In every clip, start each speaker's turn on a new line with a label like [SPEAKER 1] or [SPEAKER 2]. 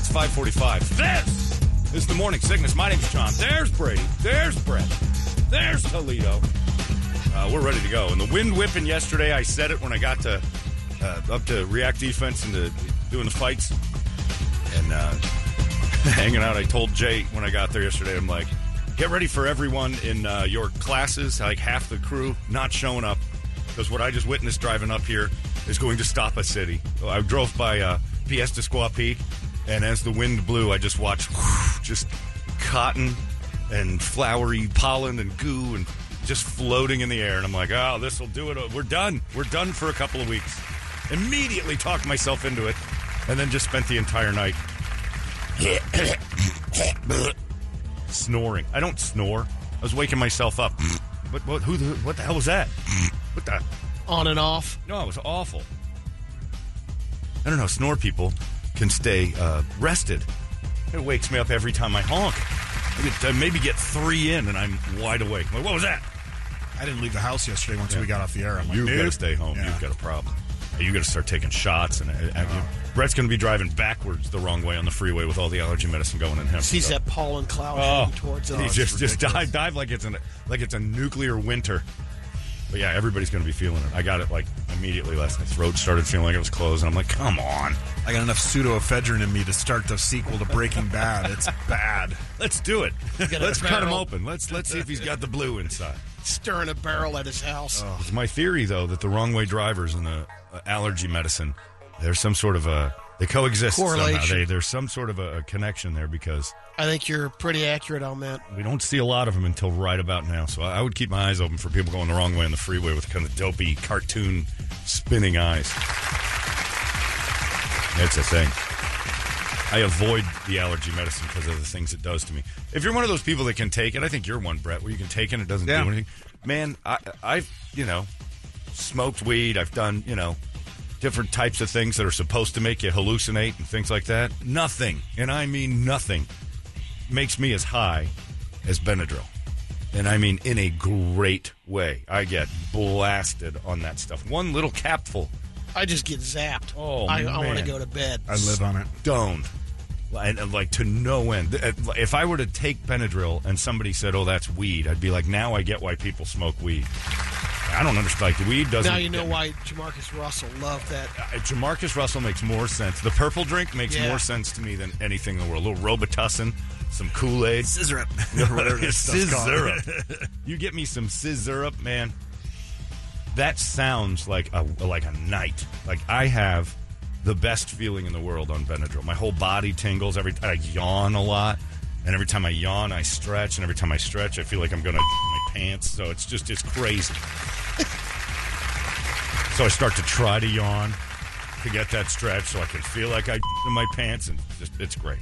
[SPEAKER 1] 545. This is the morning sickness. My name's John. There's Brady. There's Brett. There's Toledo. Uh, we're ready to go. And the wind whipping yesterday, I said it when I got to uh, up to react defense and to doing the fights and uh, hanging out. I told Jay when I got there yesterday, I'm like, get ready for everyone in uh, your classes, like half the crew not showing up because what I just witnessed driving up here is going to stop a city. I drove by uh, Piesta Squapi, and as the wind blew, I just watched just cotton and flowery pollen and goo and just floating in the air. And I'm like, oh, this will do it. We're done. We're done for a couple of weeks. Immediately talked myself into it, and then just spent the entire night snoring. I don't snore. I was waking myself up. What? What? Who? The, what the hell was that? What the?
[SPEAKER 2] on and off.
[SPEAKER 1] No, it was awful. I don't know. Snore people can stay uh, rested. It wakes me up every time I honk. I, get, I maybe get three in and I'm wide awake. I'm like, what was that?
[SPEAKER 3] I didn't leave the house yesterday once we got off the air. I'm like,
[SPEAKER 1] You've
[SPEAKER 3] nope.
[SPEAKER 1] got to stay home.
[SPEAKER 3] Yeah.
[SPEAKER 1] You've got a problem. You got to start taking shots. And uh, uh, Brett's going to be driving backwards the wrong way on the freeway with all the allergy medicine going in him.
[SPEAKER 2] Sees
[SPEAKER 1] So-
[SPEAKER 2] that pollen cloud
[SPEAKER 1] Oh,
[SPEAKER 2] heading towards
[SPEAKER 1] he
[SPEAKER 2] us.
[SPEAKER 1] just just
[SPEAKER 3] ridiculous.
[SPEAKER 1] dive dive like it's an like it's a nuclear winter. But yeah, everybody's going to be feeling it. I got it like immediately last night. Throat started feeling like it was closed, and I'm like, come on,
[SPEAKER 3] I got enough pseudoephedrine in me to start the sequel to Breaking Bad. It's bad.
[SPEAKER 1] let's do it.
[SPEAKER 2] got a
[SPEAKER 1] Let's cut him
[SPEAKER 2] barrel.
[SPEAKER 1] open. Let's let's see if he's got the blue inside.
[SPEAKER 2] stirring a barrel at his house.
[SPEAKER 1] It's my theory though that the wrong way drivers and the uh, allergy medicine, there's some sort of a they coexist somehow.
[SPEAKER 2] Correlation.
[SPEAKER 1] They, there's some sort of a, a connection there because
[SPEAKER 2] I think you're pretty accurate on that.
[SPEAKER 1] we don't see a lot of them until right about now. So I I would keep my eyes open for people going the wrong way on the freeway with kind of dopey cartoon spinning eyes. That's a thing. I avoid the allergy medicine because of the things it does to me. If you're one of those people that can take it, I think you're one, Brett, where you can take it and it doesn't
[SPEAKER 3] Yeah.
[SPEAKER 1] do anything. Man, I, I've, you know, smoked weed. I've done, you know, different types of things that are supposed to make you hallucinate and things like that. Nothing, and I mean nothing, makes me as high as Benadryl. And I mean in a great way. I get blasted on that stuff. One little capful
[SPEAKER 2] I just get zapped.
[SPEAKER 1] Oh,
[SPEAKER 2] I, I want
[SPEAKER 1] man.
[SPEAKER 2] to go to bed.
[SPEAKER 3] I live on it.
[SPEAKER 1] stoned, and, and, like to no end. Th- If I were to take Benadryl and somebody said, "Oh, that's weed," I'd be like, "Now I get why people smoke weed." I don't understand. Like, weed doesn't.
[SPEAKER 2] Now you know why Jamarcus Russell loved that.
[SPEAKER 1] Uh, Jamarcus Russell makes more sense. The purple drink makes
[SPEAKER 2] Yeah.
[SPEAKER 1] more sense to me than anything in the world. A little Robitussin, some Kool Aid,
[SPEAKER 3] Scissor up.
[SPEAKER 1] scissor. you get me some scissor up, man. That sounds like a like a night. Like I have the best feeling in the world on Benadryl. My whole body tingles every I yawn a lot, and every time I yawn, I stretch, and every time I stretch, I feel like I'm gonna my pants. So it's just it's crazy. so I start to try to yawn to get that stretch, so I can feel like I in my pants, and just it's great.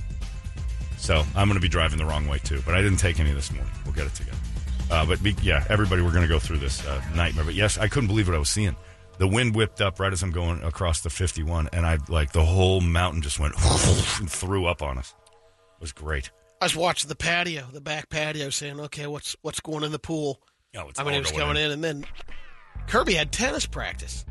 [SPEAKER 1] So I'm going to be driving the wrong way too. But I didn't take any this morning. We'll get it together. Uh, but be, yeah, everybody, we're going to go through this uh, nightmare. But yes, I couldn't believe what I was seeing. The wind whipped up right as I'm going across the 51, and I like the whole mountain just went and threw up on us. It was great.
[SPEAKER 2] I was watching the patio, the back patio, saying, "Okay, what's what's going in the pool?"
[SPEAKER 1] Oh, it's
[SPEAKER 2] I mean,
[SPEAKER 1] all
[SPEAKER 2] it was
[SPEAKER 1] going
[SPEAKER 2] coming
[SPEAKER 1] in.
[SPEAKER 2] in. and then Kirby had tennis practice.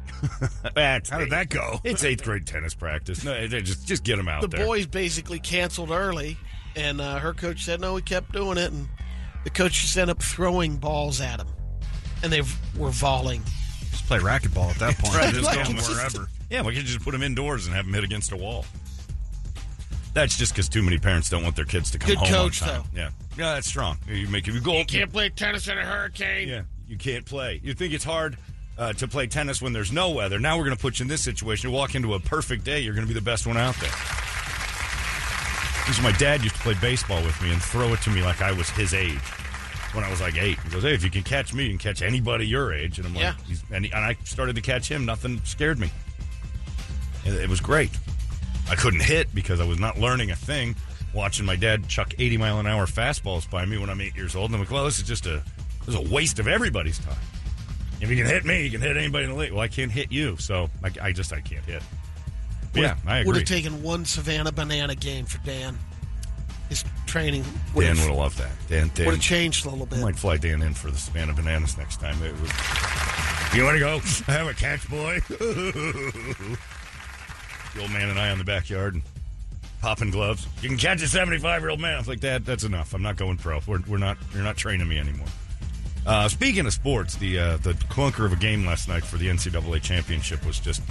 [SPEAKER 1] That's,
[SPEAKER 3] How did that go?
[SPEAKER 1] It's eighth grade tennis practice. No, they just just get them out
[SPEAKER 2] The
[SPEAKER 1] there.
[SPEAKER 2] boys basically canceled early, and uh, her coach said, "No, we kept doing it." And the coach just ended up throwing balls at him, and they were volleying.
[SPEAKER 3] Just play racquetball at that point.
[SPEAKER 1] Right,
[SPEAKER 3] just
[SPEAKER 1] like,
[SPEAKER 3] going
[SPEAKER 2] it's just-
[SPEAKER 3] wherever.
[SPEAKER 1] Yeah, we could just put them indoors and have them hit against a wall. That's just because too many parents don't want their kids to come
[SPEAKER 2] Good
[SPEAKER 1] home
[SPEAKER 2] coach,
[SPEAKER 1] on time.
[SPEAKER 2] though.
[SPEAKER 1] Yeah, yeah, that's strong. You make you go.
[SPEAKER 2] play tennis in a hurricane.
[SPEAKER 1] Yeah, you can't play. You think it's hard uh, to play tennis when there's no weather. Now we're going to put you in this situation. You walk into a perfect day, you're going to be the best one out there. Because my dad used to play baseball with me and throw it to me like I was his age when I was like eight. He goes, "Hey, if you can catch me, you can catch anybody your age." And I'm like,
[SPEAKER 2] Yeah.
[SPEAKER 1] he's, and, he, and I started to catch him. Nothing scared me. It, it was great. I couldn't hit because I was not learning a thing. Watching my dad chuck 80 mile an hour fastballs by me when I'm eight years old, and I'm like, "Well, this is just a this is a waste of everybody's time." If you can hit me, you can hit anybody in the league. Well, I can't hit you, so I, I just I can't hit. But yeah, I
[SPEAKER 2] Would
[SPEAKER 1] agree.
[SPEAKER 2] have taken one Savannah banana game for Dan. His training would
[SPEAKER 1] Dan would
[SPEAKER 2] have
[SPEAKER 1] have loved that. Dan, Dan
[SPEAKER 2] would have changed a little bit.
[SPEAKER 1] I might fly Dan in for the Savannah Bananas next time. It was- you want to go? I have a catch, boy. the old man and I on the backyard. And popping gloves. You can catch a 75 year old man. I was like, Dad, that's enough. I'm not going pro. We're, we're not. You're not training me anymore. Uh, speaking of sports, the uh, the clunker of a game last night for the NCAA championship was just.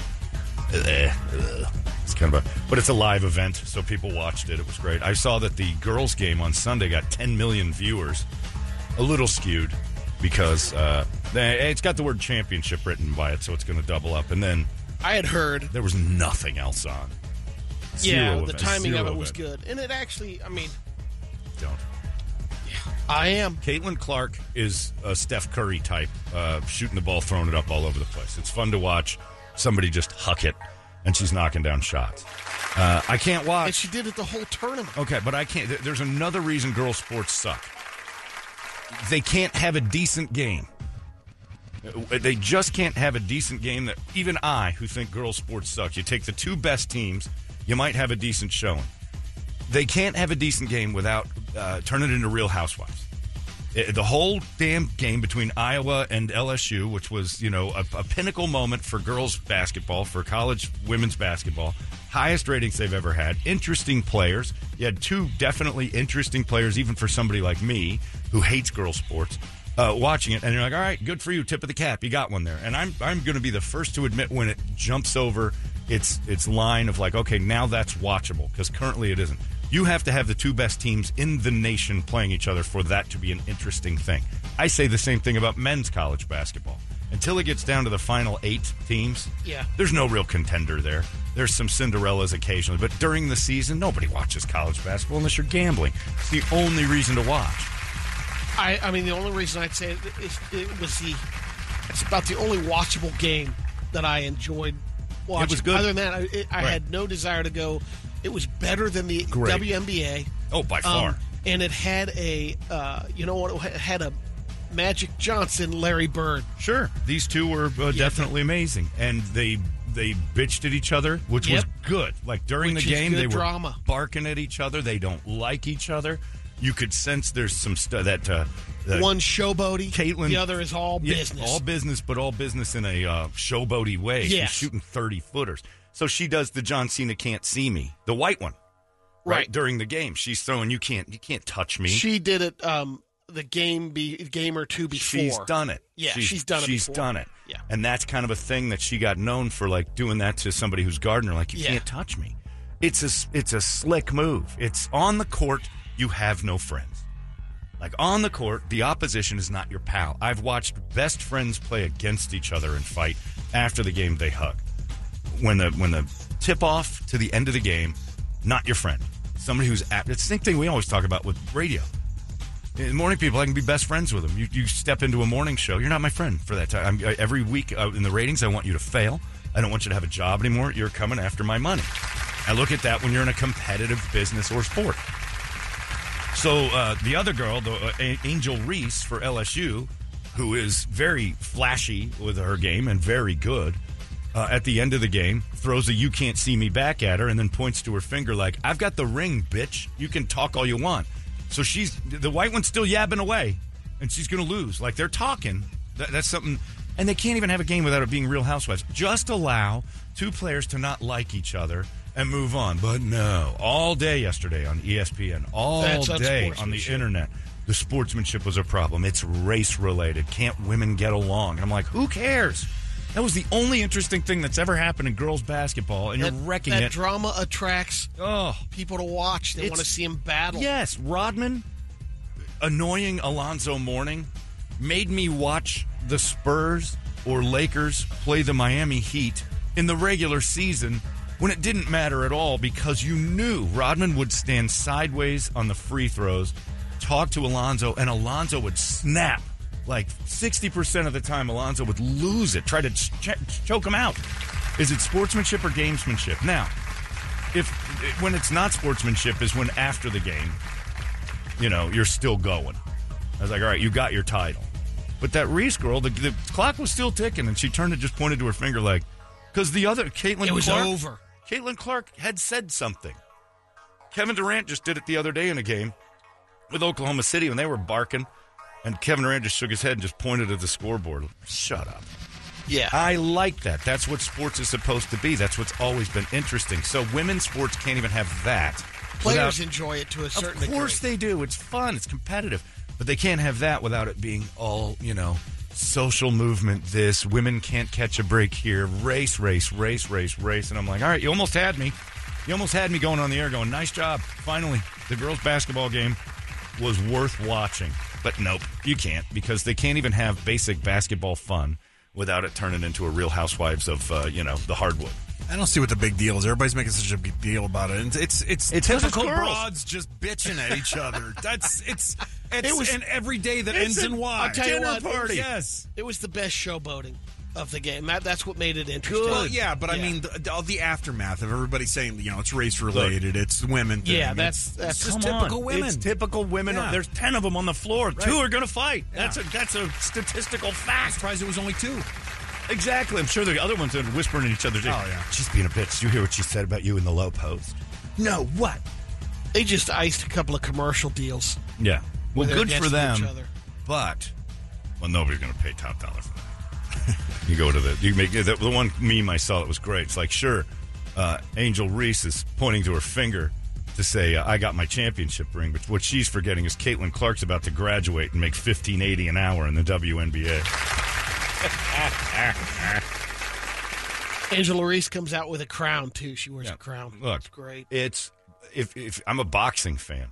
[SPEAKER 1] eh, eh. It's kind of a, but it's a live event, so people watched it. It was great. I saw that the girls' game on Sunday got 10 million viewers. A little skewed because uh, they, it's got the word championship written by it, so it's going to double up. And then
[SPEAKER 2] I had heard.
[SPEAKER 1] there was nothing else on.
[SPEAKER 2] yeah,
[SPEAKER 1] Zero
[SPEAKER 2] the
[SPEAKER 1] event.
[SPEAKER 2] timing of
[SPEAKER 1] Zero
[SPEAKER 2] it was
[SPEAKER 1] event.
[SPEAKER 2] good, and it actually. I mean,
[SPEAKER 1] Don't.
[SPEAKER 2] I am.
[SPEAKER 1] Caitlin Clark is a Steph Curry type, uh, shooting the ball, throwing it up all over the place. It's fun to watch somebody just huck it, and she's knocking down shots. Uh, I can't
[SPEAKER 2] And
[SPEAKER 1] watch.
[SPEAKER 2] she did it the whole tournament.
[SPEAKER 1] Okay, but I can't. there- There's another reason girls' sports suck. They can't have a decent game. Uh, They just can't have a decent game that even I, who think girls' sports suck, you take the two best teams, you might have a decent showing. They can't have a decent game without uh, turning it into Real Housewives. Uh, the whole damn game between Iowa and LSU, which was you know a, a pinnacle moment for girls basketball, for college women's basketball, highest ratings they've ever had. Interesting players. You had two definitely interesting players, even for somebody like me who hates girls sports. Uh, watching it, and you're like, "All right, good for you. Tip of the cap, you got one there." And I'm I'm going to be the first to admit when it jumps over its its line of like, "Okay, now that's watchable," because currently it isn't. You have to have the two best teams in the nation playing each other for that to be an interesting thing. I say the same thing about men's college basketball. Until it gets down to the final eight teams,
[SPEAKER 2] Yeah.
[SPEAKER 1] there's no real contender there. There's some Cinderellas occasionally, but during the season, nobody watches college basketball unless you're gambling. It's the only reason to watch.
[SPEAKER 2] I, I mean, the only reason I'd say it, it, it was the. It's about the only watchable game that I enjoyed watching.
[SPEAKER 1] was good.
[SPEAKER 2] Other than that, I, it, I
[SPEAKER 1] Right.
[SPEAKER 2] had no desire to go. It was better than the
[SPEAKER 1] Great.
[SPEAKER 2] WNBA.
[SPEAKER 1] Oh, by
[SPEAKER 2] Um,
[SPEAKER 1] far.
[SPEAKER 2] and it had a, uh, you know what? It had a Magic Johnson, Larry Bird.
[SPEAKER 1] Sure, these two were uh, definitely amazing, and they they bitched at each other, which was
[SPEAKER 2] Yep.
[SPEAKER 1] good. Like during
[SPEAKER 2] Which
[SPEAKER 1] the
[SPEAKER 2] is
[SPEAKER 1] game,
[SPEAKER 2] good
[SPEAKER 1] they
[SPEAKER 2] drama.
[SPEAKER 1] were barking at each other. They don't like each other. You could sense there's some stuff that uh, that
[SPEAKER 2] One showboaty,
[SPEAKER 1] Caitlin-
[SPEAKER 2] The other is all
[SPEAKER 1] yeah,
[SPEAKER 2] business.
[SPEAKER 1] all business, but all business in a uh, showboaty way.
[SPEAKER 2] Yes.
[SPEAKER 1] She's shooting thirty footers, so she does the John Cena can't see me, the white one,
[SPEAKER 2] Right.
[SPEAKER 1] during the game. She's throwing you can't you can't touch me.
[SPEAKER 2] She did it. Um, the game be game or two before.
[SPEAKER 1] She's done it.
[SPEAKER 2] Yeah, she's done it
[SPEAKER 1] She's
[SPEAKER 2] before.
[SPEAKER 1] done it.
[SPEAKER 2] Yeah.
[SPEAKER 1] And that's kind of a thing that she got known for, like doing that to somebody who's gardener, like you
[SPEAKER 2] Yeah.
[SPEAKER 1] can't touch me. It's a it's a slick move. It's on the court. You have no friends. Like on the court, the opposition is not your pal. I've watched best friends play against each other and fight. After the game, they hug. When the when the tip off to the end of the game, not your friend. Somebody who's at it's the same thing we always talk about with radio. Uh, Morning people, I can be best friends with them. You, you step into a morning show, you're not my friend for that time. I'm, I, every week uh, in the ratings, I want you to fail. I don't want you to have a job anymore. You're coming after my money. I look at that when you're in a competitive business or sport. So uh, the other girl, the uh, A- Angel Reese for LSU, who is very flashy with her game and very good, uh, at the end of the game throws a "You can't see me" back at her and then points to her finger like, "I've got the ring, bitch. You can talk all you want." So she's the white one's still yabbing away, and she's going to lose. Like they're talking. That, that's something. And they can't even have a game without it being Real Housewives. Just allow two players to not like each other and move on. But no, all day yesterday on E ESPN, all all
[SPEAKER 2] That's
[SPEAKER 1] day on the
[SPEAKER 2] unsportsmanship.
[SPEAKER 1] internet. The sportsmanship was a problem. It's race related. Can't women get along? And I'm like, who cares? That was the only interesting thing that's ever happened in girls basketball, and
[SPEAKER 2] That,
[SPEAKER 1] you're wrecking
[SPEAKER 2] that
[SPEAKER 1] it.
[SPEAKER 2] drama attracts
[SPEAKER 1] oh,
[SPEAKER 2] people to watch. They
[SPEAKER 1] It's-
[SPEAKER 2] want to see him battle.
[SPEAKER 1] yes, Rodman annoying Alonzo Mourning made me watch the Spurs or Lakers play the Miami Heat in the regular season when it didn't matter at all because you knew Rodman would stand sideways on the free throws, talk to Alonzo, and Alonzo would snap. Like 60% of the time, Alonzo would lose it, try to ch- ch- choke him out. Is it sportsmanship or gamesmanship? Now, if when it's not sportsmanship is when after the game you know, you're still going. I was like, all right, you got your title. But that Reese girl, the, the clock was still ticking, and she turned and just pointed to her finger, like, because the other Caitlin
[SPEAKER 2] It was
[SPEAKER 1] Clark,
[SPEAKER 2] over.
[SPEAKER 1] Caitlin Clark had said something. Kevin Durant just did it the other day in a game with Oklahoma City when they were barking, and Kevin Durant just shook his head and just pointed at the scoreboard. Shut up.
[SPEAKER 2] Yeah.
[SPEAKER 1] I like that. That's what sports is supposed to be. That's what's always been interesting. So women's sports can't even have that. without-
[SPEAKER 2] Players enjoy it to a certain
[SPEAKER 1] of course
[SPEAKER 2] degree.
[SPEAKER 1] they do. It's fun. It's competitive. But they can't have that without it being all, you know, social movement this, women can't catch a break here, race, race, race, race, race. And I'm like, all right, you almost had me. You almost had me going on the air going, nice job. Finally, the girls' basketball game was worth watching. But nope, you can't because they can't even have basic basketball fun without it turning into a real housewives of, uh, you know, the hardwood.
[SPEAKER 3] I don't see what the big deal is. Everybody's making such a big deal about it. And it's
[SPEAKER 1] It's
[SPEAKER 3] it's
[SPEAKER 1] 'cause it's
[SPEAKER 3] typical
[SPEAKER 1] girls.
[SPEAKER 3] broads just bitching at each other. That's it's it's
[SPEAKER 2] It was-
[SPEAKER 3] an every day that
[SPEAKER 1] It's
[SPEAKER 3] ends
[SPEAKER 1] an-
[SPEAKER 3] in Y.
[SPEAKER 2] I'll tell you what,
[SPEAKER 3] Yes.
[SPEAKER 2] It was the best showboating of the game. That, that's what made it interesting.
[SPEAKER 3] Well, yeah, but I mean the, all the aftermath of everybody saying you know it's race related, it's the women. Thing.
[SPEAKER 2] yeah,
[SPEAKER 3] it's-
[SPEAKER 2] that's that's
[SPEAKER 3] it's just
[SPEAKER 1] Come on.
[SPEAKER 3] typical women.
[SPEAKER 1] It's typical women.
[SPEAKER 3] Yeah.
[SPEAKER 1] There's ten of them on the floor. Two are going to fight.
[SPEAKER 3] Yeah.
[SPEAKER 1] That's a that's a statistical fact.
[SPEAKER 3] surprised it was only two.
[SPEAKER 1] Exactly. I'm sure the other ones are whispering in each other's ear.
[SPEAKER 3] Oh, yeah.
[SPEAKER 1] She's being a bitch. You hear what she said about you in the low post?
[SPEAKER 3] No, what?
[SPEAKER 2] they just iced a couple of commercial deals.
[SPEAKER 1] Yeah. Well,
[SPEAKER 2] They're
[SPEAKER 1] good for
[SPEAKER 2] against each
[SPEAKER 1] them.
[SPEAKER 2] other.
[SPEAKER 1] But well, nobody's going to pay top dollar for that. you go to the you make the, the one meme I saw that was great. It's like sure, uh, Angel Reese is pointing to her finger to say uh, I got my championship ring, but what she's forgetting is Caitlin Clark's about to graduate and make fifteen eighty an hour in the WNBA.
[SPEAKER 2] Angela Reese comes out with a crown too. She wears
[SPEAKER 1] Yeah.
[SPEAKER 2] a crown.
[SPEAKER 1] Look,
[SPEAKER 2] it's great.
[SPEAKER 1] It's if if I'm a boxing fan,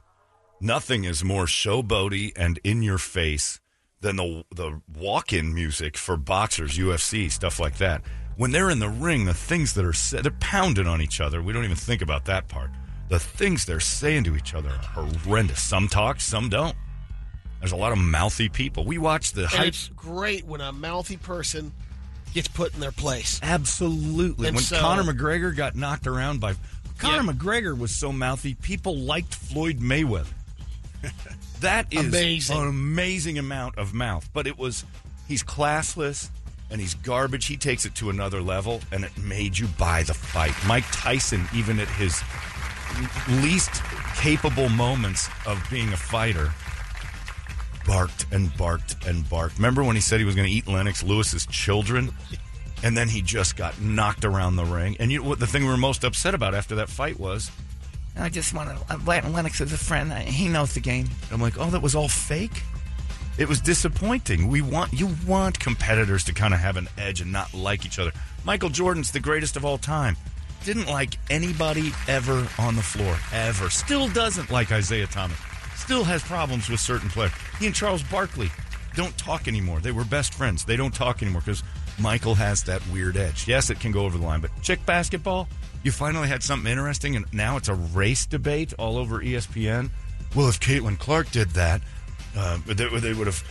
[SPEAKER 1] nothing is more showboaty and in your face than the the walk-in music for boxers, UFC stuff like that. When they're in the ring, the things that are said, they're pounding on each other. We don't even think about that part. The things they're saying to each other are horrendous. Some talk, some don't. There's a lot of mouthy people. We watch the
[SPEAKER 2] and
[SPEAKER 1] hype.
[SPEAKER 2] it's great when a mouthy person gets put in their place.
[SPEAKER 1] Absolutely.
[SPEAKER 2] And
[SPEAKER 1] when
[SPEAKER 2] so-
[SPEAKER 1] Conor McGregor got knocked around by Conor
[SPEAKER 2] Yeah.
[SPEAKER 1] McGregor was so mouthy, people liked Floyd Mayweather. that is
[SPEAKER 2] Amazing.
[SPEAKER 1] an amazing amount of mouth. But it was he's classless and he's garbage. He takes it to another level and it made you buy the fight. Mike Tyson, even at his least capable moments of being a fighter barked and barked and barked. Remember when he said he was going to eat Lennox Lewis's children? And then he just got knocked around the ring. And you, what the thing we were most upset about after that fight was,
[SPEAKER 4] And I just want to. Latin Lennox is a friend. I- He knows the game.
[SPEAKER 1] I'm like, oh, that was all fake. It was disappointing. We want you want competitors to kind of have an edge and not like each other. Michael Jordan's the greatest of all time. Didn't like anybody ever on the floor ever. Still doesn't like Isaiah Thomas. Still has problems with certain players. He and Charles Barkley don't talk anymore. They were best friends. They don't talk anymore because Michael has that weird edge. Yes, it can go over the line, but chick basketball. You finally had something interesting, and now it's a race debate all over E ESPN. Well, if Caitlin Clark did that, uh, they, they would have.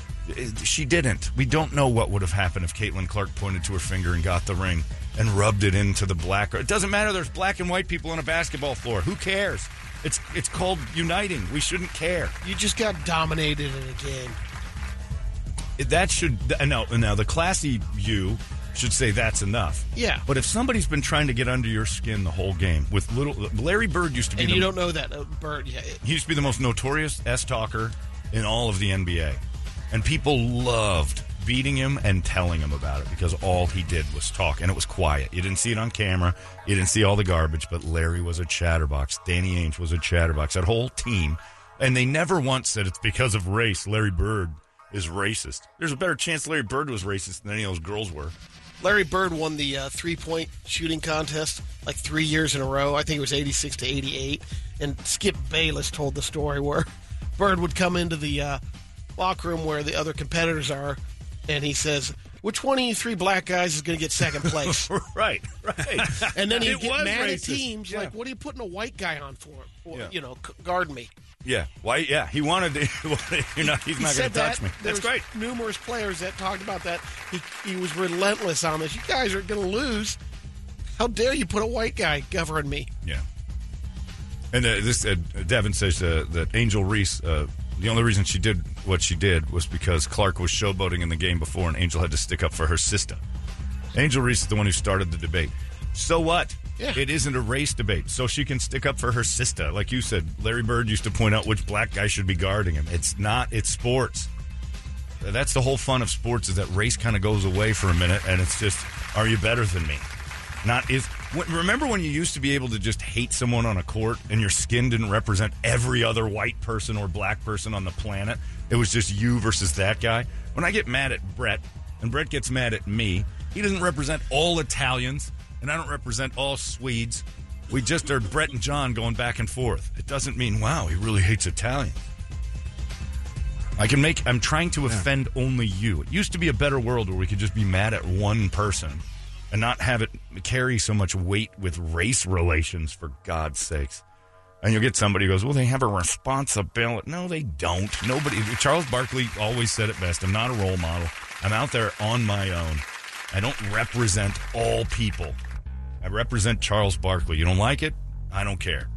[SPEAKER 1] She didn't. We don't know what would have happened if Caitlin Clark pointed to her finger and got the ring and rubbed it into the black. It doesn't matter. There's black and white people on a basketball floor. Who cares? It's it's called uniting. We shouldn't care.
[SPEAKER 2] You just got dominated in a game.
[SPEAKER 1] That should uh, no no. The classy you should say that's enough.
[SPEAKER 2] Yeah.
[SPEAKER 1] But if somebody's been trying to get under your skin the whole game with little Larry Bird used to be
[SPEAKER 2] And
[SPEAKER 1] the
[SPEAKER 2] you don't know that, uh, Bert. Yeah, it-
[SPEAKER 1] He used to be the most notorious S talker in all of the NBA. And people loved beating him and telling him about it because all he did was talk and it was quiet. You didn't see it on camera, you didn't see all the garbage, but Larry was a chatterbox. Danny Ainge was a chatterbox. That whole team. And they never once said it's because of race. Larry Bird is racist. There's a better chance Larry Bird was racist than any of those girls were.
[SPEAKER 2] Larry Bird won the uh, three point shooting contest like three years in a row. I think it was 86 to 88. And Skip Bayless told the story where Bird would come into the uh, locker room where the other competitors are, and he says, Which one of you three black guys is going to get second place?
[SPEAKER 1] Right, right.
[SPEAKER 2] and then he'd
[SPEAKER 1] It was
[SPEAKER 2] get mad at
[SPEAKER 1] racist.
[SPEAKER 2] teams.
[SPEAKER 1] Yeah.
[SPEAKER 2] Like, what are you putting a white guy on for? Well,
[SPEAKER 1] Yeah.
[SPEAKER 2] You know, c- guard me.
[SPEAKER 1] yeah, why? Yeah, he wanted to. You're not, he's not
[SPEAKER 2] He
[SPEAKER 1] going
[SPEAKER 2] said
[SPEAKER 1] to touch
[SPEAKER 2] that.
[SPEAKER 1] me.
[SPEAKER 2] There
[SPEAKER 1] That's
[SPEAKER 2] was
[SPEAKER 1] great.
[SPEAKER 2] Numerous players that talked about that. He, he was relentless on this. You guys are going to lose. How dare you put a white guy covering me?
[SPEAKER 1] Yeah. And uh, this uh, Devin says uh, that Angel Reese, uh, the only reason she did what she did was because Clark was showboating in the game before, and Angel had to stick up for her sister. Angel Reese is the one who started the debate. So what?
[SPEAKER 2] Yeah.
[SPEAKER 1] It isn't a race debate, so she can stick up for her sister. Like you said, Larry Bird used to point out which black guy should be guarding him. It's not. It's sports. That's the whole fun of sports is that race kind of goes away for a minute, and it's just, are you better than me? Not is. wh- Remember when you used to be able to just hate someone on a court, and your skin didn't represent every other white person or black person on the planet. It was just you versus that guy. When I get mad at Brett, and Brett gets mad at me, he doesn't represent all Italians, and I don't represent all Swedes. We just are Brett and John going back and forth. It doesn't mean wow, he really hates Italians. I can make. I'm trying to offend only you. It used to be a better world where we could just be mad at one person and not have it carry so much weight with race relations. For God's sakes. And you'll get somebody who goes, well, they have a responsibility. No, they don't. Nobody. Charles Barkley always said it best. I'm not a role model. I'm out there on my own. I don't represent all people. I represent Charles Barkley. You don't like it? I don't care.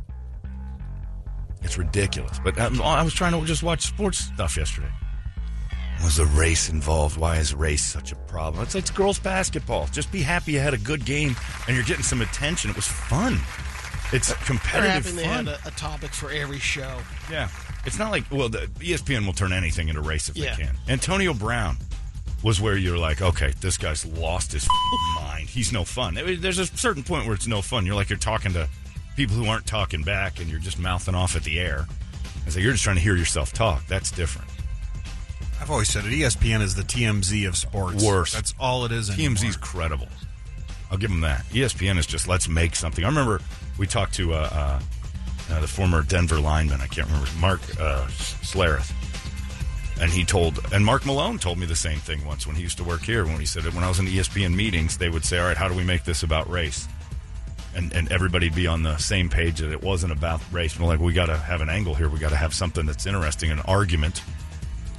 [SPEAKER 1] It's ridiculous. But um, I was trying to just watch sports stuff yesterday. Was the race involved? Why is race such a problem? It's, it's girls' basketball. Just be happy you had a good game and you're getting some attention. It was fun. It's
[SPEAKER 2] They're
[SPEAKER 1] competitive
[SPEAKER 2] happy they
[SPEAKER 1] fun.
[SPEAKER 2] had a, a topic for every show.
[SPEAKER 1] Yeah. It's not like, well, the E ESPN will turn anything into race if
[SPEAKER 2] Yeah.
[SPEAKER 1] they can. Antonio Brown was where you're like, okay, this guy's lost his mind. He's no fun. I mean, There's a certain point where it's no fun. You're like, you're talking to people who aren't talking back and you're just mouthing off at the air. And so you're just trying to hear yourself talk. That's different.
[SPEAKER 3] I've always said it. E ESPN is the TMZ of sports.
[SPEAKER 1] Worse.
[SPEAKER 3] That's all it is. Anymore.
[SPEAKER 1] TMZ's credible. I'll give them that. E ESPN is just let's make something. I remember we talked to uh, uh, uh, the former Denver lineman. I can't remember Mark uh, Slareth, and he told and Mark Malone told me the same thing once when he used to work here. When he said that when I was in E ESPN meetings, they would say, "All right, how do we make this about race?" And and everybody'd be on the same page that it wasn't about race. And we're like, we got to have an angle here. We got to have something that's interesting, an argument.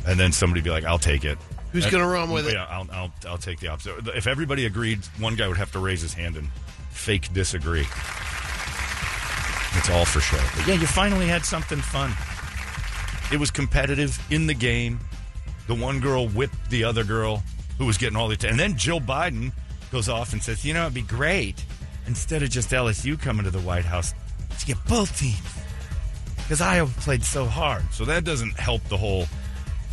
[SPEAKER 1] And then somebody'd be like, "I'll take it."
[SPEAKER 2] Who's
[SPEAKER 1] And-
[SPEAKER 2] gonna run with it?
[SPEAKER 1] Yeah, I'll, I'll, I'll take the opposite. If everybody agreed, one guy would have to raise his hand and fake disagree. It's all for show. But yeah, you finally had something fun. It was competitive in the game. The one girl whipped the other girl who was getting all the attention. And then Jill Biden goes off and says, you know, it'd be great instead of just LSU coming to the White House to get both teams because Iowa played so hard. So that doesn't help the whole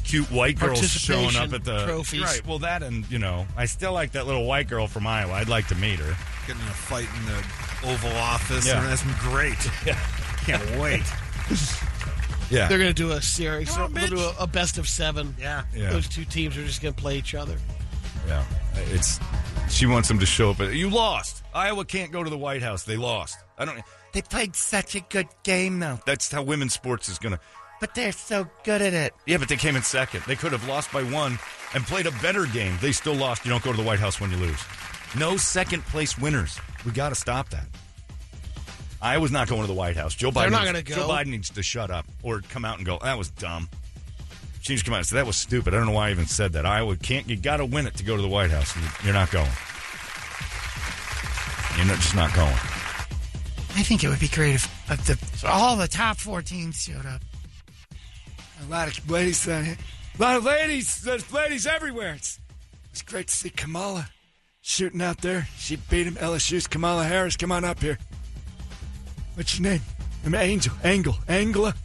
[SPEAKER 1] cute white girls showing up
[SPEAKER 2] Participation
[SPEAKER 1] at the
[SPEAKER 2] trophies.
[SPEAKER 1] Right. Well, that and you know, I still like that little white girl from Iowa. I'd like to meet her.
[SPEAKER 3] Getting in a fight in the Oval Office.
[SPEAKER 1] Yeah.
[SPEAKER 3] Yeah. That's great. Can't wait.
[SPEAKER 1] Yeah.
[SPEAKER 2] They're going to do a series.
[SPEAKER 3] Come on,
[SPEAKER 2] They'll do a,
[SPEAKER 3] bitch.
[SPEAKER 2] a best of seven.
[SPEAKER 3] Yeah.
[SPEAKER 1] Yeah.
[SPEAKER 2] Those two teams are just going to play each other.
[SPEAKER 1] Yeah, it's she wants him to show up. You lost. Iowa can't go to the White House. They lost. I don't.
[SPEAKER 4] They played such a good game, though.
[SPEAKER 1] That's how women's sports is gonna.
[SPEAKER 4] But they're so good at it.
[SPEAKER 1] Yeah, but they came in second. They could have lost by one and played a better game. They still lost. You don't go to the White House when you lose. No second place winners. We got to stop that. Iowa's not going to the White House. Joe Biden.
[SPEAKER 2] They're not
[SPEAKER 1] needs-
[SPEAKER 2] gonna go.
[SPEAKER 1] Joe Biden needs to shut up or come out and go. That was dumb. She needs to come out. and say, that was stupid. I don't know why I even said that. Iowa can't. You got to win it to go to the White House. and You're not going. You're not, just not going.
[SPEAKER 4] I think it would be great if, if the, all the top four teams showed up. A lot of ladies on it. A lot of ladies. There's ladies everywhere. It's, it's great to see Kamala shooting out there. She beat him. LSU's Kamala Harris. Come on up here. What's your name? I'm Angel. Angle. Angla.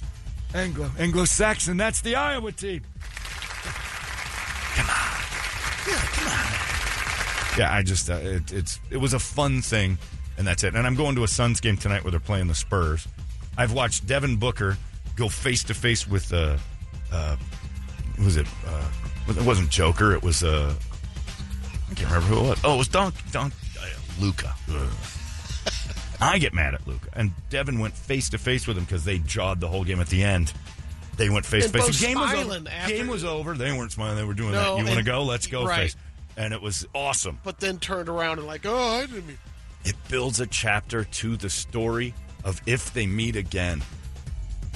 [SPEAKER 4] Anglo. Anglo-Saxon. That's the Iowa team.
[SPEAKER 1] Yeah, I just uh, it, it's it was a fun thing, and that's it. And I'm going to a Suns game tonight where they're playing the Spurs. I've watched Devin Booker go face to face with uh, uh, who was it? Uh, it wasn't Joker. It was uh, I can't remember who it was. Oh, it was Don Don uh, Luca. I get mad at Luca, and Devin went face to face with him because they jawed the whole game at the end. They went face to
[SPEAKER 2] And
[SPEAKER 1] face.
[SPEAKER 2] both
[SPEAKER 1] The game was over.
[SPEAKER 2] smiling after.
[SPEAKER 1] Game was over. They weren't smiling. They were doing
[SPEAKER 2] No,
[SPEAKER 1] that. You want to
[SPEAKER 2] and-
[SPEAKER 1] go? Let's go.
[SPEAKER 2] right.
[SPEAKER 1] Face. And it was awesome.
[SPEAKER 2] But then turned around and like, oh, I didn't mean.
[SPEAKER 1] It builds a chapter to the story of if they meet again.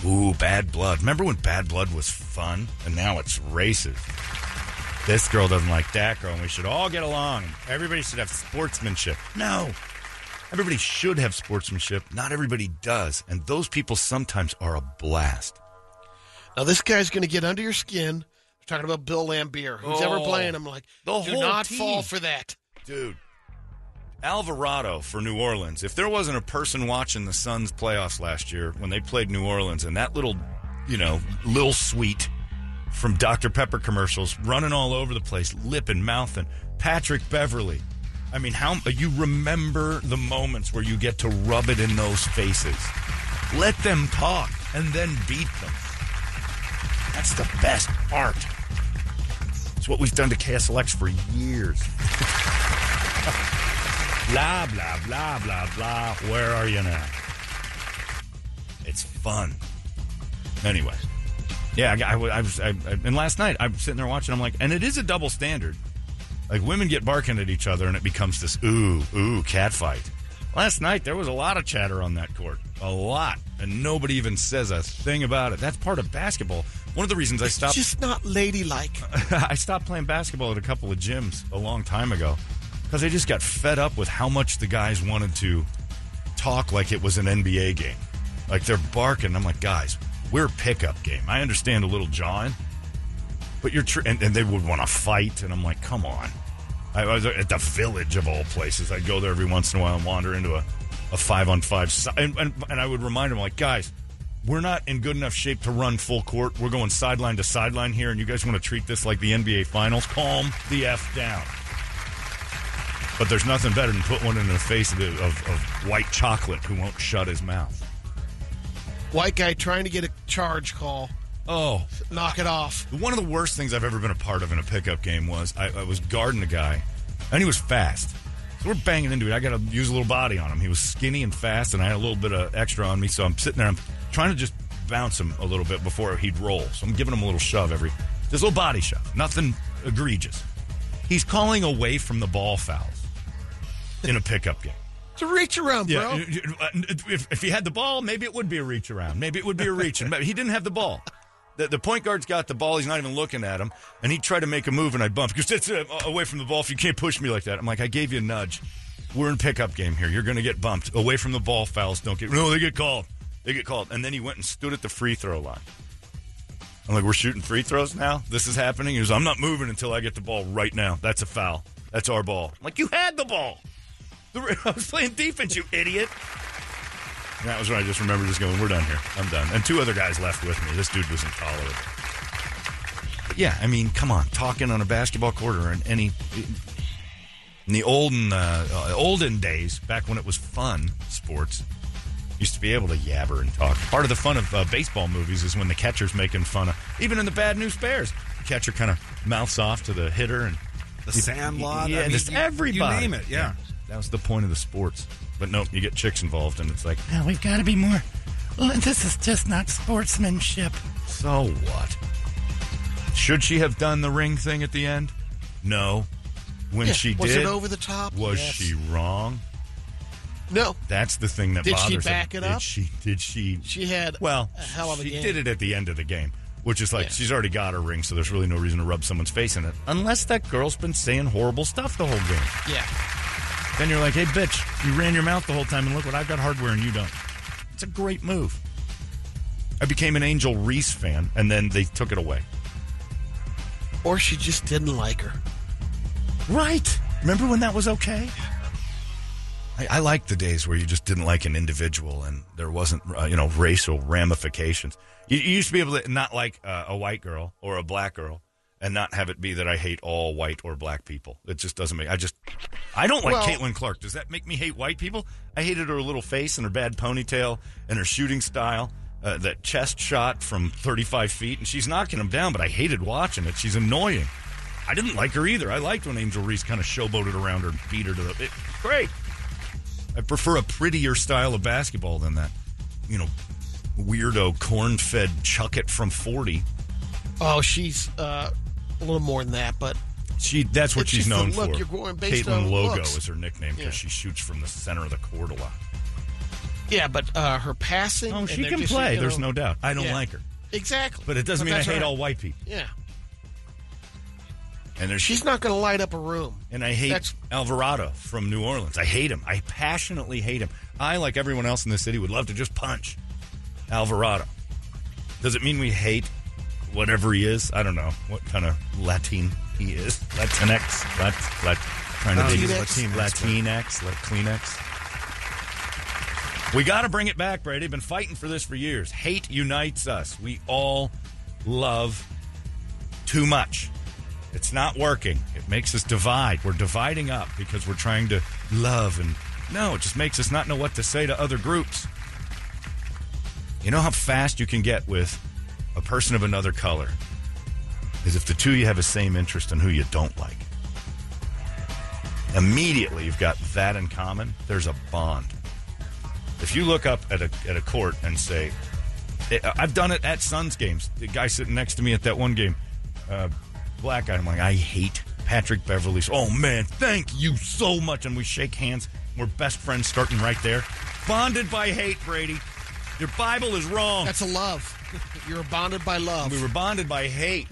[SPEAKER 1] Ooh, Bad Blood. Remember when Bad Blood was fun and now it's racist? This girl doesn't like that girl and we should all get along. Everybody should have sportsmanship. No. Everybody should have sportsmanship. Not everybody does. And those people sometimes are a blast.
[SPEAKER 2] Now this guy's going to get under your skin. We're talking about Bill Lambier, who's ever
[SPEAKER 1] Oh,
[SPEAKER 2] playing him. Like,
[SPEAKER 1] the
[SPEAKER 2] do
[SPEAKER 1] whole
[SPEAKER 2] not
[SPEAKER 1] team.
[SPEAKER 2] fall for that.
[SPEAKER 1] Dude, Alvarado for New Orleans. If there wasn't a person watching the Suns playoffs last year when they played New Orleans and that little, you know, little sweet from Dr. Pepper commercials running all over the place, lip and mouth, and Patrick Beverly. I mean, how you remember the moments where you get to rub it in those faces. Let them talk and then beat them. That's the best part. It's what we've done to KSLX for years. blah, blah, blah, blah, blah. Where are you now? It's fun. Anyway. Yeah, I, I, wa- I was. I, I- and last night, I'm sitting there watching. I'm like, and it is a double standard. Like women get barking at each other, and it becomes this ooh ooh cat fight. Last night there was a lot of chatter on that court, a lot, and nobody even says a thing about it. That's part of basketball. One of the reasons I stopped.
[SPEAKER 2] Just not ladylike.
[SPEAKER 1] I stopped playing basketball at a couple of gyms a long time ago because I just got fed up with how much the guys wanted to talk like it was an NBA game. Like they're barking. I'm like, guys, we're a pickup game. I understand a little jawing, but you're tr- and, and they would want to fight, and I'm like, come on. I, I was at the village of all places. I'd go there every once in a while and wander into a, a five on five, si- and, and and I would remind them like, guys, we're not in good enough shape to run full court. We're going sideline to sideline here, and you guys want to treat this like the NBA Finals? Calm the f down. But there's nothing better than put one in the face of, the, of, of white chocolate who won't shut his mouth.
[SPEAKER 2] White guy trying to get a charge call.
[SPEAKER 1] Oh,
[SPEAKER 2] Knock it off.
[SPEAKER 1] One of the worst things I've ever been a part of in a pickup game was I, I was guarding a guy, and he was fast. So we're banging into it. I got to use a little body on him. He was skinny and fast, and I had a little bit of extra on me. So I'm sitting there. I'm trying to just bounce him a little bit before he'd roll. So I'm giving him a little shove every, this little body shove. Nothing egregious. He's calling away from the ball fouls in a pickup game.
[SPEAKER 2] It's a reach around, bro.
[SPEAKER 1] Yeah, you- you- uh, if, if he had the ball, maybe it would be a reach around. Maybe it would be a reach. and he didn't have the ball. The, the point guard's got the ball. He's not even looking at him. And he tried to make a move, and I bumped because that's uh, away from the ball. If you can't push me like that, I'm like, I gave you a nudge. We're in pickup game here. You're going to get bumped away from the ball. Fouls don't get. No, they get called. They get called. And then he went and stood at the free throw line. I'm like, we're shooting free throws now. This is happening. He goes, I'm not moving until I get the ball right now. That's a foul. That's our ball. I'm like, you had the ball. The- I was playing defense, you idiot. And that was when I just remember just going, we're done here. I'm done. And two other guys left with me. This dude was intolerable. But yeah, I mean, come on. Talking on a basketball court or in any. In the olden, uh, uh, olden days, back when it was fun, sports, used to be able to yabber and talk. Part of the fun of uh, baseball movies is when the catcher's making fun of, even in the bad news bears, the catcher kind of mouths off to the hitter and
[SPEAKER 3] The Sandlot.
[SPEAKER 1] yeah,
[SPEAKER 3] I mean,
[SPEAKER 1] just
[SPEAKER 3] you-
[SPEAKER 1] everybody.
[SPEAKER 3] You name it. Yeah.
[SPEAKER 1] That was the point of the sports. But no, you get chicks involved, and it's like,
[SPEAKER 4] Now we've got to be more. Well, This is just not sportsmanship.
[SPEAKER 1] so what? Should she have done the ring thing at the end? No. When
[SPEAKER 2] Yeah.
[SPEAKER 1] she did,
[SPEAKER 2] was it over the top?
[SPEAKER 1] was
[SPEAKER 2] Yes.
[SPEAKER 1] she wrong?
[SPEAKER 2] No.
[SPEAKER 1] That's the thing that
[SPEAKER 2] Did she
[SPEAKER 1] bothers. me.
[SPEAKER 2] back it
[SPEAKER 1] Did
[SPEAKER 2] up?
[SPEAKER 1] she? Did she?
[SPEAKER 2] She had
[SPEAKER 1] Well,
[SPEAKER 2] a hell of a
[SPEAKER 1] she
[SPEAKER 2] game.
[SPEAKER 1] did it at the end of the game, which is like
[SPEAKER 2] Yeah.
[SPEAKER 1] she's already got her ring, so there's really no reason to rub someone's face in it, unless that girl's been saying horrible stuff the whole game.
[SPEAKER 2] Yeah.
[SPEAKER 1] Then you're like, hey, bitch, you ran your mouth the whole time, and look what I've got hardware and you don't. It's a great move. I became an Angel Reese fan, and then they took it away.
[SPEAKER 2] Or she just didn't like her.
[SPEAKER 1] Right. Remember when that was okay? I, I like the days where you just didn't like an individual and there wasn't, uh, you know, racial ramifications. You, you used to be able to not like uh, a white girl or a black girl and not have it be that I hate all white or black people. It just doesn't make, I just, I don't like
[SPEAKER 2] Well-
[SPEAKER 1] Caitlin Clark. Does that make me hate white people? I hated her little face and her bad ponytail and her shooting style. Uh, that chest shot from 35 feet, and she's knocking him down, but I hated watching it. She's annoying. I didn't like her either. I liked when Angel Reese kind of showboated around her and beat her to the. It, great. I prefer a prettier style of basketball than that, you know, weirdo corn fed chuck it from 40.
[SPEAKER 2] Oh, she's uh, a little more than that, but
[SPEAKER 1] She That's what
[SPEAKER 2] It's
[SPEAKER 1] she's
[SPEAKER 2] just the
[SPEAKER 1] known
[SPEAKER 2] look
[SPEAKER 1] for.
[SPEAKER 2] you're going based
[SPEAKER 1] Caitlin
[SPEAKER 2] on
[SPEAKER 1] Logo
[SPEAKER 2] looks.
[SPEAKER 1] is her nickname because
[SPEAKER 2] Yeah.
[SPEAKER 1] she shoots from the center of the court a lot.
[SPEAKER 2] yeah, but uh, her passing.
[SPEAKER 1] Oh,
[SPEAKER 2] and
[SPEAKER 1] she
[SPEAKER 2] they're
[SPEAKER 1] can
[SPEAKER 2] just,
[SPEAKER 1] play.
[SPEAKER 2] you know-
[SPEAKER 1] There's no doubt. I don't
[SPEAKER 2] Yeah.
[SPEAKER 1] like her.
[SPEAKER 2] Exactly.
[SPEAKER 1] But it doesn't mean I
[SPEAKER 2] that's
[SPEAKER 1] hate
[SPEAKER 2] her.
[SPEAKER 1] all white people.
[SPEAKER 2] Yeah.
[SPEAKER 1] And there's
[SPEAKER 2] She's not going to light up a room.
[SPEAKER 1] And I hate
[SPEAKER 2] That's-
[SPEAKER 1] Alvarado from New Orleans. I hate him. I passionately hate him. I, like everyone else in the city, would love to just punch Alvarado. Does it mean we hate whatever he is? I don't know what kind of Latin he is. Latinx, Lat, Lat, trying to
[SPEAKER 3] I don't
[SPEAKER 1] be
[SPEAKER 3] think
[SPEAKER 2] it's
[SPEAKER 1] Latinx, Latinx, Lat- Kleenex. We got to bring it back, Brady. Been fighting for this for years. Hate unites us. We all love too much. It's not working. It makes us divide. We're dividing up because we're trying to love and no, it just makes us not know what to say to other groups. You know how fast you can get with a person of another color is if the two you have the same interest in who you don't like. Immediately you've got that in common, there's a bond. If you look up at a, at a court and say, I've done it at Suns games. The guy sitting next to me at that one game, uh, black guy, I'm like, I hate Patrick Beverly. Oh man, thank you so much. And we shake hands. We're best friends starting right there. Bonded by hate, Brady. Your Bible is wrong.
[SPEAKER 2] That's a love. You're bonded by love.
[SPEAKER 1] We were bonded by hate.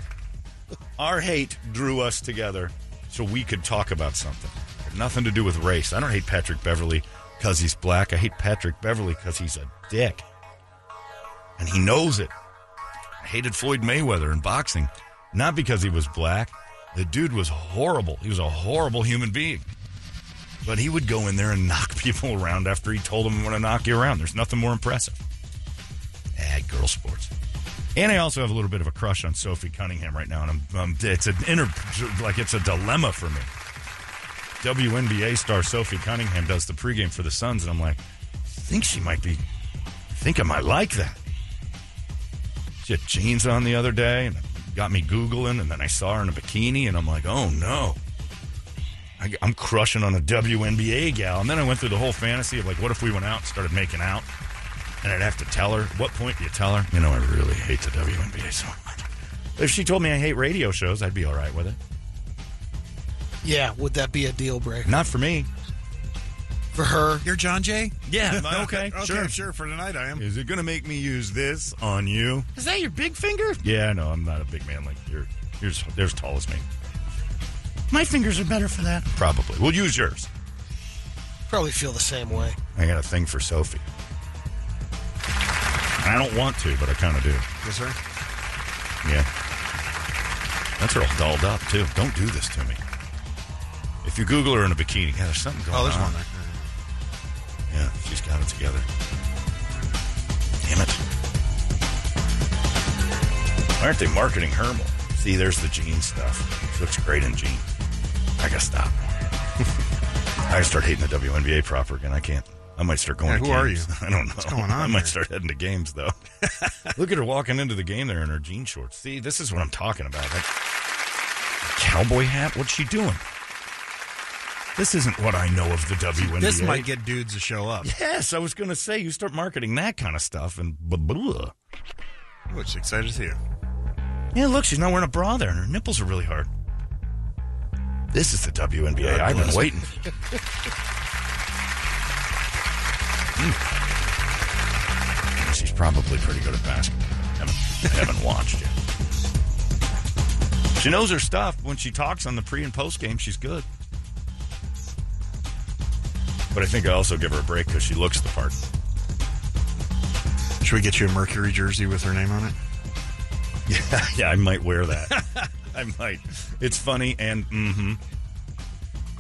[SPEAKER 1] Our hate drew us together so we could talk about something. nothing to do with race. I don't hate Patrick Beverly because he's black. I hate Patrick Beverly because he's a dick. And he knows it. I hated Floyd Mayweather in boxing, not because he was black. The dude was horrible. He was a horrible human being. But he would go in there and knock people around after he told them, I'm going to knock you around. There's nothing more impressive. Ag girl sports. And I also have a little bit of a crush on Sophie Cunningham right now, and I'm, um, it's an inner, like it's a dilemma for me. WNBA star Sophie Cunningham does the pregame for the Suns, and I'm like, I think she might be, I think I might like that. She had jeans on the other day, and got me googling, and then I saw her in a bikini, and I'm like, oh no. I, am crushing on a WNBA gal. And then I went through the whole fantasy of like, what if we went out and started making out? and I'd have to tell her. What point do you tell her? You know, I really hate the WNBA so much. If she told me I hate radio shows, I'd be all right with it.
[SPEAKER 2] Yeah, would that be a deal breaker?
[SPEAKER 1] Not for me.
[SPEAKER 2] For her,
[SPEAKER 3] You're John Jay?
[SPEAKER 1] Yeah. okay.
[SPEAKER 3] Sure, sure. For tonight, I am.
[SPEAKER 1] Is it going to make me use this on you?
[SPEAKER 4] Is that your big finger?
[SPEAKER 1] Yeah, no, I'm not a big man like you're. You're as, you're as tall as me,
[SPEAKER 4] My fingers are better for that.
[SPEAKER 1] probably. We'll use yours.
[SPEAKER 2] probably feel the same way.
[SPEAKER 1] I got a thing for Sophie. I don't want to, but I kind of do.
[SPEAKER 3] Yes, sir.
[SPEAKER 1] Yeah. That's her all dolled up, too. Don't do this to me. If you Google her in a bikini, yeah, there's something going on.
[SPEAKER 3] Oh, there's one there.
[SPEAKER 1] Yeah, she's got it together. Damn it. Why aren't they marketing her more? See, there's the jean stuff. She looks great in jeans. I gotta stop. I gotta start hating the WNBA proper again. I can't. I might start going
[SPEAKER 3] Yeah,
[SPEAKER 1] to
[SPEAKER 3] who are
[SPEAKER 1] games.
[SPEAKER 3] you?
[SPEAKER 1] I don't know.
[SPEAKER 3] going on
[SPEAKER 1] I might
[SPEAKER 3] there?
[SPEAKER 1] start heading to games, though. Look at her walking into the game there in her jean shorts. See, this is what I'm talking about. That cowboy hat? What's she doing? This isn't what I know of the WNBA.
[SPEAKER 3] This might get dudes to show up,
[SPEAKER 1] Yes, I was going to say you start marketing that kind of stuff and blah, blah.
[SPEAKER 3] which excited to see you.
[SPEAKER 1] Yeah, look, she's not wearing a bra there, and her nipples are really hard. This is the WNBA. I've been waiting. Hmm. She's probably pretty good at basketball. haven't, I haven't watched yet. She knows her stuff. When she talks on the pre and post game, she's good. But I think I also give her a break because she looks the part.
[SPEAKER 3] Should we get you a Mercury jersey with her name on it?
[SPEAKER 1] Yeah, yeah, I might wear that. I might. It's funny and mm-hmm.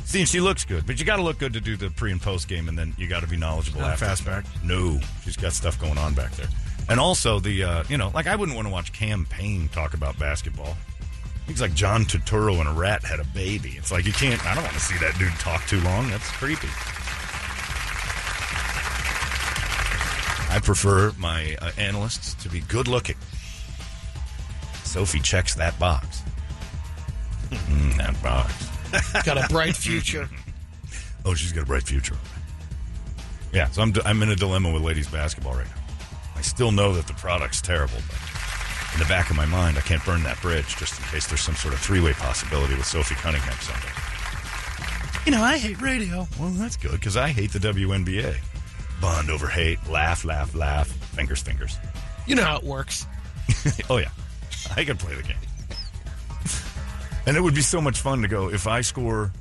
[SPEAKER 1] See, she looks good, but you got to look good to do the pre and post game, and then you got to be knowledgeable.
[SPEAKER 3] Not
[SPEAKER 1] after.
[SPEAKER 3] fastback.
[SPEAKER 1] No, she's got stuff going on back there, and also the uh, you know, like I wouldn't want to watch campaign talk about basketball. He's like John Turturro and a rat had a baby. It's like you can't. I don't want to see that dude talk too long. That's creepy. I prefer my uh, analysts to be good looking. Sophie checks that box. Mm, that box.
[SPEAKER 2] Got a bright future.
[SPEAKER 1] Oh, she's got a bright future. Yeah, so I'm, I'm in a dilemma with ladies basketball right now. I still know that the product's terrible, but in the back of my mind, I can't burn that bridge just in case there's some sort of three way possibility with Sophie Cunningham someday.
[SPEAKER 4] You know, I hate radio.
[SPEAKER 1] Well, that's good because I hate the WNBA. Bond over hate, laugh, laugh, laugh, fingers, fingers.
[SPEAKER 2] You know how it works.
[SPEAKER 1] Oh yeah, I could play the game, and it would be so much fun to go if I score,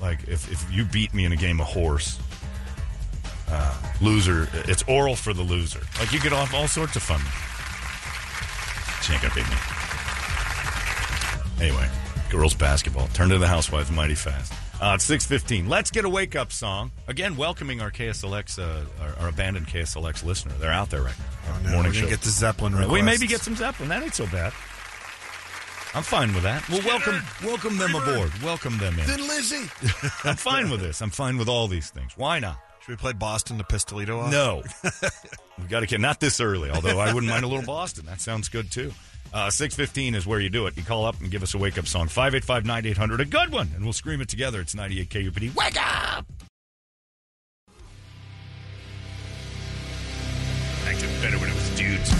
[SPEAKER 1] like if if you beat me in a game of horse. Uh, loser, it's oral for the loser. Like you get off all sorts of fun. She ain't gonna beat me. Anyway, girls basketball. Turn to the housewives mighty fast. Uh, it's six fifteen. Let's get a wake up song. Again, welcoming our KSLX, uh, our, our abandoned KSLX listener. They're out there right now.
[SPEAKER 3] Oh, no,
[SPEAKER 1] Morning
[SPEAKER 3] we're
[SPEAKER 1] show.
[SPEAKER 3] gonna get the Zeppelin
[SPEAKER 1] We maybe
[SPEAKER 3] requests.
[SPEAKER 1] get some Zeppelin. That ain't so bad. I'm fine with that. Well, welcome, welcome them aboard. Welcome them in.
[SPEAKER 5] Then Lizzie.
[SPEAKER 1] I'm fine with this. I'm fine with all these things. Why not?
[SPEAKER 3] Should we play Boston to Pistolito? Off?
[SPEAKER 1] No, we got to get not this early. Although I wouldn't mind a little Boston. That sounds good too. Uh, Six fifteen is where you do it. You call up and give us a wake up song. 585-9800, a good one, and we'll scream it together. It's ninety eight KUPD. Wake up! Liked it better when it was dudes.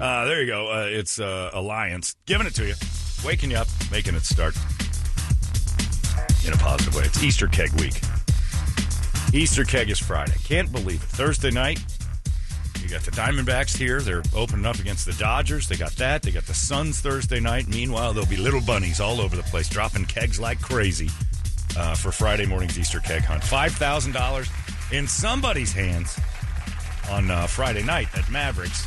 [SPEAKER 1] Uh, there you go. Uh, it's uh, Alliance giving it to you, waking you up, making it start in a positive way. It's Easter Keg Week. Easter Keg is Friday. Can't believe it. Thursday night, you got the Diamondbacks here. They're opening up against the Dodgers. They got that. They got the Suns Thursday night. Meanwhile, there'll be little bunnies all over the place dropping kegs like crazy uh, for Friday morning's Easter keg hunt. $5,000 in somebody's hands on uh, Friday night at Mavericks.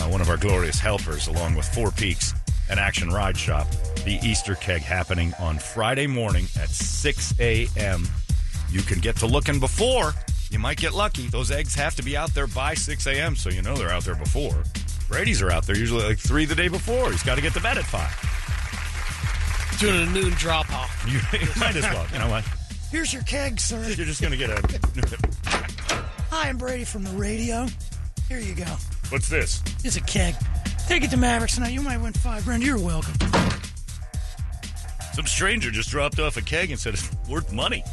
[SPEAKER 1] Uh, one of our glorious helpers, along with Four Peaks and Action Ride Shop. The Easter keg happening on Friday morning at 6 a.m. You can get to looking before. You might get lucky. Those eggs have to be out there by 6 a.m., so you know they're out there before. Brady's are out there usually like 3 the day before. He's got to get to bed at 5.
[SPEAKER 2] Doing a noon drop off.
[SPEAKER 1] You might as well. You know what?
[SPEAKER 4] Here's your keg, sir.
[SPEAKER 1] You're just going to get a.
[SPEAKER 4] Hi, I'm Brady from the radio. Here you go.
[SPEAKER 1] What's this?
[SPEAKER 4] Here's a keg. Take it to Mavericks tonight. You might win five grand. You're welcome.
[SPEAKER 1] Some stranger just dropped off a keg and said it's worth money.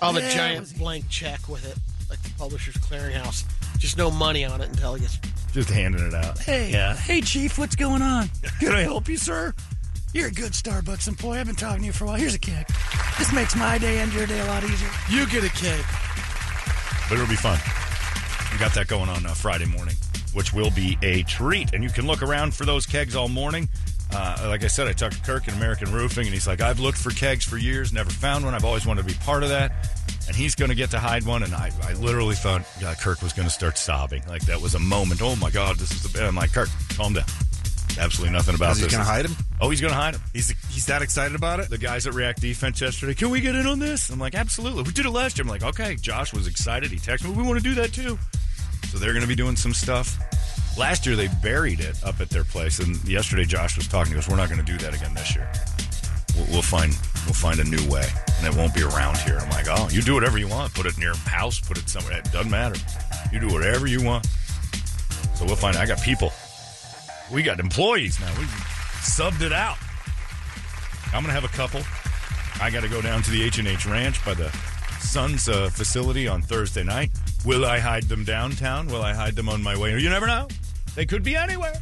[SPEAKER 2] All the
[SPEAKER 4] Yeah, it was-
[SPEAKER 2] giant blank check with it, like the Publishers Clearinghouse. Just no money on it until it gets.
[SPEAKER 1] Just handing it out.
[SPEAKER 4] Hey,
[SPEAKER 1] Yeah.
[SPEAKER 4] hey, Chief, what's going on?
[SPEAKER 1] Can I help you, sir?
[SPEAKER 4] You're a good Starbucks employee. I've been talking to you for a while. Here's a keg. This makes my day and your day a lot easier.
[SPEAKER 2] You get a cake.
[SPEAKER 1] but it'll be fun. We got that going on uh, Friday morning, which will be a treat. And you can look around for those kegs all morning. Uh, like I said, I talked to Kirk at American Roofing, and he's like, I've looked for kegs for years, never found one. I've always wanted to be part of that. And he's going to get to hide one. And I, I literally thought uh, Kirk was going to start sobbing. Like, that was a moment. Oh, my God, this is the best. I'm like, Kirk, calm down. Absolutely nothing about
[SPEAKER 3] Is he
[SPEAKER 1] this.
[SPEAKER 3] gonna hide him?
[SPEAKER 1] Oh, he's going to hide him
[SPEAKER 3] He's he's that excited about it.
[SPEAKER 1] the guys at React Defense yesterday. Can we get in on this? I'm like, absolutely. We did it last year. I'm like, okay. Josh was excited. He texted me, we want to do that too. So they're going to be doing some stuff. Last year they buried it up at their place, and yesterday Josh was talking to us. We're not going to do that again this year. We'll, we'll find we'll find a new way, and it won't be around here. I'm like, oh, you do whatever you want. Put it in your house. Put it somewhere. It doesn't matter. You do whatever you want. So we'll find. I got people. We got employees now. We subbed it out. I'm gonna have a couple. I got to go down to the H and H Ranch by the Suns uh, facility on Thursday night. Will I hide them downtown? Will I hide them on my way? You never know. They could be anywhere.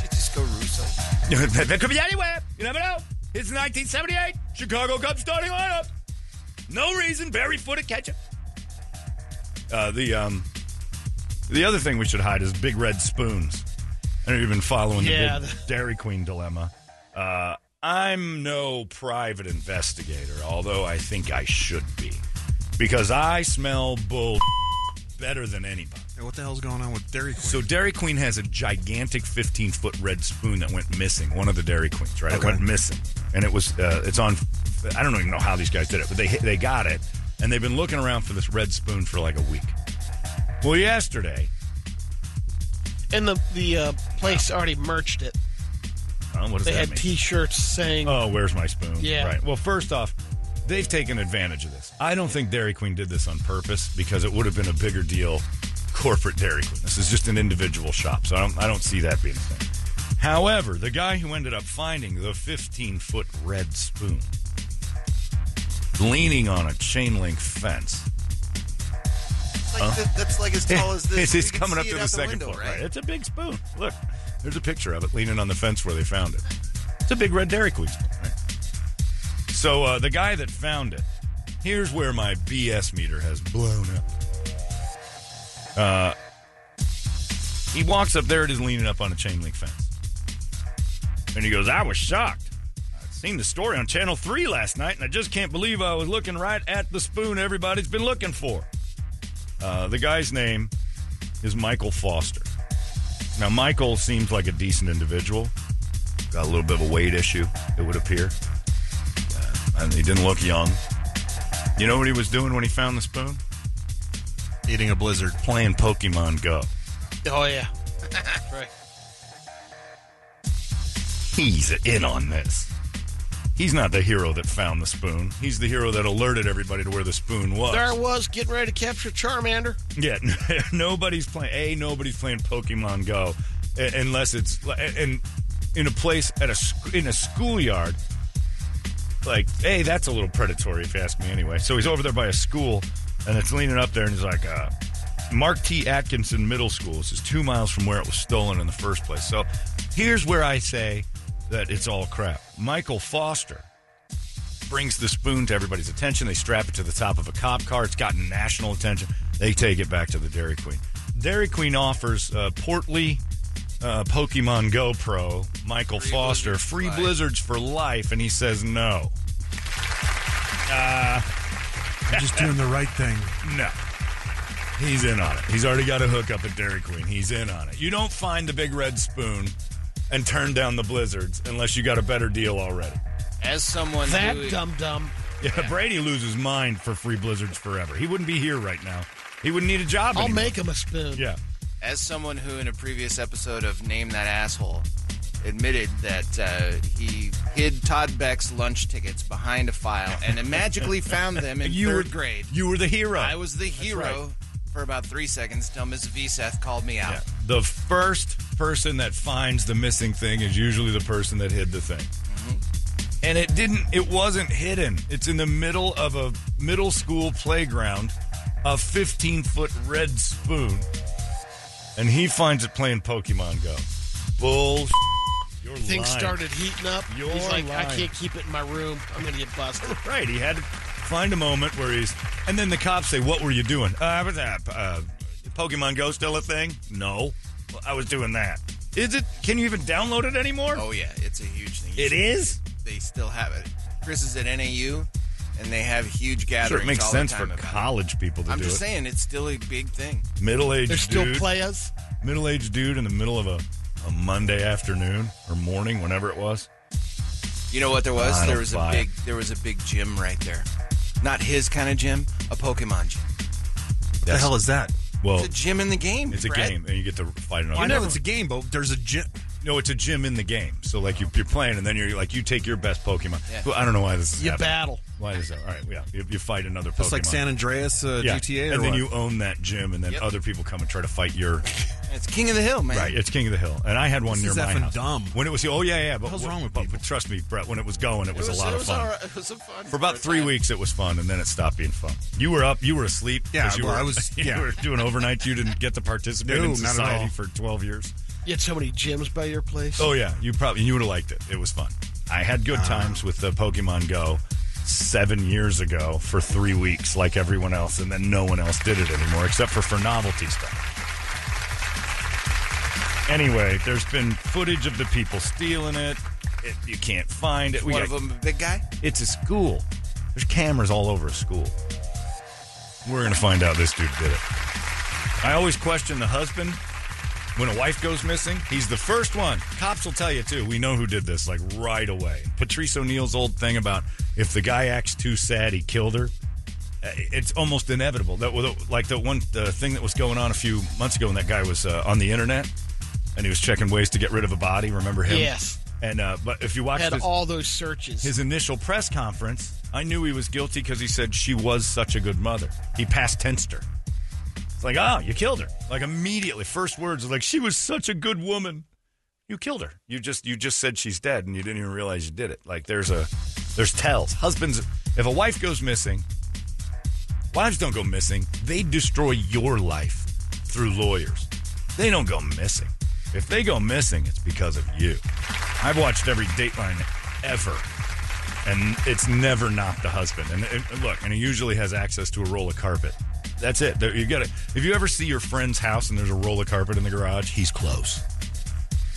[SPEAKER 5] Should just go Russo.
[SPEAKER 1] they could be anywhere. You never know. It's 1978. Chicago Cubs starting lineup. No reason. Barry Footer catch it. Uh, the um, the other thing we should hide is big red spoons. I don't even following
[SPEAKER 2] Yeah,
[SPEAKER 1] the big
[SPEAKER 2] the-
[SPEAKER 1] Dairy Queen dilemma. Uh, I'm no private investigator, although I think I should be, because I smell bull better than anybody.
[SPEAKER 3] Hey, what the hell's going on with Dairy Queen?
[SPEAKER 1] So Dairy Queen has a gigantic 15 foot red spoon that went missing. One of the Dairy Queens, right? It
[SPEAKER 3] Okay.
[SPEAKER 1] went missing, and it was uh, it's on. I don't even know how these guys did it, but they they got it, and they've been looking around for this red spoon for like a week. Well, yesterday,
[SPEAKER 2] And the the uh, place already merged it.
[SPEAKER 1] oh, what does
[SPEAKER 2] They
[SPEAKER 1] that
[SPEAKER 2] had
[SPEAKER 1] mean?
[SPEAKER 2] T-shirts saying,
[SPEAKER 1] oh, where's my spoon?
[SPEAKER 2] Yeah.
[SPEAKER 1] Right. Well, first off, they've taken advantage of this. I don't think Dairy Queen did this on purpose because it would have been a bigger deal. Corporate Dairy Queen. This is just an individual shop, so I don't, I don't see that being a thing. However, the guy who ended up finding the 15 foot red spoon leaning on a chain link fence.
[SPEAKER 5] Like the, that's like as tall as this.
[SPEAKER 1] It's,
[SPEAKER 5] You
[SPEAKER 1] it's
[SPEAKER 5] can
[SPEAKER 1] coming up
[SPEAKER 5] see
[SPEAKER 1] to
[SPEAKER 5] it
[SPEAKER 1] the
[SPEAKER 5] out
[SPEAKER 1] second
[SPEAKER 5] window,
[SPEAKER 1] floor. Right? It's a big spoon. Look, there's a picture of it leaning on the fence where they found it. It's a big red Dairy Queen spoon. Right? So uh, the guy that found it, here's where my BS meter has blown up. Uh, he walks up there. It is leaning up on a chain link fence, and he goes, "I was shocked." I Seen the story on Channel 3 last night, and I just can't believe I was looking right at the spoon everybody's been looking for. Uh, the guy's name is Michael Foster. Now, Michael seems like a decent individual. Got a little bit of a weight issue, it would appear. Uh, and he didn't look young. You know what he was doing when he found the spoon?
[SPEAKER 3] Eating a blizzard.
[SPEAKER 1] Playing Pokemon Go.
[SPEAKER 2] "Oh yeah, right."
[SPEAKER 1] he's in on this. He's not the hero that found the spoon. He's the hero that alerted everybody to where the spoon was.
[SPEAKER 2] There I was getting ready to capture Charmander.
[SPEAKER 1] Yeah, nobody's playing. A, nobody's playing Pokemon Go, uh, unless it's and in a place at a sc- in a schoolyard. Like, hey, that's a little predatory, if you ask me. Anyway, so he's over there by a school, and it's leaning up there, and he's like, uh, Mark T. Atkinson Middle School. This is two miles from where it was stolen in the first place. So here's where I say that it's all crap. Michael Foster brings the spoon to everybody's attention. They strap it to the top of a cop car. It's gotten national attention. They take it back to the Dairy Queen. Dairy Queen offers uh, Portly uh, Pokemon Go Pro, Michael
[SPEAKER 5] Free
[SPEAKER 1] Foster,
[SPEAKER 5] Blizzards for
[SPEAKER 1] free
[SPEAKER 5] life.
[SPEAKER 1] blizzards for life, and he says no.
[SPEAKER 3] I'm just doing the right thing.
[SPEAKER 1] No. He's in on it. He's already got a hookup at Dairy Queen. He's in on it. You don't find the big red spoon and turn down the blizzards unless you got a better deal already.
[SPEAKER 6] As someone who,
[SPEAKER 2] That dum dum.
[SPEAKER 1] Yeah, Brady loses mind for free blizzards forever. He wouldn't be here right now. He wouldn't need a job.
[SPEAKER 2] I'll
[SPEAKER 1] anymore.
[SPEAKER 2] make him a spoon.
[SPEAKER 1] Yeah.
[SPEAKER 6] as someone who, in a previous episode of Name That Asshole, admitted that uh, he hid Todd Beck's lunch tickets behind a file and then magically found them in third grade.
[SPEAKER 1] You were the hero.
[SPEAKER 6] I was the hero
[SPEAKER 1] right.
[SPEAKER 6] for about three seconds till Ms. V. Seth called me out.
[SPEAKER 1] Yeah. The first person that finds the missing thing is usually the person that hid the thing. And it didn't it wasn't hidden. It's in the middle of a middle school playground, a 15-foot red spoon. And he finds it playing Pokemon Go. Bull. You're
[SPEAKER 2] Things
[SPEAKER 1] lying.
[SPEAKER 2] started heating up.
[SPEAKER 1] You're
[SPEAKER 2] He's like, I
[SPEAKER 1] lying.
[SPEAKER 2] can't keep it in my room. I'm going to get busted.
[SPEAKER 1] Right. He had to find a moment where he's. And then the cops say, What were you doing? Uh, I was at. Uh, Pokemon Go still a thing? No. Well, I was doing that. Is it? Can you even download it anymore?
[SPEAKER 6] Oh yeah, it's a huge thing.
[SPEAKER 1] It is?
[SPEAKER 6] They still have it. Chris is at NAU, and they have huge
[SPEAKER 1] Sure,
[SPEAKER 6] gatherings.
[SPEAKER 1] it makes
[SPEAKER 6] all
[SPEAKER 1] sense
[SPEAKER 6] the
[SPEAKER 1] for
[SPEAKER 6] time about it.
[SPEAKER 1] college people to
[SPEAKER 6] I'm
[SPEAKER 1] do
[SPEAKER 6] just
[SPEAKER 1] it.
[SPEAKER 6] saying, it's still a big thing.
[SPEAKER 1] Middle
[SPEAKER 2] There's
[SPEAKER 1] aged
[SPEAKER 2] still
[SPEAKER 1] dude.
[SPEAKER 2] players.
[SPEAKER 1] Middle aged dude in the middle of a, a Monday afternoon or morning, whenever it was.
[SPEAKER 6] You know what there was?
[SPEAKER 1] I don't
[SPEAKER 6] There was a
[SPEAKER 1] buy
[SPEAKER 6] big there was a big gym right there. Not his kind of gym, a Pokemon gym.
[SPEAKER 3] What the hell is that?
[SPEAKER 1] Well,
[SPEAKER 6] It's a gym in the game.
[SPEAKER 1] Oh. it's a
[SPEAKER 6] Brett.
[SPEAKER 1] game, and you get to fight another.
[SPEAKER 3] I know it's a game, but there's a gym.
[SPEAKER 1] No, it's a gym in the game. So like you, you're playing, and then you're like you take your best Pokemon.
[SPEAKER 6] Yeah.
[SPEAKER 1] Well, I don't know why this is.
[SPEAKER 2] You
[SPEAKER 1] happening.
[SPEAKER 2] battle.
[SPEAKER 1] Why is that? All right, yeah, you, you fight another Pokemon.
[SPEAKER 3] It's like San Andreas uh,
[SPEAKER 1] Yeah.
[SPEAKER 3] GTA, or
[SPEAKER 1] and then
[SPEAKER 3] what?
[SPEAKER 1] you own that gym, and then
[SPEAKER 6] Yep.
[SPEAKER 1] other people come and try to fight your.
[SPEAKER 6] It's King of the Hill, man.
[SPEAKER 1] Right, it's King of the Hill, and I had one
[SPEAKER 3] This
[SPEAKER 1] near
[SPEAKER 3] is
[SPEAKER 1] my
[SPEAKER 3] effing
[SPEAKER 1] house.
[SPEAKER 3] dumb.
[SPEAKER 1] When it was, oh yeah, yeah, but
[SPEAKER 3] hell's
[SPEAKER 1] wh-
[SPEAKER 3] wrong with
[SPEAKER 1] but,
[SPEAKER 3] people?
[SPEAKER 1] but trust me, Brett, when it was going, it was, a lot
[SPEAKER 6] it
[SPEAKER 1] of
[SPEAKER 6] was
[SPEAKER 1] fun.
[SPEAKER 6] all right. It was a fun.
[SPEAKER 1] For about
[SPEAKER 6] a
[SPEAKER 1] three
[SPEAKER 6] time.
[SPEAKER 1] weeks, it was fun, and then it stopped being fun. You were up, you were asleep.
[SPEAKER 3] Yeah,
[SPEAKER 1] 'cause you
[SPEAKER 3] well,
[SPEAKER 1] were,
[SPEAKER 3] I was-
[SPEAKER 1] You
[SPEAKER 3] yeah.
[SPEAKER 1] were doing overnight. You didn't get to participate
[SPEAKER 3] No,
[SPEAKER 1] in
[SPEAKER 3] not at
[SPEAKER 1] society
[SPEAKER 3] all.
[SPEAKER 1] for twelve years.
[SPEAKER 2] You had so many gyms by your place.
[SPEAKER 1] Oh yeah, you probably you would have liked it. It was fun. I had good
[SPEAKER 6] Uh-huh.
[SPEAKER 1] times with the Pokemon Go seven years ago for three weeks, like everyone else, and then no one else did it anymore, except for for novelty stuff. Anyway, there's been footage of the people stealing it. it you can't find it. We
[SPEAKER 6] One
[SPEAKER 1] got-
[SPEAKER 6] of them, a big guy.
[SPEAKER 1] It's a school. There's cameras all over a school. We're gonna find out this dude did it. I always question the husband when a wife goes missing. He's the first one. Cops will tell you too. We know who did this like right away. Patrice O'Neal's old thing about if the guy acts too sad, he killed her. Uh, It's almost inevitable. That was- like the one uh, thing that was going on a few months ago when that guy was uh, on the internet and he was checking ways to get rid of a body. Remember him?
[SPEAKER 2] Yes.
[SPEAKER 1] And uh, but if you watch
[SPEAKER 2] Had
[SPEAKER 1] this,
[SPEAKER 2] all those searches.
[SPEAKER 1] his initial press conference, I knew he was guilty because he said she was such a good mother. He past tensed her. It's like, oh, you killed her. Like immediately, first words are like, she was such a good woman. You killed her. You just you just said she's dead, and you didn't even realize you did it. Like there's a there's tells. Husbands, if a wife goes missing, wives don't go missing. They destroy your life through lawyers. They don't go missing. If they go missing, it's because of you. I've watched every Dateline ever and it's never not the husband. And, and look, and he usually has access to a roll of carpet. That's it. There, you got to If you ever see your friend's house and there's a roll of carpet in the garage, he's close.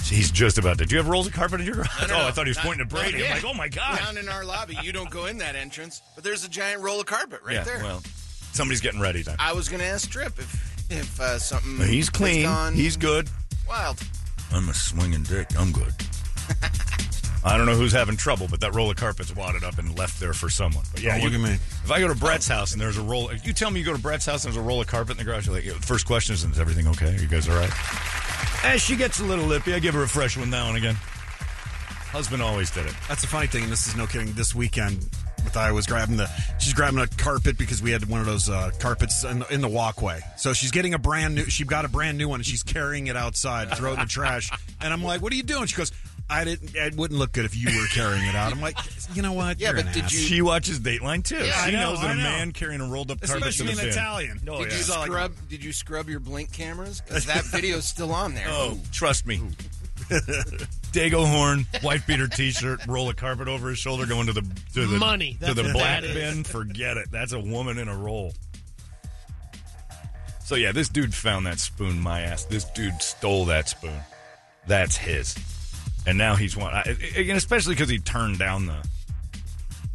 [SPEAKER 1] He's just about. Did you have rolls of carpet in your garage?
[SPEAKER 6] No, no,
[SPEAKER 1] oh, I
[SPEAKER 6] no.
[SPEAKER 1] thought he was
[SPEAKER 6] Not-
[SPEAKER 1] pointing at
[SPEAKER 6] not
[SPEAKER 1] Brady. I'm
[SPEAKER 6] yet.
[SPEAKER 1] like, oh my god.
[SPEAKER 6] Down in our lobby, you don't go in that entrance, but there's a giant roll of carpet right
[SPEAKER 1] yeah.
[SPEAKER 6] there.
[SPEAKER 1] Well, somebody's getting ready then.
[SPEAKER 6] I was gonna ask Trip if if uh, something.
[SPEAKER 1] he's
[SPEAKER 6] has
[SPEAKER 1] clean.
[SPEAKER 6] gone
[SPEAKER 1] He's good.
[SPEAKER 6] wild.
[SPEAKER 1] I'm a swinging dick. I'm good. I don't know who's having trouble, but that roll of carpet's wadded up and left there for someone. But yeah,
[SPEAKER 3] Oh, look
[SPEAKER 1] you-
[SPEAKER 3] at me.
[SPEAKER 1] If I go to Brett's house and there's a roll, if you tell me you go to Brett's house and there's a roll of carpet in the garage, you're like, first question is, is everything okay? Are you guys all right? As she gets a little lippy, I give her a fresh one now and again. Husband always did it.
[SPEAKER 3] That's the funny thing, and this is no kidding. This weekend, with I was grabbing the, she's grabbing a carpet because we had one of those uh, carpets in the, in the walkway. So she's getting a brand new. She got a brand new one, and she's carrying it outside, throw it in the trash. And I'm like, "What are you doing?" She goes, "I didn't. It wouldn't look good if you were carrying it out." I'm like, "You know what?
[SPEAKER 6] Yeah,
[SPEAKER 3] You're
[SPEAKER 6] but
[SPEAKER 3] an
[SPEAKER 6] did
[SPEAKER 3] ass."
[SPEAKER 6] you-
[SPEAKER 1] She watches Dateline too.
[SPEAKER 3] Yeah,
[SPEAKER 1] she
[SPEAKER 3] I know,
[SPEAKER 1] knows that
[SPEAKER 3] I
[SPEAKER 1] a
[SPEAKER 3] know.
[SPEAKER 1] man carrying a rolled up carpet
[SPEAKER 3] especially
[SPEAKER 1] to the
[SPEAKER 3] an
[SPEAKER 1] bin.
[SPEAKER 3] Italian?
[SPEAKER 1] Oh,
[SPEAKER 6] Did
[SPEAKER 1] yeah.
[SPEAKER 6] you scrub? Did you scrub your blink cameras? Because that video's still on there.
[SPEAKER 1] Oh, trust me. Dago horn, white beater T-shirt, roll a carpet over his shoulder, going to the to the
[SPEAKER 2] Money.
[SPEAKER 1] to
[SPEAKER 2] That's
[SPEAKER 1] the
[SPEAKER 2] what
[SPEAKER 1] black
[SPEAKER 2] that is.
[SPEAKER 1] bin. Forget it. That's a woman in a roll. So yeah, this dude found that spoon. My ass. This dude stole that spoon. That's his. And now he's one. I, again, especially because he turned down the.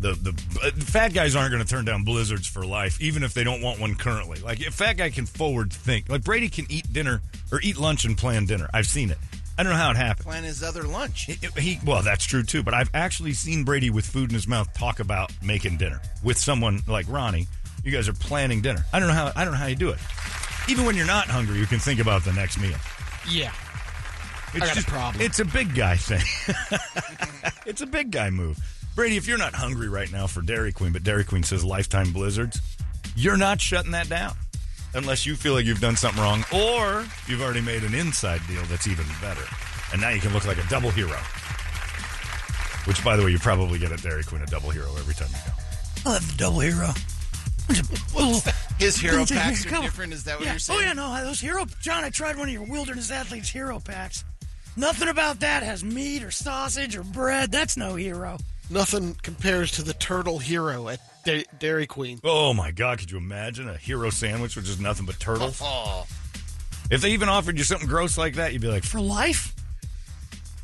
[SPEAKER 1] The, the uh, fat guys aren't going to turn down blizzards for life, even if they don't want one currently. Like, if fat guy can forward think, like Brady can eat dinner or eat lunch and plan dinner. I've seen it. I don't know how it happened.
[SPEAKER 6] Plan his other lunch.
[SPEAKER 1] It- it- He well, that's true too. But I've actually seen Brady with food in his mouth talk about making dinner with someone like Ronnie. You guys are planning dinner. I don't know how. I don't know how you do it. Even when you're not hungry, you can think about the next meal.
[SPEAKER 2] Yeah.
[SPEAKER 1] It's
[SPEAKER 2] got a problem.
[SPEAKER 1] It's a big guy thing. it's a big guy move. Brady, if you're not hungry right now for Dairy Queen, but Dairy Queen says lifetime blizzards, you're not shutting that down unless you feel like you've done something wrong or you've already made an inside deal that's even better. And now you can look like a double hero. Which, by the way, you probably get at Dairy Queen a double hero every time you go.
[SPEAKER 4] I love the double hero.
[SPEAKER 6] His hero
[SPEAKER 4] Things I
[SPEAKER 6] packs
[SPEAKER 4] hear
[SPEAKER 6] are
[SPEAKER 4] come-
[SPEAKER 6] different. Is that what
[SPEAKER 4] yeah.
[SPEAKER 6] you're saying?
[SPEAKER 4] Oh yeah, no, those hero. John, I tried one of your wilderness athletes hero packs. Nothing about that has meat or sausage or bread. That's no hero.
[SPEAKER 2] Nothing compares to the turtle hero at Da- Dairy Queen.
[SPEAKER 1] Oh my God, could you imagine a hero sandwich, which is nothing but turtles?
[SPEAKER 6] Oh,
[SPEAKER 1] If they even offered you something gross like that, you'd be like,
[SPEAKER 4] For life,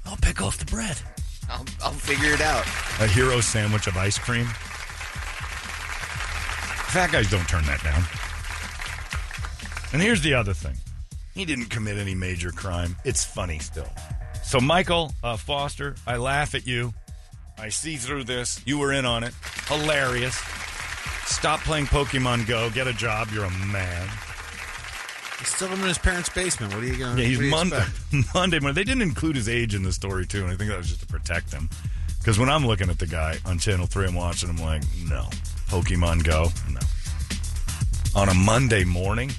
[SPEAKER 4] I'll pick off the bread.
[SPEAKER 6] I'll, I'll figure it out.
[SPEAKER 1] a hero sandwich of ice cream. Fat guys don't turn that down. And here's the other thing he didn't commit any major crime. It's funny still. So, Michael uh, Foster, I laugh at you. I see through this. You were in on it. Hilarious. Stop playing Pokemon Go. Get a job. You're a man.
[SPEAKER 3] He's still in his parents' basement. What are you going?
[SPEAKER 1] Yeah, he's Monday. Monday morning. They didn't include his age in the story too, and I think that was just to protect him. Because when I'm looking at the guy on Channel Three, I'm watching. I'm like, no, Pokemon Go, no. On a Monday morning,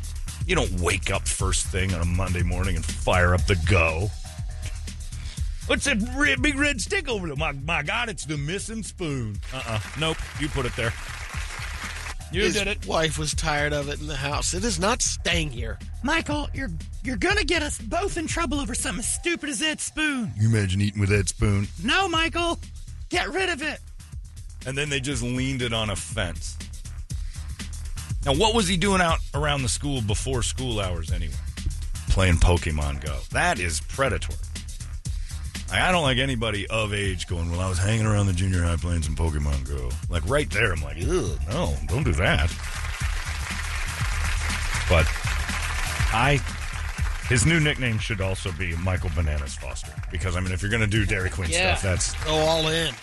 [SPEAKER 1] you don't wake up first thing on a Monday morning and fire up the Go. What's that re- big red stick over there? My, my God, it's the missing spoon. Uh-uh. Nope, you put it there. You
[SPEAKER 2] His
[SPEAKER 1] did it.
[SPEAKER 2] wife was tired of it in the house. It is not staying here.
[SPEAKER 4] Michael, you're you're gonna get us both in trouble over something as stupid as that spoon.
[SPEAKER 1] You imagine eating with that spoon?
[SPEAKER 4] No, Michael, get rid of it.
[SPEAKER 1] and then they just leaned it on a fence. Now, what was he doing out around the school before school hours anyway? Playing Pokemon Go. That is predatory. Like, I don't like anybody of age going, well, I was hanging around the junior high playing some Pokemon Go. Like, right there, I'm like, ugh, no, don't do that. But I. His new nickname should also be Michael Bananas Foster. Because, I mean, if you're going to do Dairy Queen
[SPEAKER 2] Yeah.
[SPEAKER 1] stuff, that's
[SPEAKER 2] Go all in.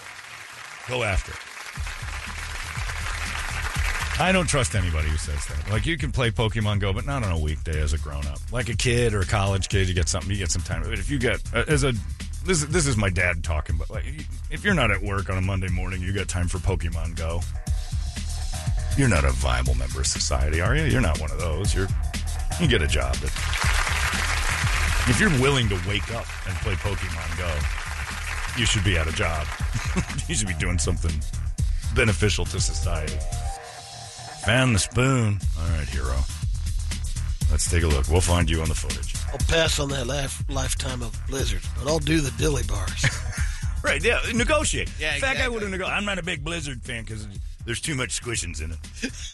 [SPEAKER 1] Go after it. I don't trust anybody who says that. Like you can play Pokemon Go, but not on a weekday as a grown up. Like a kid or a college kid, you get something, you get some time. But if you get uh, as a this this is my dad talking, but like you- if you're not at work on a Monday morning, you got time for Pokemon Go. You're not a viable member of society, are you? You're not one of those. You're you get a job. If you're willing to wake up and play Pokemon Go, you should be at a job. you should be doing something beneficial to society. Found the spoon. All right, hero. Let's take a look. We'll find you on the footage.
[SPEAKER 2] I'll pass on that life, lifetime of blizzards, but I'll do the dilly bars.
[SPEAKER 1] Right, yeah, negotiate.
[SPEAKER 6] Yeah,
[SPEAKER 1] In fact, I
[SPEAKER 6] exactly.
[SPEAKER 1] would have negotiated. I'm not a big Blizzard fan because there's too much squishins in it.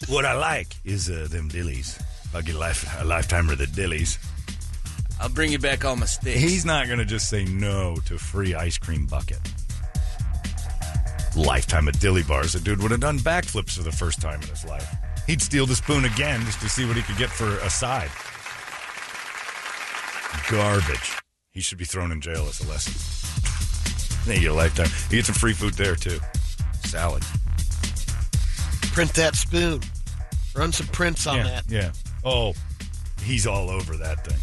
[SPEAKER 1] what I like is uh, them dillies. I'll get a, life, a lifetime of the dillies.
[SPEAKER 6] I'll bring you back all my sticks.
[SPEAKER 1] He's not going to just say no to free ice cream bucket. Lifetime of dilly bars. The dude would have done backflips for the first time in his life. He'd steal the spoon again just to see what he could get for a side. Garbage. He should be thrown in jail as a lesson. They get a lifetime. You get some free food there too. Salad.
[SPEAKER 2] Print that spoon. Run some prints on
[SPEAKER 1] yeah,
[SPEAKER 2] that.
[SPEAKER 1] Yeah. Oh, he's all over that thing.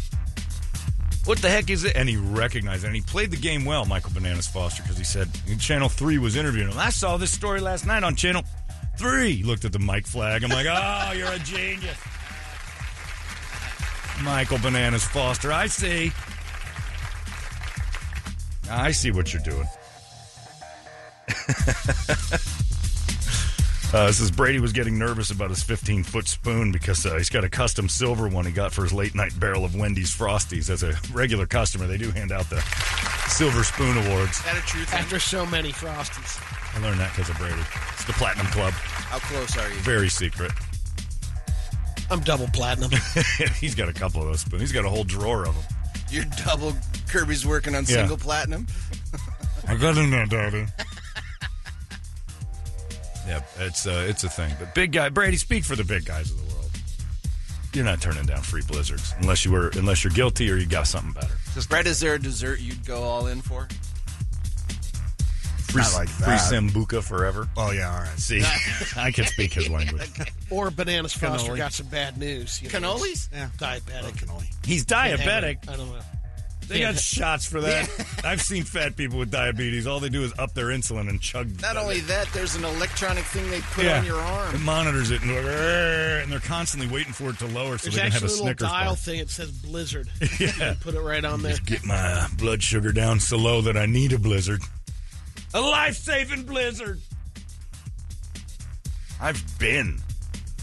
[SPEAKER 1] What the heck is it? And he recognized it. And he played the game well, Michael Bananas Foster, because he said Channel 3 was interviewing him. I saw this story last night on Channel 3. He looked at the mic flag. I'm like, oh, you're a genius. Michael Bananas Foster, I see. I see what you're doing. Uh, this is Brady was getting nervous about his 15 foot spoon because uh, he's got a custom silver one he got for his late night barrel of Wendy's Frosties. As a regular customer, they do hand out the Silver Spoon Awards.
[SPEAKER 6] Is that a true thing?
[SPEAKER 2] After so many Frosties.
[SPEAKER 1] I learned that because of Brady. It's the Platinum Club.
[SPEAKER 6] How close are you?
[SPEAKER 1] Very secret.
[SPEAKER 2] I'm double platinum.
[SPEAKER 1] he's got a couple of those spoons. He's got a whole drawer of them.
[SPEAKER 6] You're double. Kirby's working on
[SPEAKER 1] Yeah.
[SPEAKER 6] single platinum.
[SPEAKER 1] I got in there, Daddy. yeah, it's uh, it's a thing. But big guy Brady, speak for the big guys of the world. You're not turning down free blizzards unless you were unless you're guilty or you got something better.
[SPEAKER 6] Brett, is there a dessert you'd go all in for?
[SPEAKER 1] Free,
[SPEAKER 3] Not like
[SPEAKER 1] free
[SPEAKER 3] that.
[SPEAKER 1] Sambuca forever.
[SPEAKER 3] Oh yeah, all right.
[SPEAKER 1] See, I can speak his language.
[SPEAKER 2] Or Bananas Foster
[SPEAKER 3] Cannoli.
[SPEAKER 2] got some bad news. You know, he's
[SPEAKER 6] Cannolis?
[SPEAKER 3] Yeah.
[SPEAKER 2] Diabetic.
[SPEAKER 1] Oh, He's
[SPEAKER 2] Having-
[SPEAKER 1] diabetic.
[SPEAKER 2] I don't know.
[SPEAKER 1] They got shots for that. I've seen fat people with diabetes. All they do is up their insulin and chug.
[SPEAKER 6] Not only that, there's an electronic thing they put on your
[SPEAKER 1] It
[SPEAKER 6] arm.
[SPEAKER 1] monitors it, and, and they're constantly waiting for it to lower so
[SPEAKER 2] There's
[SPEAKER 1] they can have a
[SPEAKER 2] actually a little
[SPEAKER 1] Snickers
[SPEAKER 2] dial
[SPEAKER 1] bar.
[SPEAKER 2] thing that says Blizzard. You can put it right on there.
[SPEAKER 1] Get my blood sugar down so low that I need a blizzard. A life saving blizzard. I've been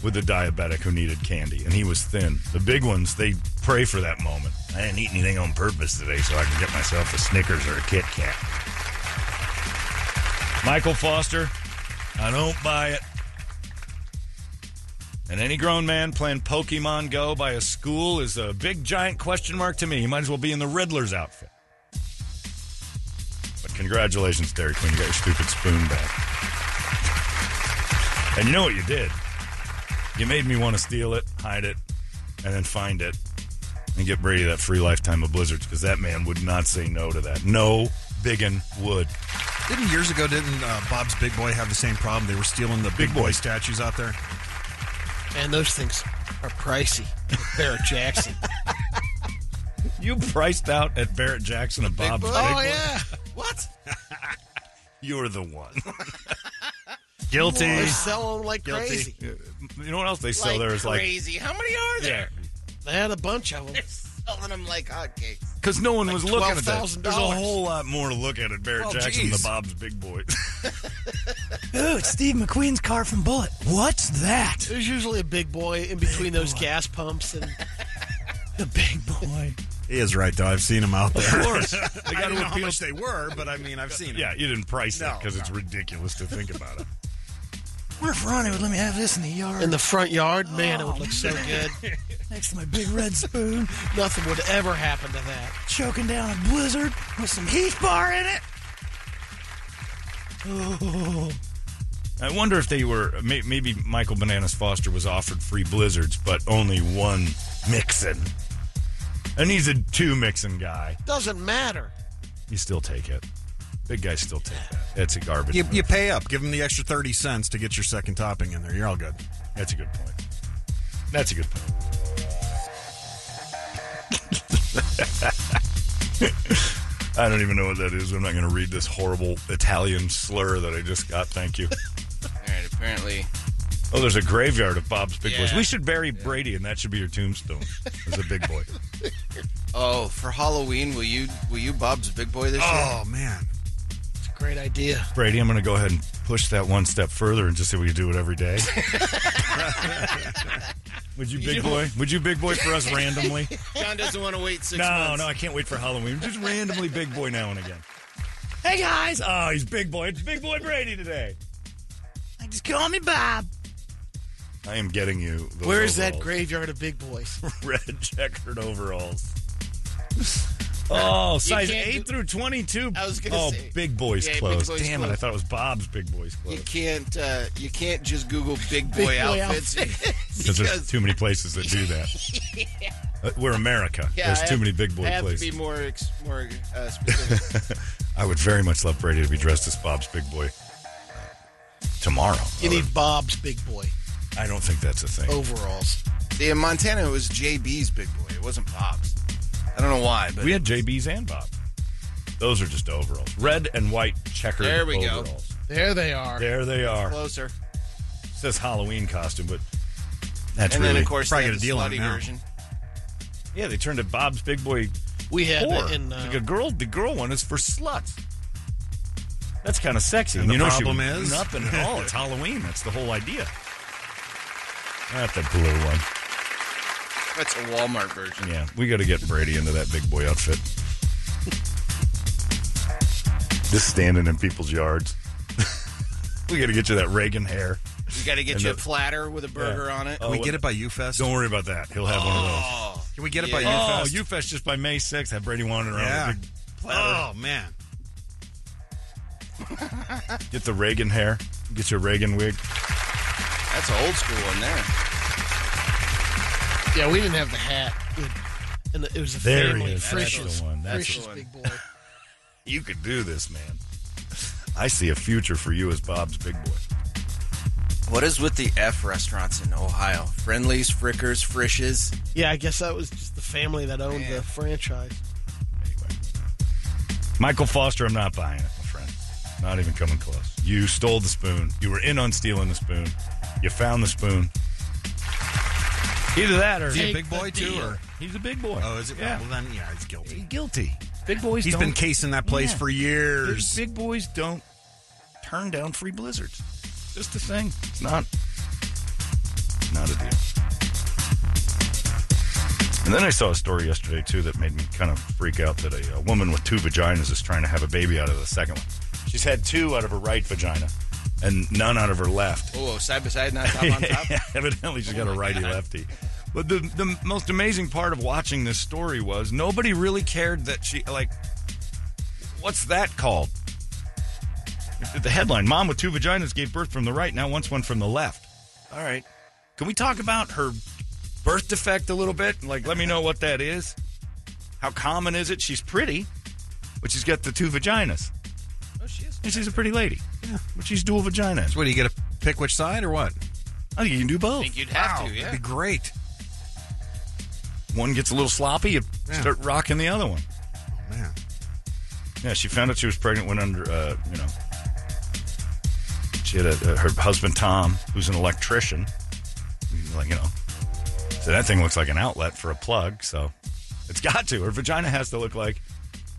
[SPEAKER 1] with a diabetic who needed candy, and he was thin. The big ones, they pray for that moment. I didn't eat anything on purpose today, so I can get myself a Snickers or a Kit Kat. Michael Foster, I don't buy it. And any grown man playing Pokemon Go by a school is a big giant question mark to me. He might as well be in the Riddler's outfit. But congratulations, Dairy Queen. You got your stupid spoon back. And you know what you did? You made me want to steal it, hide it, and then find it and get Brady that free lifetime of blizzards because that man would not say no to that. No biggin would.
[SPEAKER 3] Didn't years ago? Didn't uh, Bob's Big Boy have the same problem? They were stealing the Big,
[SPEAKER 1] Big
[SPEAKER 3] Boy.
[SPEAKER 1] Boy.
[SPEAKER 3] statues out there.
[SPEAKER 2] And those things are pricey. Barrett Jackson.
[SPEAKER 1] You priced out at Barrett Jackson of Bob's Big
[SPEAKER 3] Oh,
[SPEAKER 2] Oh,
[SPEAKER 1] Boy.
[SPEAKER 6] What?
[SPEAKER 1] You're the one. Guilty.
[SPEAKER 2] They sell them like
[SPEAKER 1] Guilty.
[SPEAKER 2] crazy.
[SPEAKER 1] Uh, You know what else they sell there is like
[SPEAKER 6] crazy. How many are there?
[SPEAKER 1] yeah,
[SPEAKER 2] They had a bunch of them.
[SPEAKER 6] Selling them like hotcakes.
[SPEAKER 1] because no one was looking at that.
[SPEAKER 2] $12,000.
[SPEAKER 1] There's a whole lot more to look at at Barrett
[SPEAKER 3] Well,
[SPEAKER 1] Jackson
[SPEAKER 3] geez.
[SPEAKER 1] than Bob's Big Boy.
[SPEAKER 4] Ooh, it's Steve McQueen's car from Bullet. What's that?
[SPEAKER 2] There's usually a big boy in between those gas pumps and
[SPEAKER 4] The big boy.
[SPEAKER 3] He is right though. I've seen him out there. Of course.
[SPEAKER 1] they
[SPEAKER 3] I
[SPEAKER 1] got
[SPEAKER 3] don't know
[SPEAKER 1] to
[SPEAKER 3] how
[SPEAKER 1] appeal.
[SPEAKER 3] much they were, but I mean, I've seen
[SPEAKER 1] Yeah, you didn't price it
[SPEAKER 3] No,
[SPEAKER 1] because
[SPEAKER 3] no.
[SPEAKER 1] it's ridiculous to think about it.
[SPEAKER 4] What if Ronnie would let me have this in the yard
[SPEAKER 2] in the front yard. Oh, Man, it would look so good.
[SPEAKER 4] next to my big red spoon,
[SPEAKER 2] Nothing would ever happen to that.
[SPEAKER 4] choking down a blizzard with some Heath Bar in it?
[SPEAKER 1] I wonder if they were may- maybe Michael Bananas Foster was offered free blizzards, but only one mixin, and he's a two mixin guy.
[SPEAKER 2] Doesn't matter.
[SPEAKER 1] You still take it. Big guys still take that. That's a garbage.
[SPEAKER 3] You,
[SPEAKER 1] move.
[SPEAKER 3] you pay up. Give him the extra thirty cents to get your second topping in there. You're all good.
[SPEAKER 1] That's a good point. That's a good point. I don't even know what that is. I'm not going to read this horrible Italian slur that I just got. Thank you.
[SPEAKER 6] All right, apparently.
[SPEAKER 1] Oh, there's a graveyard of Bob's Big Boys.
[SPEAKER 6] Yeah.
[SPEAKER 1] We should bury Brady, and that should be your tombstone as a big boy.
[SPEAKER 6] Oh, for Halloween, will you will you Bob's Big Boy this year?
[SPEAKER 3] Oh man.
[SPEAKER 2] It's a great idea.
[SPEAKER 1] Brady, I'm going to go ahead and push that one step further and just say we do it every day. Would you, big boy? Would you, big boy, for us randomly?
[SPEAKER 6] John doesn't want to wait six
[SPEAKER 1] no,
[SPEAKER 6] months.
[SPEAKER 1] no, I can't wait for Halloween. Just randomly big boy now and again. Hey guys! Oh, he's big boy. It's big boy Brady today.
[SPEAKER 4] Like, just call me Bob.
[SPEAKER 1] I am getting you. Those
[SPEAKER 2] Where is that
[SPEAKER 1] overalls.
[SPEAKER 2] graveyard of big boys?
[SPEAKER 1] red checkered overalls? Oh, size
[SPEAKER 6] can't
[SPEAKER 1] eight through twenty-two.
[SPEAKER 6] I was gonna
[SPEAKER 1] oh,
[SPEAKER 6] say.
[SPEAKER 1] big boys
[SPEAKER 6] Yeah, big
[SPEAKER 1] clothes.
[SPEAKER 6] boys
[SPEAKER 1] Damn it! I
[SPEAKER 6] clothes.
[SPEAKER 1] thought it was Bob's big boys
[SPEAKER 6] You
[SPEAKER 1] clothes
[SPEAKER 6] can't uh, you can't just Google Big Boy,
[SPEAKER 2] Boy
[SPEAKER 6] outfits.
[SPEAKER 1] because there's
[SPEAKER 6] Because-
[SPEAKER 1] too many places that do that. Uh, We're America.
[SPEAKER 6] Yeah,
[SPEAKER 1] there's
[SPEAKER 6] I
[SPEAKER 1] too
[SPEAKER 6] have-
[SPEAKER 1] many big boy
[SPEAKER 6] I have
[SPEAKER 1] places.
[SPEAKER 6] to be more ex- more uh, specific.
[SPEAKER 1] I would very much love Brady to be dressed as Bob's big boy uh, tomorrow.
[SPEAKER 2] You
[SPEAKER 1] I would-
[SPEAKER 2] need Bob's big boy
[SPEAKER 1] I don't
[SPEAKER 6] Oh.
[SPEAKER 1] think that's a thing.
[SPEAKER 2] overalls.
[SPEAKER 6] See, in Montana, it was JB's Big Boy. It wasn't Bob's. That I don't know why, but
[SPEAKER 1] We had JB's and Bob. Those are just overalls. Red and white checkered
[SPEAKER 6] There we go.
[SPEAKER 1] overalls.
[SPEAKER 2] There they are.
[SPEAKER 1] There they are.
[SPEAKER 6] closer.
[SPEAKER 1] It says Halloween costume, but that's
[SPEAKER 6] and
[SPEAKER 1] really
[SPEAKER 6] then of course
[SPEAKER 3] probably
[SPEAKER 6] they had
[SPEAKER 3] get a
[SPEAKER 6] the
[SPEAKER 3] deal on
[SPEAKER 6] slutty
[SPEAKER 3] it now.
[SPEAKER 6] version.
[SPEAKER 1] yeah. They turned to Bob's Big Boy
[SPEAKER 2] We had
[SPEAKER 1] Four.
[SPEAKER 2] it in. Uh,
[SPEAKER 1] like a girl, the girl one is for sluts. That's kind of sexy.
[SPEAKER 3] And the
[SPEAKER 1] you know she
[SPEAKER 3] problem
[SPEAKER 1] would
[SPEAKER 3] is-
[SPEAKER 1] nothing at all. It's Halloween. That's the whole idea. Not the blue one.
[SPEAKER 6] That's a Walmart version.
[SPEAKER 1] Yeah, we got to get Brady into that big boy outfit. Just standing in people's yards. we got to get you that Reagan hair.
[SPEAKER 6] You got to get
[SPEAKER 1] And
[SPEAKER 6] you a
[SPEAKER 1] the-
[SPEAKER 6] platter with a burger on it.
[SPEAKER 1] Oh,
[SPEAKER 3] Can we
[SPEAKER 1] what-
[SPEAKER 3] get it by UFest?
[SPEAKER 1] Don't worry about that. He'll have one of those.
[SPEAKER 6] Oh,
[SPEAKER 3] Can we get it by
[SPEAKER 6] Yeah.
[SPEAKER 1] Oh,
[SPEAKER 3] UFest?
[SPEAKER 1] UFest just by May 6th. Have Brady wandering around.
[SPEAKER 3] yeah.
[SPEAKER 1] with a big
[SPEAKER 3] Oh man.
[SPEAKER 1] Get the Reagan hair. Get your Reagan wig.
[SPEAKER 6] Oh, that's an old school one there.
[SPEAKER 2] yeah, we didn't have the hat. We had- and it was a
[SPEAKER 1] There he
[SPEAKER 2] family.
[SPEAKER 1] is. That's
[SPEAKER 2] Frisch's,
[SPEAKER 1] the one. That's the
[SPEAKER 2] Frisch's
[SPEAKER 6] one.
[SPEAKER 2] big boy.
[SPEAKER 1] You could do this, man. I see a future for you as Bob's big boy.
[SPEAKER 6] What is with the F restaurants in Ohio? Friendlies, Frickers, Frishes.
[SPEAKER 2] Yeah, I guess that was just the family that owned the franchise.
[SPEAKER 1] Anyway. Michael Foster, I'm not buying it, my friend. Not even coming close. You stole the spoon. You were in on stealing the spoon. You found the spoon. Either that or
[SPEAKER 3] Is he a
[SPEAKER 2] Take
[SPEAKER 3] big boy
[SPEAKER 2] the
[SPEAKER 3] too,
[SPEAKER 2] deal.
[SPEAKER 3] or
[SPEAKER 1] he's a big boy.
[SPEAKER 3] oh, is it?
[SPEAKER 1] Yeah.
[SPEAKER 3] Well, then yeah, he's guilty.
[SPEAKER 1] guilty. Big boys
[SPEAKER 3] He's
[SPEAKER 1] don't,
[SPEAKER 3] been casing that place
[SPEAKER 1] Yeah.
[SPEAKER 3] for years.
[SPEAKER 1] Big boys don't turn down free blizzards. Just a thing. It's not not a deal. And then I saw a story yesterday too that made me kind of freak out that a, uh woman with two vaginas is trying to have a baby out of the second one. She's had two out of her right vagina and none out of her left.
[SPEAKER 6] Oh, side by side, not top on top. Oh
[SPEAKER 1] Evidently, she's got a righty lefty. But the the most amazing part of watching this story was nobody really cared that she like. What's that called? The headline: Mom with two vaginas gave birth from the right. Now wants one from the left. All right. Can we talk about her birth defect a little bit? Like, let me know what that is. How common is it? She's pretty, but she's got the two vaginas.
[SPEAKER 6] Oh, she is.
[SPEAKER 1] And she's a pretty lady. Yeah. But she's dual vagina.
[SPEAKER 3] What do you get to pick which side or what?
[SPEAKER 1] I think you can do both.
[SPEAKER 6] I think you'd have to, yeah.
[SPEAKER 3] That'd be great.
[SPEAKER 1] one gets a little sloppy, you
[SPEAKER 3] Yeah.
[SPEAKER 1] start rocking the other one.
[SPEAKER 3] Oh man.
[SPEAKER 1] Yeah, she found out she was pregnant. Went under, uh, you know. She had a, uh, her husband Tom, who's an electrician. Like you know, so that thing looks like an outlet for a plug. So it's got to. Her vagina has to look like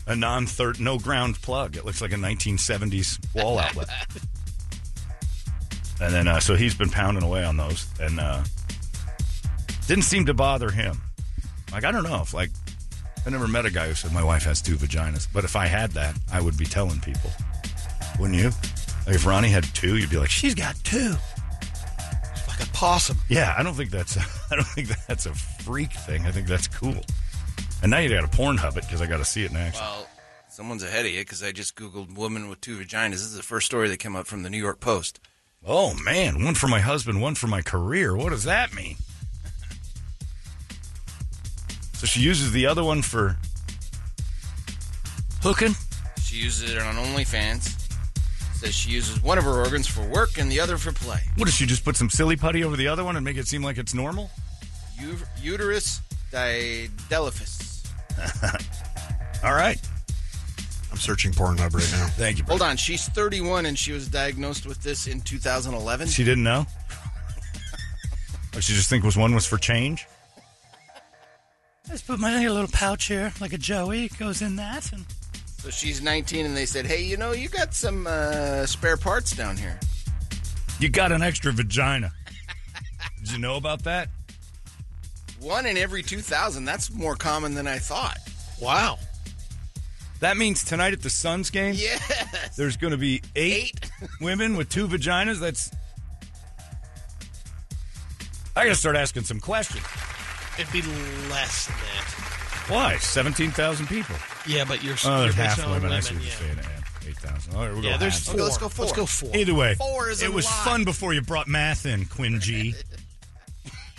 [SPEAKER 1] a non third, no ground plug. It looks like a 1970s wall outlet. and then, uh, so he's been pounding away on those, and uh, didn't seem to bother him. Like I don't know if like I never met a guy who said my wife has two vaginas, but if I had that, I would be telling people. Wouldn't you? Like if Ronnie had two, you'd be like, she's got two.
[SPEAKER 2] It's like a possum.
[SPEAKER 1] Yeah, I don't think that's I I don't think that's a freak thing. I think that's cool. And now you got to Pornhub it because I got to see it next.
[SPEAKER 6] Well, someone's ahead of you because I just Googled woman with two vaginas. This is the first story that came up from the New York Post.
[SPEAKER 1] Oh man, one for my husband, one for my career. What does that mean? So she uses the other one for hooking.
[SPEAKER 6] She uses it on OnlyFans. Says she uses one of her organs for work and the other for play.
[SPEAKER 1] What does she just put some silly putty over the other one and make it seem like it's normal?
[SPEAKER 6] U- uterus didelphus.
[SPEAKER 1] All right,
[SPEAKER 3] I'm searching Pornhub right now.
[SPEAKER 1] thank you.
[SPEAKER 6] Hold on, she's 31 and she was diagnosed with this in 2011.
[SPEAKER 1] She didn't know. or she just think was one was for change.
[SPEAKER 7] I just put my little pouch here, like a Joey, goes in that, and
[SPEAKER 6] So she's 19 and they said, hey, you know, you got some uh, spare parts down here.
[SPEAKER 1] You got an extra vagina. Did you know about that?
[SPEAKER 6] One in every 2,000. That's more common than I thought.
[SPEAKER 2] Wow.
[SPEAKER 1] That means tonight at the Suns game,
[SPEAKER 6] Yes.
[SPEAKER 1] there's going to be eight,
[SPEAKER 6] Eight.
[SPEAKER 1] women with two vaginas. That's. I got to start asking some questions.
[SPEAKER 2] It'd be less than that.
[SPEAKER 1] Why? 17,000 people.
[SPEAKER 2] Yeah, but you're,
[SPEAKER 1] Oh,
[SPEAKER 2] you're
[SPEAKER 1] there's
[SPEAKER 2] based
[SPEAKER 1] half
[SPEAKER 2] on
[SPEAKER 1] women. I see what
[SPEAKER 2] women,
[SPEAKER 1] you're
[SPEAKER 2] yeah.
[SPEAKER 1] saying. Ann. 8,000. All right, we'll
[SPEAKER 2] Yeah,
[SPEAKER 1] go
[SPEAKER 2] there's
[SPEAKER 1] half.
[SPEAKER 2] four.
[SPEAKER 6] Okay, let's go four.
[SPEAKER 2] Let's go four.
[SPEAKER 1] Either way,
[SPEAKER 6] Four is a
[SPEAKER 1] it was
[SPEAKER 6] lot.
[SPEAKER 1] fun before you brought math in, Quinn G.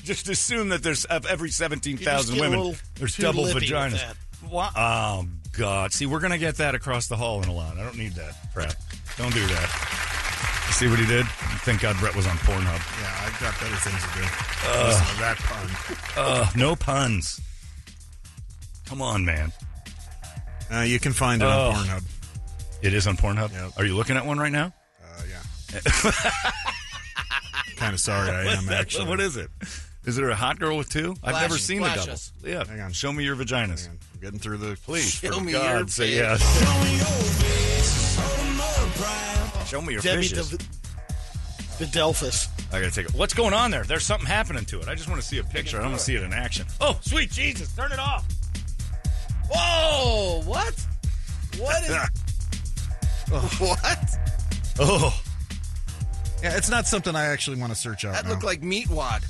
[SPEAKER 1] just assume that there's of every seventeen thousand
[SPEAKER 2] get a
[SPEAKER 1] women,
[SPEAKER 2] little
[SPEAKER 1] there's
[SPEAKER 2] too
[SPEAKER 1] double
[SPEAKER 2] lippy with
[SPEAKER 1] vaginas.
[SPEAKER 2] that.
[SPEAKER 1] Wha- Oh God! See, we're gonna get that across the hall in a lot. I don't need that crap. Don't do that. You see what he did? Thank God Brett was on Pornhub.
[SPEAKER 3] Yeah, I've got better things to do. Listen to that pun.
[SPEAKER 1] Uh, no puns. Uh, Come on, man.
[SPEAKER 3] Uh, you can find it
[SPEAKER 1] Oh.
[SPEAKER 3] on Pornhub.
[SPEAKER 1] It is on Pornhub.
[SPEAKER 3] Yep.
[SPEAKER 1] Are you looking at one right now?
[SPEAKER 3] Uh, yeah. kind of Uh, sorry I am actually.
[SPEAKER 1] What is it? Is there a hot girl with two? I've
[SPEAKER 6] Flash-
[SPEAKER 1] never seen the
[SPEAKER 6] flash
[SPEAKER 1] double.
[SPEAKER 6] us.
[SPEAKER 1] Yeah.
[SPEAKER 3] Hang on.
[SPEAKER 1] Show me your vaginas.
[SPEAKER 3] Man, I'm getting through the.
[SPEAKER 1] Please,
[SPEAKER 6] Show
[SPEAKER 1] for
[SPEAKER 6] me
[SPEAKER 1] God,
[SPEAKER 6] your
[SPEAKER 1] say
[SPEAKER 6] face.
[SPEAKER 1] yes. Show me your
[SPEAKER 2] Debbie
[SPEAKER 1] fishes.
[SPEAKER 2] the, the Delphus.
[SPEAKER 1] I gotta take it. What's going on there? There's something happening to it. I just want to see a picture. I don't want to see it in action. Oh, sweet Jesus! Turn it off.
[SPEAKER 6] Whoa! What? What is? what?
[SPEAKER 1] Oh,
[SPEAKER 3] Yeah, it's not something I actually want to search out.
[SPEAKER 6] That
[SPEAKER 3] now.
[SPEAKER 6] looked like meat wad.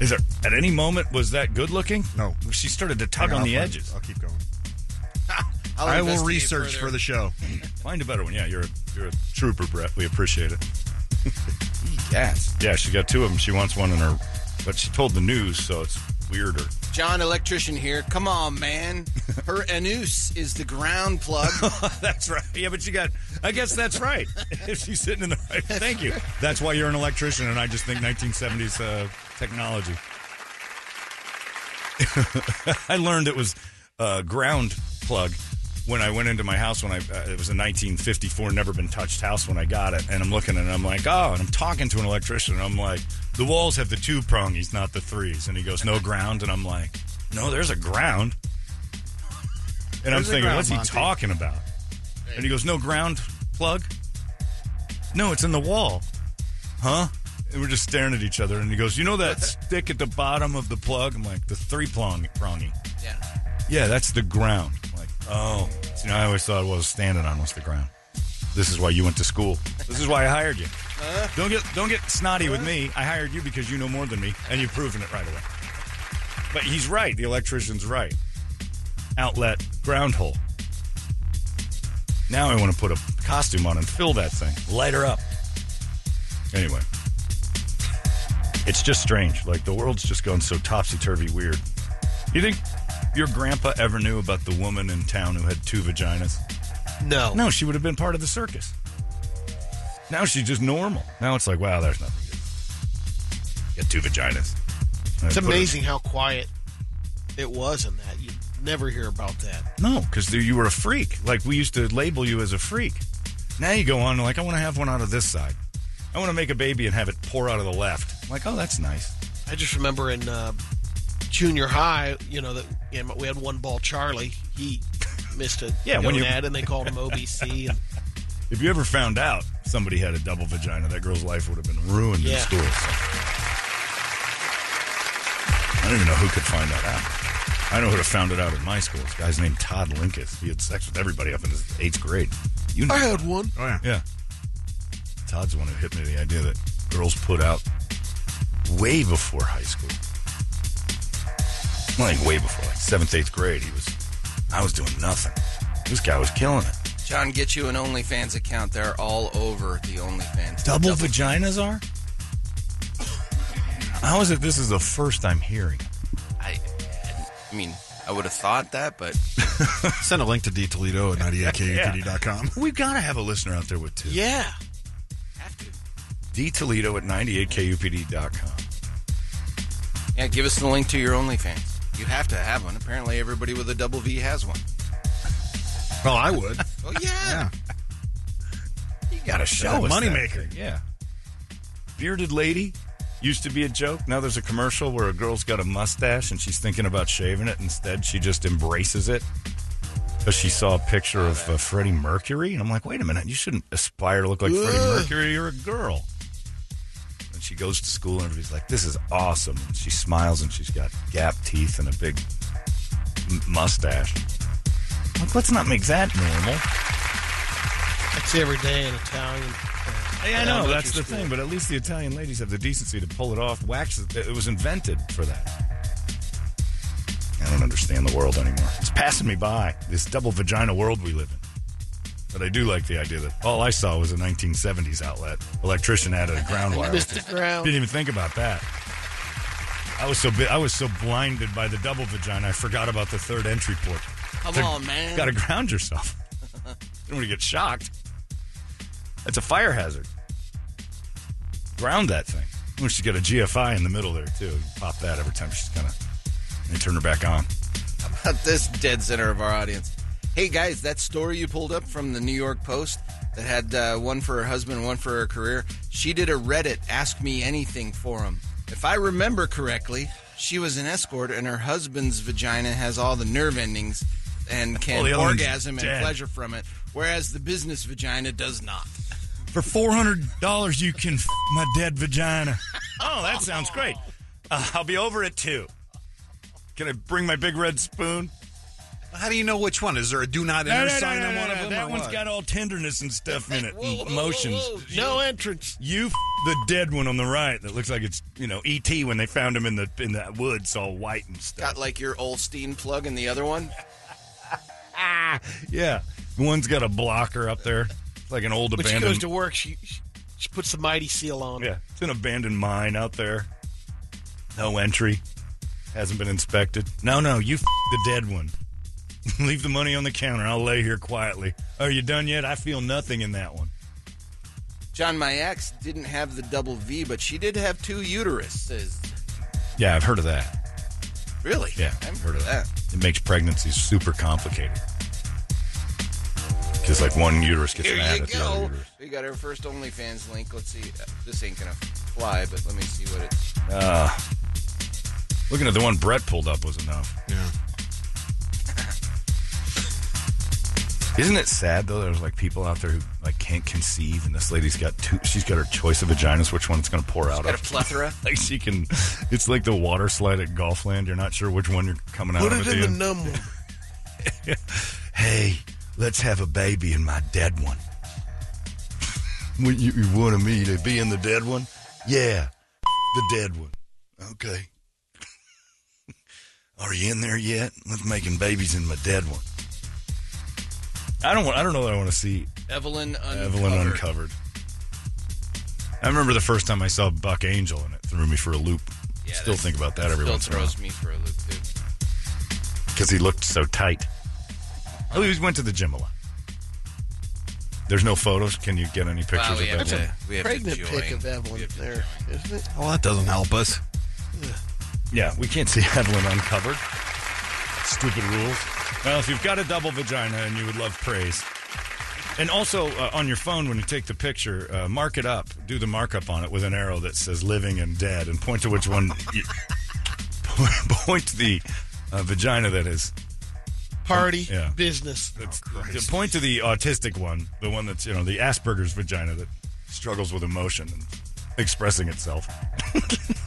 [SPEAKER 1] is there? At any moment was that good looking?
[SPEAKER 3] No.
[SPEAKER 1] She started to tug on
[SPEAKER 3] Hang I'll
[SPEAKER 1] the
[SPEAKER 3] find-
[SPEAKER 1] edges.
[SPEAKER 3] I'll keep going.
[SPEAKER 6] I'll
[SPEAKER 3] I will
[SPEAKER 6] investigate
[SPEAKER 3] research
[SPEAKER 6] further.
[SPEAKER 3] for the show.
[SPEAKER 1] Find a better one. Yeah, you're a you're a trooper, Brett. We appreciate it.
[SPEAKER 6] Yes.
[SPEAKER 1] Yeah, she got two of them. She wants one in her, but she told the news, so it's weirder.
[SPEAKER 6] John Electrician here. Come on, man. Her anus is the ground plug.
[SPEAKER 1] That's right. Yeah, but you got. I guess that's right. if she's sitting in the right. Thank you. That's why you're an electrician, and I just think 1970s uh, technology. I learned it was uh, ground plug when I went into my house. When I uh, it was a 1954, never been touched house when I got it, and I'm looking and I'm like, oh, and I'm talking to an electrician, and I'm like, the walls have the two prongies, not the threes, and he goes, no ground, and I'm like, no, there's a ground, and I'm
[SPEAKER 3] There's a
[SPEAKER 1] thinking,
[SPEAKER 3] ground,
[SPEAKER 1] what's he
[SPEAKER 3] Monty."
[SPEAKER 1] talking about? And he goes, no ground plug. No, it's in the wall. Huh? And we're just staring at each other. And he goes, You know that stick at the bottom of the plug? I'm like, The three prong prongy.
[SPEAKER 6] yeah.
[SPEAKER 1] Yeah, that's the ground. I'm like, oh. So, you know, I always thought what I was standing on was the ground. This is why you went to school. This is why I hired you. Don't get don't get snotty with me. I hired you because you know more than me, and you've proven it right away. But he's right. The electrician's right. Outlet ground hole. Now I want to put a costume on and fill that thing. Light her up. Anyway. It's just strange. Like the world's just gone so topsy turvy weird. You think your grandpa ever knew about the woman in town who had two vaginas?
[SPEAKER 2] No.
[SPEAKER 1] No, she would have been part of the circus. Now she's just normal. Now it's like, wow, there's nothing. good. Got two vaginas.
[SPEAKER 2] It's amazing how quiet it was in that. You never hear about that.
[SPEAKER 1] No, because you were a freak. Like we used to label you as a freak. Now you go on like, I want to have one out of this side. I want to make a baby and have it pour out of the left. I'm like, oh, that's nice.
[SPEAKER 2] I just remember in uh, junior high, you know, that yeah, we had one ball Charlie. He missed a
[SPEAKER 1] Yeah, when you-
[SPEAKER 2] gonad, and they called him OBC. And,
[SPEAKER 1] If you ever found out somebody had a double vagina, that girl's life would have been ruined in
[SPEAKER 2] Yeah.
[SPEAKER 1] school. so. I don't even know who could find that out. I know who would have found it out at my school. This guy's named Todd Linkus. He had sex with everybody up in his eighth grade. You know,
[SPEAKER 2] I had one.
[SPEAKER 3] Oh yeah.
[SPEAKER 1] yeah. Todd's the one who hit me the idea that girls put out way before high school. Like way before, like seventh, eighth grade. He was, I was doing nothing. This guy was killing it.
[SPEAKER 6] John, get you an OnlyFans account. They're all over the OnlyFans.
[SPEAKER 1] double vaginas are? How is it this is the first I'm hearing?
[SPEAKER 6] I, I mean, I would have thought that, but
[SPEAKER 3] Send a link to D Toledo at 98kupd.com.
[SPEAKER 1] We've got to have a listener out there with two.
[SPEAKER 2] Yeah.
[SPEAKER 6] have to.
[SPEAKER 1] D Toledo at 98kupd.com.
[SPEAKER 6] Yeah, give us the link to your OnlyFans. You have to have one. Apparently, everybody with a double V has one.
[SPEAKER 3] Well, I would.
[SPEAKER 6] Oh yeah.
[SPEAKER 3] Yeah.
[SPEAKER 1] You got to show
[SPEAKER 3] That
[SPEAKER 1] us. that
[SPEAKER 3] moneymaker.
[SPEAKER 1] thing. Yeah. Bearded lady used to be a joke. Now there's a commercial where a girl's got a mustache and she's thinking about shaving it. Instead, she just embraces it because she saw a picture of uh, Freddie Mercury. And I'm like, wait a minute, you shouldn't aspire to look like Freddie Mercury. You're a girl. And she goes to school and everybody's like, this is awesome. And she smiles and she's got gap teeth and a big m- mustache. I'm Like, let's not make that normal.
[SPEAKER 2] That's every day in Italian.
[SPEAKER 1] Yeah, I
[SPEAKER 2] Yeah,
[SPEAKER 1] know
[SPEAKER 2] elementary
[SPEAKER 1] that's the
[SPEAKER 2] school.
[SPEAKER 1] thing, but at least the Italian ladies have the decency to pull it off. Wax it it was invented for that. I don't understand the world anymore. It's passing me by this double vagina world we live in. But I do like the idea that all I saw was a 1970s outlet. Electrician added a ground wire.
[SPEAKER 2] Missed the ground.
[SPEAKER 1] Didn't even think about that. I was so bi- I was so blinded by the double vagina, I forgot about the third entry port.
[SPEAKER 6] Come
[SPEAKER 1] They're-
[SPEAKER 6] on, man.
[SPEAKER 1] Got to ground yourself. you don't want to get shocked. That's a fire hazard. Ground that thing. Oh, she's got a GFI in the middle there too. You pop that every time she's gonna
[SPEAKER 4] and turn her back on.
[SPEAKER 6] about this dead center of our audience. Hey guys, that story you pulled up from the New York Post that had uh, one for her husband, one for her career. She did a Reddit Ask Me Anything forum. If I remember correctly, she was an escort, and her husband's vagina has all the nerve endings and
[SPEAKER 4] All
[SPEAKER 6] can
[SPEAKER 4] the other one's
[SPEAKER 6] orgasm and
[SPEAKER 4] dead.
[SPEAKER 6] pleasure from it, whereas the business vagina does not.
[SPEAKER 1] For four hundred dollars, you can f- my dead vagina.
[SPEAKER 4] Oh, that sounds great. Uh, I'll be over at two. Can I bring my big red spoon?
[SPEAKER 3] How do you know which one? Is there a do not enter sign on one of them?
[SPEAKER 1] that
[SPEAKER 3] or
[SPEAKER 1] one's
[SPEAKER 3] what?
[SPEAKER 1] got all tenderness and stuff in it, and emotions.
[SPEAKER 2] No entrance.
[SPEAKER 1] You f- the dead one on the right that looks like it's you know ET when they found him in the in the woods all white and stuff.
[SPEAKER 6] Got like your Olstein plug in the other one.
[SPEAKER 1] Yeah, one's got a blocker up there, like an old
[SPEAKER 2] When she
[SPEAKER 1] abandoned.
[SPEAKER 2] goes to work, she, she she puts the mighty seal on.
[SPEAKER 1] yeah, it's an abandoned mine out there. No entry, hasn't been inspected. No, no, you f- the dead one. Leave the money on the counter. I'll lay here quietly. Are you done yet? I feel nothing in that one.
[SPEAKER 6] John, my ex didn't have the double V, but she did have two uteruses.
[SPEAKER 1] Yeah, I've heard of that.
[SPEAKER 6] Really?
[SPEAKER 1] Yeah,
[SPEAKER 6] I haven't heard of that.
[SPEAKER 1] It makes pregnancy super complicated. Because like one uterus gets
[SPEAKER 6] Here
[SPEAKER 1] mad
[SPEAKER 6] you
[SPEAKER 1] at the other
[SPEAKER 6] go.
[SPEAKER 1] uterus.
[SPEAKER 6] We got our first OnlyFans link. Let's see. Uh, This ain't gonna fly, but let me see what it.
[SPEAKER 4] Looking at the one Brett pulled up was enough.
[SPEAKER 3] Yeah.
[SPEAKER 4] Isn't it sad though? There's like people out there who like can't conceive, and this lady's got two. She's got her choice of vaginas, which one it's going to pour out
[SPEAKER 6] Got a
[SPEAKER 4] of.
[SPEAKER 6] plethora.
[SPEAKER 4] Like she can. It's like the water slide at Golfland. You're not sure which one you're coming out
[SPEAKER 2] Put
[SPEAKER 4] of
[SPEAKER 2] it
[SPEAKER 4] at
[SPEAKER 2] in
[SPEAKER 4] the
[SPEAKER 2] the
[SPEAKER 4] end.
[SPEAKER 2] numb one.
[SPEAKER 4] hey, let's have a baby in my dead one. Well, you, you wanted me to be in the dead one? Yeah, the dead one. Okay. Are you in there yet? Let's making babies in my dead one. I don't. Want, I don't know that I want to see
[SPEAKER 6] Evelyn uncovered.
[SPEAKER 4] Evelyn uncovered. I remember the first time I saw Buck Angel, and it threw me for a loop.
[SPEAKER 6] Yeah,
[SPEAKER 4] Still
[SPEAKER 6] that-
[SPEAKER 4] think about that
[SPEAKER 6] that
[SPEAKER 4] every
[SPEAKER 6] still
[SPEAKER 4] once in a while
[SPEAKER 6] throws me for a loop too.
[SPEAKER 4] because he looked so tight. Oh, he went to the gym a lot. There's no photos. Can you get any pictures
[SPEAKER 6] Wow,
[SPEAKER 4] of
[SPEAKER 6] we have
[SPEAKER 4] that?
[SPEAKER 6] to. We have
[SPEAKER 2] Pregnant
[SPEAKER 6] to
[SPEAKER 2] pick
[SPEAKER 6] join.
[SPEAKER 2] of Evelyn
[SPEAKER 6] We have to
[SPEAKER 2] there, isn't it?
[SPEAKER 3] Well, that doesn't help us.
[SPEAKER 4] Yeah, we can't see Evelyn uncovered. Stupid rules. Well, if you've got a double vagina and you would love praise, and also uh, on your phone when you take the picture, uh, mark it up, do the markup on it with an arrow that says living and dead, and point to which one. you, point to the uh, vagina that is.
[SPEAKER 2] Party,
[SPEAKER 4] Yeah.
[SPEAKER 2] business.
[SPEAKER 4] That's, point to the autistic one, the one that's you know the Asperger's vagina that struggles with emotion and expressing itself.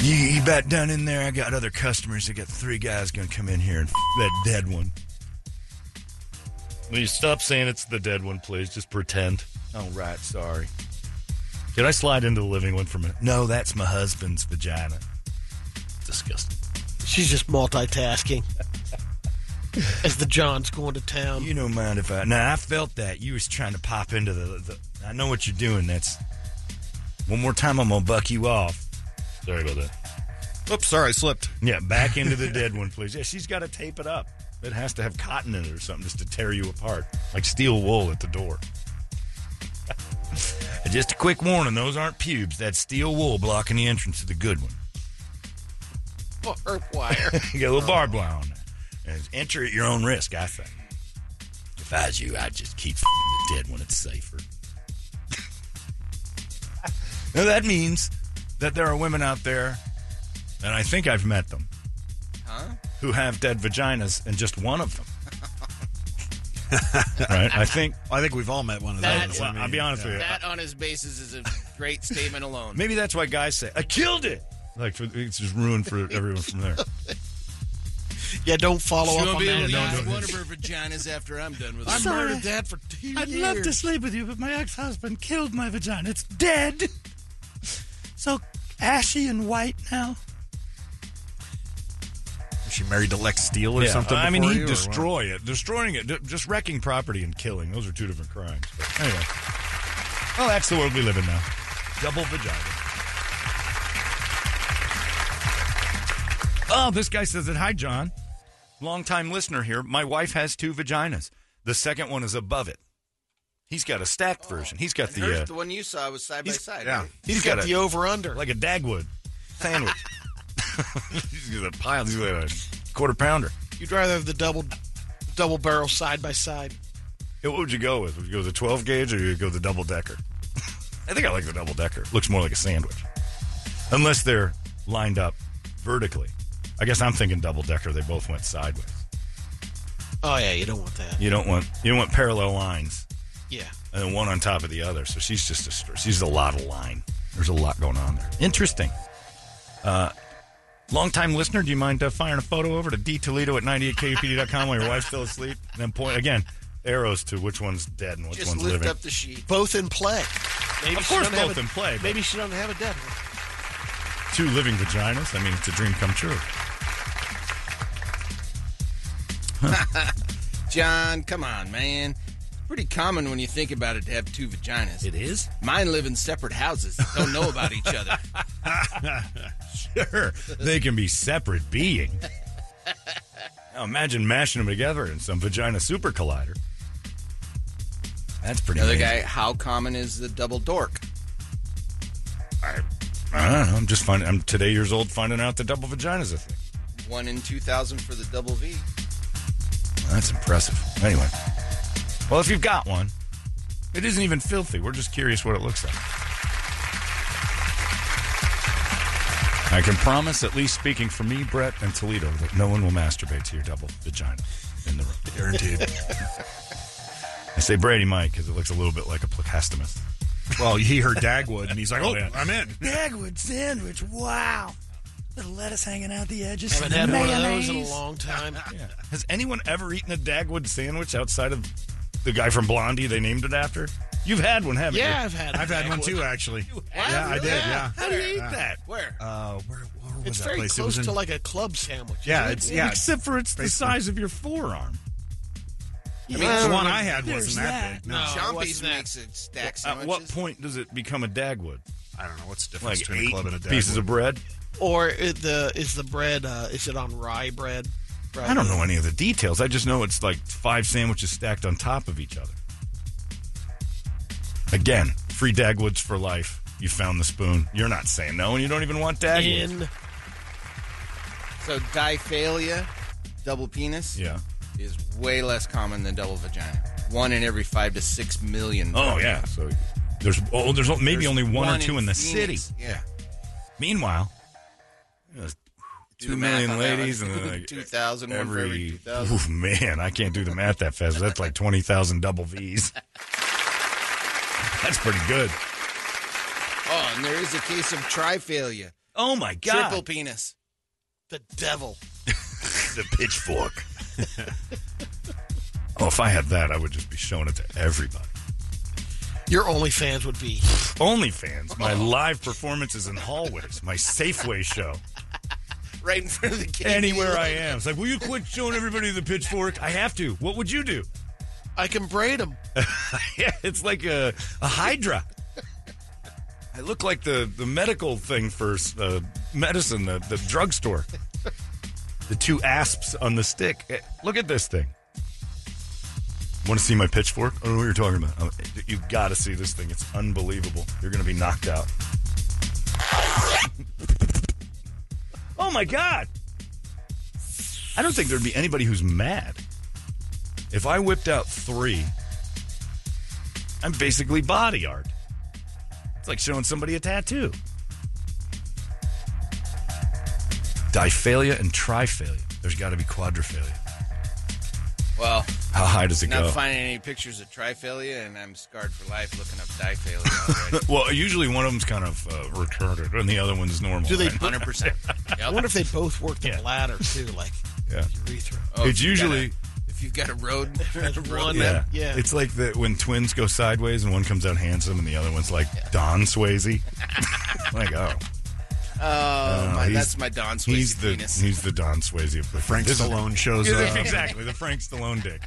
[SPEAKER 1] You, you about done in there? I got other customers. I got three guys gonna come in here and f- that dead one.
[SPEAKER 4] Will you stop saying it's the dead one, please? Just pretend.
[SPEAKER 1] Oh right, sorry.
[SPEAKER 4] Did I slide into the living one for a minute?
[SPEAKER 1] No, that's my husband's vagina.
[SPEAKER 4] Disgusting.
[SPEAKER 2] She's just multitasking. As the John's going to town.
[SPEAKER 1] You don't mind if I? Now I felt that you was trying to pop into the. the I know what you're doing. That's one more time. I'm gonna buck you off.
[SPEAKER 4] Sorry about that.
[SPEAKER 3] Oops, sorry, I slipped.
[SPEAKER 1] Yeah, back into the dead one, please. Yeah, she's got to tape it up. It has to have cotton in it or something just to tear you apart, like steel wool at the door. And just a quick warning: those aren't pubes. That's steel wool blocking the entrance to the good one.
[SPEAKER 2] Barbed wire.
[SPEAKER 1] You got a little barbed wire on that. And enter at your own risk, I think. If I was you, I'd just keep f the dead when it's safer. now, that means that there are women out there, and I think I've met them,
[SPEAKER 6] Huh?
[SPEAKER 1] who have dead vaginas and just one of them. right? I think.
[SPEAKER 3] Well, I think we've all met one of
[SPEAKER 6] That-
[SPEAKER 3] those.
[SPEAKER 1] Well, I'll be honest with you.
[SPEAKER 6] That on his basis is a great statement alone.
[SPEAKER 1] Maybe that's why guys say, I killed it. Like, for- it's just ruined for everyone from there.
[SPEAKER 2] yeah, don't follow
[SPEAKER 6] She
[SPEAKER 2] up
[SPEAKER 6] won't
[SPEAKER 2] on
[SPEAKER 6] be able
[SPEAKER 2] that.
[SPEAKER 6] to
[SPEAKER 2] No,
[SPEAKER 6] use
[SPEAKER 2] no.
[SPEAKER 6] one of her vaginas after I'm done with
[SPEAKER 2] I
[SPEAKER 6] it.
[SPEAKER 2] murdered that for two
[SPEAKER 8] I'd
[SPEAKER 2] years.
[SPEAKER 8] love to sleep with you, but my ex-husband killed my vagina. It's dead. So ashy and white now.
[SPEAKER 3] Was she married to Lex Steele or
[SPEAKER 1] Yeah,
[SPEAKER 3] something?
[SPEAKER 1] I mean,
[SPEAKER 3] before
[SPEAKER 1] he'd
[SPEAKER 3] you, or what?
[SPEAKER 1] destroy it. Destroying it, d- just wrecking property and killing. Those are two different crimes. But anyway. Well, that's the world we live in now. Double vagina. Oh, this guy says it. Hi, John. Longtime listener here. My wife has two vaginas. The second one is above it. He's got a stacked version. He's got
[SPEAKER 6] Hers-
[SPEAKER 1] the, uh,
[SPEAKER 6] the one you saw was side by side.
[SPEAKER 3] Yeah.
[SPEAKER 6] right?
[SPEAKER 2] He's got, the over under.
[SPEAKER 1] like a Dagwood sandwich. He's a pile. He's got a quarter pounder.
[SPEAKER 2] You'd rather have the double double barrel side by side.
[SPEAKER 1] Yeah, What would you go with? Would you go with the 12 gauge or you go with the double decker? I think I like the double decker. Looks more like a sandwich. Unless they're lined up vertically. I guess I'm thinking double decker. They both went sideways.
[SPEAKER 2] Oh yeah, you don't want that.
[SPEAKER 1] You don't want you don't want parallel lines
[SPEAKER 2] Yeah.
[SPEAKER 1] and then one on top of the other. So she's just a str- she's a lot of line. There's a lot going on there. Interesting. Uh, longtime listener, do you mind uh, firing a photo over to d toledo at 98kupd.com while your wife's still asleep? And then point again arrows to which one's dead and which
[SPEAKER 6] Just
[SPEAKER 1] one's
[SPEAKER 6] lift
[SPEAKER 1] living.
[SPEAKER 6] up the sheet.
[SPEAKER 2] Both in play. Maybe
[SPEAKER 1] Of
[SPEAKER 2] she
[SPEAKER 1] course
[SPEAKER 2] doesn't have
[SPEAKER 1] both
[SPEAKER 2] a-
[SPEAKER 1] in play, but-
[SPEAKER 2] Maybe she doesn't have a dead one.
[SPEAKER 1] Two living vaginas. I mean, it's a dream come true.
[SPEAKER 6] John, come on, man. It's pretty common when you think about it to have two vaginas.
[SPEAKER 1] It is.
[SPEAKER 6] Mine live in separate houses. that Don't know about each other.
[SPEAKER 1] Sure, they can be separate beings. Now imagine mashing them together in some vagina super collider. That's pretty.
[SPEAKER 6] Another
[SPEAKER 1] amazing.
[SPEAKER 6] guy, how common is the double dork?
[SPEAKER 1] I don't know. I'm just finding. I'm today years old finding out the double vagina's a thing.
[SPEAKER 6] One in 2,000 for the double V.
[SPEAKER 1] That's impressive. Anyway, well, if you've got one, it isn't even filthy. We're just curious what it looks like. I can promise, at least speaking for me, Brett and Toledo, that no one will masturbate to your double vagina in the room. Guaranteed. I say Brady might because it looks a little bit like a placostomus.
[SPEAKER 3] Well, he heard Dagwood, and he's like,
[SPEAKER 1] Oh,
[SPEAKER 3] "Oh,
[SPEAKER 1] yeah.
[SPEAKER 3] I'm in."
[SPEAKER 4] Dagwood sandwich. Wow. Little lettuce hanging out the edges.
[SPEAKER 2] Haven't had one of those in a
[SPEAKER 4] mayonnaise.
[SPEAKER 2] long time.
[SPEAKER 1] Has anyone ever eaten a Dagwood sandwich outside of the guy from Blondie they named it after? You've had one, haven't you?
[SPEAKER 2] Yeah, I've had.
[SPEAKER 3] I've had one too, actually. Yeah, I did. Yeah.
[SPEAKER 1] How do you eat that?
[SPEAKER 6] Where?
[SPEAKER 3] Uh, where, where was
[SPEAKER 2] It's
[SPEAKER 3] that
[SPEAKER 2] very
[SPEAKER 3] place?
[SPEAKER 2] close
[SPEAKER 3] it was in,
[SPEAKER 2] to like a club sandwich.
[SPEAKER 3] yeah, it's yeah.
[SPEAKER 1] Except for it's the
[SPEAKER 3] Basically.
[SPEAKER 1] size of your forearm.
[SPEAKER 3] I mean, the one I had wasn't that,
[SPEAKER 4] that.
[SPEAKER 3] big. No,
[SPEAKER 1] Uh,
[SPEAKER 6] Chompies
[SPEAKER 2] what's that?
[SPEAKER 6] makes a stack
[SPEAKER 1] At
[SPEAKER 6] sandwiches.
[SPEAKER 1] what point does it become a Dagwood?
[SPEAKER 3] I don't know what's the difference
[SPEAKER 1] Like
[SPEAKER 3] between
[SPEAKER 1] eight
[SPEAKER 3] a club and a Dagwood.
[SPEAKER 1] pieces of bread?
[SPEAKER 2] Or it, the is the bread? Uh, is it on rye bread?
[SPEAKER 1] I don't know any of the details. I just know it's like five sandwiches stacked on top of each other. Again, free Dagwoods for life. You found the spoon. You're not saying no, and you don't even want Dagwood.
[SPEAKER 2] In
[SPEAKER 6] So diphaleia, double penis,
[SPEAKER 1] Yeah.
[SPEAKER 6] is way less common than double vagina. One in every five to six million.
[SPEAKER 1] Oh yeah. So there's oh there's maybe
[SPEAKER 6] There's
[SPEAKER 1] only one, or two in the
[SPEAKER 6] Phoenix.
[SPEAKER 1] city.
[SPEAKER 6] Yeah.
[SPEAKER 1] Meanwhile,
[SPEAKER 6] the
[SPEAKER 1] two
[SPEAKER 6] math
[SPEAKER 1] million
[SPEAKER 6] on that
[SPEAKER 1] ladies
[SPEAKER 6] one.
[SPEAKER 1] and then like
[SPEAKER 6] 2,000, one for every 2,000.
[SPEAKER 1] Oof, man, I can't do the math that fast. That's like twenty thousand double V's. That's pretty good.
[SPEAKER 6] Oh, and there is a case of triphalia,
[SPEAKER 1] Oh my
[SPEAKER 6] triple penis.
[SPEAKER 2] the devil.
[SPEAKER 1] the pitchfork. oh, if I had that, I would just be showing it to everybody.
[SPEAKER 2] Your OnlyFans would be
[SPEAKER 1] OnlyFans, my live performances in hallways, my Safeway show.
[SPEAKER 6] Right in front of the kid.
[SPEAKER 1] Anywhere I am. It's like, will you quit showing everybody the pitchfork? I have to. What would you do?
[SPEAKER 2] I can braid them.
[SPEAKER 1] Yeah, it's like a, a hydra. I look like the, the medical thing for uh, medicine, the, the drugstore. The two asps on the stick. Eh, Look at this thing. Want to see my pitchfork? I don't know what you're talking about. Oh, You've got to see this thing. It's unbelievable. You're going to be knocked out. oh my God. I don't think there'd be anybody who's mad. If I whipped out three I'm basically body art. It's like showing somebody a tattoo. Diphalia and triphalia. There's got to be quadriphalia.
[SPEAKER 6] Well,
[SPEAKER 1] How high does it
[SPEAKER 6] not
[SPEAKER 1] go?
[SPEAKER 6] finding any pictures of triphalia, and I'm scarred for life looking up diphaleia already.
[SPEAKER 1] Well, usually one of them's kind of uh, retarded, and the other one's normal.
[SPEAKER 2] Do they?
[SPEAKER 1] right?
[SPEAKER 6] 100%.
[SPEAKER 2] I wonder if they both work the
[SPEAKER 1] Yeah.
[SPEAKER 2] bladder too, like
[SPEAKER 1] Yeah.
[SPEAKER 2] urethra.
[SPEAKER 6] Oh,
[SPEAKER 1] It's
[SPEAKER 6] if you've got
[SPEAKER 1] usually-
[SPEAKER 6] a- if you've got a road,
[SPEAKER 2] There's one.
[SPEAKER 1] Yeah.
[SPEAKER 2] Yeah. yeah.
[SPEAKER 1] It's like the, when twins go sideways and one comes out handsome and the other one's like Don Swayze. like, oh.
[SPEAKER 6] oh, my,
[SPEAKER 1] he's-
[SPEAKER 6] that's my Don Swayze
[SPEAKER 1] He's the,
[SPEAKER 6] penis.
[SPEAKER 1] he's the Don Swayze of the
[SPEAKER 3] Frank
[SPEAKER 1] this is-
[SPEAKER 3] Stallone shows
[SPEAKER 1] Yeah,
[SPEAKER 3] up.
[SPEAKER 1] exactly, the Frank Stallone dick.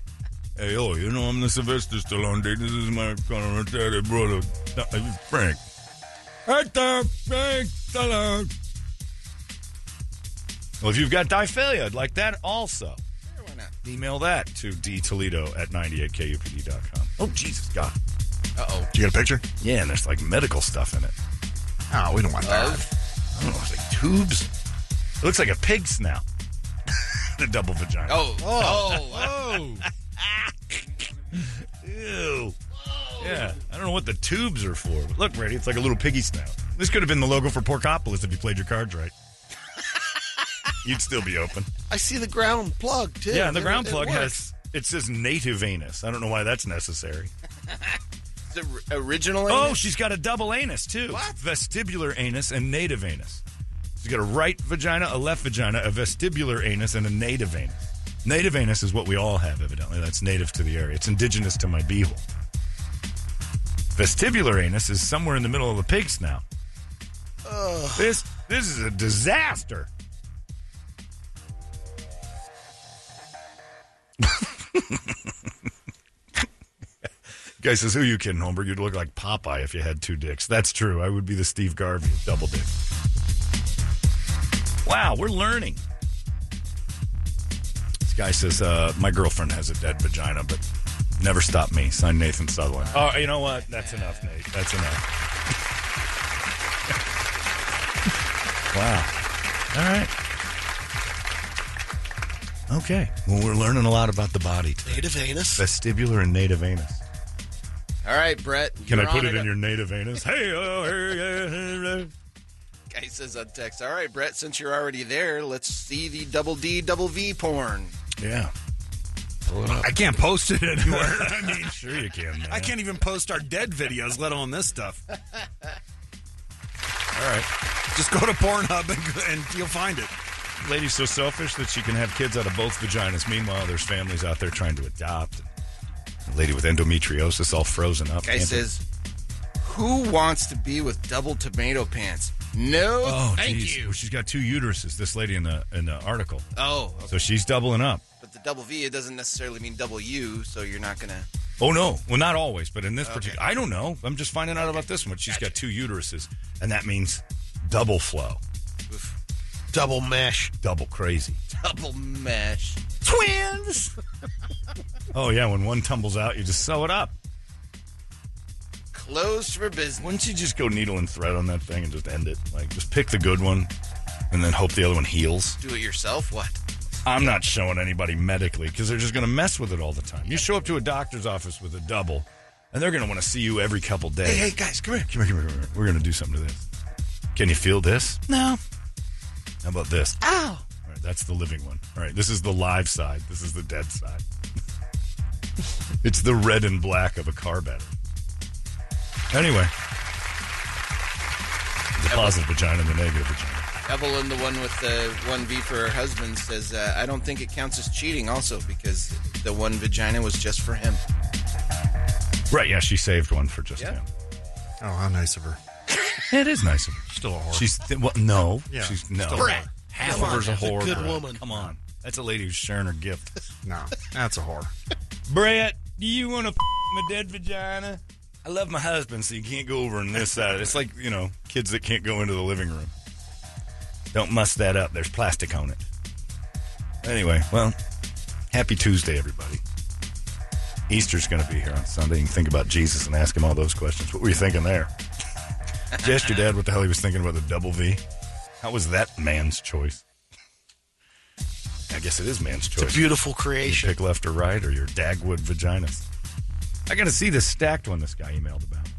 [SPEAKER 1] Hey, oh, you know I'm the Sylvester Stallone dick. This is my kind of retarded brother, No, it's Frank. Right there, Frank Stallone. Well, if you've got diphtheria, I'd like that also.
[SPEAKER 6] Sure, why not?
[SPEAKER 1] Email that to dtoledo at 98kupd.com. Oh, Jesus, God.
[SPEAKER 6] Uh-oh.
[SPEAKER 3] Did you get a picture?
[SPEAKER 1] Yeah, and there's like medical stuff in it.
[SPEAKER 3] Oh, we don't want that.
[SPEAKER 6] Of?
[SPEAKER 1] I don't know, it's like tubes. It looks like a pig snout. the double vagina.
[SPEAKER 6] Oh, oh,
[SPEAKER 1] Ew. Yeah. I don't know what the tubes are for. But look, Brady, it's like a little piggy snout. This could have been the logo for Porkopolis if you played your cards right. You'd still be open.
[SPEAKER 2] I see the ground plug too.
[SPEAKER 1] Yeah, and the
[SPEAKER 2] It-
[SPEAKER 1] ground
[SPEAKER 2] it
[SPEAKER 1] plug
[SPEAKER 2] works.
[SPEAKER 1] has it says native anus. I don't know why that's necessary.
[SPEAKER 6] the or- original.
[SPEAKER 1] Oh,
[SPEAKER 6] image?
[SPEAKER 1] she's got a double anus too. What? Vestibular anus and native anus. She's got a right vagina, a left vagina, a vestibular anus, and a native anus. Native anus is what we all have, evidently. That's native to the area. It's indigenous to my beehole. Vestibular anus is somewhere in the middle of the pig snout. This this is a disaster. Guy says, "Who you kidding, Holmberg? You'd look like Popeye if you had two dicks." That's true. I would be the Steve Garvey of double dick. Wow, we're learning. This guy says, uh, "My girlfriend has a dead vagina, but never stop me." Signed Nathan Sutherland. Oh, you know what? That's enough, Nate. That's enough. wow. All right. Okay. Well, we're learning a lot about the body today.
[SPEAKER 2] native anus.
[SPEAKER 1] Vestibular and native anus.
[SPEAKER 6] all right, Brett.
[SPEAKER 1] Can
[SPEAKER 6] you're
[SPEAKER 1] I put
[SPEAKER 6] on
[SPEAKER 1] it in your native anus? Hey, oh, hey, yeah.
[SPEAKER 6] Guy says on text. All right, Brett. Since you're already there, let's see the double D double V porn.
[SPEAKER 1] yeah.
[SPEAKER 3] I can't post it anywhere. I mean,
[SPEAKER 1] Sure you can. Man.
[SPEAKER 3] I can't even post our dead videos, let alone this stuff.
[SPEAKER 1] All right.
[SPEAKER 3] Just go to Pornhub and, and you'll find it.
[SPEAKER 1] Lady's so selfish that she can have kids out of both vaginas. Meanwhile, there's families out there trying to adopt. A lady with endometriosis all frozen up.
[SPEAKER 6] Guy
[SPEAKER 1] Anthony-
[SPEAKER 6] says, "Who wants to be with double tomato pants?" No.
[SPEAKER 1] "Oh,
[SPEAKER 6] thank
[SPEAKER 1] geez.
[SPEAKER 6] you.
[SPEAKER 1] Well, she's got two uteruses. This lady in the in the article,
[SPEAKER 6] Oh,
[SPEAKER 1] so she's doubling up.
[SPEAKER 6] but the double V it doesn't necessarily mean double U, so you're not gonna.
[SPEAKER 1] Oh no, well not always, but in this particular, I don't know. I'm just finding out about this one. She's got two uteruses, and that means double flow,
[SPEAKER 2] Double mesh.
[SPEAKER 1] double crazy.
[SPEAKER 6] double mesh.
[SPEAKER 4] Twins.
[SPEAKER 1] Oh yeah, when one tumbles out, you just sew it up.
[SPEAKER 6] Closed for business.
[SPEAKER 1] Wouldn't you just go needle and thread on that thing and just end it? Like, just pick the good one and then hope the other one heals?
[SPEAKER 6] Do it yourself? What?
[SPEAKER 1] I'm not showing anybody medically because they're just going to mess with it all the time. You show up to a doctor's office with a double, and they're going to want to see you every couple days. Hey, hey, guys, come here. Come here, come here, come here. We're going to do something to this. Can you feel this?
[SPEAKER 4] No.
[SPEAKER 1] How about this?
[SPEAKER 4] Ow.
[SPEAKER 1] All right, that's the living one. All right, this is the live side. This is the dead side. it's the red and black of a car battery. Anyway, the positive vagina and the negative vagina.
[SPEAKER 6] Evelyn, the one with the one V for her husband, says, uh, "I don't think it counts as cheating." Also, because the one vagina was just for him.
[SPEAKER 1] Right, yeah, she saved one for just
[SPEAKER 6] Yeah.
[SPEAKER 1] him.
[SPEAKER 3] Oh, how nice of her.
[SPEAKER 1] It is nice of her.
[SPEAKER 3] Still a whore.
[SPEAKER 1] She's th- well, no,
[SPEAKER 3] Yeah.
[SPEAKER 1] she's no.
[SPEAKER 3] Still a whore.
[SPEAKER 1] Half
[SPEAKER 2] Come
[SPEAKER 1] of
[SPEAKER 2] on,
[SPEAKER 1] her's a
[SPEAKER 2] that's a
[SPEAKER 1] whore.
[SPEAKER 2] good
[SPEAKER 1] Brett.
[SPEAKER 2] woman.
[SPEAKER 1] Come on, that's a lady who's sharing her gift.
[SPEAKER 3] no, that's a whore.
[SPEAKER 1] Brett, do you want to f- my dead vagina? I love my husband, so you can't go over on this side. It's like you know, kids that can't go into the living room. Don't muss that up. There's plastic on it. Anyway, well, happy Tuesday, everybody. Easter's going to be here on Sunday. You can think about Jesus and ask him all those questions. What were you thinking there? Just your dad, what the hell he was thinking about the double V? How was that man's choice? I guess it is man's choice.
[SPEAKER 2] It's a beautiful
[SPEAKER 1] You
[SPEAKER 2] creation.
[SPEAKER 1] pick left or right or your Dagwood vaginas. I got to see this stacked one this guy emailed about.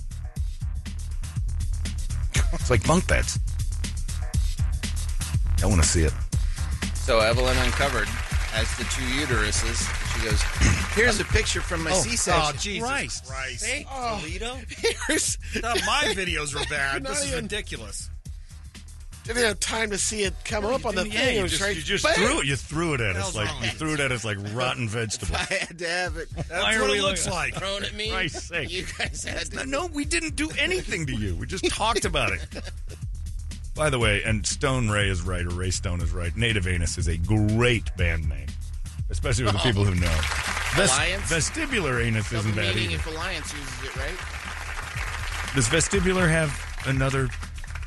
[SPEAKER 1] It's like bunk beds. I want to see it.
[SPEAKER 6] So Evelyn uncovered as the two uteruses. She goes, "Here's a picture from my
[SPEAKER 2] Oh,
[SPEAKER 6] C-section."
[SPEAKER 9] Jesus Christ.
[SPEAKER 6] Toledo.
[SPEAKER 2] Here's-
[SPEAKER 3] my videos were bad.
[SPEAKER 2] This is
[SPEAKER 3] ridiculous.
[SPEAKER 2] didn't have time to see it come up on the
[SPEAKER 1] Yeah,
[SPEAKER 2] thing. It
[SPEAKER 1] you
[SPEAKER 2] was
[SPEAKER 1] just,
[SPEAKER 2] right
[SPEAKER 1] you just
[SPEAKER 2] bam!
[SPEAKER 1] threw it. You threw it at us
[SPEAKER 3] hell's
[SPEAKER 1] like
[SPEAKER 3] wrong
[SPEAKER 1] you
[SPEAKER 3] with
[SPEAKER 1] threw it at us like rotten vegetable.
[SPEAKER 6] I had to have it. That's
[SPEAKER 1] Why are
[SPEAKER 6] what
[SPEAKER 1] we
[SPEAKER 6] it looks
[SPEAKER 1] looking-
[SPEAKER 6] like. Thrown at me.
[SPEAKER 1] Christ's sake.
[SPEAKER 6] You guys had to.
[SPEAKER 1] No, we didn't do anything to you. We just talked about it. By the way, and Stone Ray is right, or Ray Stone is right. Native Anus is a great band name, especially with the people who know. Vest-
[SPEAKER 6] Alliance?
[SPEAKER 1] vestibular anus isn't bad
[SPEAKER 6] meaning
[SPEAKER 1] either.
[SPEAKER 6] if Alliance uses it, right?
[SPEAKER 1] Does vestibular have another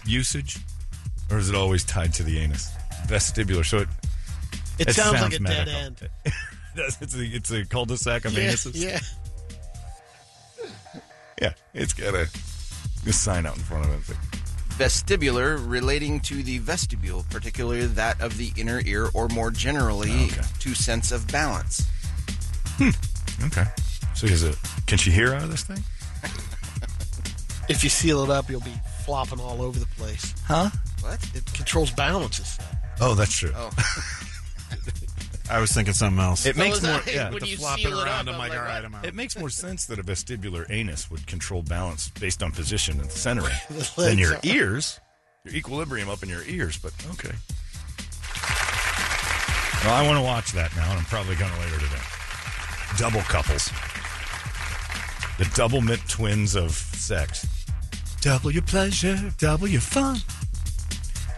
[SPEAKER 1] usage, or is it always tied to the anus? Vestibular, so it,
[SPEAKER 2] It,
[SPEAKER 1] it
[SPEAKER 2] sounds, like a
[SPEAKER 1] medical.
[SPEAKER 2] dead end.
[SPEAKER 1] it's, a, it's a cul-de-sac of
[SPEAKER 2] Yeah,
[SPEAKER 1] anuses.
[SPEAKER 2] yeah.
[SPEAKER 1] Yeah, it's got a, a sign out in front of it.
[SPEAKER 6] vestibular relating to the vestibule, particularly that of the inner ear, or more generally,
[SPEAKER 1] Oh, Okay.
[SPEAKER 6] to sense of balance.
[SPEAKER 1] Okay. So is it? Can she hear out of this thing?
[SPEAKER 2] If you seal it up, you'll be flopping all over the place.
[SPEAKER 6] What?
[SPEAKER 2] It controls balances.
[SPEAKER 1] Oh, that's true.
[SPEAKER 6] Oh,
[SPEAKER 3] I was thinking something else.
[SPEAKER 1] It makes
[SPEAKER 2] was
[SPEAKER 1] more.
[SPEAKER 2] I.
[SPEAKER 1] yeah.
[SPEAKER 2] When
[SPEAKER 3] The
[SPEAKER 2] you
[SPEAKER 3] flopping
[SPEAKER 2] seal it
[SPEAKER 3] around,
[SPEAKER 2] up,
[SPEAKER 3] I'm
[SPEAKER 2] I'm
[SPEAKER 3] like,
[SPEAKER 2] like,
[SPEAKER 3] all right,
[SPEAKER 2] what?
[SPEAKER 3] I'm out.
[SPEAKER 1] It makes more sense that a vestibular anus would control balance based on position and centering
[SPEAKER 2] The
[SPEAKER 1] than
[SPEAKER 2] legs
[SPEAKER 1] your
[SPEAKER 2] are-
[SPEAKER 1] ears, your equilibrium up in your ears. But okay. Well, I want to watch that now, and I'm probably going to later today. Double couples, the double mint twins of sex. Double your pleasure, double your fun.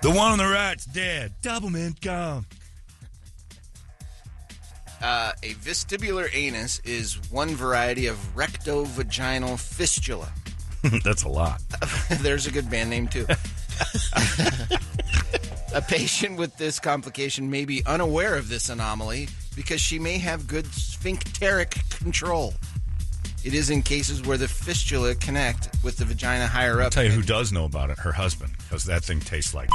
[SPEAKER 1] The one on the right's dead. Double mint gum.
[SPEAKER 6] Uh, a vestibular anus is one variety of rectovaginal fistula.
[SPEAKER 1] That's a lot.
[SPEAKER 6] There's a good band name, too. a patient with this complication may be unaware of this anomaly because she may have good sphincteric control. It is in cases where the fistula connect with the vagina higher up.
[SPEAKER 1] I'll tell you who does know about it. Her husband, because that thing tastes like.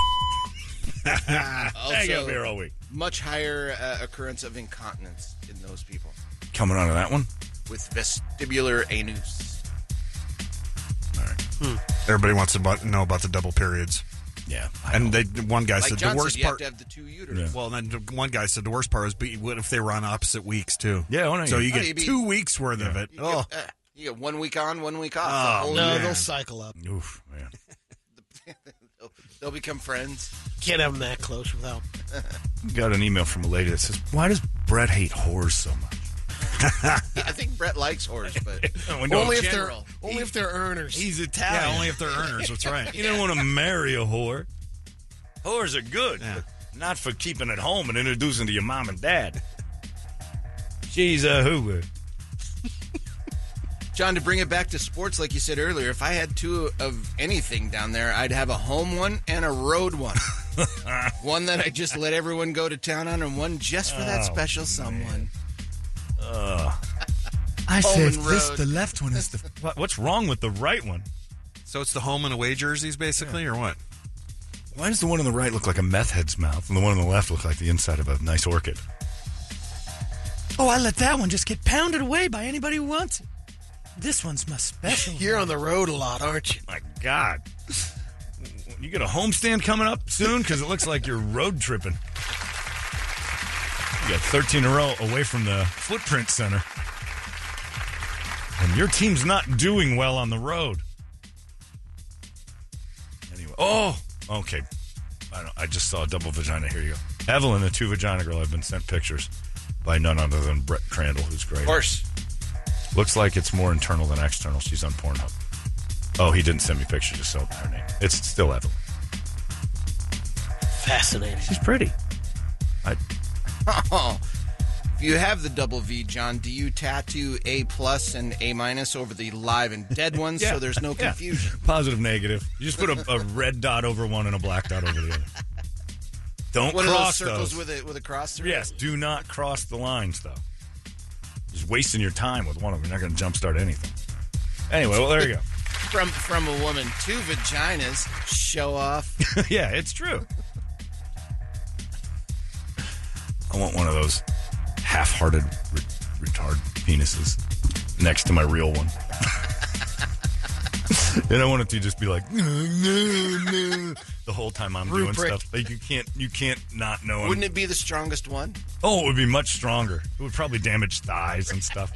[SPEAKER 1] Hang out
[SPEAKER 6] Also,
[SPEAKER 1] here all week.
[SPEAKER 6] much higher uh, occurrence of incontinence in those people
[SPEAKER 1] Coming onto that one.
[SPEAKER 6] with vestibular anus.
[SPEAKER 3] Everybody wants to bu- know about the double periods.
[SPEAKER 1] Yeah.
[SPEAKER 3] And they, one guy
[SPEAKER 6] Like
[SPEAKER 3] said
[SPEAKER 6] John
[SPEAKER 3] the worst
[SPEAKER 6] said, you
[SPEAKER 3] part.
[SPEAKER 6] have to have the two uteruses.
[SPEAKER 3] Well, and then one guy said the worst part is, but what if they were on opposite weeks too?
[SPEAKER 1] Yeah, why don't
[SPEAKER 3] so
[SPEAKER 1] you-
[SPEAKER 3] you
[SPEAKER 6] Oh,
[SPEAKER 3] get
[SPEAKER 6] you'd be-
[SPEAKER 3] two weeks worth of it.
[SPEAKER 6] You
[SPEAKER 3] Oh,
[SPEAKER 6] get, uh, you get one week on, one week off.
[SPEAKER 3] Oh,
[SPEAKER 6] The whole
[SPEAKER 2] No,
[SPEAKER 6] year.
[SPEAKER 2] they'll cycle up.
[SPEAKER 1] Oof, man.
[SPEAKER 6] They'll, they'll become friends.
[SPEAKER 2] Can't have them that close without.
[SPEAKER 1] Got an email from a lady that says, "Why does Brett hate whores so much?"
[SPEAKER 6] Yeah, I think Brett likes horse, but
[SPEAKER 2] only if they're
[SPEAKER 6] general.
[SPEAKER 2] only if they're earners.
[SPEAKER 3] Italian. Yeah, only if they're earners. That's right.
[SPEAKER 1] You don't want to marry a whore. Whores are good, but not for keeping at home and introducing to your mom and dad. She's a hooer.
[SPEAKER 6] John, to bring it back to sports, like you said earlier, if I had two of anything down there, I'd have a home one and a road one. one that I just let everyone go to town on, and one just for that
[SPEAKER 1] Oh,
[SPEAKER 6] special someone.
[SPEAKER 4] I say if
[SPEAKER 6] Owen
[SPEAKER 4] this
[SPEAKER 6] Road.
[SPEAKER 4] the left one is the
[SPEAKER 1] What, what's wrong with the right one?
[SPEAKER 3] So it's the home and away jerseys, basically, or what?
[SPEAKER 1] Why does the one on the right look like a meth head's mouth, and the one on the left look like the inside of a nice orchid?
[SPEAKER 4] Oh, I let that one just get pounded away by anybody who wants it. This one's my special.
[SPEAKER 2] You're on the road a lot, aren't you?
[SPEAKER 1] My God. You got a homestand coming up soon? Because it looks like you're road tripping. You got 13 in a row away from the footprint center. And your team's not doing well on the road. Anyway. Oh, okay. I, don't, I just saw a double vagina. Here you go. Evelyn, the two vagina girl, have been sent pictures by none other than Brett Crandall, who's great.
[SPEAKER 6] Horse.
[SPEAKER 1] Looks like it's more internal than external. She's on Pornhub. Oh, he didn't send me pictures of so her name. It's still Evelyn.
[SPEAKER 2] Fascinating.
[SPEAKER 1] She's pretty. I
[SPEAKER 6] Oh. If you have the double V, John, do you tattoo A plus and A minus over the live and dead ones
[SPEAKER 1] Yeah.
[SPEAKER 6] so there's no
[SPEAKER 1] Yeah.
[SPEAKER 6] confusion?
[SPEAKER 1] positive, negative. You just put a, a red dot over one and a black dot over the other. Don't
[SPEAKER 6] One
[SPEAKER 1] cross
[SPEAKER 6] of those circles
[SPEAKER 1] those.
[SPEAKER 6] with a with a cross through. it?
[SPEAKER 1] yes, do not cross the lines though. Just wasting your time with one of them. You're not going to jumpstart anything. Anyway, well there you go.
[SPEAKER 6] From from a woman, two vaginas. Show off.
[SPEAKER 1] yeah, it's true. I want one of those half-hearted re- retard penises next to my real one. and I want it to just be like "No, no, no," the whole time I'm doing
[SPEAKER 2] Ruprecht.
[SPEAKER 1] stuff. Like you can't you can't not know. I'm-
[SPEAKER 6] Wouldn't it be the strongest one?
[SPEAKER 1] Oh, it would be much stronger. It would probably damage thighs and stuff.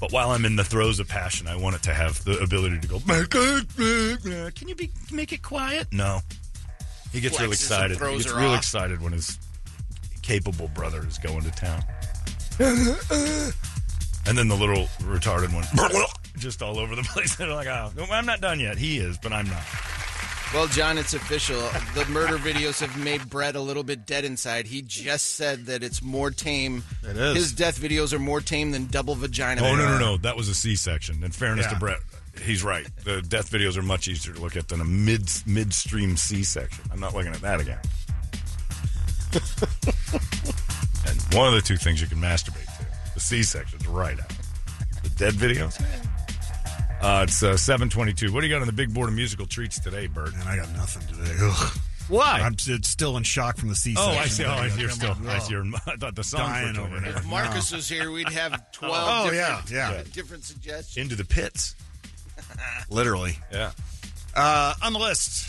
[SPEAKER 1] But while I'm in the throes of passion, I want it to have the ability to go. "Make it- Can you be make it quiet? No, he gets real
[SPEAKER 6] Flexes
[SPEAKER 1] excited.
[SPEAKER 6] and
[SPEAKER 1] He
[SPEAKER 6] throws
[SPEAKER 1] gets
[SPEAKER 6] her
[SPEAKER 1] real
[SPEAKER 6] off.
[SPEAKER 1] excited when his capable brother is going to town. And then the little retarded one, just all over the place. They're like, "Oh, I'm not done yet. He is, but I'm not."
[SPEAKER 6] Well, John, it's official. The murder videos have made Brett a little bit dead inside. He just said that it's more tame. It
[SPEAKER 3] is.
[SPEAKER 6] His death videos are more tame than double vagina.
[SPEAKER 1] Oh no no no! That was a C-section. In fairness to
[SPEAKER 3] Yeah.
[SPEAKER 1] Brett, he's right. The death videos are much easier to look at than a mid midstream C-section. I'm not looking at that again. and one of the two things you can masturbate to: the C-section's right out. The dead videos. Uh, it's uh, 722. What do you got on the big board of musical treats today, Bert?
[SPEAKER 3] Man, I got nothing today. Ugh.
[SPEAKER 1] Why?
[SPEAKER 3] I'm s- it's still in shock from the C
[SPEAKER 1] oh,
[SPEAKER 3] section.
[SPEAKER 1] I see. Oh, you're still. I, see. You're- I thought the songs
[SPEAKER 3] Dying
[SPEAKER 1] were
[SPEAKER 3] over
[SPEAKER 1] over there.
[SPEAKER 3] there.
[SPEAKER 6] Marcus was here, we'd have 12
[SPEAKER 3] Oh, yeah,
[SPEAKER 6] different,
[SPEAKER 3] yeah.
[SPEAKER 6] different suggestions.
[SPEAKER 1] Into the pits.
[SPEAKER 3] Literally.
[SPEAKER 1] Yeah.
[SPEAKER 3] Uh, on the list,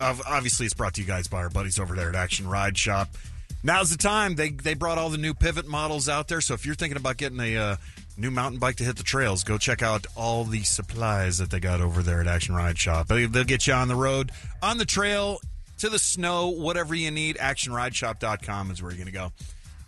[SPEAKER 3] of, obviously, it's brought to you guys by our buddies over there at Action Ride Shop. Now's the time. They they brought all the new pivot models out there. So if you're thinking about getting a uh, new mountain bike to hit the trails, go check out all the supplies that they got over there at Action Ride Shop. They, they'll get you on the road, on the trail, to the snow, whatever you need. ActionRideShop.com is where you're going to go.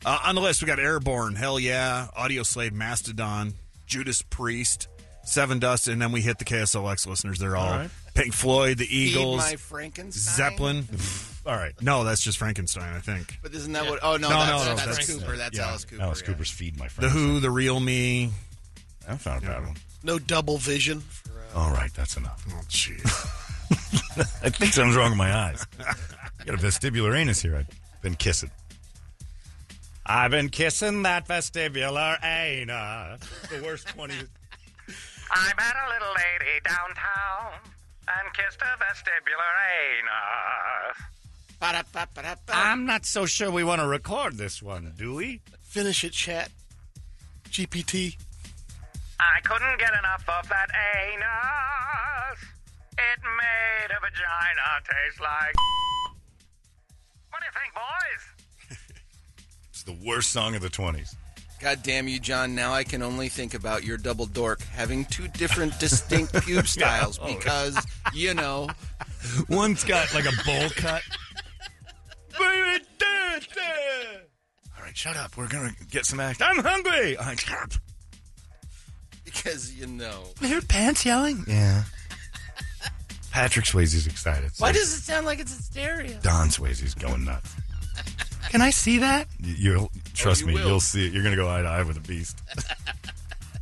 [SPEAKER 3] Uh, on the list, we got Airborne, Hell Yeah, Audio Slave, Mastodon, Judas Priest, Seven Dust, and then we hit the KSLX listeners. They're all, Pink Floyd, the
[SPEAKER 6] Feed
[SPEAKER 3] Eagles,
[SPEAKER 6] my Frankenstein.
[SPEAKER 3] Zeppelin.
[SPEAKER 1] All right.
[SPEAKER 3] No, that's just Frankenstein, I think.
[SPEAKER 6] But isn't that what? Oh no,
[SPEAKER 3] No,
[SPEAKER 6] that's,
[SPEAKER 3] no, no,
[SPEAKER 6] that's,
[SPEAKER 3] that's-
[SPEAKER 6] Cooper. That's
[SPEAKER 3] yeah,
[SPEAKER 6] Alice Cooper.
[SPEAKER 1] Alice
[SPEAKER 6] yeah.
[SPEAKER 1] Cooper's feed, my
[SPEAKER 3] The
[SPEAKER 1] friend.
[SPEAKER 3] Who, the Real Me.
[SPEAKER 1] That's not a bad one.
[SPEAKER 2] No double vision.
[SPEAKER 1] All right, that's enough.
[SPEAKER 3] Oh, jeez.
[SPEAKER 1] I think something's wrong with my eyes. I got a vestibular anus here. I've been kissing. I've been kissing that vestibular anus. The worst 20.
[SPEAKER 10] I met a little lady downtown and kissed her vestibular anus.
[SPEAKER 6] Ba-da-ba-ba-da-ba.
[SPEAKER 1] I'm not so sure we want to record this one, do we?
[SPEAKER 2] Finish it, chat. GPT.
[SPEAKER 10] I couldn't get enough of that anus. It made a vagina taste like. What do you think, boys?
[SPEAKER 1] It's the worst song of the 20s.
[SPEAKER 6] God damn you, John. Now I can only think about your double dork having two different distinct pube styles because, you know,
[SPEAKER 1] One's got like a bowl cut. All right, shut up. We're going to get some action. I'm hungry. All right, shut up.
[SPEAKER 6] because, you know.
[SPEAKER 4] I heard pants yelling.
[SPEAKER 1] Yeah. Patrick Swayze's excited.
[SPEAKER 4] Why does it sound like it's in stereo?
[SPEAKER 1] Don Swayze's going nuts?
[SPEAKER 4] Can I see that?
[SPEAKER 1] Y- You'll trust
[SPEAKER 6] Oh, you
[SPEAKER 1] me.
[SPEAKER 6] will.
[SPEAKER 1] You'll see it. You're gonna go eye to eye with a beast.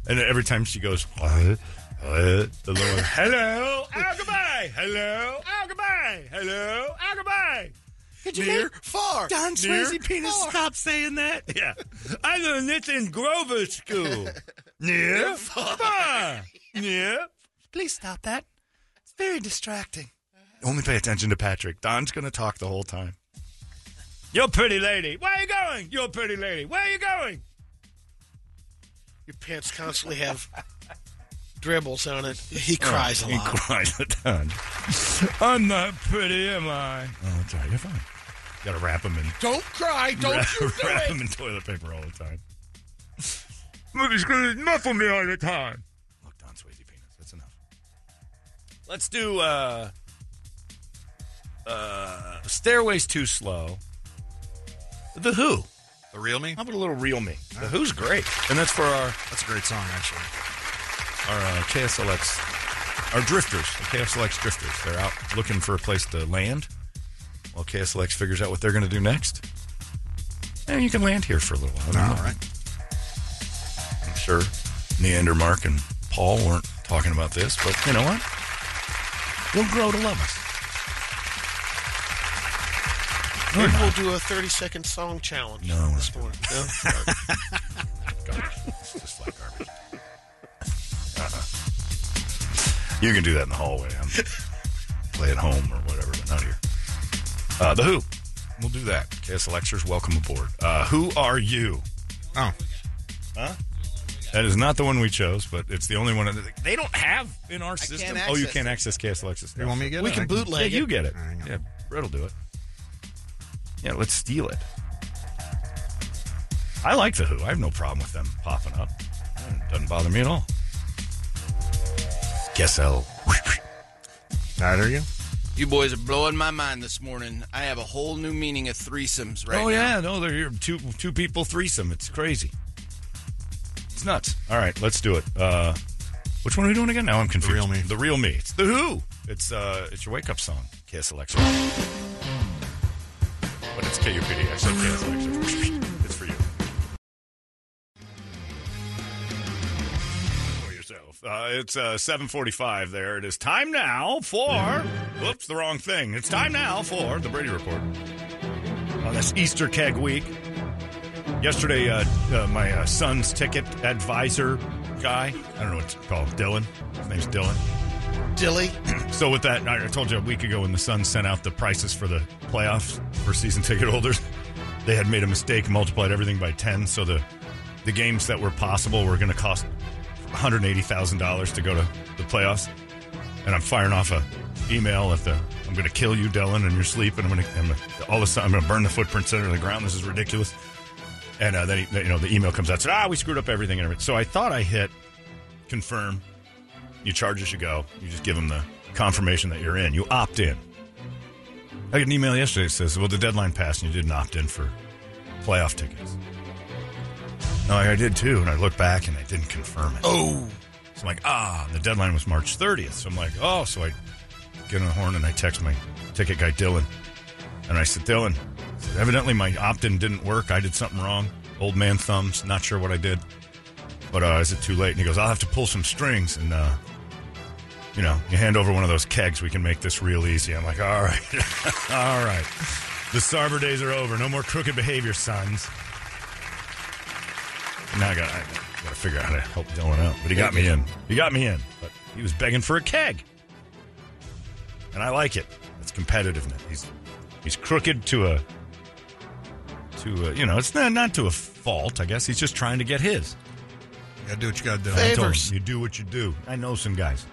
[SPEAKER 1] and every time she goes, "Uh, uh," the little one, hello, oh goodbye, hello, oh goodbye, hello, oh goodbye.
[SPEAKER 4] Could you make
[SPEAKER 6] Far.
[SPEAKER 4] Don
[SPEAKER 1] Near?
[SPEAKER 4] Swayze penis stop saying that?
[SPEAKER 1] Yeah, I learned this in Grover School. Near far, near.
[SPEAKER 4] Please stop that. It's very distracting.
[SPEAKER 1] Only pay attention to Patrick. Don's gonna talk the whole time. You're a pretty lady. Where are you going? You're a pretty lady. Where are you going?
[SPEAKER 2] Your pants constantly have dribbles on it. He cries a
[SPEAKER 1] He
[SPEAKER 2] lot.
[SPEAKER 1] cries a ton. I'm not pretty, am I? Oh, it's all right. You're fine. You gotta wrap them in.
[SPEAKER 2] Don't cry. Don't
[SPEAKER 1] wrap,
[SPEAKER 2] you do
[SPEAKER 1] wrap
[SPEAKER 2] it.
[SPEAKER 1] them in toilet paper all the time. Mommy's gonna muffle me all the time. Look, Don Swayze penis. That's enough. Let's do uh, uh, Stairways Too Slow. The Who.
[SPEAKER 3] the Real Me? Uh,
[SPEAKER 1] How about a little Real Me? The Who's great, and that's for our
[SPEAKER 3] That's a great song, actually.
[SPEAKER 1] our uh, KSLX, our drifters, the KSLX drifters. They're out looking for a place to land while KSLX figures out what they're going to do next. And you can land here for a little while.
[SPEAKER 3] All right.
[SPEAKER 1] I'm sure Neander, Mark, and Paul weren't talking about this, but you know what? We'll grow to love us.
[SPEAKER 2] Maybe we'll do a 30 second song challenge.
[SPEAKER 1] No, we're
[SPEAKER 2] this
[SPEAKER 1] not doing
[SPEAKER 2] morning. No?
[SPEAKER 1] Garbage. It's just like garbage. Uh-uh. You can do that in the hallway. I'm play at home or whatever, but not here. Uh, the Who. We'll do that. KSLXers, welcome aboard. Uh, who are you?
[SPEAKER 3] Oh,
[SPEAKER 1] That is not the one we chose, but it's the only one that they don't have in our system.
[SPEAKER 6] can't
[SPEAKER 1] Oh, you
[SPEAKER 6] access
[SPEAKER 1] can't access KSLX's.
[SPEAKER 3] you want me to get
[SPEAKER 2] We
[SPEAKER 3] it?
[SPEAKER 2] can
[SPEAKER 3] I
[SPEAKER 2] bootleg
[SPEAKER 1] yeah, you
[SPEAKER 2] it.
[SPEAKER 1] get it.
[SPEAKER 3] Hang on.
[SPEAKER 1] Yeah, Brett'll do it. Yeah, let's steal it. I like the Who. I have no problem with them popping up. It doesn't bother me at all. Guess I'll.
[SPEAKER 3] Neither you?
[SPEAKER 6] You boys are blowing my mind this morning. I have a whole new meaning of threesomes right
[SPEAKER 1] oh
[SPEAKER 6] now.
[SPEAKER 1] yeah, no, they're here. two two people threesome. It's crazy. It's nuts. All right, let's do it. Uh, which one are we doing again? Now I'm confused.
[SPEAKER 3] Real Me.
[SPEAKER 1] The real me. It's the Who. It's uh, it's your wake up song. Kiss Alexa. But it's KUPD. I said KS Alexa. It's for you. For yourself. Uh, it's uh, 7:45. There it is. Time now for. Whoops, the wrong thing. It's time now for the Brady Report. Oh, that's Easter Keg Week. Yesterday, uh, uh, my uh, son's ticket advisor guy. I don't know what it's called. Dylan. His name's Dylan.
[SPEAKER 2] Dilly.
[SPEAKER 1] So with that, I I told you a week ago when the Suns sent out the prices for the playoffs for season ticket holders, they had made a mistake, multiplied everything by ten, so the the games that were possible were going to cost one hundred eighty thousand dollars to go to the playoffs. And I'm firing off a email at the I'm going to kill you, Dylan, in your sleep, and I'm going to I'm gonna, all of a sudden I'm going to burn the footprints under the ground. This is ridiculous. And uh, then he, you know the email comes out said ah we screwed up everything and everything. So I thought I hit confirm. You charge as you go. You just give them the confirmation that you're in. You opt in. I got an email yesterday that says, "Well, the deadline passed and you didn't opt in for playoff tickets." No, I did too, and I looked back and I didn't confirm it.
[SPEAKER 2] Oh.
[SPEAKER 1] So I'm like, ah, and the deadline was March 30th. So I'm like, oh, so I get on the horn and I text my ticket guy, Dylan. And I said, Dylan, I said, evidently my opt in didn't work. I did something wrong. Old man thumbs, not sure what I did. But uh, is it too late? And he goes, I'll have to pull some strings and, uh, you know, you hand over one of those kegs, we can make this real easy. I'm like, all right, all right. The Sarber days are over. No more crooked behavior, sons. Now I got I got to figure out how to help Dylan out. But he got me in. He got me in. But he was begging for a keg, and I like it. It's competitiveness. He's he's crooked to a to a you know it's not not to a fault. I guess he's just trying to get his.
[SPEAKER 3] You gotta do what you gotta do.
[SPEAKER 1] I told him,
[SPEAKER 2] Favors.
[SPEAKER 1] you do what you do. I know some guys.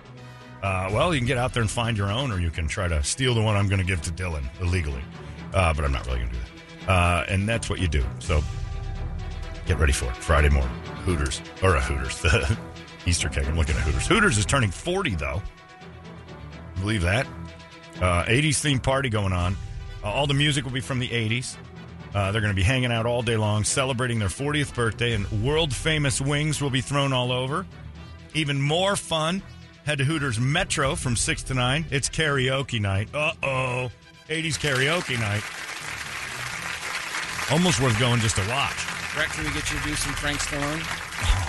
[SPEAKER 1] Uh, well, you can get out there and find your own, or you can try to steal the one I'm going to give to Dylan illegally. Uh, but I'm not really going to do that. Uh, and that's what you do. So get ready for it. Friday morning, Hooters or a Hooters, the Easter cake. I'm looking at Hooters. Hooters is turning 40 though. Believe that. Uh, 80s themed party going on. Uh, all the music will be from the 80s. Uh, they're going to be hanging out all day long, celebrating their 40th birthday, and world famous wings will be thrown all over. Even more fun, head to Hooters Metro from 6 to 9. It's karaoke night. Uh oh. 80s karaoke night. Almost worth going just to watch.
[SPEAKER 6] Brett, can we get you to do some Frank Stallone?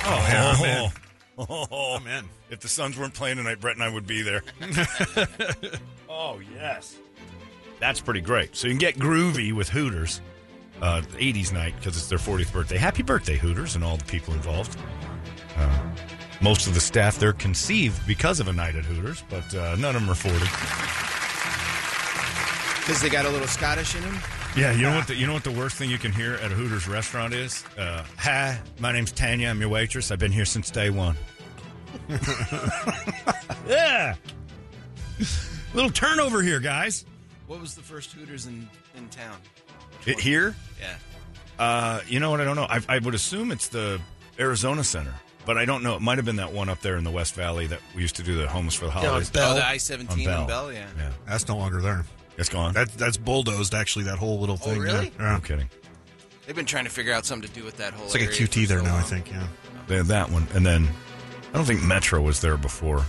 [SPEAKER 1] Oh,
[SPEAKER 3] yeah, I'm in.
[SPEAKER 1] Oh,
[SPEAKER 3] I'm in.
[SPEAKER 1] If the Suns weren't playing tonight, Brett and I would be there. oh, yes. That's pretty great. So you can get groovy with Hooters uh, 80s night because it's their 40th birthday. Happy birthday, Hooters, and all the people involved. Uh, most of the staff there conceived because of a night at Hooters, but uh, none of them are 40.
[SPEAKER 6] Because they got a little Scottish in them.
[SPEAKER 1] Yeah, you know what? The, you know what the worst thing you can hear at a Hooters restaurant is? Uh, Hi, my name's Tanya. I'm your waitress. I've been here since day one. yeah, little turnover here, guys.
[SPEAKER 6] What was the first Hooters in, in town? Oh,
[SPEAKER 1] It, here,
[SPEAKER 6] Yeah.
[SPEAKER 1] uh, you know what? I don't know. I, I would assume it's the Arizona Center, but I don't know. It might have been that one up there in the West Valley that we used to do the homeless for the holidays.
[SPEAKER 6] Oh,
[SPEAKER 2] Bell.
[SPEAKER 6] the I 17
[SPEAKER 1] On Bell.
[SPEAKER 6] in Bell, yeah.
[SPEAKER 1] yeah,
[SPEAKER 3] That's no longer there.
[SPEAKER 1] it's gone.
[SPEAKER 3] That that's bulldozed actually. That whole little thing.
[SPEAKER 6] Oh, really?
[SPEAKER 3] Yeah.
[SPEAKER 1] no kidding.
[SPEAKER 6] They've been trying to figure out something to do with that whole
[SPEAKER 3] It's like a
[SPEAKER 6] area for
[SPEAKER 3] QT there
[SPEAKER 6] so
[SPEAKER 3] now. I
[SPEAKER 6] long.
[SPEAKER 3] think. Yeah.
[SPEAKER 1] They had that one, and then I don't think Metro was there before.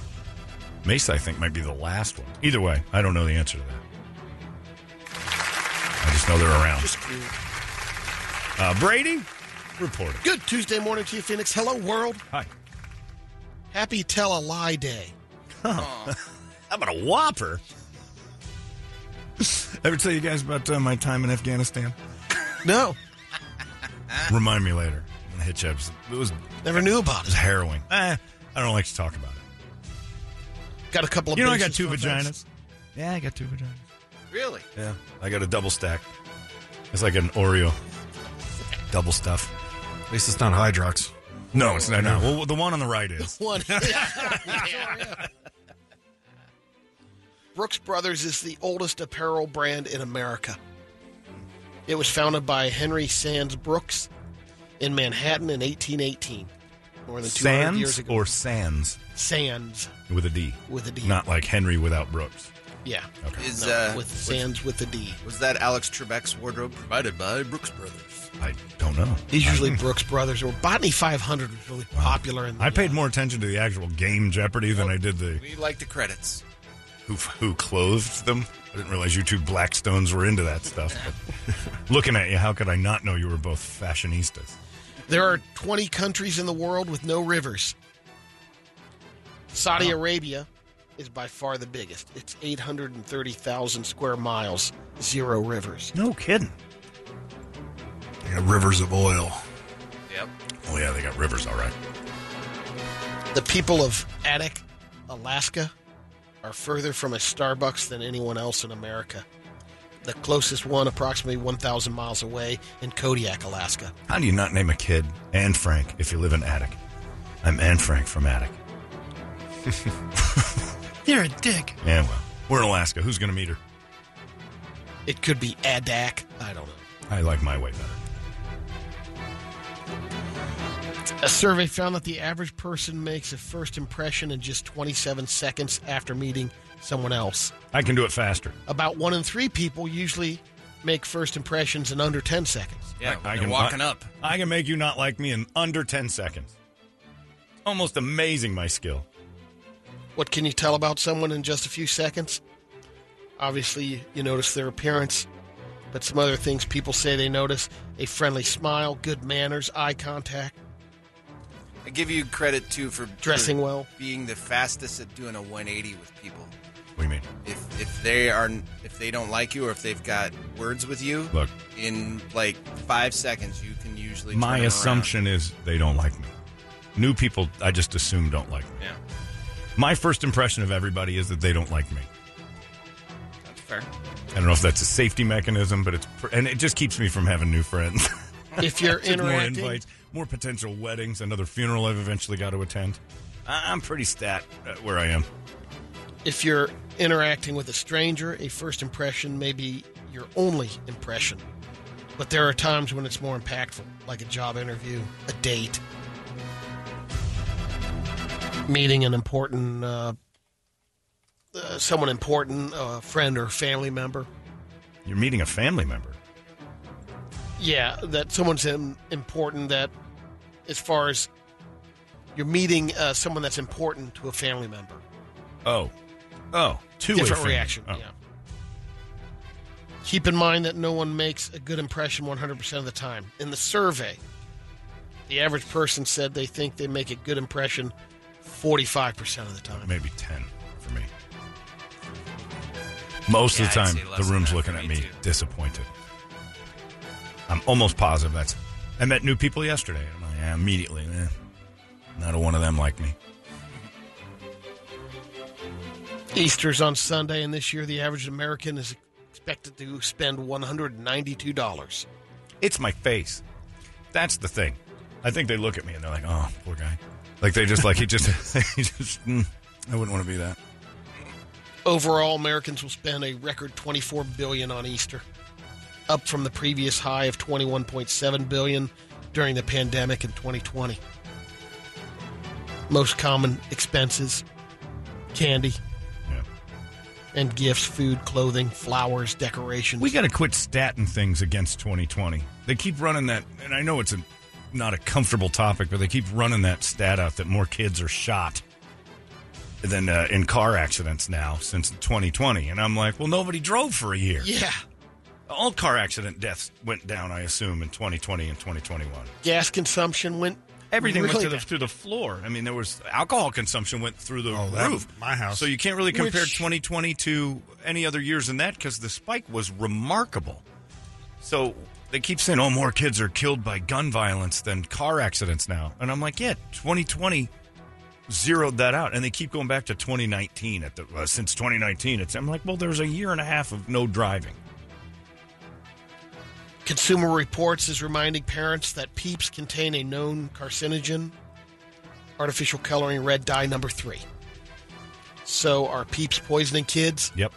[SPEAKER 1] Mesa, I think, might be the last one. Either way, I don't know the answer to that. I just know they're around.
[SPEAKER 2] Just cute.
[SPEAKER 1] Uh, Brady, report it.
[SPEAKER 2] Good Tuesday morning to you, Phoenix. Hello, world.
[SPEAKER 1] Hi.
[SPEAKER 2] Happy Tell a Lie Day.
[SPEAKER 1] How about a Whopper? Ever tell you guys about uh, my time in Afghanistan?
[SPEAKER 2] No,
[SPEAKER 1] Remind me later. I'm gonna hit you up. It was, it
[SPEAKER 2] never knew about
[SPEAKER 1] was
[SPEAKER 2] it.
[SPEAKER 1] harrowing. Eh, I don't like to talk about it.
[SPEAKER 2] Got a couple of
[SPEAKER 1] You know, I got
[SPEAKER 2] bases
[SPEAKER 1] two
[SPEAKER 2] for offense.
[SPEAKER 1] vaginas. Yeah, I got two vaginas.
[SPEAKER 6] Really?
[SPEAKER 1] Yeah, I got a double stack. It's like an Oreo, double stuff.
[SPEAKER 3] At least it's not Hydrox.
[SPEAKER 1] No, it's not. No. Well, the one on the right is.
[SPEAKER 2] One. Yeah. Brooks Brothers is the oldest apparel brand in America. It was founded by Henry Sands Brooks in Manhattan in 1818. More than 200 years
[SPEAKER 1] Sands
[SPEAKER 2] ago.
[SPEAKER 1] or Sands
[SPEAKER 2] Sands
[SPEAKER 1] with a D.
[SPEAKER 2] with a D.
[SPEAKER 1] Not like Henry without Brooks.
[SPEAKER 2] yeah.
[SPEAKER 1] Okay.
[SPEAKER 6] Is
[SPEAKER 2] No,
[SPEAKER 6] uh,
[SPEAKER 2] with Sands with a D.
[SPEAKER 6] was that Alex Trebek's wardrobe provided by Brooks Brothers?
[SPEAKER 1] I don't know.
[SPEAKER 2] He's usually Brooks Brothers or Botany 500 was really popular in the
[SPEAKER 1] I paid
[SPEAKER 2] uh,
[SPEAKER 1] more attention to the actual game Jeopardy than I did the
[SPEAKER 6] We like the credits.
[SPEAKER 1] who who clothed them. I didn't realize you two Blackstones were into that stuff. But looking at you, how could I not know you were both fashionistas?
[SPEAKER 2] There are 20 countries in the world with no rivers. Saudi Arabia is by far the biggest. It's 830,000 square miles, zero rivers.
[SPEAKER 11] No kidding.
[SPEAKER 3] They got rivers of oil.
[SPEAKER 6] Yep.
[SPEAKER 1] Oh yeah, they got rivers, all right.
[SPEAKER 2] The people of Attic, Alaska, are further from a Starbucks than anyone else in America. The closest one, approximately 1,000 miles away, in Kodiak, Alaska.
[SPEAKER 1] How do you not name a kid Anne Frank if you live in Attic? I'm Anne Frank from Attic.
[SPEAKER 4] You're a dick.
[SPEAKER 1] Yeah, well, we're in Alaska. Who's going to meet her?
[SPEAKER 2] It could be Adak. I don't know.
[SPEAKER 1] I like my way better.
[SPEAKER 2] A survey found that the average person makes a first impression in just 27 seconds after meeting someone else.
[SPEAKER 1] I can do it faster.
[SPEAKER 2] About one in three people usually make first impressions in under 10 seconds.
[SPEAKER 6] Yeah,
[SPEAKER 1] I
[SPEAKER 6] I
[SPEAKER 1] can-
[SPEAKER 6] can walking up.
[SPEAKER 1] I can make you not like me in under 10 seconds. Almost amazing, my skill.
[SPEAKER 2] What can you tell about someone in just a few seconds? Obviously, you notice their appearance, but some other things people say they notice a friendly smile, good manners, eye contact,
[SPEAKER 6] I give you credit too for
[SPEAKER 2] dressing
[SPEAKER 6] for
[SPEAKER 2] well.
[SPEAKER 6] being the fastest at doing a 180 with people.
[SPEAKER 1] What do you mean?
[SPEAKER 6] If if they are if they don't like you or if they've got words with you,
[SPEAKER 1] Look.
[SPEAKER 6] in like five seconds you can usually.
[SPEAKER 1] My
[SPEAKER 6] turn 'em
[SPEAKER 1] assumption is they don't like me. New people, I just assume, don't like me.
[SPEAKER 6] Around.
[SPEAKER 1] My first impression of everybody is that they don't like me.
[SPEAKER 6] Yeah, that's fair.
[SPEAKER 1] I don't know if that's a safety mechanism, but it's. Pr- and it just keeps me from having new friends.
[SPEAKER 2] If you're
[SPEAKER 1] Just more
[SPEAKER 2] interacting,
[SPEAKER 1] invites, more potential weddings, another funeral I've eventually got to attend. I- I'm pretty stat uh, where I am.
[SPEAKER 2] if you're interacting with a stranger, a first impression may be your only impression. But there are times when it's more impactful, like a job interview, a date, meeting an important uh, uh, someone important, a friend or family member.
[SPEAKER 1] You're meeting a family member.
[SPEAKER 2] Yeah, that someone's im- important. That as far as you're meeting uh, someone that's important to a family member,
[SPEAKER 1] Oh. Oh. Two
[SPEAKER 2] different reaction.
[SPEAKER 1] Oh.
[SPEAKER 2] Yeah. Keep in mind that no one makes a good impression 100% of the time. In the survey, the average person said they think they make a good impression 45% of the time.
[SPEAKER 1] maybe 10 for me. Most
[SPEAKER 6] Yeah,
[SPEAKER 1] of
[SPEAKER 6] I'd
[SPEAKER 1] the time,
[SPEAKER 6] say less
[SPEAKER 1] the
[SPEAKER 6] than
[SPEAKER 1] room's
[SPEAKER 6] that
[SPEAKER 1] looking
[SPEAKER 6] for
[SPEAKER 1] at
[SPEAKER 6] me,
[SPEAKER 1] me
[SPEAKER 6] too.
[SPEAKER 1] disappointed. I'm almost positive that's. I met new people yesterday. I'm like, yeah, immediately, eh, not a one of them like me.
[SPEAKER 2] Easter's on Sunday, and this year the average American is expected to spend $192.
[SPEAKER 1] It's my face. That's the thing. I think they look at me and they're like, oh, poor guy. Like they just like he just he just. mm, I wouldn't want to be that.
[SPEAKER 2] Overall, Americans will spend a record 24 billion on Easter, up from the previous high of 21.7 billion during the pandemic in 2020. Most common expenses: candy
[SPEAKER 1] Yeah.
[SPEAKER 2] and gifts, food, clothing, flowers, decorations.
[SPEAKER 1] We got to quit statting things against 2020. They keep running that, and I know it's a, not a comfortable topic, but they keep running that stat out that more kids are shot than uh, in car accidents now since 2020. And I'm like, well, nobody drove for a year.
[SPEAKER 2] yeah,
[SPEAKER 1] All car accident deaths went down, I assume, in 2020 and 2021.
[SPEAKER 2] gas consumption went
[SPEAKER 1] Everything
[SPEAKER 2] really
[SPEAKER 1] went to the,
[SPEAKER 2] down.
[SPEAKER 1] through the floor. I mean, there was alcohol consumption went through the
[SPEAKER 3] Oh, that-
[SPEAKER 1] roof.
[SPEAKER 3] my house.
[SPEAKER 1] So you can't really compare
[SPEAKER 2] Which-
[SPEAKER 1] 2020 to any other years than that because the spike was remarkable. So they keep saying, "Oh, more kids are killed by gun violence than car accidents now," and I'm like, "Yeah, 2020 zeroed that out," and they keep going back to 2019 at the uh, since 2019. It's I'm like, "Well, there's a year and a half of no driving."
[SPEAKER 2] Consumer Reports is reminding parents that Peeps contain a known carcinogen, artificial coloring red dye number three. So are Peeps poisoning kids?
[SPEAKER 1] Yep.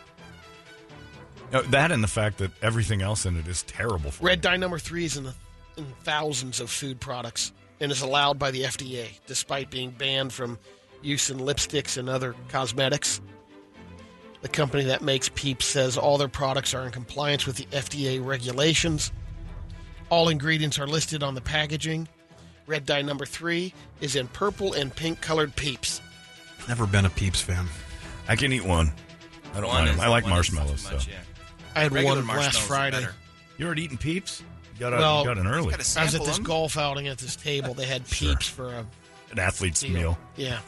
[SPEAKER 1] Uh, that and the fact that everything else in it is terrible. For
[SPEAKER 2] Red
[SPEAKER 1] you.
[SPEAKER 2] dye number three is in, the, in thousands of food products and is allowed by the FDA, despite being banned from use in lipsticks and other cosmetics. The company that makes Peeps says all their products are in compliance with the FDA regulations. All ingredients are listed on the packaging. Red dye number three is in purple and pink colored Peeps.
[SPEAKER 3] Never been a Peeps fan.
[SPEAKER 1] I can eat one. I don't mind
[SPEAKER 6] is-
[SPEAKER 1] them. I like
[SPEAKER 6] one is
[SPEAKER 1] marshmallows.
[SPEAKER 6] much,
[SPEAKER 1] so.
[SPEAKER 6] yeah.
[SPEAKER 2] I had
[SPEAKER 6] Regular
[SPEAKER 2] one last
[SPEAKER 6] marshmallows are
[SPEAKER 2] Friday.
[SPEAKER 6] better.
[SPEAKER 1] You already eating peeps? You got, out,
[SPEAKER 2] Well,
[SPEAKER 1] you got an early.
[SPEAKER 6] Gotta
[SPEAKER 2] I was at
[SPEAKER 6] sample
[SPEAKER 2] this
[SPEAKER 6] 'em.
[SPEAKER 2] golf outing at this table. They had
[SPEAKER 1] Sure.
[SPEAKER 2] Peeps for a
[SPEAKER 1] an athlete's
[SPEAKER 2] deal.
[SPEAKER 1] meal.
[SPEAKER 2] Yeah.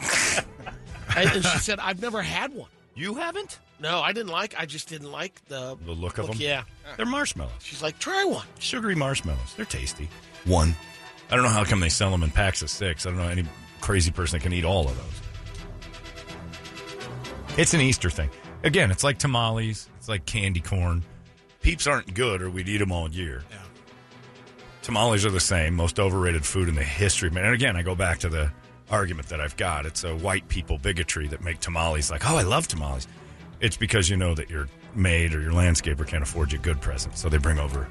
[SPEAKER 2] I, and she said, I've never had one.
[SPEAKER 1] You haven't?
[SPEAKER 2] No, I didn't like. I just didn't like the
[SPEAKER 1] The look of them?
[SPEAKER 2] Yeah,
[SPEAKER 1] They're marshmallows.
[SPEAKER 2] she's like, try one.
[SPEAKER 1] Sugary marshmallows. They're tasty. One. I don't know how come they sell them in packs of six. I don't know any crazy person that can eat all of those. It's an Easter thing. Again, it's like tamales. It's like candy corn. Peeps aren't good, or we'd eat them all year. Tamales are the same, most overrated food in the history of man. And again, I go back to the argument that I've got. It's a white people bigotry that make tamales like, oh, I love tamales. It's because you know that your maid or your landscaper can't afford you a good present, so they bring over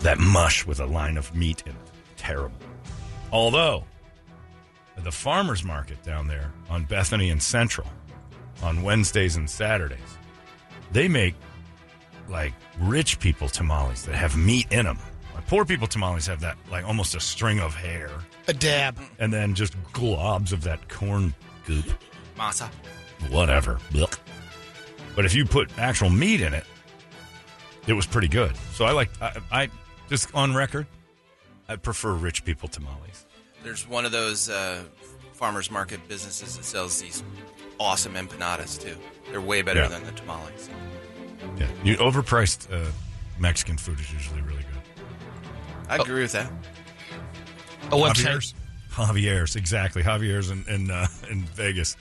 [SPEAKER 1] that mush with a line of meat in it. Terrible. Although, the farmers market down there on Bethany and Central on Wednesdays and Saturdays, they make like rich people tamales that have meat in them. Like poor people tamales have that like almost a string of hair
[SPEAKER 2] A dab.
[SPEAKER 1] and then just globs of that corn goop,
[SPEAKER 6] Masa.
[SPEAKER 1] whatever. Blech. But if you put actual meat in it, it was pretty good. So I like I, I just on record, I prefer rich people tamales.
[SPEAKER 6] There's one of those uh, farmers market businesses that sells these awesome empanadas too. They're way better
[SPEAKER 1] Yeah.
[SPEAKER 6] than the tamales.
[SPEAKER 1] Yeah, you overpriced uh, Mexican food is usually really good.
[SPEAKER 6] I agree with that.
[SPEAKER 2] A website.
[SPEAKER 1] Javier's, Javier's, exactly. Javier's in in, uh, in Vegas,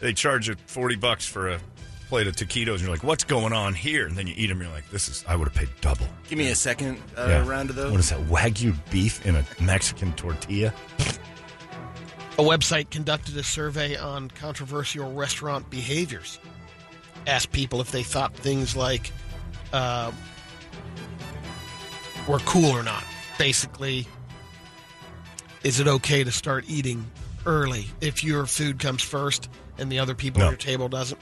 [SPEAKER 1] they charge you forty bucks for a plate of taquitos, and you're like, "What's going on here?" And then you eat them, you're like, "This is I would have paid double."
[SPEAKER 6] Give me a second uh,
[SPEAKER 1] Yeah.
[SPEAKER 6] round of
[SPEAKER 1] What
[SPEAKER 6] those.
[SPEAKER 1] is that? Wagyu beef in a Mexican tortilla?
[SPEAKER 2] A website conducted a survey on controversial restaurant behaviors. Asked people if they thought things like uh, were cool or not. Basically, is it okay to start eating early if your food comes first and the other people
[SPEAKER 1] No.
[SPEAKER 2] at your table doesn't?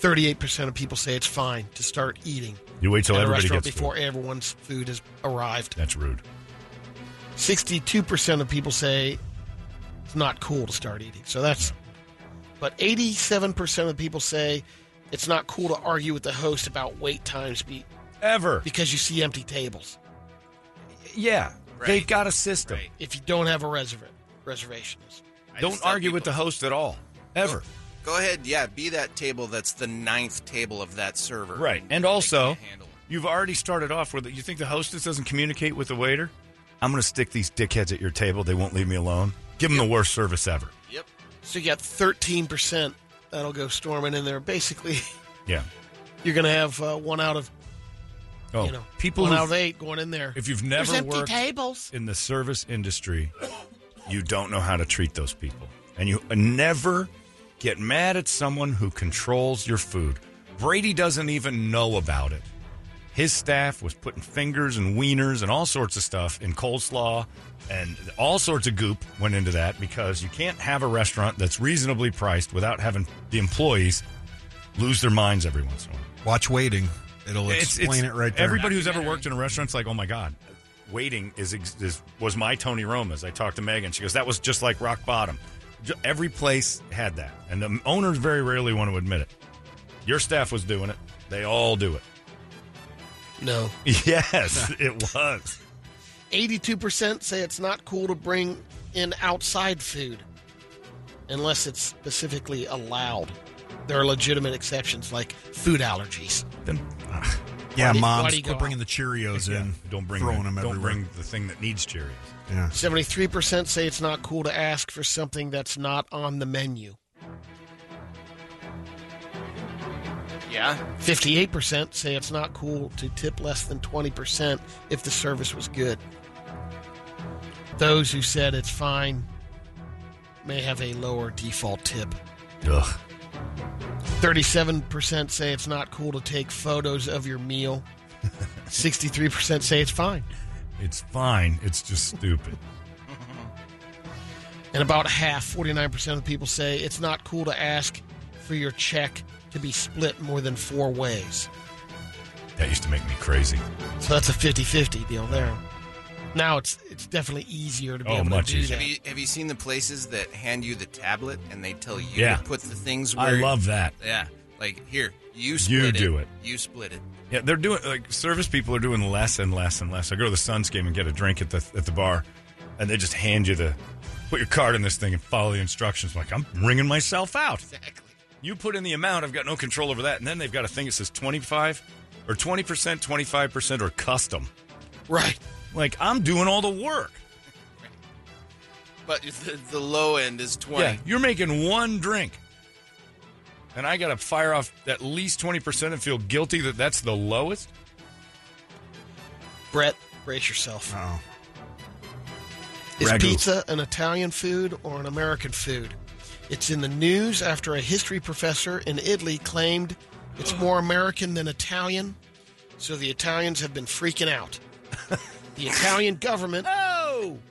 [SPEAKER 2] 38% of people say it's fine to start eating
[SPEAKER 1] You wait till
[SPEAKER 2] at a
[SPEAKER 1] everybody
[SPEAKER 2] restaurant
[SPEAKER 1] gets
[SPEAKER 2] before
[SPEAKER 1] food.
[SPEAKER 2] everyone's food has arrived.
[SPEAKER 1] That's rude.
[SPEAKER 2] 62% of people say it's not cool to start eating. So that's, but 87% of people say it's not cool to argue with the host about wait times be,
[SPEAKER 1] Ever?
[SPEAKER 2] because you see empty tables
[SPEAKER 1] Yeah,
[SPEAKER 6] Right.
[SPEAKER 1] they've got a system.
[SPEAKER 6] Right.
[SPEAKER 2] if you don't have a reserva- reservations.
[SPEAKER 6] I
[SPEAKER 1] Don't
[SPEAKER 6] just tell
[SPEAKER 1] argue with the
[SPEAKER 6] people,
[SPEAKER 1] host at all. Ever.
[SPEAKER 6] Go ahead, yeah, be that table that's the ninth table of that server.
[SPEAKER 1] Right, and
[SPEAKER 6] They
[SPEAKER 1] also-
[SPEAKER 6] can't handle it.
[SPEAKER 1] You've already started off with it. You think the hostess doesn't communicate with the waiter? I'm going to stick these dickheads at your table. They won't leave me alone. Give them the worst service ever.
[SPEAKER 6] Yep.
[SPEAKER 2] So you got 13% that'll go storming in there. Basically,
[SPEAKER 1] Yeah.
[SPEAKER 2] you're going to have uh, one out of,
[SPEAKER 1] Oh,
[SPEAKER 2] you know,
[SPEAKER 1] people
[SPEAKER 2] one
[SPEAKER 1] who
[SPEAKER 2] out of eight going in there.
[SPEAKER 1] if you've
[SPEAKER 2] There's
[SPEAKER 1] never
[SPEAKER 2] empty
[SPEAKER 1] worked
[SPEAKER 2] tables.
[SPEAKER 1] in the service industry, you don't know how to treat those people. And you never get mad at someone who controls your food. Brady doesn't even know about it. His staff was putting fingers and wieners and all sorts of stuff in coleslaw and all sorts of goop went into that because you can't have a restaurant that's reasonably priced without having the employees lose their minds every once in a while.
[SPEAKER 3] Watch waiting. It'll
[SPEAKER 1] It's-
[SPEAKER 3] explain
[SPEAKER 1] it's-
[SPEAKER 3] it right there.
[SPEAKER 1] Everybody who's ever worked in a restaurant's like, oh my god, waiting is, ex- is was my Tony Roma's. I talked to Megan. She goes, that was just like rock bottom. J- Every place had that, and the owners very rarely want to admit it. Your staff was doing it. They all do it.
[SPEAKER 2] No.
[SPEAKER 1] Yes, it was.
[SPEAKER 2] 82% say it's not cool to bring in outside food unless it's specifically allowed. There are legitimate exceptions like food allergies.
[SPEAKER 1] Then
[SPEAKER 3] ah. yeah,
[SPEAKER 2] Why do-
[SPEAKER 3] mom,
[SPEAKER 2] why do you
[SPEAKER 3] quit
[SPEAKER 2] go
[SPEAKER 3] bringing the Cheerios
[SPEAKER 1] yeah,
[SPEAKER 3] in.
[SPEAKER 1] don't bring
[SPEAKER 3] throwing
[SPEAKER 1] the,
[SPEAKER 3] them
[SPEAKER 1] Don't
[SPEAKER 3] everywhere.
[SPEAKER 1] bring the thing that needs Cheerios.
[SPEAKER 3] Yeah,
[SPEAKER 2] 73% say it's not cool to ask for something that's not on the menu.
[SPEAKER 6] Yeah.
[SPEAKER 2] 58% say it's not cool to tip less than 20% if the service was good. Those who said it's fine may have a lower default tip.
[SPEAKER 1] Ugh.
[SPEAKER 2] 37% say it's not cool to take photos of your meal. 63% say it's fine.
[SPEAKER 1] It's fine. It's just stupid.
[SPEAKER 2] And about half, 49% of people say it's not cool to ask for your check to be split more than four ways.
[SPEAKER 1] that used to make me crazy.
[SPEAKER 2] So that's a 50 50 deal there. Now it's it's definitely easier to be
[SPEAKER 1] Oh,
[SPEAKER 2] able
[SPEAKER 1] much
[SPEAKER 2] to do
[SPEAKER 1] easier.
[SPEAKER 6] Have
[SPEAKER 2] that.
[SPEAKER 6] you, have you seen the places that hand you the tablet and they tell you
[SPEAKER 1] Yeah.
[SPEAKER 6] to put the things where
[SPEAKER 1] I love that.
[SPEAKER 6] Yeah. Like here, you split
[SPEAKER 1] do
[SPEAKER 6] it.
[SPEAKER 1] it.
[SPEAKER 6] You split it.
[SPEAKER 1] Yeah, they're doing like service people are doing less and less and less. I go to the Suns game and get a drink at the at the bar, and they just hand you the put your card in this thing and follow the instructions. like I'm ringing myself out.
[SPEAKER 6] Exactly.
[SPEAKER 1] You put in the amount, I've got no control over that. And then they've got a thing that says twenty five or twenty percent, twenty five percent, or custom.
[SPEAKER 2] Right.
[SPEAKER 1] Like I'm doing all the work.
[SPEAKER 6] but the, the low end is twenty.
[SPEAKER 1] Yeah, you're making one drink, and I got to fire off at least twenty percent and feel guilty that that's the lowest.
[SPEAKER 2] Brett, brace yourself.
[SPEAKER 11] Oh,
[SPEAKER 2] Is
[SPEAKER 11] Ragu.
[SPEAKER 2] pizza an Italian food or an American food? It's in the news after a history professor in Italy claimed it's more American than Italian, so the Italians have been freaking out. The Italian government. Oh!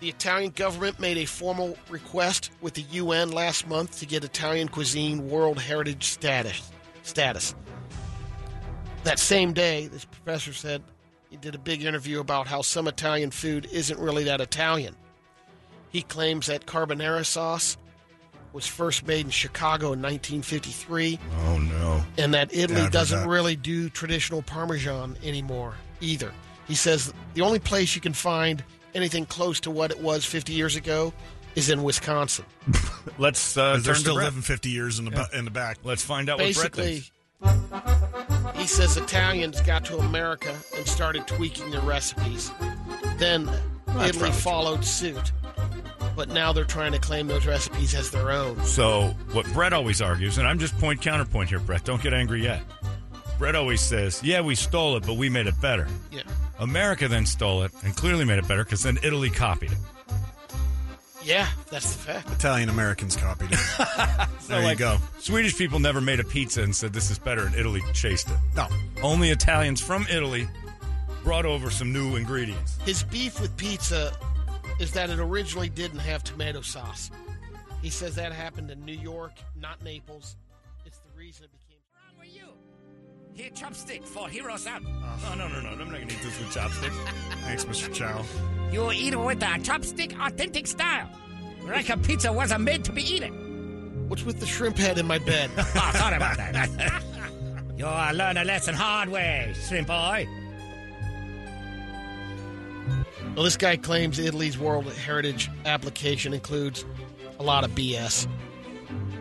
[SPEAKER 2] The Italian government made a formal request with the UN last month to get Italian cuisine World Heritage status. Status. That same day, this professor said he did a big interview about how some Italian food isn't really that Italian. He claims that carbonara sauce was first made in Chicago in 1953
[SPEAKER 1] Oh no!
[SPEAKER 2] and that Italy
[SPEAKER 11] Yeah, I've heard
[SPEAKER 2] doesn't
[SPEAKER 11] that.
[SPEAKER 2] really do traditional Parmesan anymore either. He says the only place you can find anything close to what it was 50 years ago is in Wisconsin.
[SPEAKER 1] Let's uh,
[SPEAKER 11] they're
[SPEAKER 1] turn to
[SPEAKER 11] still
[SPEAKER 1] Brett.
[SPEAKER 11] living fifty years in the ba- in the back.
[SPEAKER 1] Let's find out what Brett
[SPEAKER 2] Basically,
[SPEAKER 1] thinks.
[SPEAKER 2] he says Italians got to America and started tweaking their recipes. Then Italy followed suit, but now they're trying to claim those recipes as their own.
[SPEAKER 1] So, what Brett always argues, and I'm just point counterpoint here, Brett. Don't get angry yet. Brett always says, "Yeah, we stole it, but we made it better."
[SPEAKER 2] Yeah.
[SPEAKER 1] America then stole it and clearly made it better because then Italy copied it.
[SPEAKER 2] Yeah, that's the fact.
[SPEAKER 11] Italian Americans copied it. there you
[SPEAKER 1] like-
[SPEAKER 11] go.
[SPEAKER 1] Swedish people never made a pizza and said this is better, and Italy chased it.
[SPEAKER 11] No,
[SPEAKER 1] Only Italians from Italy brought over some new ingredients.
[SPEAKER 2] His beef with pizza is that it originally didn't have tomato sauce. He says that happened in New York, not Naples. It's the reason it became.
[SPEAKER 3] Here, chopstick for heroes up.
[SPEAKER 1] Oh, no, no, no. I'm not going to eat this with chopsticks.
[SPEAKER 11] thanks, Mr. Chow.
[SPEAKER 3] You eat with a chopstick authentic style. Like a pizza wasn't made to be eaten.
[SPEAKER 2] What's with the shrimp head in my bed?
[SPEAKER 3] Oh, I thought about that. You'll learn a lesson hard way, shrimp boy.
[SPEAKER 2] well, this guy claims Italy's World Heritage application includes a lot of BS.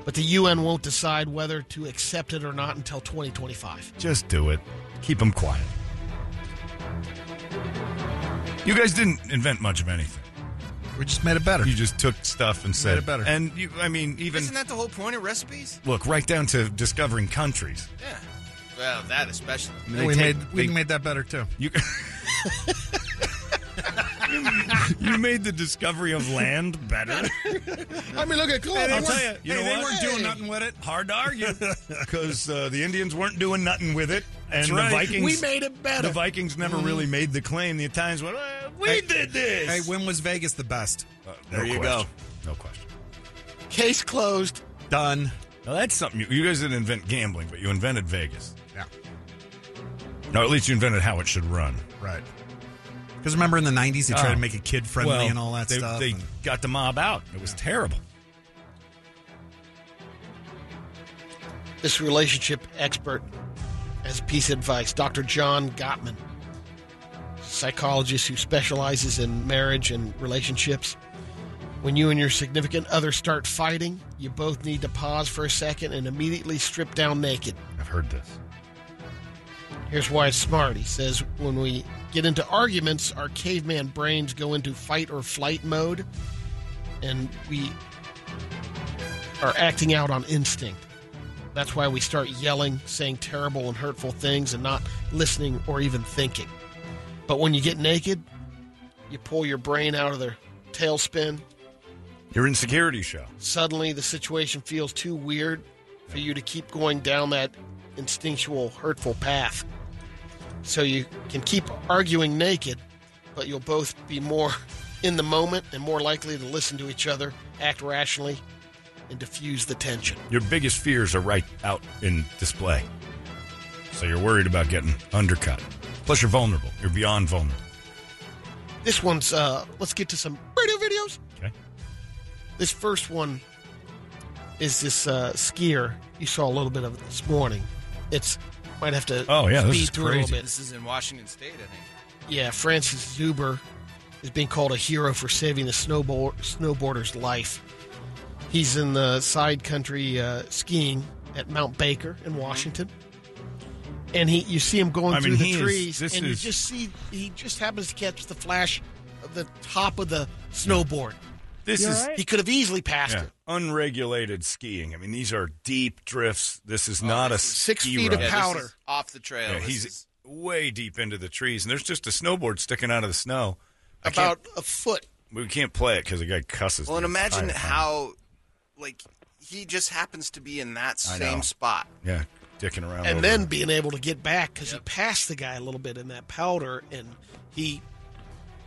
[SPEAKER 2] But the UN won't decide whether to accept it or not until 2025.
[SPEAKER 1] Just do it. Keep them quiet. You guys didn't invent much of anything.
[SPEAKER 11] We just made it better.
[SPEAKER 1] You just took stuff and said
[SPEAKER 11] it better.
[SPEAKER 1] And you, I mean, even
[SPEAKER 6] Isn't that the whole point of recipes?
[SPEAKER 1] look right down to discovering countries.
[SPEAKER 6] Yeah. Well, that especially.
[SPEAKER 1] They
[SPEAKER 11] we
[SPEAKER 1] take-
[SPEAKER 11] made we
[SPEAKER 1] they-
[SPEAKER 11] made that better too.
[SPEAKER 1] You, you made the discovery of land better.
[SPEAKER 2] I mean, look at cool. I'll
[SPEAKER 1] tell ya, you
[SPEAKER 11] hey,
[SPEAKER 1] know
[SPEAKER 11] they
[SPEAKER 1] what?
[SPEAKER 11] weren't doing nothing with it.
[SPEAKER 1] Hard to argue because uh, the Indians weren't doing nothing with it, and the
[SPEAKER 11] right.
[SPEAKER 1] Vikings.
[SPEAKER 2] We made it better.
[SPEAKER 1] The Vikings never really made the claim. The Italians went, "Well, "We did this."
[SPEAKER 11] Mm. Hey, when was Vegas the best?
[SPEAKER 1] Uh,
[SPEAKER 11] there you
[SPEAKER 1] question. No question.
[SPEAKER 2] Case closed.
[SPEAKER 11] go. Done.
[SPEAKER 1] Now that's something you, you guys didn't invent gambling, but you invented Vegas.
[SPEAKER 11] Yeah.
[SPEAKER 1] No, at least you invented how it should run.
[SPEAKER 11] Right. Because remember in the '90s, they tried
[SPEAKER 1] Oh.
[SPEAKER 11] to make it kid friendly
[SPEAKER 1] Well,
[SPEAKER 11] and all that
[SPEAKER 1] they,
[SPEAKER 11] stuff.
[SPEAKER 1] They
[SPEAKER 11] and-
[SPEAKER 1] got the mob out. It was terrible.
[SPEAKER 2] this relationship expert as a piece of advice, Dr. John Gottman, psychologist who specializes in marriage and relationships. When you and your significant other start fighting, you both need to pause for a second and immediately strip down naked.
[SPEAKER 1] I've heard this.
[SPEAKER 2] Here's why it's smart. He says when we get into arguments, our caveman brains go into fight or flight mode, and we are acting out on instinct. That's why we start yelling, saying terrible and hurtful things, and not listening or even thinking. But when you get naked, you pull your brain out of their tailspin.
[SPEAKER 1] Your insecurity show.
[SPEAKER 2] Suddenly, the situation feels too weird for you to keep going down that instinctual, hurtful path. So you can keep arguing naked, but you'll both be more in the moment and more likely to listen to each other, act rationally, and diffuse the tension.
[SPEAKER 1] Your biggest fears are right out in display. So you're worried about getting undercut. Plus, you're vulnerable. You're beyond vulnerable.
[SPEAKER 2] This one's, uh, let's get to some radio videos.
[SPEAKER 1] Okay.
[SPEAKER 2] This first one is this uh, skier. You saw a little bit of it this morning. It's, might have to
[SPEAKER 1] Oh, yeah, this
[SPEAKER 2] speed
[SPEAKER 1] is
[SPEAKER 2] through a
[SPEAKER 1] crazy.
[SPEAKER 2] little bit.
[SPEAKER 6] This is in Washington State, I think.
[SPEAKER 2] Yeah, Francis Zuber is being called a hero for saving the snowboard, snowboarder's life. He's in the side country uh, skiing at Mount Baker in Washington, and he you see him
[SPEAKER 1] Mm-hmm.
[SPEAKER 2] going
[SPEAKER 1] I
[SPEAKER 2] through
[SPEAKER 1] mean,
[SPEAKER 2] the
[SPEAKER 1] he is-
[SPEAKER 2] trees,
[SPEAKER 1] this
[SPEAKER 2] and
[SPEAKER 1] is-
[SPEAKER 2] you just see he just happens to catch the flash the top of the snowboard.
[SPEAKER 1] This is
[SPEAKER 2] he could have easily passed
[SPEAKER 1] Yeah.
[SPEAKER 2] it.
[SPEAKER 1] unregulated skiing. I mean, these are deep drifts. This
[SPEAKER 11] Oh,
[SPEAKER 1] is not a six ski run.
[SPEAKER 6] off the trail.
[SPEAKER 1] Yeah,
[SPEAKER 6] This
[SPEAKER 1] he's
[SPEAKER 6] is-
[SPEAKER 1] way deep into the trees, and there's just a snowboard sticking out of the snow. I can't-
[SPEAKER 2] About a foot.
[SPEAKER 1] we can't play it because the guy cusses.
[SPEAKER 6] well, and
[SPEAKER 1] the
[SPEAKER 6] imagine
[SPEAKER 1] entire time.
[SPEAKER 6] how, like, he just happens to be in that
[SPEAKER 1] I
[SPEAKER 6] same
[SPEAKER 1] know.
[SPEAKER 6] spot.
[SPEAKER 1] Yeah, dicking around.
[SPEAKER 2] and
[SPEAKER 1] over
[SPEAKER 2] then
[SPEAKER 1] there.
[SPEAKER 2] being able to get back because he passed the guy a little bit in that powder, and he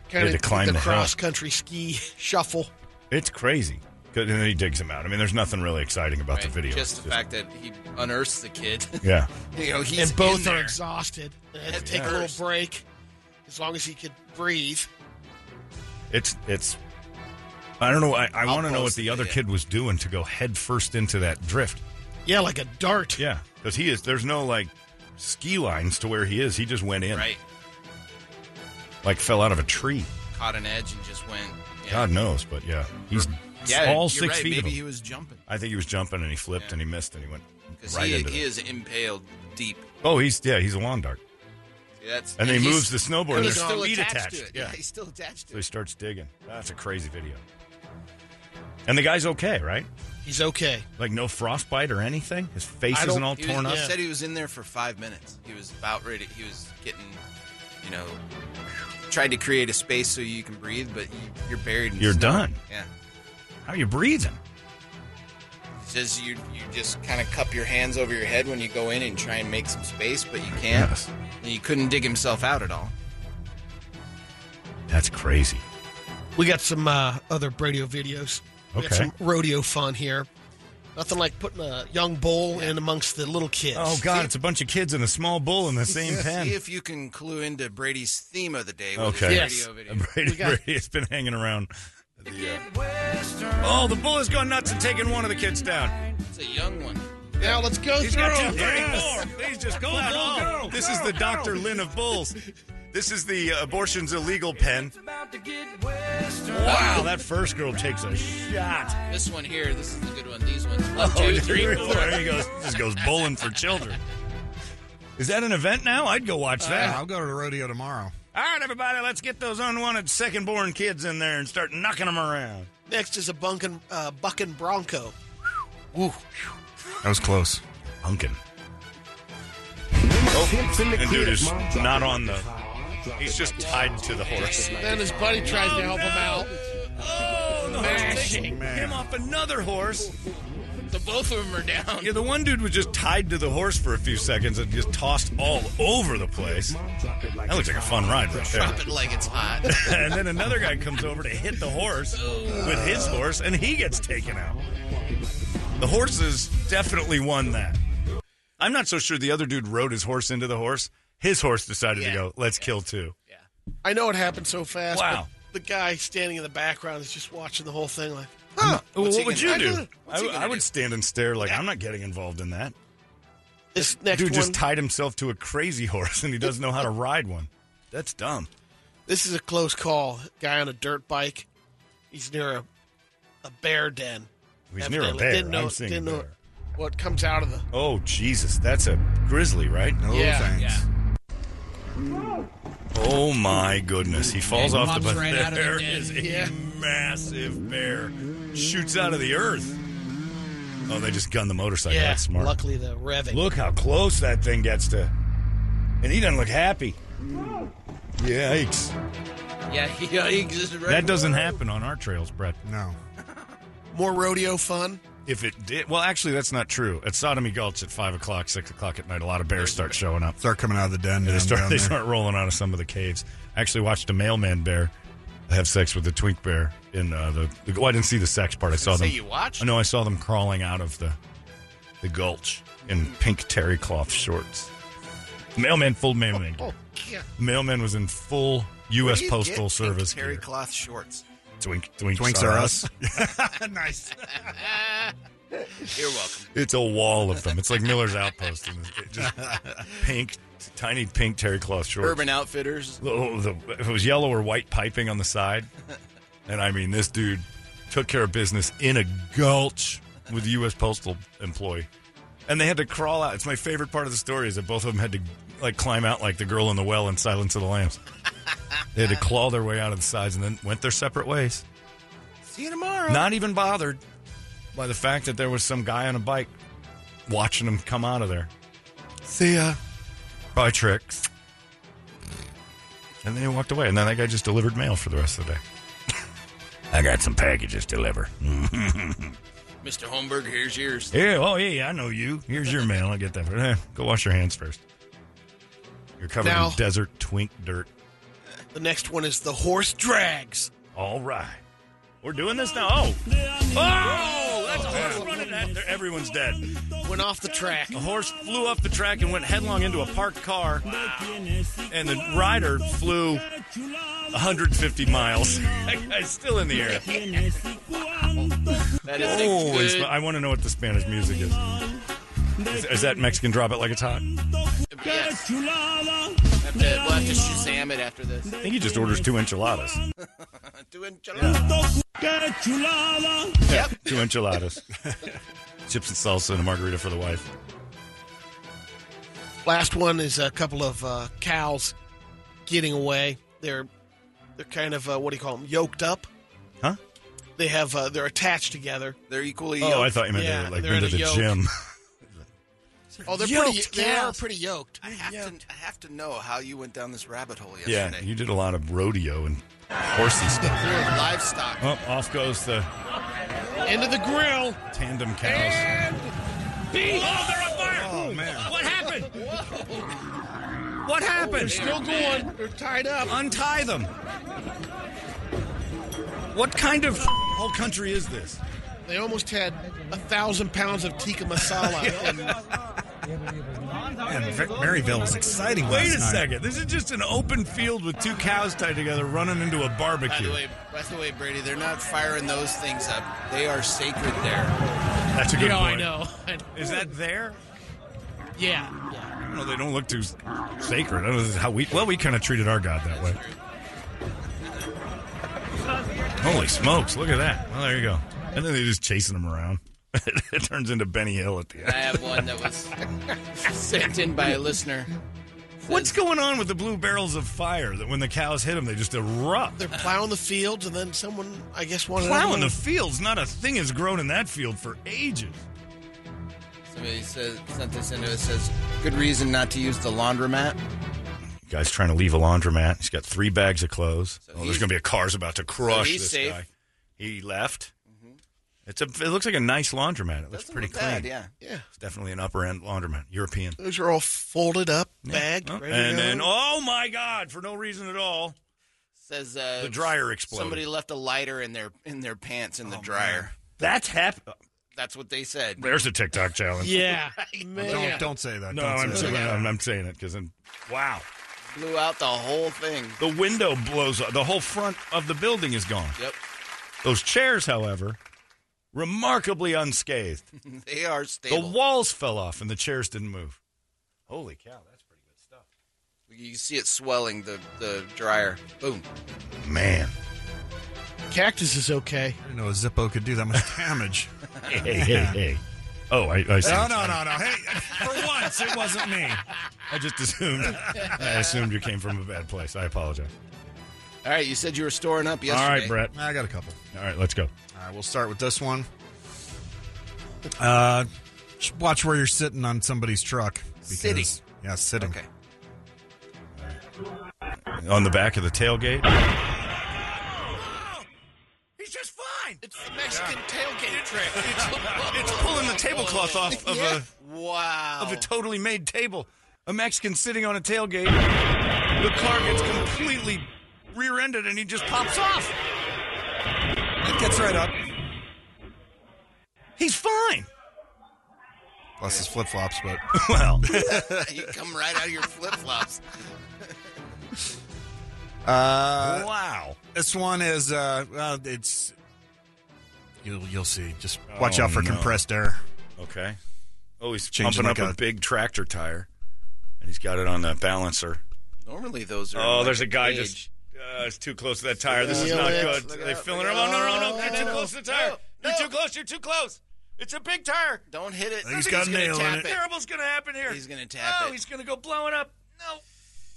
[SPEAKER 1] had
[SPEAKER 2] kind
[SPEAKER 1] to
[SPEAKER 2] of
[SPEAKER 1] climb
[SPEAKER 2] the
[SPEAKER 1] the hill.
[SPEAKER 2] cross country ski shuffle.
[SPEAKER 1] it's crazy. 'Cause- And then he digs him out. I mean, there's nothing really exciting about the
[SPEAKER 6] Right?
[SPEAKER 1] video.
[SPEAKER 6] Just the fact that he unearths the kid.
[SPEAKER 1] Yeah.
[SPEAKER 6] you know, he's
[SPEAKER 2] and both
[SPEAKER 6] in
[SPEAKER 2] are
[SPEAKER 6] there.
[SPEAKER 2] exhausted. They had to
[SPEAKER 6] Head
[SPEAKER 2] take a
[SPEAKER 6] first.
[SPEAKER 2] little break, as long as he could breathe.
[SPEAKER 1] It's it's. I don't know. I, I want to know what
[SPEAKER 2] post
[SPEAKER 1] the
[SPEAKER 2] the
[SPEAKER 1] other
[SPEAKER 2] video.
[SPEAKER 1] kid was doing to go head first into that drift.
[SPEAKER 2] Yeah, like a dart.
[SPEAKER 1] Yeah, because he is. There's no like ski lines to where he is. He just went in.
[SPEAKER 6] Right.
[SPEAKER 1] Like fell out of a tree.
[SPEAKER 6] Caught an edge and just went. Yeah.
[SPEAKER 1] God knows, but yeah, he's
[SPEAKER 6] Yeah,
[SPEAKER 1] all
[SPEAKER 6] you're
[SPEAKER 1] 6
[SPEAKER 6] right.
[SPEAKER 1] feet. of
[SPEAKER 6] Maybe
[SPEAKER 1] him.
[SPEAKER 6] he was jumping.
[SPEAKER 1] I think he was jumping and he flipped and he missed and he went
[SPEAKER 6] Because
[SPEAKER 1] right
[SPEAKER 6] he,
[SPEAKER 1] into.
[SPEAKER 6] he
[SPEAKER 1] the-
[SPEAKER 6] is impaled deep.
[SPEAKER 1] oh, he's yeah, he's a lawn dart.
[SPEAKER 6] That's,
[SPEAKER 1] And he
[SPEAKER 6] he's-
[SPEAKER 1] moves the snowboard and
[SPEAKER 6] He's
[SPEAKER 1] there's
[SPEAKER 6] still
[SPEAKER 1] feet
[SPEAKER 6] attached,
[SPEAKER 1] attached.
[SPEAKER 6] to it.
[SPEAKER 1] Yeah.
[SPEAKER 6] Yeah. he's still attached
[SPEAKER 1] So he starts digging. That's a crazy video. And the guy's okay, right?
[SPEAKER 2] He's okay.
[SPEAKER 1] Like no frostbite or anything. His face
[SPEAKER 6] I
[SPEAKER 1] isn't
[SPEAKER 6] don't-
[SPEAKER 1] all
[SPEAKER 6] he
[SPEAKER 1] torn
[SPEAKER 6] was,
[SPEAKER 1] up.
[SPEAKER 6] He said he was in there for five minutes. He was about ready. He was getting, you know, tried to create a space so you can breathe, but you, you're buried. In
[SPEAKER 1] You're
[SPEAKER 6] snow.
[SPEAKER 1] done.
[SPEAKER 6] Yeah.
[SPEAKER 1] How are you breathing?
[SPEAKER 6] He says you you just kind of cup your hands over your head when you go in and try and make some space, but you can't.
[SPEAKER 1] Yes.
[SPEAKER 6] And He couldn't dig himself out at all.
[SPEAKER 1] That's crazy.
[SPEAKER 2] We got some uh, other radio videos. We got
[SPEAKER 1] Okay.
[SPEAKER 2] some rodeo fun here. Nothing like putting a young bull in amongst the little kids.
[SPEAKER 1] Oh God, it's a bunch of kids in a small bull in the same pen.
[SPEAKER 6] See if you can clue into Brady's theme of the day. With
[SPEAKER 1] Okay.
[SPEAKER 6] His radio video.
[SPEAKER 1] Brady, Brady has been hanging around.
[SPEAKER 6] uh,
[SPEAKER 1] Oh, the bull has gone nuts and taken one of the kids down.
[SPEAKER 6] It's a young one.
[SPEAKER 2] Now let's go
[SPEAKER 1] He's
[SPEAKER 2] through.
[SPEAKER 1] got
[SPEAKER 2] them.
[SPEAKER 1] 234. Please just go out. Oh, this is the Dr. Lynn of bulls. This is the uh, abortion's illegal pen. Wow, that first girl takes a shot.
[SPEAKER 6] This one here. This is the good one. These ones.
[SPEAKER 1] Oh,
[SPEAKER 6] One, two, three,
[SPEAKER 1] three,
[SPEAKER 6] four.
[SPEAKER 1] four. There he goes. Just goes bowling for children. Is that an event now? I'd go watch that.
[SPEAKER 11] I'll go to the rodeo tomorrow.
[SPEAKER 1] All right, everybody, let's get those unwanted second-born kids in there and start knocking them around.
[SPEAKER 2] Next is a bunkin, uh, bucking bronco. Woo.
[SPEAKER 11] That was close.
[SPEAKER 1] Hunkin. Oh, and dude is not on the. He's just tied to the horse.
[SPEAKER 2] Then his buddy tries to help him out.
[SPEAKER 1] Oh, the horse takes him off another horse.
[SPEAKER 6] So both of them are down.
[SPEAKER 1] Yeah, the one dude was just tied to the horse for a few seconds and just tossed all over the place. That looks like a fun ride right
[SPEAKER 6] Drop it
[SPEAKER 1] there.
[SPEAKER 6] like it's hot.
[SPEAKER 1] and then another guy comes over to hit the horse with his horse, and he gets taken out. The horses definitely won that. I'm not so sure the other dude rode his horse into the horse. His horse decided to go, let's kill two.
[SPEAKER 2] I know it happened so fast.
[SPEAKER 1] Wow.
[SPEAKER 2] But the guy standing in the background is just watching the whole thing like,
[SPEAKER 1] Huh. Well,
[SPEAKER 6] What's he
[SPEAKER 1] what would you
[SPEAKER 6] gonna-
[SPEAKER 1] do?
[SPEAKER 6] What's
[SPEAKER 1] I,
[SPEAKER 6] he
[SPEAKER 1] I
[SPEAKER 6] gonna
[SPEAKER 1] would
[SPEAKER 6] do?
[SPEAKER 1] stand and stare like I'm not getting involved in that.
[SPEAKER 2] this next
[SPEAKER 1] Dude
[SPEAKER 2] one.
[SPEAKER 1] just tied himself to a crazy horse and he doesn't know how to ride one. That's dumb.
[SPEAKER 2] This is a close call. Guy on a dirt bike. He's near a, a bear den.
[SPEAKER 1] He's near a
[SPEAKER 2] Evidently.
[SPEAKER 1] bear.
[SPEAKER 2] Didn't know,
[SPEAKER 1] I'm seeing
[SPEAKER 2] didn't
[SPEAKER 1] a
[SPEAKER 2] know
[SPEAKER 1] bear.
[SPEAKER 2] what comes out of the.
[SPEAKER 1] Oh Jesus, that's a grizzly, right? No
[SPEAKER 2] Yeah.
[SPEAKER 1] thanks. Oh my goodness, he falls
[SPEAKER 12] Yeah, he
[SPEAKER 1] off the
[SPEAKER 12] bobs
[SPEAKER 1] bus.
[SPEAKER 12] right out of the
[SPEAKER 1] there
[SPEAKER 12] den.
[SPEAKER 1] is a
[SPEAKER 2] Yeah.
[SPEAKER 1] massive bear shoots out of the earth. Oh, they just gunned the motorcycle.
[SPEAKER 2] yeah.
[SPEAKER 1] That's smart.
[SPEAKER 2] Luckily, the revving.
[SPEAKER 1] Look how close that thing gets to, and he doesn't look happy. Yikes!
[SPEAKER 6] Yeah, he, yeah, he just right.
[SPEAKER 1] That doesn't happen on our trails, Brett.
[SPEAKER 11] No.
[SPEAKER 2] More rodeo fun.
[SPEAKER 1] If it did, well, actually, that's not true. At Sodomy Gulch at five o'clock, six o'clock at night, a lot of bears start showing up.
[SPEAKER 11] Start coming out of the den.
[SPEAKER 1] they
[SPEAKER 11] down-
[SPEAKER 1] start
[SPEAKER 11] down
[SPEAKER 1] they
[SPEAKER 11] there.
[SPEAKER 1] start rolling out of some of the caves. I actually watched a mailman bear have sex with a twink bear in uh, the, the. Well, I didn't see the sex part. I saw
[SPEAKER 6] say
[SPEAKER 1] them.
[SPEAKER 6] you watched?
[SPEAKER 1] No, I saw them crawling out of the the gulch in
[SPEAKER 6] Mm.
[SPEAKER 1] pink terry cloth shorts. Mailman, full mailman. gear.
[SPEAKER 2] Oh, yeah.
[SPEAKER 1] Mailman was in full U.S.
[SPEAKER 6] You get
[SPEAKER 1] Postal
[SPEAKER 6] pink
[SPEAKER 1] Service
[SPEAKER 6] terry
[SPEAKER 1] gear.
[SPEAKER 6] cloth shorts.
[SPEAKER 1] Twink, twinks,
[SPEAKER 11] Twinks are us.
[SPEAKER 1] nice.
[SPEAKER 6] You're welcome.
[SPEAKER 1] It's a wall of them. It's like Miller's Outpost. And it's just pink, tiny pink terry cloth shorts.
[SPEAKER 6] Urban Outfitters.
[SPEAKER 1] Oh, the, it was yellow or white piping on the side. And I mean, this dude took care of business in a gulch with a U.S. Postal employee. And they had to crawl out. It's my favorite part of the story is that both of them had to like climb out like the girl in the well in Silence of the Lambs. They had to claw their way out of the sides and then went their separate ways.
[SPEAKER 6] See you tomorrow.
[SPEAKER 1] Not even bothered by the fact that there was some guy on a bike watching them come out of there.
[SPEAKER 13] See ya.
[SPEAKER 1] Probably tricks. And then he walked away. And then that guy just delivered mail for the rest of the day. I got some packages to deliver. Mm.
[SPEAKER 6] Mr. Holmberg, here's yours.
[SPEAKER 1] Yeah, oh yeah, I know you. Here's your mail. I'll get that. For, eh, go wash your hands first. You're covered
[SPEAKER 2] Now-
[SPEAKER 1] in desert twink dirt.
[SPEAKER 2] The next one is the horse drags.
[SPEAKER 1] All right. We're doing this now. Oh,
[SPEAKER 2] Oh,
[SPEAKER 1] that's a horse running at there. Everyone's dead.
[SPEAKER 2] Went off the track.
[SPEAKER 1] A horse flew off the track and went headlong into a parked car. And the rider flew 150 miles. that guy's still in the air.
[SPEAKER 6] That is
[SPEAKER 1] oh,
[SPEAKER 6] a
[SPEAKER 1] it's-
[SPEAKER 6] good-
[SPEAKER 1] I want to know what the Spanish music is. Is, is that Mexican drop it like it's hot?
[SPEAKER 6] Yes. We'll have to, we'll have to Shazam it after this.
[SPEAKER 1] I think he just orders two enchiladas.
[SPEAKER 6] Two
[SPEAKER 1] enchiladas.
[SPEAKER 6] Yep.
[SPEAKER 1] two enchiladas. Chips and salsa and a margarita for the wife.
[SPEAKER 2] Last one is a couple of uh, cows getting away. They're they're kind of uh, what do you call them? Yoked up.
[SPEAKER 1] Huh?
[SPEAKER 2] They have uh, they're attached together.
[SPEAKER 6] They're equally.
[SPEAKER 1] Oh, I thought you meant they were like been to the gym.
[SPEAKER 2] Oh, they're
[SPEAKER 6] Yoked
[SPEAKER 2] pretty. They are
[SPEAKER 6] cows.
[SPEAKER 2] pretty yoked.
[SPEAKER 6] I have, To, I have to know how you went down this rabbit hole
[SPEAKER 1] yeah,
[SPEAKER 6] yesterday.
[SPEAKER 1] you did a lot of rodeo and horsey stuff.
[SPEAKER 6] Through livestock.
[SPEAKER 1] Oh, off goes the
[SPEAKER 2] Into the grill.
[SPEAKER 1] tandem cows.
[SPEAKER 14] Beef! Oh, they're on fire!
[SPEAKER 1] Oh man!
[SPEAKER 14] What happened? What happened?
[SPEAKER 2] They're still going. They're tied up.
[SPEAKER 1] Untie them. What kind of whole country is this?
[SPEAKER 2] They almost had a thousand pounds of tikka masala. and
[SPEAKER 3] Man, Ver- Maryville was exciting
[SPEAKER 1] Wait
[SPEAKER 3] last
[SPEAKER 1] a
[SPEAKER 3] night.
[SPEAKER 1] second. This is just an open field with two cows tied together running into a
[SPEAKER 6] By the
[SPEAKER 1] barbecue.
[SPEAKER 6] way, by the way, Brady, they're not firing those things up. They are sacred there.
[SPEAKER 1] That's a good
[SPEAKER 2] you know, I
[SPEAKER 1] point.
[SPEAKER 2] know.
[SPEAKER 1] Is that there?
[SPEAKER 2] Yeah. yeah.
[SPEAKER 1] I don't know. They don't look too s- sacred. I don't know this is how we. Well, we kind of treated our God that way. Holy smokes! Look at that. Well, there you go. And then they're just chasing them around. it turns into Benny Hill at the
[SPEAKER 6] I
[SPEAKER 1] end.
[SPEAKER 6] have one that was sent in by a listener.
[SPEAKER 1] What's going on with the blue barrels of fire? That when the cows hit them, they just erupt.
[SPEAKER 2] They're plowing the fields, and then someone, I guess, wanted
[SPEAKER 1] Plowing the
[SPEAKER 2] everyone-
[SPEAKER 1] fields. Not a thing has grown in that field for ages.
[SPEAKER 6] Somebody says, sent this into us. Says good reason not to use the laundromat.
[SPEAKER 1] Guy's trying to leave a laundromat. He's got three bags of clothes. oh, there's
[SPEAKER 6] he's-
[SPEAKER 1] going to be a car's about to crush
[SPEAKER 6] So he's
[SPEAKER 1] this
[SPEAKER 6] safe. Mm-hmm.
[SPEAKER 1] guy. He left. It's a. It looks like a nice laundromat. It looks pretty
[SPEAKER 6] look
[SPEAKER 1] clean.
[SPEAKER 6] bad, yeah.
[SPEAKER 2] Yeah.
[SPEAKER 1] It's definitely an upper end laundromat, European.
[SPEAKER 2] Those are all folded up, bagged,
[SPEAKER 1] Oh,
[SPEAKER 2] ready to
[SPEAKER 1] and
[SPEAKER 2] go.
[SPEAKER 1] then, oh my God, for no reason at all,
[SPEAKER 6] Says uh,
[SPEAKER 1] the dryer exploded. Oh,
[SPEAKER 6] Somebody left a lighter in their in their pants in the dryer.
[SPEAKER 1] That's happened.
[SPEAKER 6] That's what they said.
[SPEAKER 1] There's a TikTok challenge.
[SPEAKER 2] Yeah,
[SPEAKER 3] Don't,
[SPEAKER 2] man.
[SPEAKER 3] don't say that.
[SPEAKER 1] No,
[SPEAKER 3] Don't say
[SPEAKER 1] I'm,
[SPEAKER 3] that.
[SPEAKER 1] saying, I'm, I'm saying it because wow,
[SPEAKER 6] Blew out the whole thing.
[SPEAKER 1] the window blows. up. The whole front of the building is gone.
[SPEAKER 6] Yep,
[SPEAKER 1] Those chairs, however, remarkably unscathed.
[SPEAKER 6] they are stable.
[SPEAKER 1] The walls fell off and the chairs didn't move. Holy cow, that's pretty
[SPEAKER 6] you can see it swelling. The the dryer. Boom.
[SPEAKER 1] good. Man.
[SPEAKER 2] Cactus is okay.
[SPEAKER 3] I didn't know a Zippo could do that much damage.
[SPEAKER 1] Hey, hey, hey, hey. Oh, I, I see.
[SPEAKER 3] no, no, no, no. Hey, for once, it wasn't me.
[SPEAKER 1] I just assumed. I assumed you came from a bad place. I apologize.
[SPEAKER 6] All right, you said you were storing up yesterday.
[SPEAKER 1] All right, Brett.
[SPEAKER 3] I got a couple.
[SPEAKER 1] All right, let's go.
[SPEAKER 3] All right, Uh, we'll start with this one. Uh, watch where you're sitting on somebody's truck. because-
[SPEAKER 6] Sitting.
[SPEAKER 3] Yeah, sitting.
[SPEAKER 6] Okay.
[SPEAKER 1] On the back of the tailgate.
[SPEAKER 13] He's just fine.
[SPEAKER 2] It's the Mexican tailgate trick.
[SPEAKER 1] It's pulling the tablecloth off of a
[SPEAKER 6] Wow.
[SPEAKER 1] of a totally made table. A Mexican sitting on a tailgate. The car gets completely rear-ended and he just pops off.
[SPEAKER 3] It gets right up.
[SPEAKER 1] He's fine.
[SPEAKER 3] Plus his flip flops, but
[SPEAKER 1] Well,
[SPEAKER 6] you come right out of your flip flops.
[SPEAKER 1] wow.
[SPEAKER 3] this one is uh, well, it's you'll you'll see. Just watch out for
[SPEAKER 1] Oh, no.
[SPEAKER 3] compressed air.
[SPEAKER 1] Okay. Oh, he's
[SPEAKER 3] Changing
[SPEAKER 1] pumping
[SPEAKER 3] like
[SPEAKER 1] up a,
[SPEAKER 3] a-
[SPEAKER 1] big tractor tire, and he's got it on the balancer.
[SPEAKER 6] Normally those are.
[SPEAKER 1] Oh,
[SPEAKER 6] like
[SPEAKER 1] there's a guy
[SPEAKER 6] cage.
[SPEAKER 1] just. Uh, it's too close to that tire. This is
[SPEAKER 2] Feel
[SPEAKER 1] not
[SPEAKER 2] it.
[SPEAKER 1] good.
[SPEAKER 6] Look
[SPEAKER 1] They're
[SPEAKER 6] out,
[SPEAKER 1] filling her.
[SPEAKER 6] look
[SPEAKER 1] Oh, no, no, no.
[SPEAKER 6] out.
[SPEAKER 1] You're too close to the tire.
[SPEAKER 6] No,
[SPEAKER 1] You're
[SPEAKER 6] no.
[SPEAKER 1] too close. You're too close. It's a big tire.
[SPEAKER 6] Don't hit it.
[SPEAKER 3] He's
[SPEAKER 6] He's
[SPEAKER 3] got
[SPEAKER 6] gonna
[SPEAKER 3] nail in
[SPEAKER 6] tap
[SPEAKER 3] it.
[SPEAKER 1] Terrible's going to happen here.
[SPEAKER 6] He's gonna tap
[SPEAKER 1] Oh,
[SPEAKER 6] it.
[SPEAKER 1] he's going to go blowing up. No.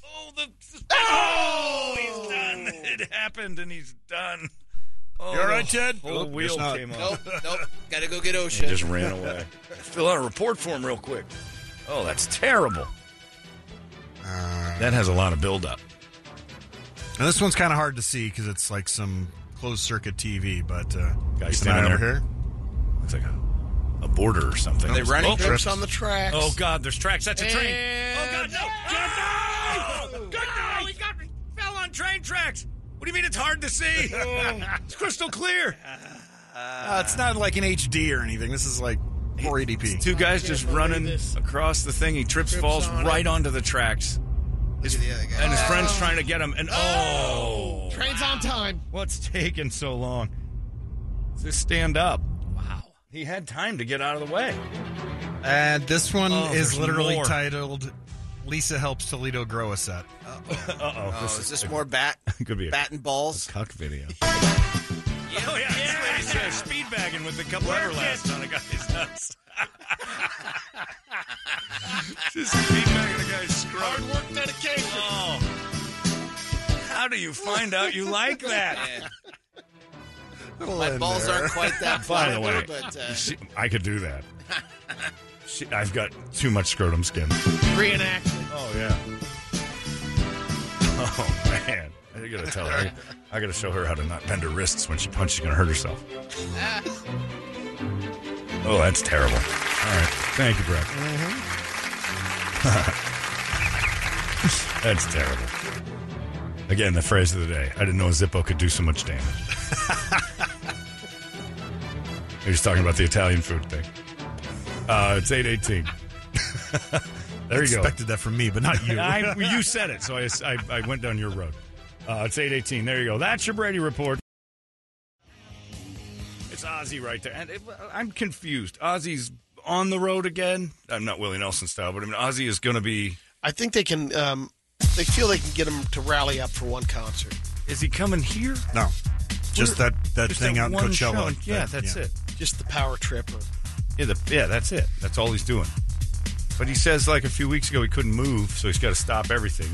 [SPEAKER 1] Oh, the. Oh, he's done. It happened and he's done. Oh,
[SPEAKER 11] You all right, Ted?
[SPEAKER 1] Whole
[SPEAKER 11] Nope,
[SPEAKER 1] wheel
[SPEAKER 11] it's not.
[SPEAKER 1] came
[SPEAKER 6] Nope,
[SPEAKER 1] off.
[SPEAKER 6] nope. Gotta go get
[SPEAKER 1] And
[SPEAKER 6] OSHA.
[SPEAKER 1] he just ran away. Fill out a report form real quick. Oh, that's terrible. that has a lot of buildup.
[SPEAKER 3] Now this one's kind of hard to see because it's like some closed circuit TV. But uh,
[SPEAKER 1] Guy
[SPEAKER 3] keep an
[SPEAKER 1] standing
[SPEAKER 3] eye over
[SPEAKER 1] there.
[SPEAKER 3] here.
[SPEAKER 1] Looks like a, a border or something.
[SPEAKER 3] They running?
[SPEAKER 1] Oh,
[SPEAKER 2] Trips on the tracks.
[SPEAKER 1] Oh God, there's tracks. That's a train. Oh God, no! Good night! Good night!
[SPEAKER 15] he got me.
[SPEAKER 1] Fell on train tracks. What do you mean it's hard to see? it's crystal clear.
[SPEAKER 3] Uh, it's not like an HD or anything. This is like 480p.
[SPEAKER 1] Two guys just running across the thing. He trips, falls
[SPEAKER 2] on
[SPEAKER 1] right
[SPEAKER 2] it.
[SPEAKER 1] onto the tracks. His- And his friend's trying to get him. And oh,
[SPEAKER 2] Train's on time.
[SPEAKER 1] what's taking so long? Just stand up. Wow. He had time to get out of the way.
[SPEAKER 3] And this one
[SPEAKER 1] Oh, there's
[SPEAKER 3] is literally
[SPEAKER 1] more.
[SPEAKER 3] titled "Lisa helps Toledo grow a set."
[SPEAKER 1] Uh
[SPEAKER 6] Oh, is this more bat?
[SPEAKER 1] Could be a
[SPEAKER 6] bat and balls.
[SPEAKER 1] cuck video. Oh yeah, this lady's uh, speed bagging with a couple everlasts on a guy's nuts. Just speed bagging a guy's scrub. Hard work dedication. Oh. How do you find out you like that?
[SPEAKER 6] My balls aren't quite that
[SPEAKER 1] By the
[SPEAKER 6] flaccid,
[SPEAKER 1] way,
[SPEAKER 6] but uh,
[SPEAKER 1] she, I could do that. She, I've got too much scrotum skin.
[SPEAKER 2] Reenact.
[SPEAKER 1] Oh yeah. Oh man, I gotta tell her. I gotta show her how to not bend her wrists when she punches. She's gonna hurt herself. Oh, that's terrible. All right, thank you, Brett. that's terrible. Again, the phrase of the day. I didn't know a Zippo could do so much damage. He was talking about the Italian food thing. Uh, it's eight eighteen. there you go.
[SPEAKER 3] Expected that from me, but not you.
[SPEAKER 1] I, you said it, so I, I, I went down your road. Uh, it's 818. There you go. That's your Brady report. It's Ozzy right there. And it, I'm confused. Ozzy's on the road again. I'm not Willie Nelson style, but I mean, Ozzy is going to be.
[SPEAKER 2] I think they can. Um, they feel they can get them to rally up for one concert.
[SPEAKER 1] Is he coming here?
[SPEAKER 3] no, just that that
[SPEAKER 1] Just
[SPEAKER 3] thing
[SPEAKER 1] that
[SPEAKER 3] out in
[SPEAKER 1] one
[SPEAKER 3] Coachella.
[SPEAKER 1] show. Yeah, that's it.
[SPEAKER 2] Just the power trip. Or,
[SPEAKER 1] Yeah, the, yeah, that's it. That's all he's doing. But he says, like a few weeks ago, he couldn't move, so he's got to stop everything.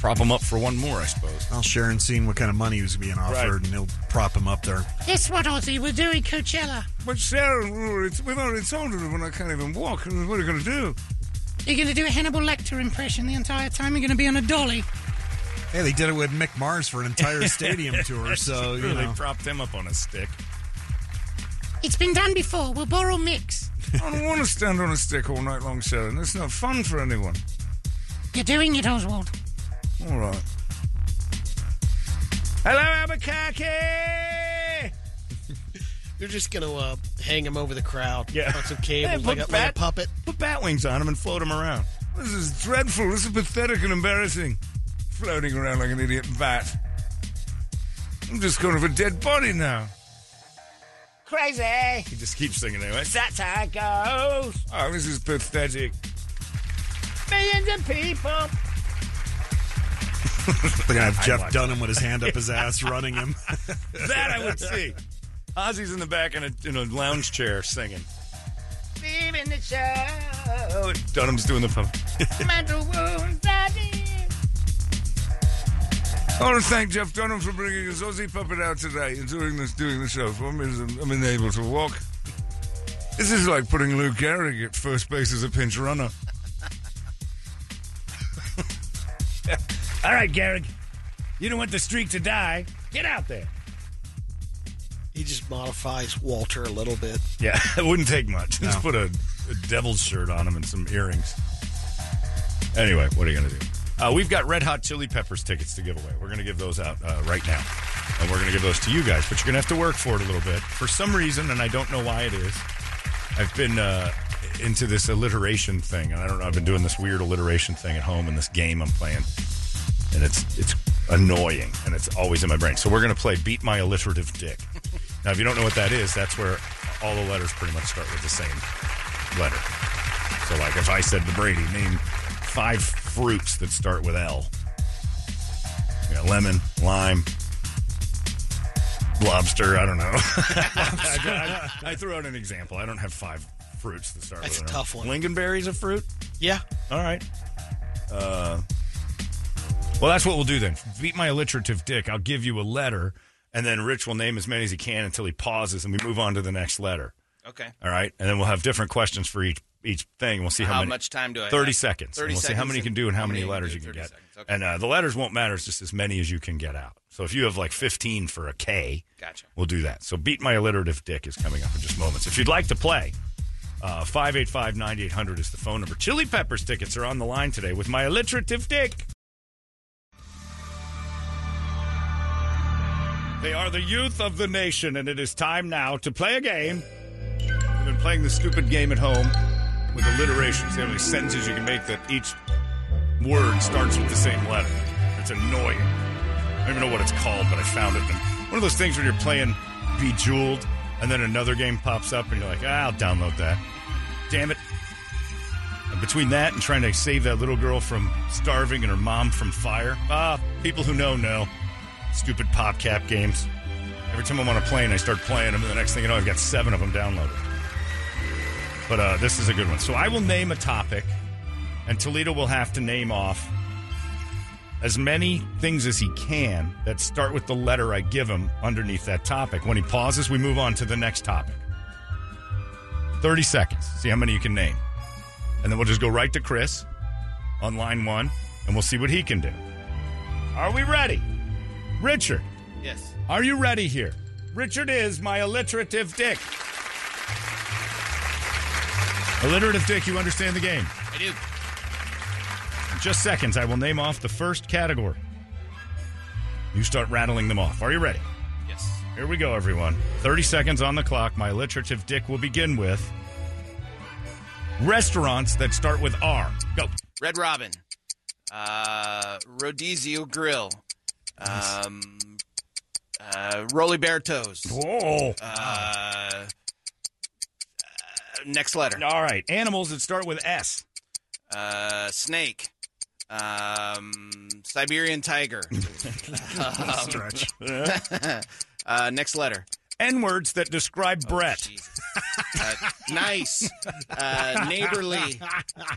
[SPEAKER 1] Prop him up for one more, I suppose.
[SPEAKER 3] I'll share and seeing what kind of money was being offered,
[SPEAKER 1] Right.
[SPEAKER 3] and he'll prop him up there.
[SPEAKER 15] Guess what, Ozzy? We're doing Coachella.
[SPEAKER 11] But Sharon, it's without its older when I can't even walk. What are you going to do?
[SPEAKER 15] You're going to do a Hannibal Lecter impression the entire time. You're going to be on a dolly.
[SPEAKER 3] Hey, they did it with Mick Mars for an entire stadium tour.
[SPEAKER 11] Oh,
[SPEAKER 3] So you
[SPEAKER 1] Really
[SPEAKER 3] know,
[SPEAKER 1] propped him up on a stick.
[SPEAKER 15] It's been done before. We'll borrow Mick's.
[SPEAKER 11] I don't want to stand on a stick all night long, Sharon. That's not fun for anyone.
[SPEAKER 15] You're doing it, Oswald.
[SPEAKER 11] All right. Hello, Albuquerque.
[SPEAKER 2] they're just going to uh, hang him over the crowd.
[SPEAKER 1] Yeah.
[SPEAKER 2] On some cables,
[SPEAKER 1] Yeah,
[SPEAKER 2] like,
[SPEAKER 1] look
[SPEAKER 2] a, like a
[SPEAKER 1] back.
[SPEAKER 2] puppet.
[SPEAKER 1] Put bat wings on him and float him around.
[SPEAKER 11] This is dreadful. This is pathetic and embarrassing. Floating around like an idiot bat. I'm just going for a dead body now.
[SPEAKER 15] Crazy.
[SPEAKER 1] He just keeps singing anyway.
[SPEAKER 15] That's how it goes.
[SPEAKER 11] Oh, this is pathetic.
[SPEAKER 15] Millions of people.
[SPEAKER 3] they're gonna have Jeff
[SPEAKER 1] like
[SPEAKER 3] Dunham with his hand up his ass, running him.
[SPEAKER 1] That I would see. Ozzy's in the back in a, in a lounge chair singing.
[SPEAKER 15] Live in the show.
[SPEAKER 1] Oh, Dunham's doing the pump.
[SPEAKER 15] Mental wounds I did.
[SPEAKER 11] I want to thank Jeff Dunham for bringing his Aussie puppet out today and doing this, doing the show for me. I'm- I'm unable to walk. This is like putting Lou Gehrig at first base as a pinch runner.
[SPEAKER 1] All right, Garrick. You don't want the streak to die. Get out there.
[SPEAKER 2] He just modifies Walter a little bit.
[SPEAKER 1] Yeah, it wouldn't take much. Just
[SPEAKER 3] No.
[SPEAKER 1] put a, a devil's shirt on him and some earrings. Anyway, what are you going to do? Uh, we've got Red Hot Chili Peppers tickets to give away. We're going to give those out uh, right now. And we're going to give those to you guys, but you're going to have to work for it a little bit. For some reason, and I don't know why it is, I've been uh, into this alliteration thing. And I don't know, I've been doing this weird alliteration thing at home in this game I'm playing. And it's, it's annoying, and it's always in my brain. So we're going to play Beat My Alliterative Dick. now, if you don't know what that is, that's where all the letters pretty much start with the same letter. So, like, if I said to Brady, name five fruits that start with L. We got lemon, lime, lobster. I don't know. I, I- I threw out an example. I don't have five fruits that start
[SPEAKER 2] That's
[SPEAKER 1] with
[SPEAKER 2] a
[SPEAKER 1] an L.
[SPEAKER 2] tough one.
[SPEAKER 1] Lingonberry's a fruit.
[SPEAKER 2] Yeah.
[SPEAKER 1] All right. Uh, Well, that's what we'll do then. Beat my alliterative dick. I'll give you a letter, and then Rich will name as many as he can until he pauses, and we move on to the next letter.
[SPEAKER 6] Okay.
[SPEAKER 1] All right, and then we'll have different questions for each each thing. We'll see how,
[SPEAKER 6] How
[SPEAKER 1] many-
[SPEAKER 6] much time do I have?
[SPEAKER 1] Thirty seconds. and
[SPEAKER 6] 30
[SPEAKER 1] we'll see how
[SPEAKER 6] seconds
[SPEAKER 1] many you can
[SPEAKER 6] and
[SPEAKER 1] do and how
[SPEAKER 6] how
[SPEAKER 1] many
[SPEAKER 6] many you can
[SPEAKER 1] letters
[SPEAKER 6] do
[SPEAKER 1] you
[SPEAKER 6] in
[SPEAKER 1] can
[SPEAKER 6] 30
[SPEAKER 1] get.
[SPEAKER 6] seconds.
[SPEAKER 1] And uh, the letters won't matter. It's just as many as you can get out. So if you have like fifteen for a K,
[SPEAKER 6] Gotcha.
[SPEAKER 1] We'll do that. So beat my alliterative dick is coming up in just moments. If you'd like to play. uh, 585 9800 is the phone number. Chili Peppers tickets are on the line today with my alliterative dick. They are the youth of the nation, and it is time now to play a game. I've been playing this stupid game at home with alliterations. The only sentences you can make that each word starts with the same letter. It's annoying. I don't even know what it's called, but I found it. One of those things where you're playing Bejeweled, and then another game pops up, and you're like, ah, I'll download that. Damn it. And between that and trying to save that little girl from starving and her mom from fire, ah, people who know know. Stupid PopCap games. Every time I'm on a plane, I start playing them, and the next thing you know, I've got seven of them downloaded. But uh, this is a good one. So I will name a topic, and Toledo will have to name off as many things as he can that start with the letter I give him underneath that topic. When he pauses, we move on to the next topic. 30 seconds. See how many you can name. And then we'll just go right to Chris on line one, and we'll see what he can do. Are we ready? Richard,
[SPEAKER 6] Yes.
[SPEAKER 1] are you ready here? Richard is my alliterative dick. Alliterative dick, you understand the game.
[SPEAKER 6] I do.
[SPEAKER 1] In just seconds, I will name off the first category. You start rattling them off. Are you ready?
[SPEAKER 6] Yes.
[SPEAKER 1] Here we go, everyone. 30 seconds on the clock. My alliterative dick will begin with restaurants that start with R. Go.
[SPEAKER 6] Red Robin. Uh, Rodizio Grill. Um, uh, Roly Bertos.
[SPEAKER 1] Whoa.
[SPEAKER 6] Uh, next letter.
[SPEAKER 1] All right. Animals that start with S.
[SPEAKER 6] Uh, snake. Um, Siberian tiger. Um,
[SPEAKER 1] Stretch.
[SPEAKER 6] uh, next letter.
[SPEAKER 1] N words that describe Brett.
[SPEAKER 6] Uh, nice. Uh, neighborly.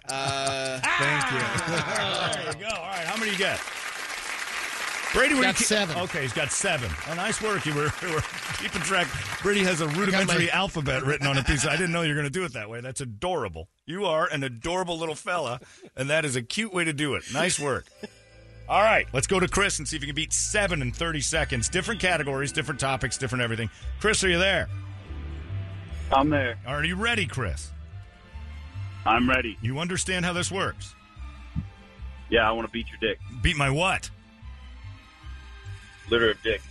[SPEAKER 6] Uh,
[SPEAKER 1] Thank you. there you go. All right. How many you got? Brady, were
[SPEAKER 2] Got
[SPEAKER 1] you ke-
[SPEAKER 2] seven.
[SPEAKER 1] Okay, he's got seven. Oh, nice work. You were, you were keeping track. Brady has a rudimentary alphabet written on a piece. I didn't know you were going to do it that way. That's adorable. You are an adorable little fella, and that is a cute way to do it. Nice work. All right, let's go to Chris and see if you can beat seven in 30 seconds. Different categories, different topics, different everything. Chris, are you there?
[SPEAKER 16] I'm there.
[SPEAKER 1] Are you ready, Chris?
[SPEAKER 16] I'm ready.
[SPEAKER 1] You understand how this works?
[SPEAKER 16] Yeah, I want to beat your dick.
[SPEAKER 1] Beat my what?
[SPEAKER 16] Litter of dick.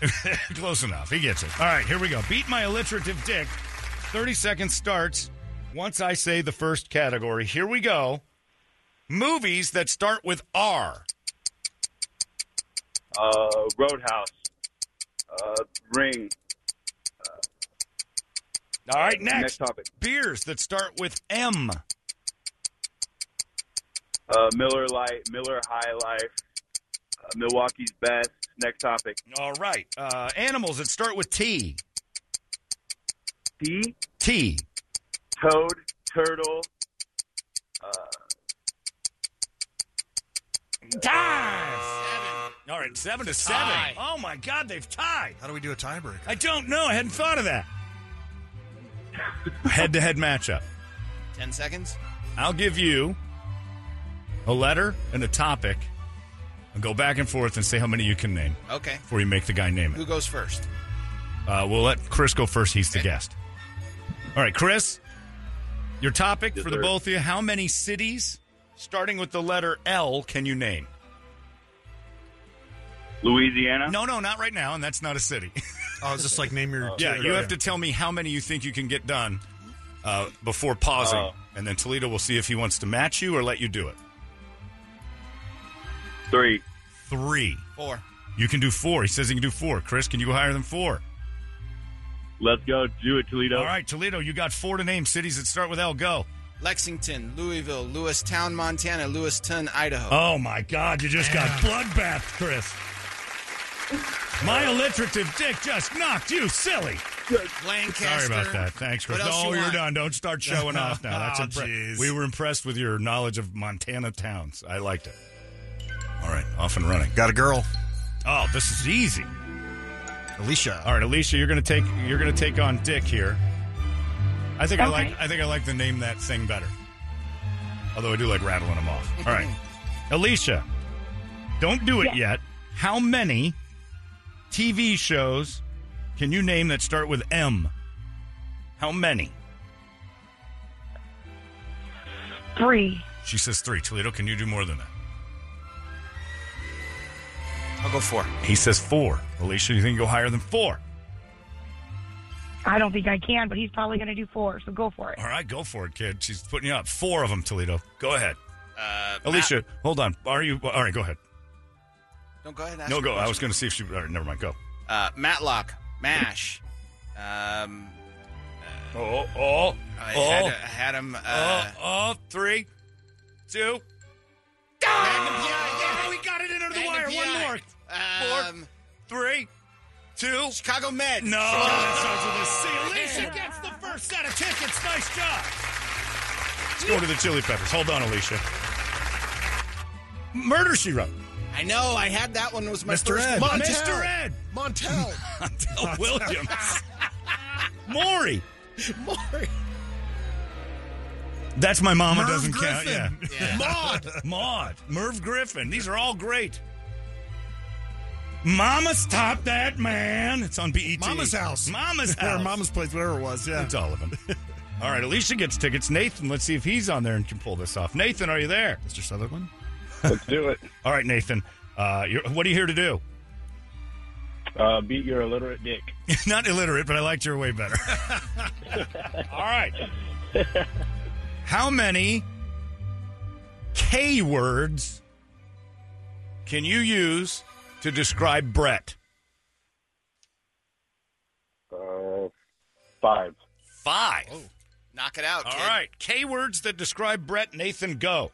[SPEAKER 1] Close enough. He gets it. All right, here we go. Beat my alliterative dick. 30 seconds starts once I say the first category. Here we go. Movies that start with R.
[SPEAKER 16] Uh, Roadhouse. Uh, Ring.
[SPEAKER 1] All right, next.
[SPEAKER 16] Next topic.
[SPEAKER 1] Beers that start with M.
[SPEAKER 16] Uh, Miller Light. Miller High Life. Uh, Milwaukee's Best. Next topic.
[SPEAKER 1] All right. Uh, animals that start with T.
[SPEAKER 16] T.
[SPEAKER 1] T.
[SPEAKER 16] Toad. Turtle. Uh,
[SPEAKER 1] All right, seven to seven.
[SPEAKER 11] Tie.
[SPEAKER 1] Oh my God, they've tied.
[SPEAKER 11] How do we do a tiebreaker?
[SPEAKER 1] I don't know. I hadn't thought of that. Head to head matchup.
[SPEAKER 6] Ten seconds.
[SPEAKER 1] I'll give you a letter and a topic and go back and forth and say how many you can name
[SPEAKER 6] Okay.
[SPEAKER 1] before you make the guy name
[SPEAKER 6] Who
[SPEAKER 1] it.
[SPEAKER 6] goes first?
[SPEAKER 1] Uh, we'll let Chris go first. He's the guest. All right, Chris, your topic for the
[SPEAKER 16] Dessert.
[SPEAKER 1] both of you how many cities starting with the letter L can you name?
[SPEAKER 16] Louisiana.
[SPEAKER 1] No, no, not right now, and that's not a city.
[SPEAKER 11] Oh, it's just like name your.
[SPEAKER 1] yeah, you have to tell me how many you think you can get done uh, before pausing,
[SPEAKER 16] Oh.
[SPEAKER 1] and then Toledo will see if he wants to match you or let you do it.
[SPEAKER 16] Three.
[SPEAKER 1] Three.
[SPEAKER 6] Four.
[SPEAKER 1] You can do four. He says he can do four. Chris, can you go higher than four?
[SPEAKER 16] Let's go. Do it, Toledo.
[SPEAKER 1] All right, Toledo, you got four to name cities that start with L. Go.
[SPEAKER 6] Lexington, Louisville, Lewistown, Montana, Lewiston, Idaho.
[SPEAKER 1] Oh, my God. You just got bloodbath, Chris. My alliterative dick just knocked you silly.
[SPEAKER 6] Lancaster.
[SPEAKER 1] Oh, Sorry about that. Thanks, Chris.
[SPEAKER 6] What else
[SPEAKER 1] no,
[SPEAKER 6] you
[SPEAKER 1] are
[SPEAKER 6] want?
[SPEAKER 1] done. Don't start showing off now. That's
[SPEAKER 11] Oh,
[SPEAKER 1] impressive.
[SPEAKER 11] jeez.
[SPEAKER 1] We were impressed with your knowledge of Montana towns. I liked it. All right, off and running.
[SPEAKER 3] Got a girl.
[SPEAKER 1] Oh, this is easy.
[SPEAKER 3] Alicia.
[SPEAKER 1] All right, Alicia, you're gonna take you're gonna take on Dick here. I think I
[SPEAKER 17] Okay.
[SPEAKER 1] like I think I like the name that thing better. Although I do like rattling them off. All right, Alicia, don't do it yet. How many TV shows can you name that start with M? How many?
[SPEAKER 17] Three.
[SPEAKER 1] She says three. Toledo, can you do more than that?
[SPEAKER 6] I'll go four.
[SPEAKER 1] He says four. Alicia, you think you go higher than four?
[SPEAKER 17] I don't think I can, but he's probably going to do four, so go for it.
[SPEAKER 1] All right, go for it, kid. She's putting you up. Four of them, Toledo. Go ahead. Uh, Alicia, hold on. Are you all right? Go ahead.
[SPEAKER 6] No, go ahead. And ask
[SPEAKER 1] No,
[SPEAKER 6] your
[SPEAKER 1] go. I
[SPEAKER 6] question.
[SPEAKER 1] was going to see if she. All right, never mind. Go.
[SPEAKER 6] Uh, Matlock, Mash. Um,
[SPEAKER 1] oh, oh,
[SPEAKER 6] I had,
[SPEAKER 1] oh.
[SPEAKER 6] I had him. Uh,
[SPEAKER 1] oh, three, two. Ah, we got it in under the wire. One more.
[SPEAKER 6] Um,
[SPEAKER 1] Oh. Four, three, two.
[SPEAKER 6] Chicago Mets.
[SPEAKER 1] No. Oh,
[SPEAKER 6] Chicago-
[SPEAKER 1] Alicia gets the first set of tickets. Nice job. Let's go to the Chili Peppers. Hold on, Alicia. Murder She Wrote.
[SPEAKER 6] I know. I had that one. Was my
[SPEAKER 1] Mr.
[SPEAKER 6] first
[SPEAKER 1] Ed.
[SPEAKER 6] Montel.
[SPEAKER 1] Mr. Ed.
[SPEAKER 2] Montel.
[SPEAKER 1] Montel Williams. Maury.
[SPEAKER 2] Maury.
[SPEAKER 1] That's my mama
[SPEAKER 11] Merv
[SPEAKER 1] doesn't
[SPEAKER 11] Griffin.
[SPEAKER 1] count.
[SPEAKER 11] Yeah.
[SPEAKER 1] Yeah. Maud. Maud. Merv Griffin. These are all great. Mama, stop that, man. It's on BET.
[SPEAKER 3] Mama's house.
[SPEAKER 1] Mama's
[SPEAKER 3] Or
[SPEAKER 1] house.
[SPEAKER 3] Mama's place, whatever it was. Yeah.
[SPEAKER 1] It's all of them. All right, Alicia gets tickets. Nathan, let's see if he's on there and can pull this off. Nathan, are you there? Mr. Sutherland?
[SPEAKER 18] Let's do it.
[SPEAKER 1] All right, Nathan. Uh, you're, what are you here to do?
[SPEAKER 18] Uh, beat your illiterate dick.
[SPEAKER 1] Not illiterate, but I liked your way better. All right. How many K words can you use to describe Brett?
[SPEAKER 18] Uh, five.
[SPEAKER 1] Five.
[SPEAKER 6] Knock it out.
[SPEAKER 1] All
[SPEAKER 6] kid.
[SPEAKER 1] right. K words that describe Brett, Nathan, go.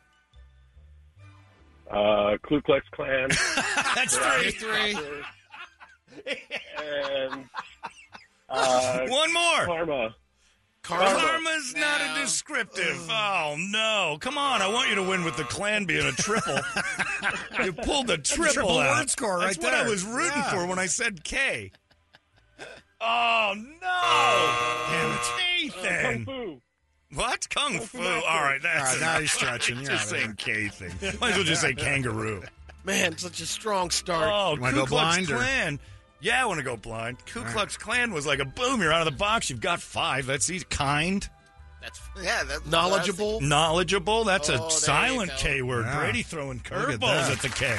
[SPEAKER 18] Uh, Ku Klux Klan.
[SPEAKER 1] That's
[SPEAKER 18] Karate
[SPEAKER 1] three.
[SPEAKER 18] Chopper, And, uh,
[SPEAKER 1] One more.
[SPEAKER 18] Karma.
[SPEAKER 1] Karma. Karma's not a descriptive. Oh, no. Come on. I want you to win with the clan being a triple. you pulled the
[SPEAKER 11] That's a
[SPEAKER 1] triple,
[SPEAKER 11] triple
[SPEAKER 1] out.
[SPEAKER 11] word score
[SPEAKER 1] That's
[SPEAKER 11] right
[SPEAKER 1] what I
[SPEAKER 11] there.
[SPEAKER 1] was rooting
[SPEAKER 11] Yeah.
[SPEAKER 1] for when I said K. Oh, no. Damn it. Nathan. What? Kung Fu. All right. That's
[SPEAKER 3] All right, now you're stretching. You're
[SPEAKER 1] just
[SPEAKER 3] out of
[SPEAKER 1] saying K thing. Might as well just say kangaroo.
[SPEAKER 2] Man, such a strong start.
[SPEAKER 1] Oh,
[SPEAKER 2] my
[SPEAKER 1] Ku Klux Klan. Yeah, I want to go blind. Ku Klux Klan was like a boom. You're out of the box. You've got five. That's easy. Kind.
[SPEAKER 6] That's yeah. That's
[SPEAKER 2] Knowledgeable.
[SPEAKER 1] Knowledgeable. That's
[SPEAKER 6] Oh, there
[SPEAKER 1] a
[SPEAKER 6] you
[SPEAKER 1] silent
[SPEAKER 6] go.
[SPEAKER 1] K word.
[SPEAKER 6] Yeah.
[SPEAKER 1] Brady throwing
[SPEAKER 6] Look at
[SPEAKER 1] curveballs
[SPEAKER 6] that.
[SPEAKER 1] at the K.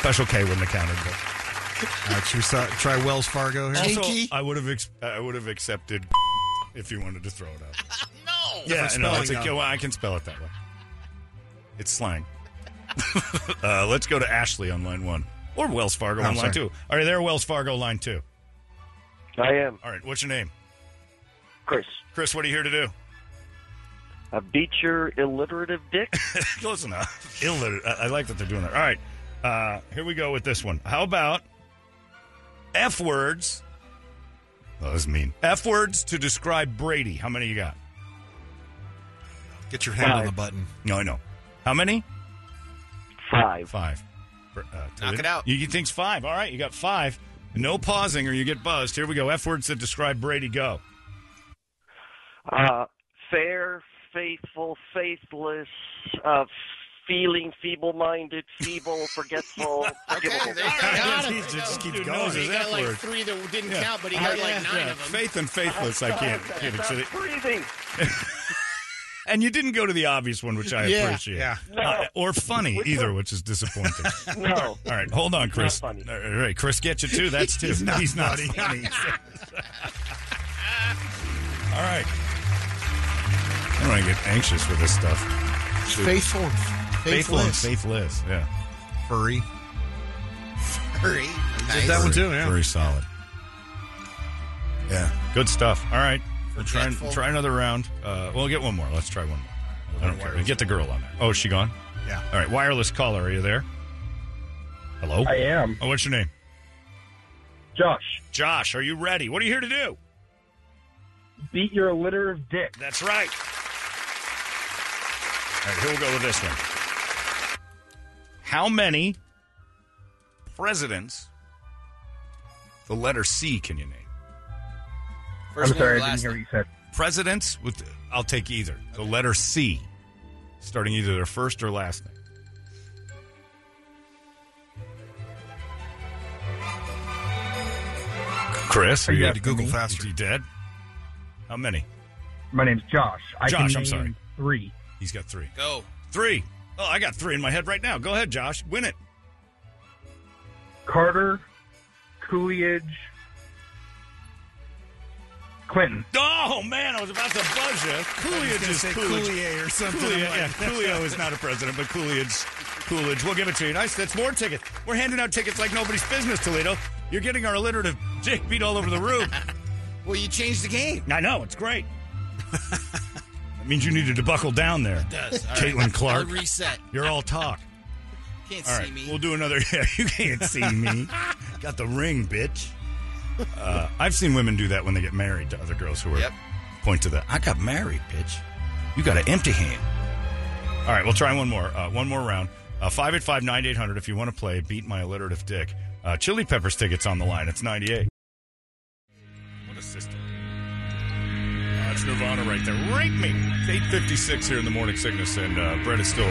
[SPEAKER 1] Special K wouldn't have counted. But.
[SPEAKER 3] All right, should we start, try Wells Fargo here?
[SPEAKER 1] Also, I would have ex- I would have accepted if you wanted to throw it out.
[SPEAKER 6] no.
[SPEAKER 1] yeah,
[SPEAKER 3] Different
[SPEAKER 1] no,
[SPEAKER 3] spelling,
[SPEAKER 1] it's a,
[SPEAKER 3] though.
[SPEAKER 1] well, I can spell it that way. It's slang. uh, let's go to Ashley on line one or Wells Fargo
[SPEAKER 3] I'm
[SPEAKER 1] on line
[SPEAKER 3] sorry.
[SPEAKER 1] two. Are you there, Wells Fargo line two?
[SPEAKER 19] I am.
[SPEAKER 1] All right, what's your name?
[SPEAKER 19] Chris.
[SPEAKER 1] Chris, what are you here to do?
[SPEAKER 19] I beat your alliterative dick.
[SPEAKER 1] Close enough. Illiter- I I like that they're doing that. All right, uh, here we go with this one. How about F words? That was mean. F words to describe Brady. How many you got?
[SPEAKER 3] Get your hand on the button.
[SPEAKER 1] No, I know. How many?
[SPEAKER 19] Five.
[SPEAKER 1] Five. Br- Uh, Toledo?
[SPEAKER 6] it out.
[SPEAKER 1] You, you think's five. All right, you got five. No pausing or you get buzzed. Here we go. F words that describe Brady. Go.
[SPEAKER 19] Uh, fair, faithful, faithless, uh, feeling feeble-minded, feeble, forgetful, forgivable.
[SPEAKER 1] Just- just keep
[SPEAKER 19] Dude,
[SPEAKER 1] going.
[SPEAKER 19] no,
[SPEAKER 1] Those
[SPEAKER 19] he
[SPEAKER 1] are
[SPEAKER 19] got
[SPEAKER 1] F
[SPEAKER 19] like
[SPEAKER 1] words.
[SPEAKER 19] three that didn't count, but he
[SPEAKER 1] I-
[SPEAKER 19] got like nine of them.
[SPEAKER 1] Faith and faithless. I can't. can't accept it.
[SPEAKER 19] Breathing.
[SPEAKER 1] And you didn't go to the obvious one, which I
[SPEAKER 19] Yeah.
[SPEAKER 1] appreciate.
[SPEAKER 19] Yeah. No.
[SPEAKER 1] Uh, or funny
[SPEAKER 19] Which
[SPEAKER 1] either,
[SPEAKER 19] one?
[SPEAKER 1] which is disappointing.
[SPEAKER 19] No.
[SPEAKER 1] All right, hold on, Chris.
[SPEAKER 19] Not funny.
[SPEAKER 1] All right, Chris, get you two. That's two.
[SPEAKER 19] He's not funny.
[SPEAKER 1] funny. All right. I don't want to get anxious with this stuff.
[SPEAKER 2] Faithful. and
[SPEAKER 1] Faithful and
[SPEAKER 2] Faithless.
[SPEAKER 1] faithless. Yeah.
[SPEAKER 3] Furry.
[SPEAKER 6] Hurry.
[SPEAKER 3] Did that one too, yeah.
[SPEAKER 1] Very solid. Yeah. Good stuff. All right. We'll try,
[SPEAKER 6] Forgetful.
[SPEAKER 1] try another round. Uh, we'll get one more. Let's try one more. I don't care. Get the girl on there. Oh, is she gone?
[SPEAKER 3] Yeah.
[SPEAKER 1] All right. Wireless caller, are you there? Hello?
[SPEAKER 20] I am.
[SPEAKER 1] Oh, what's your name?
[SPEAKER 20] Josh.
[SPEAKER 1] Josh, are you ready? What are you here to do?
[SPEAKER 20] Beat your alliterative dick.
[SPEAKER 1] That's right. All right, here we go with this one. how many presidents the letter C can you name?
[SPEAKER 20] I'm sorry, I didn't hear what you said.
[SPEAKER 1] Presidents with I'll take either. The letter C starting either their first or last name. Chris,
[SPEAKER 20] Are you
[SPEAKER 1] you had to
[SPEAKER 20] asking
[SPEAKER 1] Google
[SPEAKER 20] me?
[SPEAKER 1] faster. You dead? How many?
[SPEAKER 20] My name's Josh. I can
[SPEAKER 1] Josh, I'm
[SPEAKER 20] name
[SPEAKER 1] sorry.
[SPEAKER 20] Three.
[SPEAKER 1] He's got three. Go. Three. Oh, I got three in my head right now. Go ahead, Josh. Win it.
[SPEAKER 20] Carter, Coolidge, Clinton.
[SPEAKER 1] Oh man, I was about to buzz you. Coolidge is
[SPEAKER 20] say
[SPEAKER 1] Coolidge.
[SPEAKER 20] Coulier or something.
[SPEAKER 1] Coulier,
[SPEAKER 20] I'm
[SPEAKER 1] yeah,
[SPEAKER 20] like-
[SPEAKER 1] Coolio is not a president, but Coolidge, Coolidge. We'll give it to you. Nice. That's more tickets. We're handing out tickets like nobody's business. Toledo, you're getting our alliterative Jake beat all over the roof. well, you changed the game. I know. It's great. that means you needed to buckle down there. It
[SPEAKER 6] does. All right.
[SPEAKER 1] Caitlin Clark.
[SPEAKER 6] I'll reset.
[SPEAKER 1] You're all talk.
[SPEAKER 6] Can't
[SPEAKER 1] All
[SPEAKER 6] see
[SPEAKER 1] right,
[SPEAKER 6] me.
[SPEAKER 1] We'll do another. Yeah, you can't see me. Got the ring, bitch. Uh, I've seen women do that when they get married to other girls who are point to that. I got married, bitch. You got an empty hand. All right, we'll try one more. Uh, one more round. Uh, 585-9800 if you want to play Beat My Alliterative Dick. Uh, Chili Peppers tickets on the line. It's 98. What a system. That's Nirvana right there. Rake me. It's 856 here in the morning sickness, and uh, Brett is still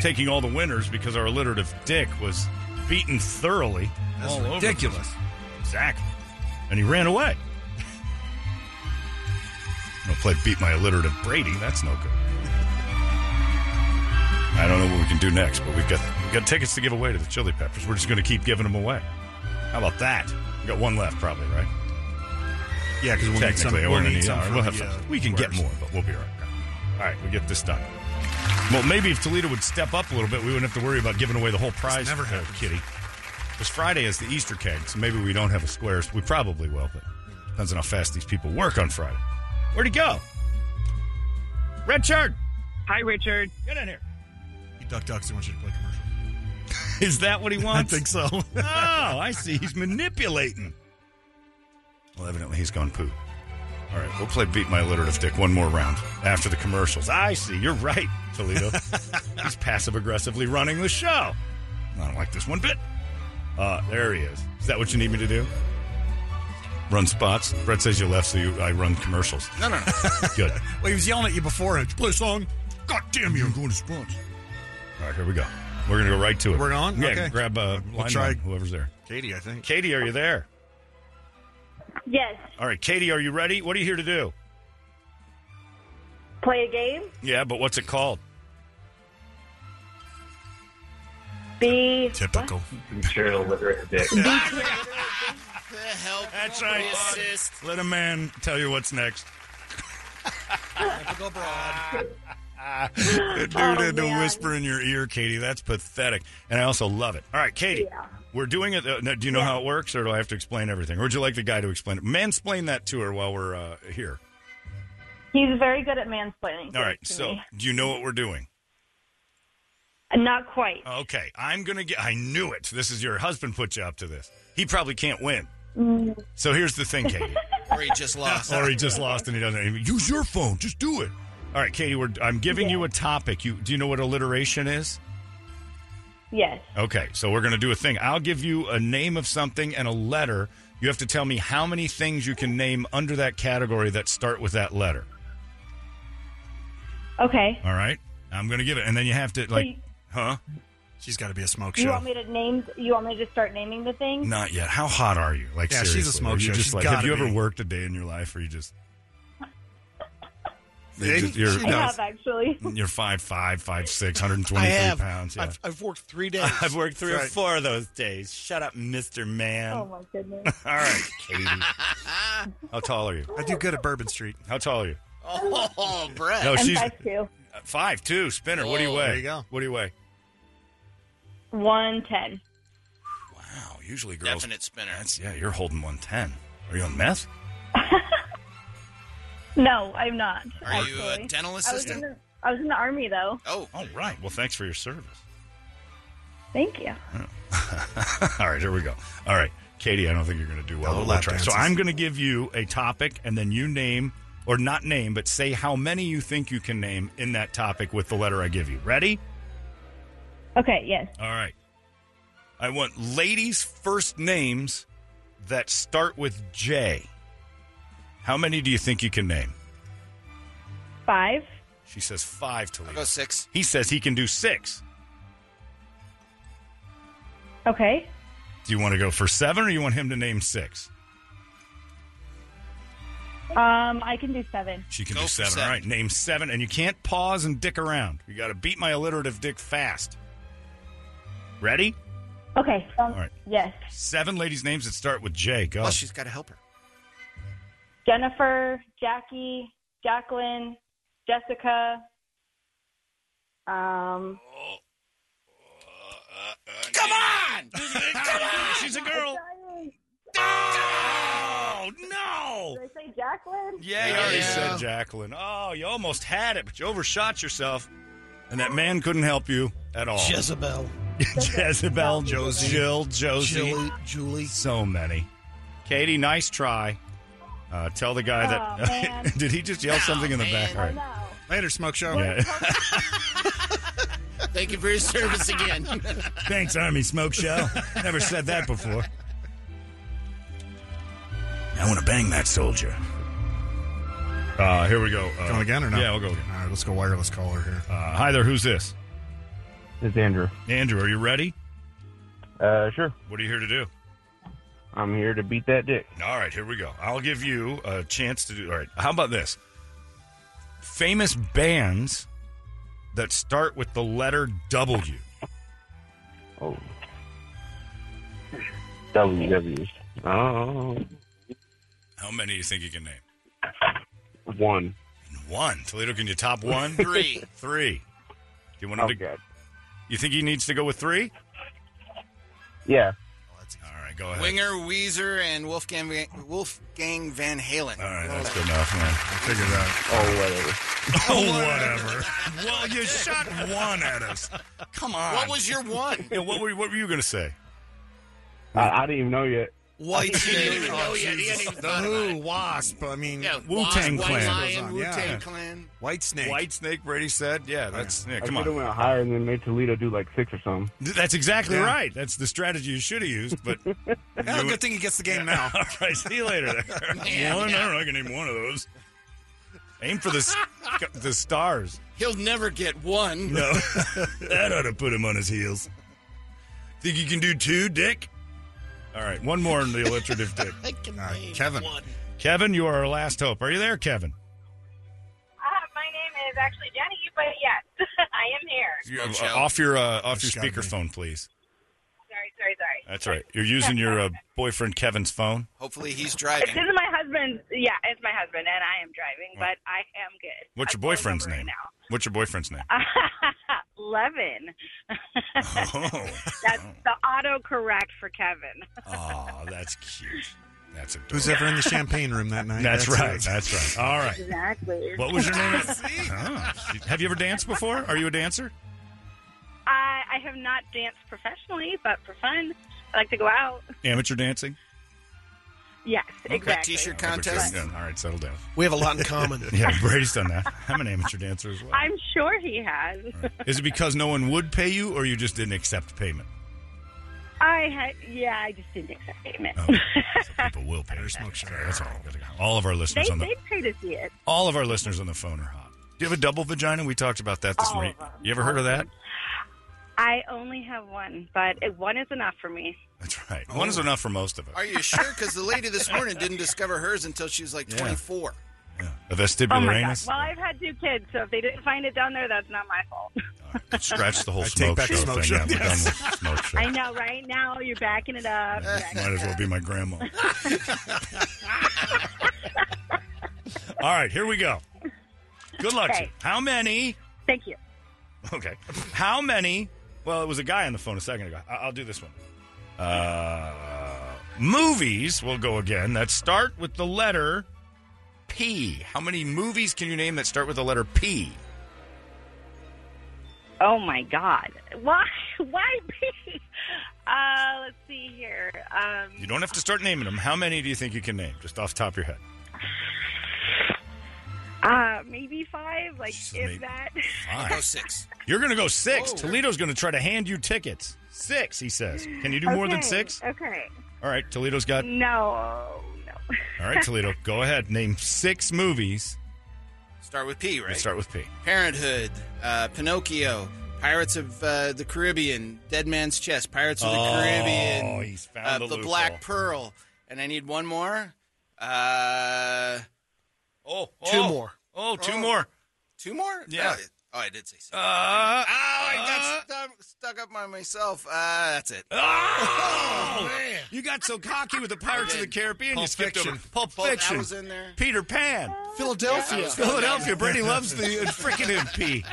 [SPEAKER 1] taking all the winners because our alliterative dick was beaten thoroughly.
[SPEAKER 3] That's
[SPEAKER 1] all over the
[SPEAKER 3] ridiculous.
[SPEAKER 1] place. Exactly. And he ran away. I'm going to play Beat My Alliterative Brady. That's no good. I don't know what we can do next, but we've got we've got tickets to give away to the Chili Peppers. We're just going to keep giving them away. How about that? We got one left, probably, right?
[SPEAKER 3] Yeah, 'cause we'll need some-
[SPEAKER 1] technically,
[SPEAKER 3] we'll
[SPEAKER 1] we're gonna
[SPEAKER 3] need
[SPEAKER 1] need- all
[SPEAKER 3] some
[SPEAKER 1] right,
[SPEAKER 3] for
[SPEAKER 1] we'll
[SPEAKER 3] the,
[SPEAKER 1] have some.
[SPEAKER 3] uh,
[SPEAKER 1] we can get
[SPEAKER 3] workers.
[SPEAKER 1] more, but we'll be all right. All right, we get this done. Well, maybe if Toledo would step up a little bit, we wouldn't have to worry about giving away the whole prize.
[SPEAKER 3] never
[SPEAKER 1] uh,
[SPEAKER 3] happens.
[SPEAKER 1] kitty. Because Friday is the Easter keg, so maybe we don't have a squares. We probably will, but depends on how fast these people work on Friday. Where'd he go? Richard.
[SPEAKER 16] Hi, Richard.
[SPEAKER 1] Get in here.
[SPEAKER 3] He duck ducks. He wants you to play commercial.
[SPEAKER 1] Is that what he wants?
[SPEAKER 3] I think so.
[SPEAKER 1] oh, I see. He's manipulating. Well, evidently he's gone poo. All right, we'll play Beat My Alliterative Dick one more round after the commercials. I see. You're right, Toledo. he's passive aggressively running the show. I don't like this one bit. Uh, there he is. Is that what you need me to do? Run spots. Brett says you left, so you, I run commercials.
[SPEAKER 3] No, no, no.
[SPEAKER 1] Good.
[SPEAKER 3] well, he was yelling at you before. Did you play a song? God damn you! I'm going to sports.
[SPEAKER 1] All right, here we go. We're going to go right to it.
[SPEAKER 3] We're on?
[SPEAKER 1] Yeah,
[SPEAKER 3] Okay.
[SPEAKER 1] grab uh,
[SPEAKER 3] We'll
[SPEAKER 1] line
[SPEAKER 3] try-
[SPEAKER 1] one, whoever's there.
[SPEAKER 3] Katie, I think.
[SPEAKER 1] Katie, are you there?
[SPEAKER 21] Yes.
[SPEAKER 1] All right, Katie, are you ready? What are you here to do?
[SPEAKER 21] Play a game.
[SPEAKER 1] Yeah, but what's it called?
[SPEAKER 21] Be
[SPEAKER 3] Typical.
[SPEAKER 20] Material literate
[SPEAKER 1] That's right. Let a man tell you what's next.
[SPEAKER 5] go broad.
[SPEAKER 1] Dude had to whisper in your ear, Katie. That's pathetic. And I also love it. All right, Katie, we're doing it. Uh, now, do you know how it works, or do I have to explain everything? Or would you like the guy to explain it? Mansplain that to her while we're uh, here.
[SPEAKER 21] He's very good at mansplaining.
[SPEAKER 1] All right,
[SPEAKER 21] to
[SPEAKER 1] so
[SPEAKER 21] me.
[SPEAKER 1] do you know what we're doing?
[SPEAKER 21] not quite.
[SPEAKER 1] Okay, I'm going to get. I knew it. This is your husband put you up to this. He probably can't win. So here's the thing, Katie.
[SPEAKER 6] Or he just lost.
[SPEAKER 1] or he just lost and he doesn't. Use your phone. Just do it. All right, Katie. We're, I'm giving you a topic. You do you know what alliteration is?
[SPEAKER 21] Yes.
[SPEAKER 1] Okay, so we're gonna do a thing. I'll give you a name of something and a letter. You have to tell me how many things you can name under that category that start with that letter.
[SPEAKER 21] Okay.
[SPEAKER 1] All right. I'm gonna give it, and then you have to like, huh? She's got to be a smoke
[SPEAKER 21] You want me to name? You want me to start naming the things?
[SPEAKER 1] Not yet. How hot are you? Like,
[SPEAKER 3] Yeah, she's a
[SPEAKER 1] seriously,
[SPEAKER 3] smoke
[SPEAKER 1] are you
[SPEAKER 3] show.
[SPEAKER 1] Just
[SPEAKER 3] She's
[SPEAKER 1] like, have
[SPEAKER 3] gotta
[SPEAKER 1] you ever
[SPEAKER 3] be.
[SPEAKER 1] worked a day in your life where you just, you're,
[SPEAKER 3] See?
[SPEAKER 1] just, you're,
[SPEAKER 3] She
[SPEAKER 21] I have actually.
[SPEAKER 1] you're five five five six,
[SPEAKER 2] I
[SPEAKER 1] 123
[SPEAKER 2] have.
[SPEAKER 1] pounds. Yeah.
[SPEAKER 2] I've, I've worked three days.
[SPEAKER 11] I've worked three or
[SPEAKER 2] Right.
[SPEAKER 11] four of those days. Shut up, Mr. Man.
[SPEAKER 21] Oh my goodness.
[SPEAKER 1] All right, Katie. How tall are you?
[SPEAKER 3] I do good at Bourbon Street.
[SPEAKER 1] How tall are you?
[SPEAKER 6] Oh, Brett.
[SPEAKER 1] No, she's-
[SPEAKER 21] I'm five two.
[SPEAKER 1] Uh, Five two. Spinner. What do you
[SPEAKER 6] Whoa.
[SPEAKER 1] weigh?
[SPEAKER 6] There
[SPEAKER 3] you go.
[SPEAKER 1] What do you weigh?
[SPEAKER 21] One ten.
[SPEAKER 1] Oh, usually girls.
[SPEAKER 6] Definite spinner.
[SPEAKER 1] That's yeah. You're holding one ten. Are you on meth?
[SPEAKER 21] No, I'm not.
[SPEAKER 6] Are you a
[SPEAKER 21] actually.
[SPEAKER 6] dental
[SPEAKER 21] I was in
[SPEAKER 6] assistant?
[SPEAKER 21] the- I was in the army though.
[SPEAKER 6] Oh,
[SPEAKER 1] all right. Well, thanks for your service.
[SPEAKER 21] Thank you.
[SPEAKER 1] all right, here we go. All right, Katie. I don't think you're going to do well.
[SPEAKER 3] No
[SPEAKER 1] but we'll
[SPEAKER 3] lap
[SPEAKER 1] try. So
[SPEAKER 3] dances.
[SPEAKER 1] I'm going to give you a topic, and then you name or not name, but say how many you think you can name in that topic with the letter I give you. Ready?
[SPEAKER 21] Okay. Yes.
[SPEAKER 1] All right. I want ladies' first names that start with J. How many do you think you can name?
[SPEAKER 22] Five.
[SPEAKER 1] She says five, Toledo.
[SPEAKER 6] I'll go six.
[SPEAKER 1] He says he can do six.
[SPEAKER 22] Okay.
[SPEAKER 1] Do you want to go for seven or you want him to name six?
[SPEAKER 22] Um, I can do seven.
[SPEAKER 1] She can do seven. All right, name seven. And you can't pause and dick around. You got to beat my alliterative dick fast. Ready?
[SPEAKER 22] Okay. Um,
[SPEAKER 1] All right.
[SPEAKER 22] Yes.
[SPEAKER 1] Seven ladies' names that start with J. Go.
[SPEAKER 6] Well, she's got to help her.
[SPEAKER 22] Jennifer, Jackie, Jacqueline, Jessica. Um.
[SPEAKER 23] Come on! Come on! She's a girl.
[SPEAKER 1] Oh, no!
[SPEAKER 22] Did I say Jacqueline?
[SPEAKER 1] Yeah, you already said Jacqueline. Oh, you almost had it, but you overshot yourself. And that man couldn't help you at all.
[SPEAKER 2] Jezebel.
[SPEAKER 1] Jezebel,
[SPEAKER 2] Josie.
[SPEAKER 1] Jill, Josie,
[SPEAKER 2] Julie- Julie.
[SPEAKER 1] So many. Katie, nice try. Uh, tell the guy
[SPEAKER 22] Oh, man.
[SPEAKER 1] that. did he just yell something in the back? All right.
[SPEAKER 11] Later, Smoke Show.
[SPEAKER 1] Yeah.
[SPEAKER 24] Thank you for your service again.
[SPEAKER 1] Thanks, Army Smoke Show. Never said that before. I want to bang that soldier. Uh, here we go. Uh,
[SPEAKER 11] Going again or not?
[SPEAKER 1] Yeah, we'll go again.
[SPEAKER 11] All right, let's go wireless caller here.
[SPEAKER 1] Uh, hi there. Who's this?
[SPEAKER 10] It's Andrew.
[SPEAKER 1] Andrew, are you ready?
[SPEAKER 10] Uh, sure.
[SPEAKER 1] What are you here to do?
[SPEAKER 10] I'm here to beat that dick.
[SPEAKER 1] All right, here we go. I'll give you a chance to do. All right, how about this? Famous bands that start with the letter W.
[SPEAKER 10] Oh. WW. Oh.
[SPEAKER 1] How many do you think you can name?
[SPEAKER 10] One.
[SPEAKER 1] One. Toledo, can you top one?
[SPEAKER 6] Three.
[SPEAKER 1] Three. Do you want him to? You think he needs to go with three?
[SPEAKER 6] Oh,
[SPEAKER 10] Yeah.
[SPEAKER 1] All right, go ahead.
[SPEAKER 6] Winger, Weezer, and Wolfgang Van, Wolfgang Van Halen.
[SPEAKER 1] All right, that's good enough, man. I figured that.
[SPEAKER 10] Oh, whatever.
[SPEAKER 1] Oh, whatever. well, you shot one at us. Come on.
[SPEAKER 6] What was your one?
[SPEAKER 1] Yeah, what were what were you going to say?
[SPEAKER 10] I, I didn't even know yet.
[SPEAKER 24] White Snake.
[SPEAKER 6] Oh, yeah, he hadn't even thought about it.
[SPEAKER 11] Wasp. I mean,
[SPEAKER 6] Yeah,
[SPEAKER 11] Wu Tang
[SPEAKER 6] Wasp, White
[SPEAKER 11] Clan.
[SPEAKER 6] Lion,
[SPEAKER 11] goes on,
[SPEAKER 6] Wu-Tang
[SPEAKER 11] yeah.
[SPEAKER 6] Clan.
[SPEAKER 11] White Snake.
[SPEAKER 1] White Snake. Brady said, "Yeah, that's yeah,
[SPEAKER 10] I
[SPEAKER 1] come
[SPEAKER 10] could have
[SPEAKER 1] on."
[SPEAKER 10] went higher and then made Toledo do like six or something.
[SPEAKER 1] Th- That's exactly
[SPEAKER 11] Yeah.
[SPEAKER 1] right. That's the strategy you should have used. But
[SPEAKER 11] Yeah, good thing he gets the game now.
[SPEAKER 1] all right, see you later. There.
[SPEAKER 24] Man,
[SPEAKER 1] one,
[SPEAKER 24] yeah.
[SPEAKER 1] I don't know. I can name one of those. Aim for the s- the stars.
[SPEAKER 24] He'll never get one.
[SPEAKER 1] No, that ought to put him on his heels. Think you can do two, Dick? All right, one more in the alliterative Dick.
[SPEAKER 2] I can
[SPEAKER 11] Uh,
[SPEAKER 2] name
[SPEAKER 11] Kevin.
[SPEAKER 2] One.
[SPEAKER 1] Kevin, you are our last hope. Are you there, Kevin?
[SPEAKER 16] Uh, my name is actually Jenny, but yes, I am here.
[SPEAKER 1] You- uh,
[SPEAKER 6] Smoke show.
[SPEAKER 1] off your uh, off your
[SPEAKER 11] That's gotta be-
[SPEAKER 1] speakerphone, please.
[SPEAKER 16] Sorry, sorry, sorry.
[SPEAKER 1] That's right. You're using your uh, boyfriend Kevin's phone.
[SPEAKER 6] Hopefully he's
[SPEAKER 16] This
[SPEAKER 6] driving.
[SPEAKER 16] is my husband. Yeah, it's my husband, and I am driving, but I am good.
[SPEAKER 1] What's your
[SPEAKER 16] I'm pulling
[SPEAKER 1] boyfriend's
[SPEAKER 16] over right
[SPEAKER 1] name? What's your boyfriend's name?
[SPEAKER 16] now. Levin.
[SPEAKER 1] Oh,
[SPEAKER 16] That's the autocorrect for Kevin.
[SPEAKER 1] oh, that's cute. That's adorable.
[SPEAKER 11] Who's ever in the champagne room that night?
[SPEAKER 1] That's, right.
[SPEAKER 11] it.
[SPEAKER 1] That's right. All right.
[SPEAKER 16] Exactly.
[SPEAKER 1] What was your name? Oh, she- have you ever danced before? Are you a dancer?
[SPEAKER 16] I, I have not danced professionally, but for fun, I like to go out.
[SPEAKER 1] Amateur dancing?
[SPEAKER 16] Yes, exactly.
[SPEAKER 6] T-shirt
[SPEAKER 1] Amateur
[SPEAKER 6] contest.
[SPEAKER 1] dancing. All right, settle down.
[SPEAKER 2] We have a lot in common.
[SPEAKER 1] Yeah, Brady's done that. I'm an amateur dancer as well.
[SPEAKER 16] I'm sure he has.
[SPEAKER 1] Is it because no one would pay you, or you just didn't accept payment?
[SPEAKER 16] I had, yeah, I just didn't accept payment.
[SPEAKER 1] Oh, so people will pay. you. Sorry, That's all. All of our
[SPEAKER 16] they
[SPEAKER 1] listeners on the
[SPEAKER 16] they pay to see it.
[SPEAKER 1] all of our listeners on the phone are hot. Do you have a double vagina? We talked about that this
[SPEAKER 16] All
[SPEAKER 1] week.
[SPEAKER 16] of them.
[SPEAKER 1] You ever heard of that?
[SPEAKER 16] I only have one, but it- one is enough for me.
[SPEAKER 1] That's right. One is enough for most of us.
[SPEAKER 6] Are you sure? Because the lady this morning didn't discover hers until she was like
[SPEAKER 1] Yeah.
[SPEAKER 6] 24.
[SPEAKER 1] A vestibular
[SPEAKER 16] oh my
[SPEAKER 1] anus.
[SPEAKER 16] gosh! Well, I've had two kids, so if they didn't find it down there, that's not my fault.
[SPEAKER 1] Scratch the whole
[SPEAKER 11] I take
[SPEAKER 1] smoke
[SPEAKER 11] back
[SPEAKER 1] show
[SPEAKER 11] the smoke
[SPEAKER 1] thing.
[SPEAKER 11] show.
[SPEAKER 1] Yeah, we're done with smoke show.
[SPEAKER 16] I know, right now you're backing it up. Backing
[SPEAKER 1] Might
[SPEAKER 16] it
[SPEAKER 1] as well
[SPEAKER 16] up.
[SPEAKER 1] be my grandma. All right, here we go. Good luck. to you.
[SPEAKER 16] Okay.
[SPEAKER 1] How many?
[SPEAKER 16] Thank you.
[SPEAKER 1] Okay. How many? Well, it was a guy on the phone a second ago. I- I'll do this one. Uh, movies, we'll go again, that start with the letter P. How many movies can you name that start with the letter P?
[SPEAKER 16] Oh my God! Why? Why me? Uh, let's see here. Um,
[SPEAKER 1] You don't have to start naming them. How many do you think you can name, just off the top of your head?
[SPEAKER 16] Uh, maybe five, like if that.
[SPEAKER 1] Five.
[SPEAKER 6] Go six.
[SPEAKER 1] You're going to go six.
[SPEAKER 16] Whoa.
[SPEAKER 1] Toledo's going to try to hand you tickets. Six, he says. Can you do more than
[SPEAKER 16] Okay,
[SPEAKER 1] six?
[SPEAKER 16] Okay.
[SPEAKER 1] All right, Toledo's got.
[SPEAKER 16] No.
[SPEAKER 1] All right, Toledo, go ahead. Name six movies.
[SPEAKER 6] Start with P,
[SPEAKER 1] that
[SPEAKER 6] right?
[SPEAKER 1] Start with P.
[SPEAKER 6] Parenthood, uh, Pinocchio, Pirates of uh, the Caribbean, Dead Man's Chest, Pirates of the
[SPEAKER 1] Oh,
[SPEAKER 6] Caribbean,
[SPEAKER 1] he's found
[SPEAKER 6] uh,
[SPEAKER 1] the loophole.
[SPEAKER 6] Black Pearl, and I need one more. Uh,
[SPEAKER 1] oh,
[SPEAKER 6] two
[SPEAKER 1] oh. Oh, two more.
[SPEAKER 6] Two more?
[SPEAKER 1] Yeah.
[SPEAKER 6] Oh, oh, I did say so.
[SPEAKER 1] Uh,
[SPEAKER 6] oh, I got stu- stuck up by myself. Uh, that's it.
[SPEAKER 1] Oh, You got so cocky with the Pirates of the Caribbean,
[SPEAKER 6] Pulp
[SPEAKER 1] you skipped
[SPEAKER 6] Fiction.
[SPEAKER 1] over Pulp
[SPEAKER 6] Pulp- I
[SPEAKER 1] Fiction.
[SPEAKER 6] was in there.
[SPEAKER 1] Peter Pan.
[SPEAKER 2] Philadelphia.
[SPEAKER 1] Philadelphia. Brady loves the uh, freaking MP.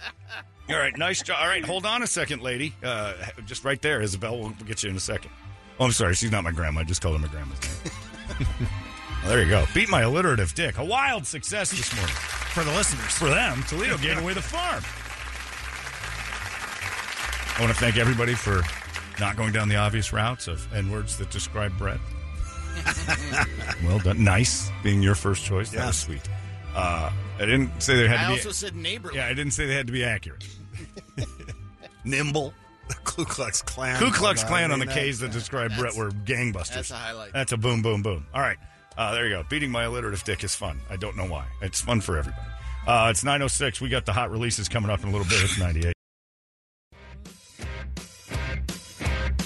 [SPEAKER 1] All right, nice job. All right, hold on a second, lady. Uh, just right there, Isabel. We'll we'll get you in a second. Oh, I'm sorry. She's not my grandma. I just called her my grandma's name. Well, there you go. Beat my alliterative dick. A wild success this morning. For the listeners. For them. Toledo gave away the farm. I want to thank everybody for not going down the obvious routes of and words that describe Brett. well done. Nice being your first choice. That was sweet. Uh, I didn't say there had to
[SPEAKER 6] I
[SPEAKER 1] be.
[SPEAKER 6] also said neighborly.
[SPEAKER 1] yeah, I didn't say they had to be accurate. Nimble.
[SPEAKER 3] The Ku Klux Klan.
[SPEAKER 1] Ku Klux Klan on the K's
[SPEAKER 3] case
[SPEAKER 1] that describe Brett were gangbusters.
[SPEAKER 6] that's a highlight.
[SPEAKER 1] That's a boom, boom, boom. All right. Uh, there you go. Beating my alliterative dick is fun. I don't know why. It's fun for everybody. Uh, it's 906. We got the hot releases coming up in a little bit. It's 98.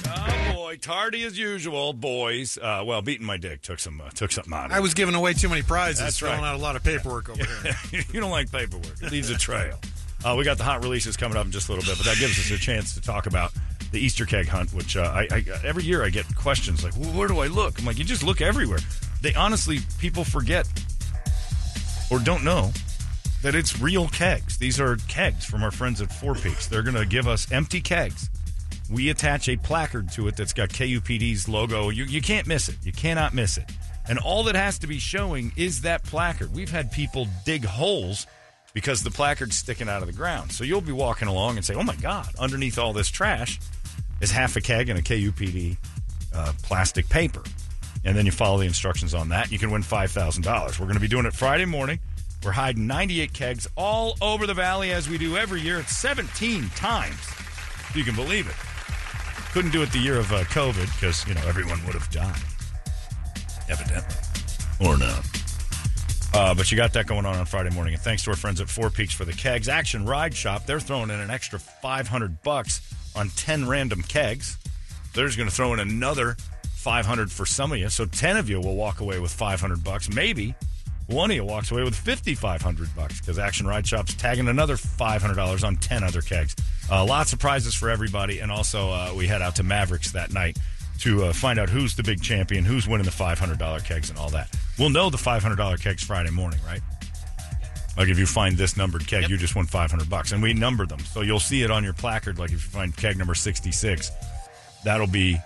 [SPEAKER 1] Oh boy, tardy as usual, boys. Uh, well, beating my dick took some uh, took something out of it.
[SPEAKER 3] I was giving away too many prizes,
[SPEAKER 1] That's
[SPEAKER 3] throwing
[SPEAKER 1] right.
[SPEAKER 3] out a lot of paperwork over here.
[SPEAKER 1] you don't like paperwork. It leaves a trail. Uh, we got the hot releases coming up in just a little bit, but that gives us a chance to talk about the Easter keg hunt, which uh, I, I every year I get questions like, well, "Where do I look?" I'm like, "You just look everywhere." They honestly, people forget or don't know that it's real kegs. These are kegs from our friends at Four Peaks. They're going to give us empty kegs. We attach a placard to it that's got KUPD's logo. You, you can't miss it. You cannot miss it. And all that has to be showing is that placard. We've had people dig holes because the placard's sticking out of the ground. So you'll be walking along and say, oh my God, underneath all this trash is half a keg and a KUPD uh, plastic paper. And then you follow the instructions on that. You can win $5,000. We're going to be doing it Friday morning. We're hiding 98 kegs all over the valley as we do every year. It's 17 times. If You can believe it. Couldn't do it the year of uh, COVID because, you know, everyone would have died. Evidently. Or not. Uh, but you got that going on on Friday morning, and thanks to our friends at Four Peaks for the kegs. Action Ride Shop, they're throwing in an extra 500 bucks on 10 random kegs. They're just going to throw in another 500 for some of you. So 10 of you will walk away with 500 bucks. Maybe one of you walks away with 5,500 bucks because Action Ride Shop's tagging another $500 on 10 other kegs. Uh, lots of prizes for everybody, and also uh, we head out to Mavericks that night to uh, find out who's the big champion, who's winning the $500 kegs, and all that. We'll know the $500 kegs Friday morning, right? Like if you find this numbered keg, you just won 500 bucks. And we number them. So you'll see it on your placard. Like if you find keg number 66, that'll be,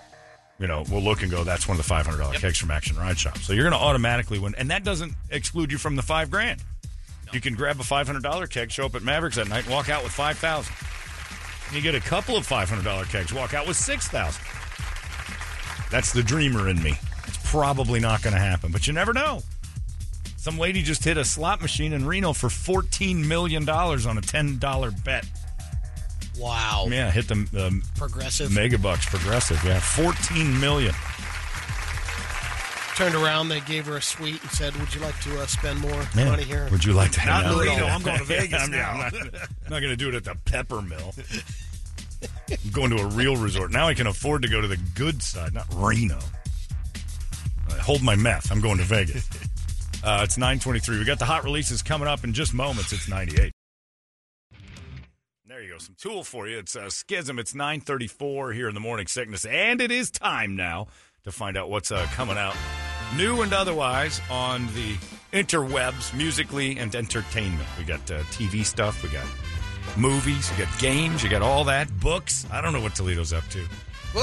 [SPEAKER 1] you know, we'll look and go, that's one of the $500 kegs from Action Ride Shop. So you're going to automatically win. And that doesn't exclude you from the five grand. You can grab a $500 keg, show up at Mavericks that night, and walk out with 5000 And You get a couple of $500 kegs, walk out with 6000 That's the dreamer in me. It's probably not going to happen, but you never know. Some lady just hit a slot machine in Reno for $14 million on a $10 bet.
[SPEAKER 2] Wow.
[SPEAKER 1] Yeah, hit the um,
[SPEAKER 2] Progressive.
[SPEAKER 1] Megabucks Progressive. Yeah, 14 million.
[SPEAKER 2] Turned around, they gave her a suite and said, "Would you like to uh, spend more
[SPEAKER 1] Man,
[SPEAKER 2] money here?"
[SPEAKER 1] Would you like to hang
[SPEAKER 2] Not
[SPEAKER 1] out?
[SPEAKER 2] in Reno.
[SPEAKER 1] Yeah.
[SPEAKER 2] I'm going to Vegas
[SPEAKER 1] Yeah, I'm
[SPEAKER 2] now.
[SPEAKER 1] not- I'm not, going to do it at the Pepper Mill. I'm going to a real resort. Now I can afford to go to the good side, not Reno. Uh, hold my meth. I'm going to Vegas. Uh, it's 923. We got the hot releases coming up in just moments. It's 98. There you go. Some tool for you. It's uh, Schism. It's 934 here in the morning sickness. And it is time now to find out what's uh, coming out new and otherwise on the interwebs, musically and entertainment. We got uh, TV stuff. We got movies. We got games. You got all that. Books. I don't know what Toledo's up to. And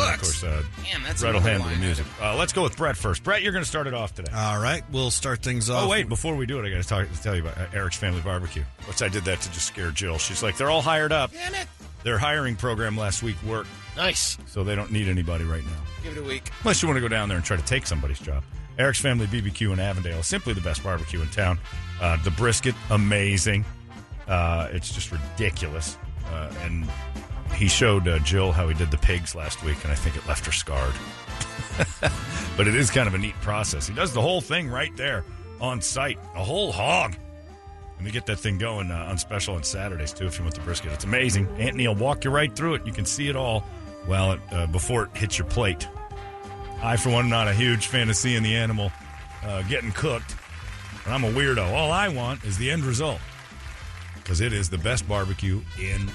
[SPEAKER 1] of
[SPEAKER 6] Books?
[SPEAKER 1] course, uh,
[SPEAKER 6] Damn, that's
[SPEAKER 1] Brett will
[SPEAKER 6] another
[SPEAKER 1] handle the
[SPEAKER 6] line
[SPEAKER 1] music. Uh, let's go with Brett first. Brett, you're going to start it off today.
[SPEAKER 3] All right, we'll start things off.
[SPEAKER 1] Oh wait! Before we do it, I got to talk to tell you about uh, Eric's Family Barbecue. Which I did that to just scare Jill. She's like, they're all hired up. Damn it! Their hiring program last week worked.
[SPEAKER 2] Nice.
[SPEAKER 1] So they don't need anybody right now,
[SPEAKER 6] Give it a week.
[SPEAKER 1] unless you want to go down there and try to take somebody's job. Eric's Family BBQ in Avondale, simply the best barbecue in town. Uh, the brisket, amazing. Uh, it's just ridiculous. Uh, and he showed uh, Jill how he did the pigs last week, and I think it left her scarred. but it is kind of a neat process. He does the whole thing right there on site, a whole hog. And we get that thing going uh, on special on Saturdays too. If you want the brisket, it's amazing. Aunt Neil walk you right through it. You can see it all while it, uh, before it hits your plate. I, for one, am not a huge fan of seeing the animal uh, getting cooked. And I'm a weirdo. All I want is the end result because it is the best barbecue in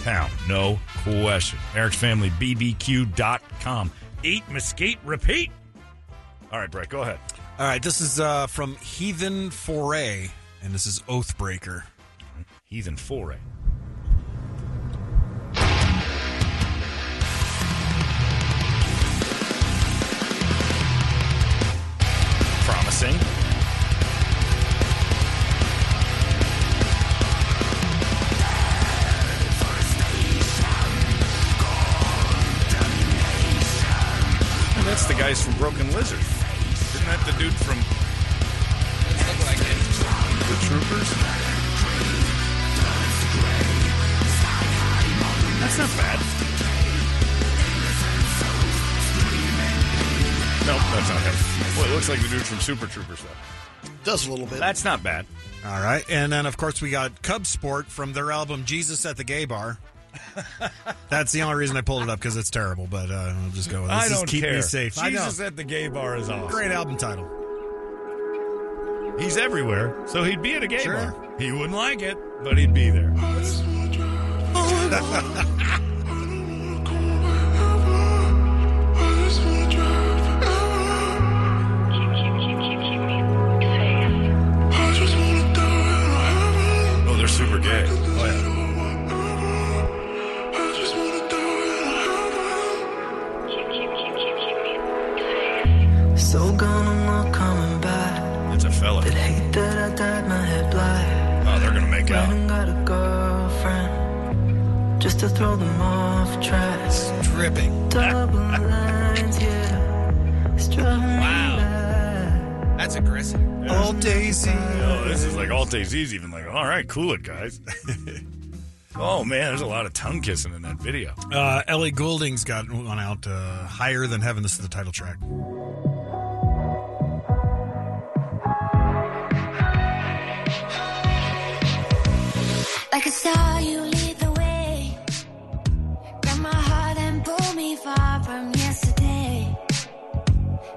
[SPEAKER 1] town. No question. Eric's Family BBQ.com. Eat, mesquite, repeat. All right, Brett, go ahead.
[SPEAKER 11] All right, this is uh, from Heathen Foray, and this is Oathbreaker.
[SPEAKER 1] Heathen Foray. Promising. And that's the guys from Broken Lizard. Isn't that the dude from The Troopers? That's not bad. Nope, that's not him. Well, it looks like the dude from Super Troopers, though.
[SPEAKER 11] Does a little bit.
[SPEAKER 1] That's not bad.
[SPEAKER 11] All right, and then of course we got Cub Sport from their album Jesus at the Gay Bar. That's the only reason I pulled it up because it's terrible, but uh, I'll just go. With this
[SPEAKER 1] I
[SPEAKER 11] is
[SPEAKER 1] don't
[SPEAKER 11] keep
[SPEAKER 1] care.
[SPEAKER 11] me safe. I know.
[SPEAKER 1] Jesus at the Gay Bar is awesome.
[SPEAKER 11] Great album title.
[SPEAKER 1] He's everywhere, so he'd be at a gay
[SPEAKER 11] Sure.
[SPEAKER 1] bar. He wouldn't like it, but he'd be there. Oh, they're super gay. Oh,
[SPEAKER 16] So gone, I'm not coming back.
[SPEAKER 1] yeah. It's a fella.
[SPEAKER 16] But hate that I dyed my hair black.
[SPEAKER 1] Oh, they're gonna make out.
[SPEAKER 16] Went and got a girlfriend just to throw them off track. Stripping. Double lines, yeah. It's driving wow.
[SPEAKER 6] That's aggressive.
[SPEAKER 16] All daisy.
[SPEAKER 1] Oh, this is like all Daisy's even like, all right, cool it, guys. oh man, there's a lot of tongue kissing in that video.
[SPEAKER 11] Uh, Ellie Goulding's got one out uh, higher than heaven. This is the title track.
[SPEAKER 25] Like a star, you lead the way. Grab my heart and pull me far from yesterday.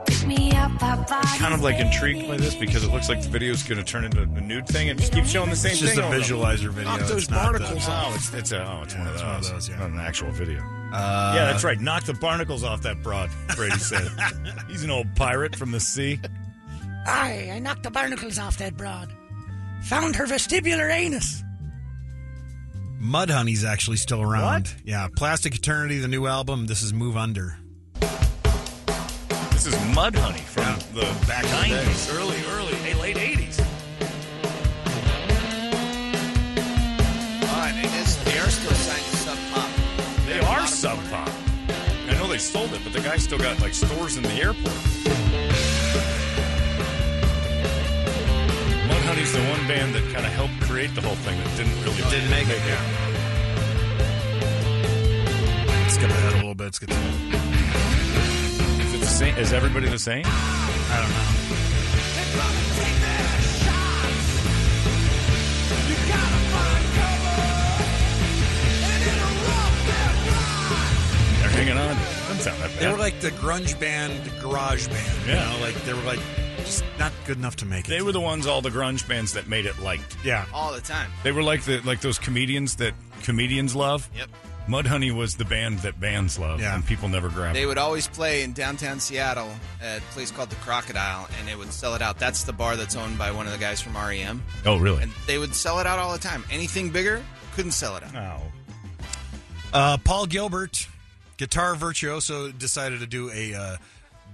[SPEAKER 25] Pick me up, I body.
[SPEAKER 1] Kind of like intrigued by this because it looks like the video's going to turn into a nude thing and just keep showing the same
[SPEAKER 11] It's
[SPEAKER 1] thing.
[SPEAKER 11] just a
[SPEAKER 1] over.
[SPEAKER 11] visualizer video. Knock those It's not the- barnacles
[SPEAKER 1] oh, it's, it's, a, oh, it's one of those.
[SPEAKER 11] it's one of
[SPEAKER 1] Not an actual video.
[SPEAKER 11] Uh,
[SPEAKER 1] yeah, that's right. Knock the barnacles off that broad, Brady said. He's an old pirate from the sea.
[SPEAKER 4] Aye, I knocked the barnacles off that broad. Found her vestibular anus.
[SPEAKER 11] Mudhoney's actually still around. Yeah, Plastic Eternity, the new album. This is Move Under.
[SPEAKER 1] This is Mudhoney from the back
[SPEAKER 11] in the day.
[SPEAKER 1] 90s, early, early, hey, late 80s.
[SPEAKER 6] But it is, they are still signed to Sub Pop.
[SPEAKER 1] They are Sub Pop. I know they sold it, but the guy still got like stores in the airport. Mudhoney's the one band that kind of helped create the whole thing that didn't really didn't make it.
[SPEAKER 11] Let's get ahead a little bit. Let's get
[SPEAKER 1] Is it the same? Is everybody the same? I don't know. They're hanging on. Doesn't sound that bad.
[SPEAKER 11] They were like the grunge band, garage band.
[SPEAKER 1] Yeah.
[SPEAKER 11] You know, like they were like just not good enough to make it.
[SPEAKER 1] They were the ones, all the grunge bands that made it liked.
[SPEAKER 11] Yeah.
[SPEAKER 6] All the time.
[SPEAKER 1] They were like the like those comedians that comedians love.
[SPEAKER 6] Yep.
[SPEAKER 1] Mudhoney was the band that bands love, and people never grabbed.
[SPEAKER 6] They would always play in downtown Seattle at a place called the Crocodile, and it would sell it out. That's the bar that's owned by one of the guys from REM.
[SPEAKER 1] Oh, really?
[SPEAKER 6] And they would sell it out all the time. Anything bigger, couldn't sell it out.
[SPEAKER 1] Oh.
[SPEAKER 11] Uh, Paul Gilbert, guitar virtuoso, decided to do a uh,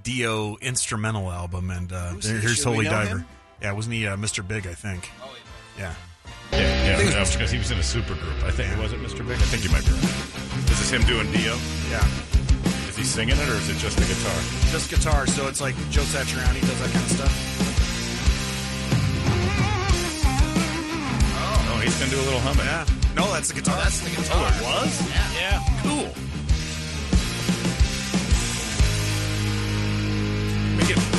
[SPEAKER 11] Dio instrumental album, and uh,
[SPEAKER 1] Who's
[SPEAKER 11] there-
[SPEAKER 1] he?
[SPEAKER 11] here's
[SPEAKER 1] Should we
[SPEAKER 11] Holy
[SPEAKER 1] know
[SPEAKER 11] Diver.
[SPEAKER 1] him?
[SPEAKER 11] Yeah, wasn't he uh, Mr. Big? I think. Oh yeah.
[SPEAKER 1] Yeah, yeah, yeah, because he was in a super group. I think was it Mr. Big. I think you might be right. This is him doing Dio.
[SPEAKER 11] Yeah.
[SPEAKER 1] Is
[SPEAKER 3] he singing it or is it just the guitar?
[SPEAKER 11] Just guitar, so it's like Joe Satriani does that kind of stuff.
[SPEAKER 3] Oh, he's gonna do a little humming. Yeah.
[SPEAKER 11] No, that's the guitar. that's the guitar.
[SPEAKER 3] Oh, it was? Yeah. Cool. Make it.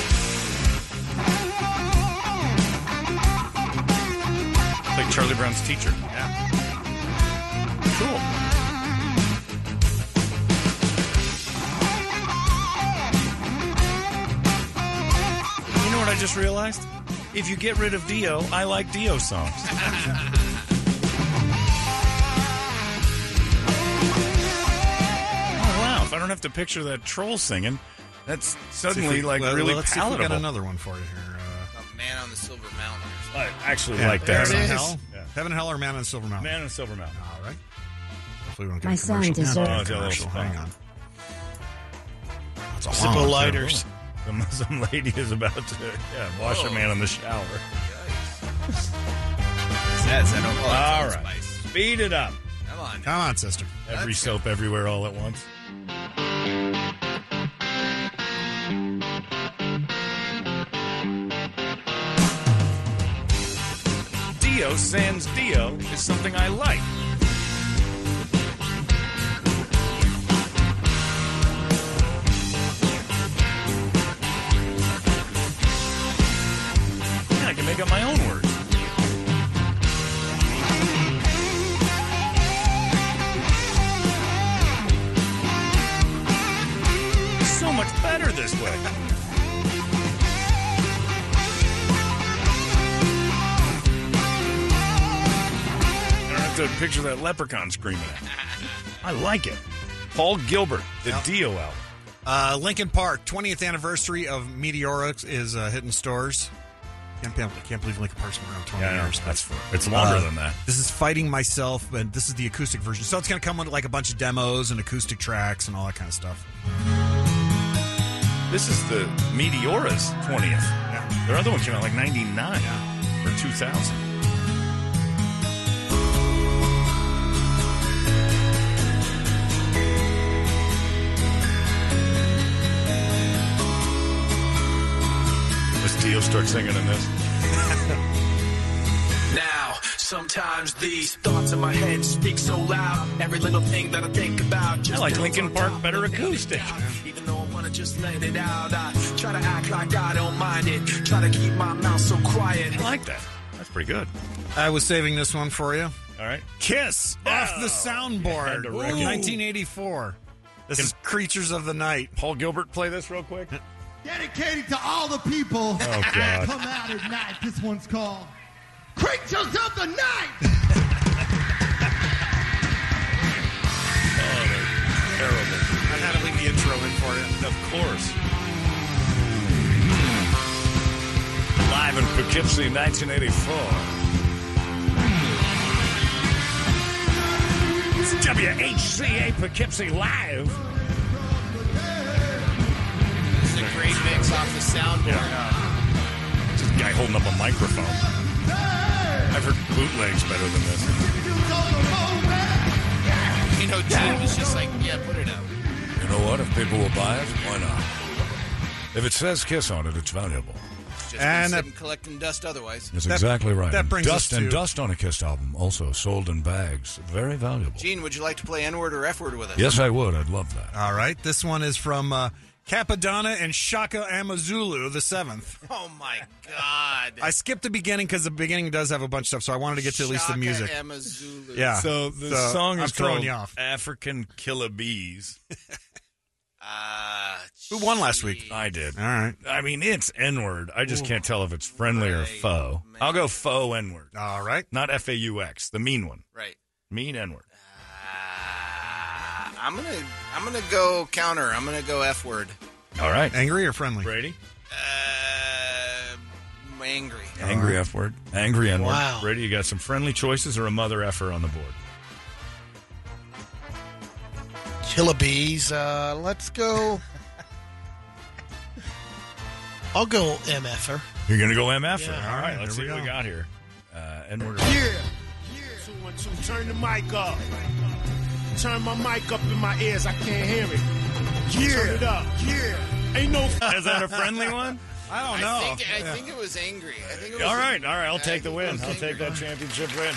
[SPEAKER 3] Like Charlie Brown's teacher. Yeah. Cool.
[SPEAKER 1] You know what I just realized? If you get rid of Dio, I like Dio songs. Oh wow! If I don't have to picture that troll singing, that's suddenly like
[SPEAKER 11] well,
[SPEAKER 1] really
[SPEAKER 11] let's see if we
[SPEAKER 1] palatable.
[SPEAKER 11] got another one for you here. uh,
[SPEAKER 6] Man on the Silver Mountain.
[SPEAKER 3] I actually
[SPEAKER 11] Yeah,
[SPEAKER 1] like that.
[SPEAKER 11] Heaven and
[SPEAKER 1] There it
[SPEAKER 11] Hell.
[SPEAKER 1] is. Yeah.
[SPEAKER 11] Heaven and Hell or Man on Silver Mountain?
[SPEAKER 1] Man on Silver Mountain.
[SPEAKER 11] All right. Hopefully we don't get
[SPEAKER 1] My
[SPEAKER 11] a
[SPEAKER 1] son
[SPEAKER 11] commercial.
[SPEAKER 1] deserves-
[SPEAKER 11] Yeah,
[SPEAKER 1] Oh, it's a little
[SPEAKER 11] commercial. Hang on. That's a
[SPEAKER 1] Zippo
[SPEAKER 11] long one, too.
[SPEAKER 1] lighters. Some, some lady is about to yeah, wash a man in the shower.
[SPEAKER 6] Says I don't like
[SPEAKER 1] All
[SPEAKER 6] Old
[SPEAKER 1] right. Speed it up.
[SPEAKER 6] Come on.
[SPEAKER 11] Come on, sister.
[SPEAKER 1] Every soap, everywhere, all at once. Dio sans Dio is something I like. Yeah, I can make up my own words. So much better this way. I don't have to picture that leprechaun screaming. at me. I like it. Paul Gilbert, the Dio album.
[SPEAKER 11] Uh, Lincoln Park, 20th anniversary of Meteorics is uh, hitting stores. Can't, be- can't believe Lincoln Park's been around 20
[SPEAKER 1] Yeah, I know. Uh,
[SPEAKER 11] years. but-
[SPEAKER 1] That's- it's longer than that.
[SPEAKER 11] This is Fighting Myself, and this is the acoustic version. So it's going to come with like a bunch of demos and acoustic tracks and all that kind of stuff.
[SPEAKER 3] This is the Meteora's 20th. Their other one came out like 99 or 2000. Does Dio start singing in this?
[SPEAKER 10] Now, sometimes these thoughts in my head speak so loud. Every little thing that I think about just
[SPEAKER 1] I like
[SPEAKER 10] comes
[SPEAKER 1] Lincoln
[SPEAKER 10] on
[SPEAKER 1] Park
[SPEAKER 10] top.
[SPEAKER 1] better acoustic.
[SPEAKER 10] Even though I wanna just let it out, I try to act like I don't mind it. Try to keep my mouth so quiet. I
[SPEAKER 1] like that. That's pretty good.
[SPEAKER 11] I was saving this one for you.
[SPEAKER 1] All right.
[SPEAKER 11] Kiss
[SPEAKER 1] Oh,
[SPEAKER 11] off the soundboard.
[SPEAKER 1] to
[SPEAKER 11] Ooh.
[SPEAKER 1] wreck it.
[SPEAKER 11] 1984. This is Creatures of the Night.
[SPEAKER 3] Paul Gilbert, play this real quick.
[SPEAKER 26] Dedicated to all the people
[SPEAKER 11] Oh,
[SPEAKER 1] Oh,
[SPEAKER 3] God.
[SPEAKER 26] that come out at night. This one's called Creatures of the Night.
[SPEAKER 3] Terrible.
[SPEAKER 11] I had to leave the intro in for you.
[SPEAKER 3] Of course. Live in Poughkeepsie, 1984.
[SPEAKER 27] It's WHCA Poughkeepsie Live.
[SPEAKER 6] It's a great mix off the soundboard.
[SPEAKER 3] Just a guy holding up a microphone. I've heard bootlegs better than this.
[SPEAKER 6] You know, Gene was just like, yeah, put it out.
[SPEAKER 3] You know what? If people will buy it, why not? If it says kiss on it, it's valuable.
[SPEAKER 6] Just
[SPEAKER 11] And
[SPEAKER 6] and uh,
[SPEAKER 11] that-
[SPEAKER 6] sitting collecting dust otherwise.
[SPEAKER 3] That's exactly right.
[SPEAKER 11] that brings
[SPEAKER 3] dust
[SPEAKER 11] us
[SPEAKER 3] and
[SPEAKER 11] to-
[SPEAKER 3] dust on a Kiss album, also sold in bags, very valuable.
[SPEAKER 6] Gene, would you like to play N word or F word with us?
[SPEAKER 3] Yes, I would. I'd love that.
[SPEAKER 11] All right. This one is from uh, Capadonna and Shaka Amazulu, the seventh.
[SPEAKER 6] Oh my God.
[SPEAKER 11] I skipped the beginning because the beginning does have a bunch of stuff, so I wanted to get to at least the
[SPEAKER 6] Shaka
[SPEAKER 11] music.
[SPEAKER 6] Amazulu.
[SPEAKER 11] Yeah.
[SPEAKER 1] So the
[SPEAKER 11] Ah, So,
[SPEAKER 1] song
[SPEAKER 11] I'm
[SPEAKER 1] is
[SPEAKER 11] throwing
[SPEAKER 1] called
[SPEAKER 11] you off.
[SPEAKER 1] African Killer Bees.
[SPEAKER 6] Ah,
[SPEAKER 11] Who won last week?
[SPEAKER 1] I did.
[SPEAKER 11] All right.
[SPEAKER 1] I mean, it's N word. I just
[SPEAKER 11] Ooh.
[SPEAKER 1] can't tell if it's friendly or foe. I'll go foe N word.
[SPEAKER 11] All right.
[SPEAKER 1] Not F A U X, the mean one.
[SPEAKER 6] Right. Ah,
[SPEAKER 1] Mean N word.
[SPEAKER 6] I'm gonna I'm gonna go counter. I'm gonna go F word.
[SPEAKER 1] All right.
[SPEAKER 11] Angry or friendly?
[SPEAKER 1] Brady?
[SPEAKER 6] I'm Um, angry.
[SPEAKER 1] Angry F word. Angry N word.
[SPEAKER 6] Wow.
[SPEAKER 1] Brady, you got some friendly choices or a mother effer on the board?
[SPEAKER 2] Killer bees. Uh, let's go. I'll go MFer.
[SPEAKER 1] You're going to go MF? -er.
[SPEAKER 2] Yeah.
[SPEAKER 1] All right.
[SPEAKER 2] All right,
[SPEAKER 1] Let's see
[SPEAKER 2] here we
[SPEAKER 1] what we
[SPEAKER 2] go.
[SPEAKER 1] got here. Uh, N word.
[SPEAKER 28] Two, one, two, turn the mic up. Turn my mic up in my ears. I can't hear it.
[SPEAKER 29] Turn it up.
[SPEAKER 1] Yeah. Ain't no. Is that a friendly one? I don't know.
[SPEAKER 6] I, think, I
[SPEAKER 1] Oh, Yeah.
[SPEAKER 6] think it was angry. I think it was
[SPEAKER 1] All right, all right. I'll
[SPEAKER 6] I
[SPEAKER 1] take the
[SPEAKER 6] think
[SPEAKER 1] win.
[SPEAKER 6] it was
[SPEAKER 1] I'll take
[SPEAKER 6] angry.
[SPEAKER 1] that championship win.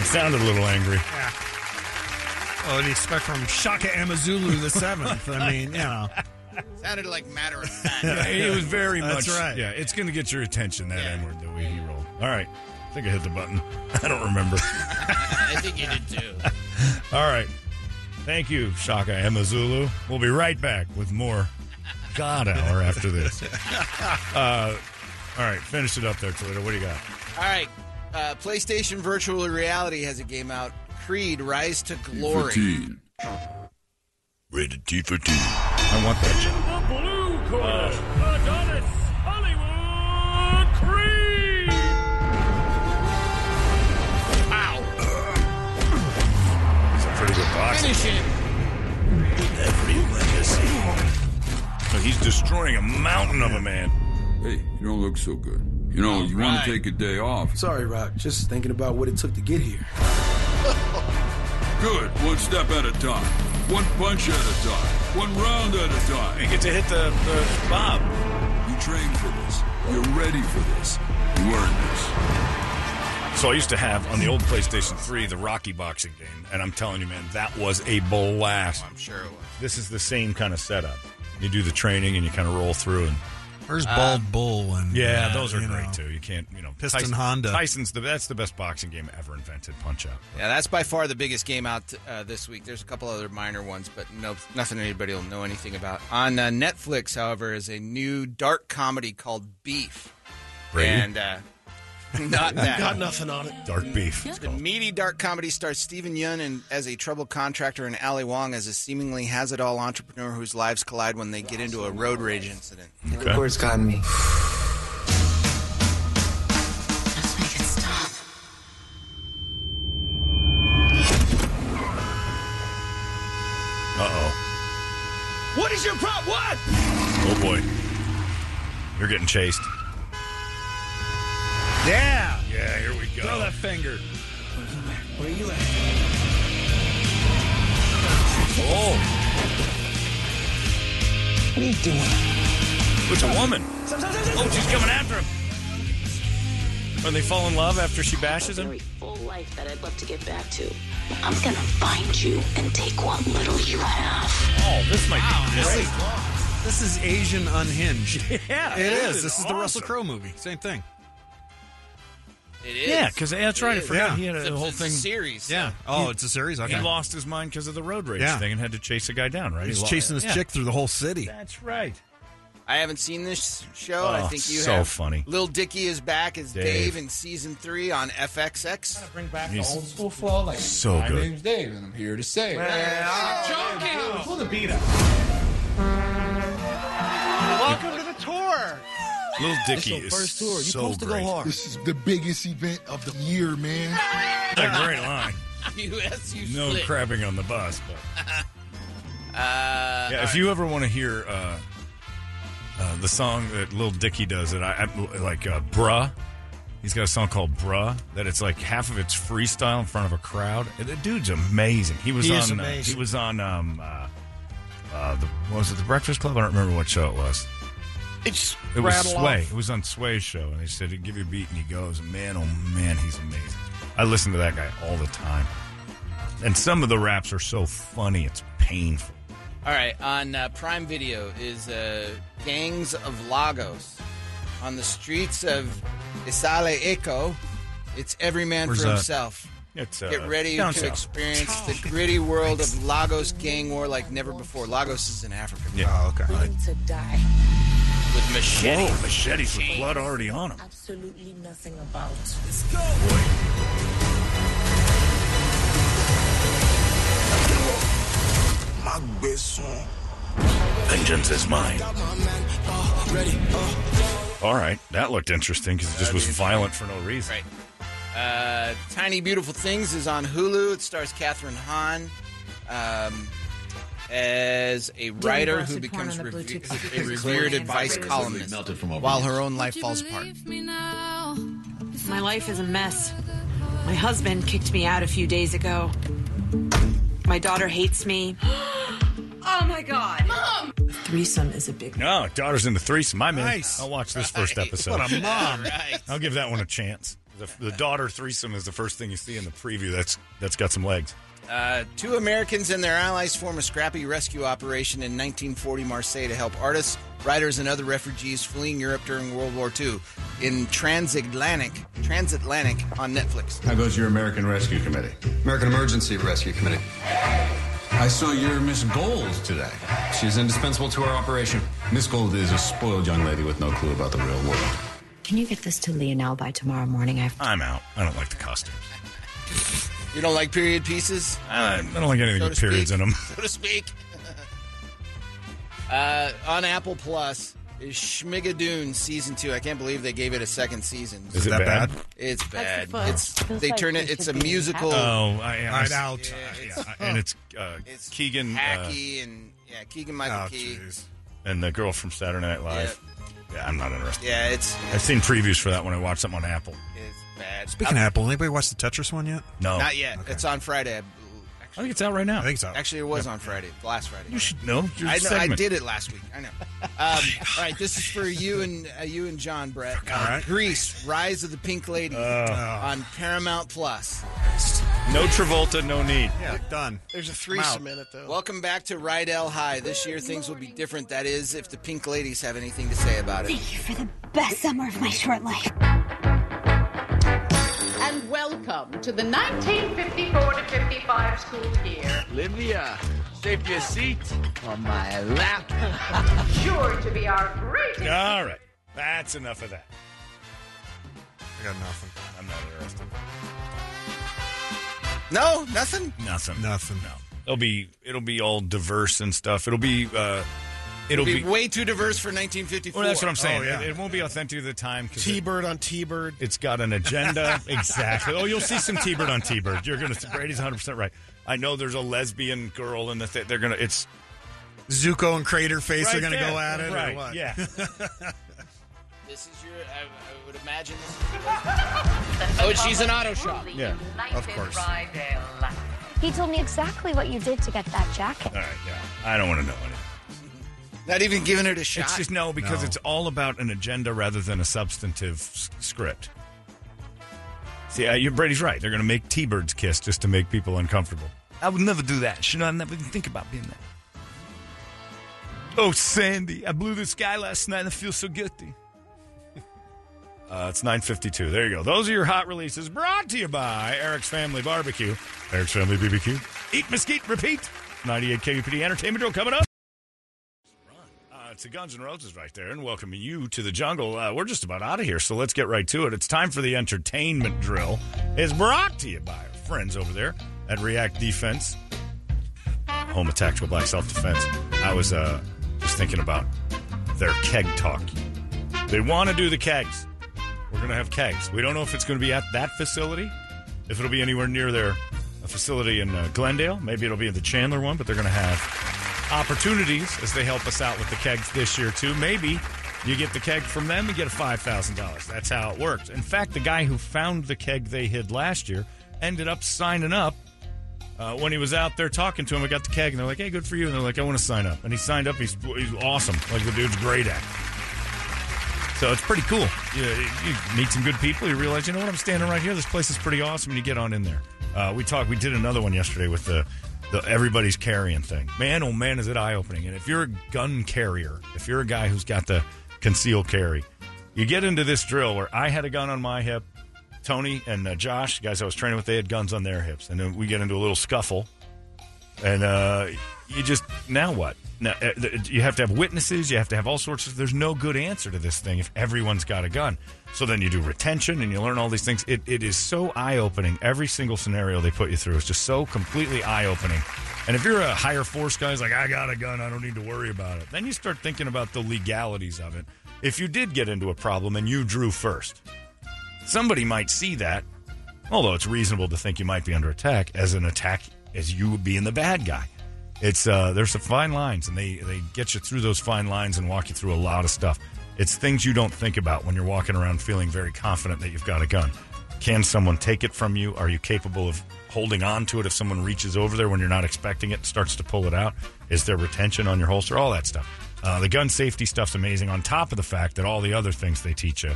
[SPEAKER 1] It sounded a little angry.
[SPEAKER 3] What Oh, do you expect from Shaka Amazulu the seventh? I mean, you know.
[SPEAKER 6] Sounded like matter of fact.
[SPEAKER 1] Yeah, it was very much.
[SPEAKER 3] That's right.
[SPEAKER 1] Yeah, it's going to get your attention that N word the way he rolled. All right, I think I hit the button. I don't remember.
[SPEAKER 6] I think you did too.
[SPEAKER 1] All right, thank you, Shaka Amazulu. We'll be right back with more God Hour after this. Uh, all right, finish it up there, Toledo. What do you got?
[SPEAKER 6] All right. Uh, PlayStation Virtual Reality has a game out Creed Rise to Glory.
[SPEAKER 1] Rated T for T. I want that job. It's a pretty good box.
[SPEAKER 6] Finish it.
[SPEAKER 1] Every legacy. So he's destroying a mountain of a man.
[SPEAKER 10] Hey, you don't look so good. You know, you want to take a day off.
[SPEAKER 30] Sorry, Rock. Just thinking about what it took to get here.
[SPEAKER 10] Good. One step at a time. One punch at a time. One round at a time.
[SPEAKER 1] You get to hit the, the bob.
[SPEAKER 10] You train for this. You're ready for this. You earned this.
[SPEAKER 1] So I used to have on the old PlayStation 3 the Rocky boxing game, and I'm telling you, man, that was a blast. I'm
[SPEAKER 6] sure it was.
[SPEAKER 1] This is the same kind of setup. You do the training and you kind of roll through and.
[SPEAKER 3] Where's Bald Bull and
[SPEAKER 1] Yeah,
[SPEAKER 3] uh,
[SPEAKER 1] those are
[SPEAKER 3] you
[SPEAKER 1] great
[SPEAKER 3] know,
[SPEAKER 1] too. You can't, you know,
[SPEAKER 3] Piston Honda.
[SPEAKER 1] Tyson's the that's the best boxing game ever invented. Punch out.
[SPEAKER 6] Yeah, that's by far the biggest game out uh, this week. There's a couple other minor ones, but no, nothing anybody will know anything about. On uh, Netflix, however, is a new dark comedy called Beef.
[SPEAKER 1] Brady?
[SPEAKER 6] And uh, not that.
[SPEAKER 2] Got nothing on it.
[SPEAKER 1] Dark beef.
[SPEAKER 6] The meaty dark comedy stars Stephen Yun and as a troubled contractor and Ali Wong as a seemingly has it all entrepreneur whose lives collide when they get into a road rage incident.
[SPEAKER 1] Okay. Of course,
[SPEAKER 30] got me.
[SPEAKER 1] Uh oh.
[SPEAKER 29] What is your problem? What?
[SPEAKER 1] Oh boy. You're getting chased.
[SPEAKER 29] Yeah.
[SPEAKER 1] Yeah, here we go.
[SPEAKER 29] Throw that finger. Where you at?
[SPEAKER 1] Oh.
[SPEAKER 29] What are you doing?
[SPEAKER 1] It's a woman. Oh, she's coming after him. When they fall in love after she bashes him?
[SPEAKER 31] full life that I'd love to get back to. I'm gonna find you and take what little you have.
[SPEAKER 1] Oh, this might be
[SPEAKER 3] This
[SPEAKER 1] great.
[SPEAKER 3] is, this is Asian Unhinged.
[SPEAKER 1] Yeah,
[SPEAKER 3] it
[SPEAKER 1] this
[SPEAKER 3] is.
[SPEAKER 1] is
[SPEAKER 3] This is the Russell
[SPEAKER 1] awesome.
[SPEAKER 3] Crowe movie. Same thing.
[SPEAKER 6] It
[SPEAKER 3] is.
[SPEAKER 11] Yeah, because that's
[SPEAKER 3] It
[SPEAKER 11] right.
[SPEAKER 3] is.
[SPEAKER 11] I forgot
[SPEAKER 3] Yeah.
[SPEAKER 11] he had a
[SPEAKER 3] It's-
[SPEAKER 11] whole
[SPEAKER 3] it's a
[SPEAKER 11] thing.
[SPEAKER 6] series,
[SPEAKER 3] Yeah. so- Oh, it's a series? Okay.
[SPEAKER 1] He lost his mind because of the road rage
[SPEAKER 3] Yeah.
[SPEAKER 1] thing and had to chase a guy down, right?
[SPEAKER 3] He's
[SPEAKER 1] He lo-
[SPEAKER 3] chasing this
[SPEAKER 1] Yeah.
[SPEAKER 3] chick through the whole city.
[SPEAKER 1] That's right.
[SPEAKER 6] I haven't seen this show.
[SPEAKER 1] Oh,
[SPEAKER 6] I think you
[SPEAKER 1] so
[SPEAKER 6] have.
[SPEAKER 1] funny.
[SPEAKER 6] Lil Dicky is back as Dave,
[SPEAKER 1] Dave.
[SPEAKER 6] in season three on FXX.
[SPEAKER 30] Bring back
[SPEAKER 1] the He's
[SPEAKER 30] old school flow. Like
[SPEAKER 1] so my good.
[SPEAKER 30] name's Dave, and I'm here to say. Pull the beat up.
[SPEAKER 32] Welcome to the tour.
[SPEAKER 1] Little
[SPEAKER 32] This
[SPEAKER 1] Dicky
[SPEAKER 32] your
[SPEAKER 1] is
[SPEAKER 32] first tour. You're
[SPEAKER 1] so
[SPEAKER 32] supposed to go
[SPEAKER 1] great.
[SPEAKER 32] hard. This is the biggest event of the year, man.
[SPEAKER 1] It's a great line.
[SPEAKER 6] USU
[SPEAKER 1] No
[SPEAKER 6] split.
[SPEAKER 1] crapping on the bus, but
[SPEAKER 6] Uh,
[SPEAKER 1] yeah. If you ever want to hear uh, uh, the song that Lil Dicky does, that I, I like, uh, "Bruh," he's got a song called "Bruh" that it's like half of it's freestyle in front of a crowd. And The dude's amazing. He was
[SPEAKER 11] He
[SPEAKER 1] on.
[SPEAKER 11] is
[SPEAKER 1] Uh,
[SPEAKER 11] amazing.
[SPEAKER 1] he was on. Um, uh, uh, the, what was it the Breakfast Club? I don't remember what show it was.
[SPEAKER 2] It's
[SPEAKER 1] It was
[SPEAKER 2] rattle
[SPEAKER 1] Sway.
[SPEAKER 2] off.
[SPEAKER 1] It was on Sway's show, and they said, "Give you a beat," and he goes, "Man, oh man, he's amazing." I listen to that guy all the time, and some of the raps are so funny, it's painful.
[SPEAKER 6] All right, on uh, Prime Video is uh, Gangs of Lagos. On the streets of Isale Eco, it's every man
[SPEAKER 1] Where's
[SPEAKER 6] for
[SPEAKER 1] that?
[SPEAKER 6] himself.
[SPEAKER 1] It's, uh,
[SPEAKER 6] Get ready
[SPEAKER 1] down
[SPEAKER 6] to
[SPEAKER 1] south.
[SPEAKER 6] experience the gritty world of Lagos gang war like never before. Lagos is in Africa.
[SPEAKER 1] Yeah.
[SPEAKER 31] Willing to die.
[SPEAKER 6] With machetes.
[SPEAKER 1] Whoa, machetes with blood already on them.
[SPEAKER 31] Absolutely nothing about.
[SPEAKER 1] Vengeance is mine. All right, that looked interesting because it just was violent for no reason.
[SPEAKER 6] Right. Uh, Tiny Beautiful Things is on Hulu. It stars Catherine Hahn um, as a writer who
[SPEAKER 33] blasted porn
[SPEAKER 6] becomes
[SPEAKER 33] on the
[SPEAKER 6] reve-
[SPEAKER 33] Bluetooth
[SPEAKER 6] a
[SPEAKER 33] speaker.
[SPEAKER 6] revered advice columnist
[SPEAKER 33] Melted from over
[SPEAKER 6] while
[SPEAKER 33] here.
[SPEAKER 6] her own life falls apart.
[SPEAKER 33] My life is a mess. My husband kicked me out a few days ago. My daughter hates me.
[SPEAKER 34] Oh my god. Mom!
[SPEAKER 1] Threesome is a big. No, daughter's in the threesome. I'm in. I'll watch this first
[SPEAKER 34] Right.
[SPEAKER 1] episode.
[SPEAKER 34] What a mom. Right.
[SPEAKER 1] I'll give that one a chance. The, the daughter threesome is the first thing you see in the preview. That's that's got some legs.
[SPEAKER 6] Uh, two Americans and their allies form a scrappy rescue operation in 1940 Marseille to help artists, writers, and other refugees fleeing Europe during World War II in Transatlantic, Transatlantic on Netflix.
[SPEAKER 3] How goes your American Rescue Committee? American Emergency Rescue Committee. I saw your Miss Gold today. She's indispensable to our operation. Miss Gold is a spoiled young lady with no clue about the real world.
[SPEAKER 16] Can you get this to Leonel by tomorrow morning? I've
[SPEAKER 1] I'm out. I don't like the costumes.
[SPEAKER 6] You don't like period pieces?
[SPEAKER 1] I, I don't like anything
[SPEAKER 6] So
[SPEAKER 1] with
[SPEAKER 6] to
[SPEAKER 1] periods
[SPEAKER 6] speak.
[SPEAKER 1] in them.
[SPEAKER 6] So to speak. uh, on Apple Plus is Schmigadoon season two. I can't believe they gave it a second season.
[SPEAKER 1] Is it That bad?
[SPEAKER 6] It's bad.
[SPEAKER 1] first.
[SPEAKER 6] It's
[SPEAKER 1] Feels
[SPEAKER 6] they
[SPEAKER 1] like
[SPEAKER 6] turn
[SPEAKER 1] we
[SPEAKER 6] it. It's a
[SPEAKER 1] should be
[SPEAKER 6] musical.
[SPEAKER 1] happy. Oh, I- I-
[SPEAKER 6] am
[SPEAKER 1] Right out.
[SPEAKER 6] it's,
[SPEAKER 1] Yeah, and it's, uh, Keegan, uh,
[SPEAKER 6] hacky and yeah, Keegan Michael
[SPEAKER 1] Oh,
[SPEAKER 6] Key.
[SPEAKER 1] And the girl from Saturday Night Live. Yeah, I'm not interested.
[SPEAKER 6] Yeah, it's
[SPEAKER 1] I've seen previews for that when I watch something on Apple.
[SPEAKER 6] it's bad.
[SPEAKER 11] Speaking
[SPEAKER 6] Uh,
[SPEAKER 11] of Apple, anybody watch the Tetris one yet?
[SPEAKER 1] No.
[SPEAKER 6] not yet. It's on Friday.
[SPEAKER 1] I think it's out right now. I think
[SPEAKER 11] so.
[SPEAKER 6] Actually, it was on Friday, last Friday.
[SPEAKER 1] You should know. Your
[SPEAKER 6] I, know, I
[SPEAKER 1] segment.
[SPEAKER 6] did it last week. I know. Um, all right, this is for you and uh, you and John Brett. Uh, Grease, Rise of the Pink Lady on Paramount Plus.
[SPEAKER 1] No Travolta, no need.
[SPEAKER 11] done.
[SPEAKER 6] There's a
[SPEAKER 2] threesome in it, though.
[SPEAKER 6] Welcome back to Rydell High. This year things will be different. That is, if the Pink Ladies have anything to say about it.
[SPEAKER 35] Thank you for the best summer of my short life.
[SPEAKER 10] And welcome to the 1954 to 55 school year.
[SPEAKER 36] Livia, save your seat on my
[SPEAKER 10] lap. Sure to be our greatest.
[SPEAKER 1] All right. That's enough of that.
[SPEAKER 11] I got nothing.
[SPEAKER 1] I'm not interested.
[SPEAKER 6] No, nothing.
[SPEAKER 1] Nothing.
[SPEAKER 11] Nothing.
[SPEAKER 1] No. It'll be it'll be all diverse and stuff. It'll be uh it'll,
[SPEAKER 6] It'll be, way too diverse for 1954.
[SPEAKER 1] Well, that's what I'm saying. it,
[SPEAKER 6] It-
[SPEAKER 1] it won't be authentic to the time because
[SPEAKER 2] T-Bird on T-Bird.
[SPEAKER 1] It's got an agenda. exactly. Oh, you'll see some T-Bird on T-Bird. You're going to. Brady's 100 percent right. I know there's a lesbian girl in the. Th- they're going to. It's
[SPEAKER 11] Zuko and Crater Face
[SPEAKER 1] Right
[SPEAKER 11] are going to
[SPEAKER 1] there.
[SPEAKER 11] go at it,
[SPEAKER 1] Right,
[SPEAKER 11] or what?
[SPEAKER 1] yeah.
[SPEAKER 6] it- this is your. I, I would imagine. This is oh, she's an auto shop.
[SPEAKER 1] yeah.
[SPEAKER 10] Of
[SPEAKER 1] course.
[SPEAKER 16] He told me exactly what you did to get that jacket.
[SPEAKER 1] All right. Yeah. I don't want to know anything.
[SPEAKER 6] Not even giving it a shot.
[SPEAKER 1] It's just no, because it's all about an agenda rather than a substantive s- script. See, uh, you Brady's right. They're going to make T-birds kiss just to make people uncomfortable. I would never do that. Should I never even think about being that? Oh, Sandy, I blew this guy last night and I feel so guilty. Uh, it's 9.52. There you go. Those are your hot releases brought to you by Eric's Family Barbecue. Eric's Family BBQ. Eat, mesquite, repeat. 98 KUPD Entertainment Drill coming up. Uh, to Guns N' Roses right there and welcoming you to the jungle. Uh, we're just about out of here, so let's get right to it. It's time for the entertainment drill. It's brought to you by our friends over there at React Defense. Home attack to a black self defense. I was uh, just thinking about their keg talk. They want to do the kegs. We're going to have kegs. We don't know if it's going to be at that facility, if it'll be anywhere near their a facility in uh, Glendale. Maybe it'll be at the Chandler one, but they're going to have opportunities as they help us out with the kegs this year, too. Maybe you get the keg from them and get a $5,000. That's how it works. In fact, the guy who found the keg they hid last year ended up signing up uh, when he was out there talking to him, I got the keg, and they're like, "Hey, good for you." And they're like, "I want to sign up." And he signed up. He's he's awesome. Like the dude's great at. it. So it's pretty cool. You, you meet some good people. You realize, you know what? I'm standing right here. This place is pretty awesome. And you get on in there. Uh, we talked. We did another one yesterday with the, the everybody's carrying thing. Man, oh man, is it eye opening. And if you're a gun carrier, if you're a guy who's got the concealed carry, you get into this drill where I had a gun on my hip. Tony and uh, Josh, guys I was training with, they had guns on their hips, and then we get into a little scuffle. And uh, you just now what? Now uh, th- you have to have witnesses. You have to have all sorts of. There's no good answer to this thing if everyone's got a gun. So then you do retention and you learn all these things. It, it is so eye opening. Every single scenario they put you through is just so completely eye opening. And if you're a higher force guy, who's like I got a gun, I don't need to worry about it. Then you start thinking about the legalities of it. If you did get into a problem and you drew first, somebody might see that, although it's reasonable to think you might be under attack as an attack as you being the bad guy. It's uh, there's some fine lines, and they they get you through those fine lines and walk you through a lot of stuff. It's things you don't think about when you're walking around feeling very confident that you've got a gun. Can someone take it from you? Are you capable of holding on to it if someone reaches over there when you're not expecting it and starts to pull it out? Is there retention on your holster? All that stuff. Uh, the gun safety stuff's amazing, on top of the fact that all the other things they teach you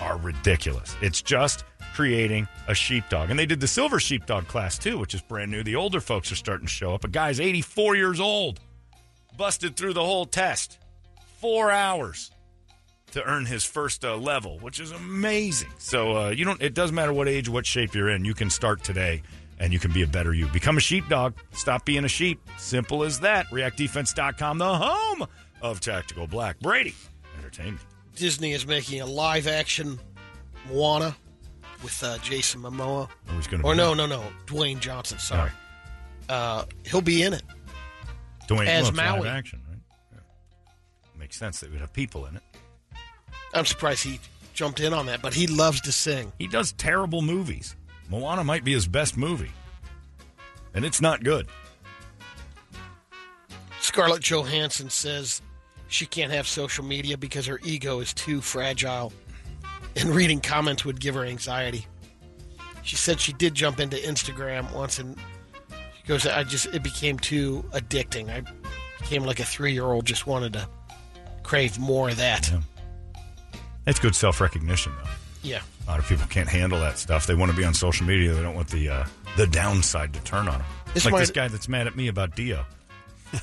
[SPEAKER 1] are ridiculous. It's just creating a sheepdog. And they did the silver sheepdog class too, which is brand new. The older folks are starting to show up. A guy's 84 years old, busted through the whole test, four hours to earn his first uh, level, which is amazing. So uh, you don't. It doesn't matter what age, what shape you're in. You can start today, and you can be a better you. Become a sheepdog. Stop being a sheep. Simple as that. ReactDefense.com, the home of Tactical Black. Brady, entertainment.
[SPEAKER 2] Disney is making a live action Moana with uh, Jason
[SPEAKER 1] Oh,
[SPEAKER 2] Momoa.
[SPEAKER 1] he's gonna
[SPEAKER 2] or
[SPEAKER 1] be
[SPEAKER 2] no,
[SPEAKER 1] in
[SPEAKER 2] no, no, Dwayne Johnson. Sorry, uh, he'll be in it.
[SPEAKER 1] Dwayne
[SPEAKER 2] as
[SPEAKER 1] well, it's live
[SPEAKER 2] Maui.
[SPEAKER 1] action, right? Yeah. Makes sense that we'd have people in it.
[SPEAKER 2] I'm surprised he jumped in on that, but he loves to sing.
[SPEAKER 1] He does terrible movies. Moana might be his best movie, and it's not good.
[SPEAKER 2] Scarlett Johansson says she can't have social media because her ego is too fragile, and reading comments would give her anxiety. She said she did jump into Instagram once, and she goes, "I just it became too addicting. I became like a three-year-old, just wanted to crave more of that."
[SPEAKER 1] That's good self recognition, though.
[SPEAKER 2] Yeah.
[SPEAKER 1] A lot of people can't handle that stuff. They want to be on social media. They don't want the uh, the downside to turn on them.
[SPEAKER 2] This
[SPEAKER 1] like
[SPEAKER 2] might-
[SPEAKER 1] this guy that's mad at me about Dio.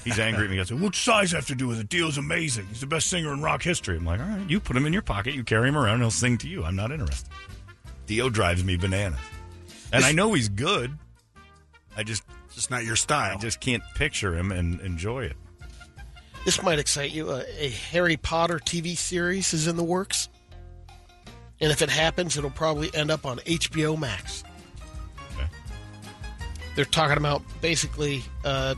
[SPEAKER 1] He's angry at me. He goes, "What size have to do with it? Dio's amazing. He's the best singer in rock history." I'm like, "All right, you put him in your pocket. You carry him around. He'll sing to you. I'm not interested." Dio drives me bananas, and I know he's good. I just
[SPEAKER 3] just not your style.
[SPEAKER 1] I just can't picture him and enjoy it.
[SPEAKER 2] This might excite you. A, a Harry Potter TV series is in the works. And if it happens, it'll probably end up on HBO Max.
[SPEAKER 1] Okay.
[SPEAKER 2] They're talking about basically uh,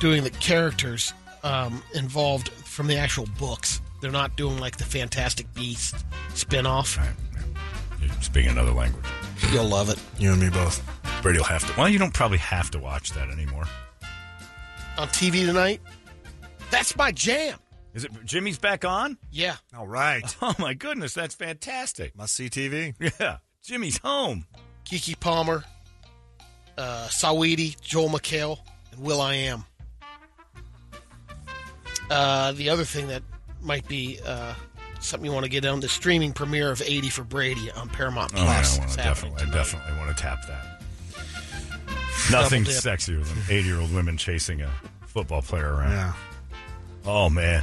[SPEAKER 2] doing the characters um, involved from the actual books. They're not doing like the Fantastic Beast spinoff.
[SPEAKER 1] You're speaking another language.
[SPEAKER 2] You'll love it.
[SPEAKER 3] You and me both.
[SPEAKER 1] Brady will have to. Well, you don't probably have to watch that anymore.
[SPEAKER 2] On TV tonight, that's my jam.
[SPEAKER 1] Is it Jimmy's back on?
[SPEAKER 2] Yeah.
[SPEAKER 3] All right.
[SPEAKER 1] Oh my goodness, that's fantastic.
[SPEAKER 3] Must see TV.
[SPEAKER 1] Yeah. Jimmy's home.
[SPEAKER 2] Kiki Palmer, uh, Saweetie, Joel McHale, and Will I Am. Uh, the other thing that might be uh, something you want to get on the streaming premiere of 80 for Brady on Paramount
[SPEAKER 1] Oh, yeah,
[SPEAKER 2] Plus.
[SPEAKER 1] I, want
[SPEAKER 2] It's
[SPEAKER 1] to
[SPEAKER 2] happening.
[SPEAKER 1] definitely, I definitely want to tap that. Nothing
[SPEAKER 2] dip.
[SPEAKER 1] sexier than eight-year-old women chasing a football player around.
[SPEAKER 3] Yeah.
[SPEAKER 1] Oh man,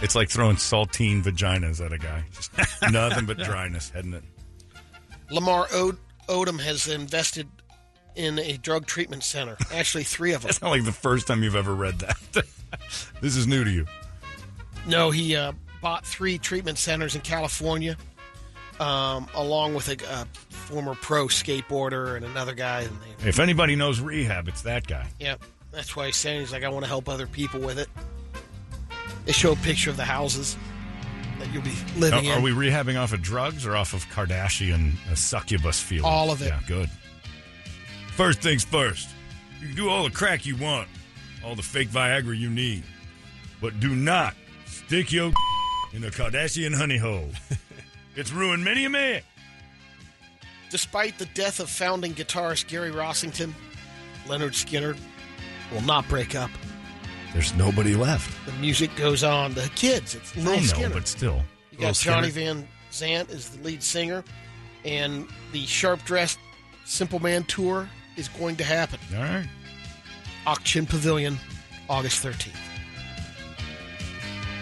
[SPEAKER 1] it's like throwing saltine vaginas at a guy. Just nothing but dryness, hadn't it?
[SPEAKER 2] Lamar Od- Odom has invested in a drug treatment center, actually, three of them.
[SPEAKER 1] It's not like the first time you've ever read that. this is new to you.
[SPEAKER 2] No, he uh, bought three treatment centers in California, um, along with a, a former pro skateboarder and another guy. And they,
[SPEAKER 1] If anybody knows rehab, it's that guy.
[SPEAKER 2] yeah, that's why he's saying he's like, I want to help other people with it. They show a picture of the houses that you'll be living
[SPEAKER 1] Now,
[SPEAKER 2] in.
[SPEAKER 1] Uh, are we rehabbing off of drugs or off of Kardashian uh, succubus feelings?
[SPEAKER 2] All of it.
[SPEAKER 1] Yeah, good. First things first. You can do all the crack you want, all the fake Viagra you need, but do not stick your in a Kardashian honey hole. it's ruined many a man.
[SPEAKER 2] Despite the death of founding guitarist Gary Rossington, Leonard Skinner will not break up.
[SPEAKER 1] There's nobody left.
[SPEAKER 2] The music goes on. The kids, it's
[SPEAKER 1] I
[SPEAKER 2] Lil
[SPEAKER 1] know,
[SPEAKER 2] Skinner.
[SPEAKER 1] but still.
[SPEAKER 2] You got Johnny Van Zant is the lead singer, and the Sharp Dressed Simple Man tour is going to happen.
[SPEAKER 1] All right.
[SPEAKER 2] Auction Pavilion, August 13th.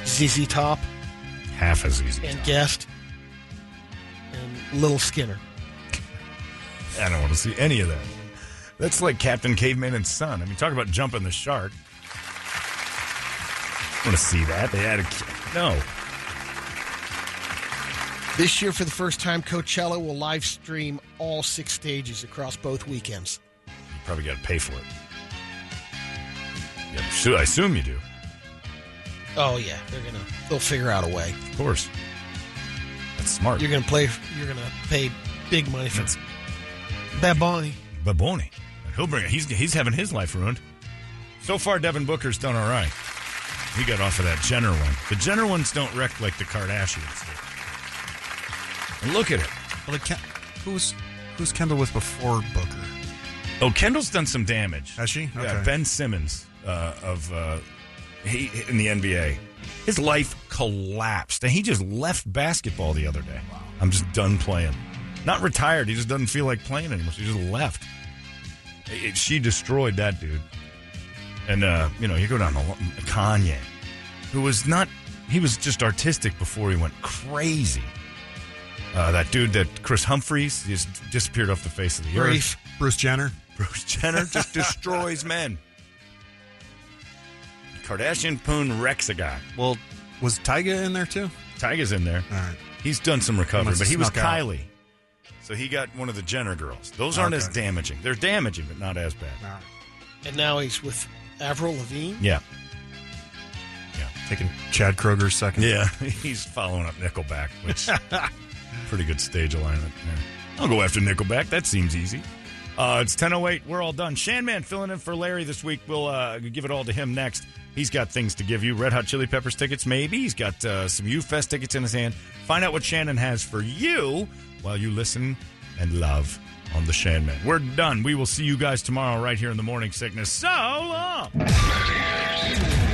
[SPEAKER 2] ZZ Top
[SPEAKER 1] Half as easy.
[SPEAKER 2] and Guest and Little Skinner.
[SPEAKER 1] I don't want to see any of that. That's like Captain Caveman and Son. I mean, talk about jumping the shark. I want to see that. They had a no.
[SPEAKER 2] This year, for the first time, Coachella will live stream all six stages across both weekends.
[SPEAKER 1] You probably got to pay for it. Yeah, I'm su- I assume you do.
[SPEAKER 2] Oh yeah, they're gonna they'll figure out a way.
[SPEAKER 1] Of course, that's smart.
[SPEAKER 2] You're gonna play. You're gonna pay big money for Bad Bunny.
[SPEAKER 1] Baboni. He'll bring it. He's he's having his life ruined. So far, Devin Booker's done all right. He got off of that Jenner one. The Jenner ones don't wreck like the Kardashians do. And look at it.
[SPEAKER 3] Well, the Ken- who's who's Kendall with before Booker?
[SPEAKER 1] Oh, Kendall's done some damage. Has she? Yeah,
[SPEAKER 3] Okay.
[SPEAKER 1] Ben Simmons uh, of uh, he in the NBA. His life collapsed, and he just left basketball the other day. I'm just done playing. Not retired. He just doesn't feel like playing anymore. So he just left. It- it- she destroyed that dude. And uh, you know, you go down the lo- Kanye, who was not. He was just artistic before he went crazy. Uh, that dude that Chris Humphreys just disappeared off the face of the earth.
[SPEAKER 3] Bruce, Bruce Jenner.
[SPEAKER 1] Bruce Jenner just destroys men. Kardashian Poon Rexagon.
[SPEAKER 3] Well, was Tyga in there too?
[SPEAKER 1] Tyga's in there.
[SPEAKER 3] All right.
[SPEAKER 1] He's done some recovery,
[SPEAKER 3] Must
[SPEAKER 1] but he was
[SPEAKER 3] snuck out.
[SPEAKER 1] Kylie. So he got one of the Jenner girls. Those aren't as
[SPEAKER 2] Okay.
[SPEAKER 1] damaging. They're damaging, but not as bad.
[SPEAKER 2] And now he's with Avril Lavigne.
[SPEAKER 1] Yeah.
[SPEAKER 3] Taking Chad Kroger's second.
[SPEAKER 1] Yeah. He's following up Nickelback, which pretty good stage alignment. there. I'll go after Nickelback. That seems easy. Uh, it's 10.08. We're all done. Shanman filling in for Larry this week. We'll uh, give it all to him next. He's got things to give you. Red Hot Chili Peppers tickets, maybe. He's got uh, some U-Fest tickets in his hand. Find out what Shannon has for you while you listen and love on the Shanman. We're done. We will see you guys tomorrow right here in the Morning Sickness. So long!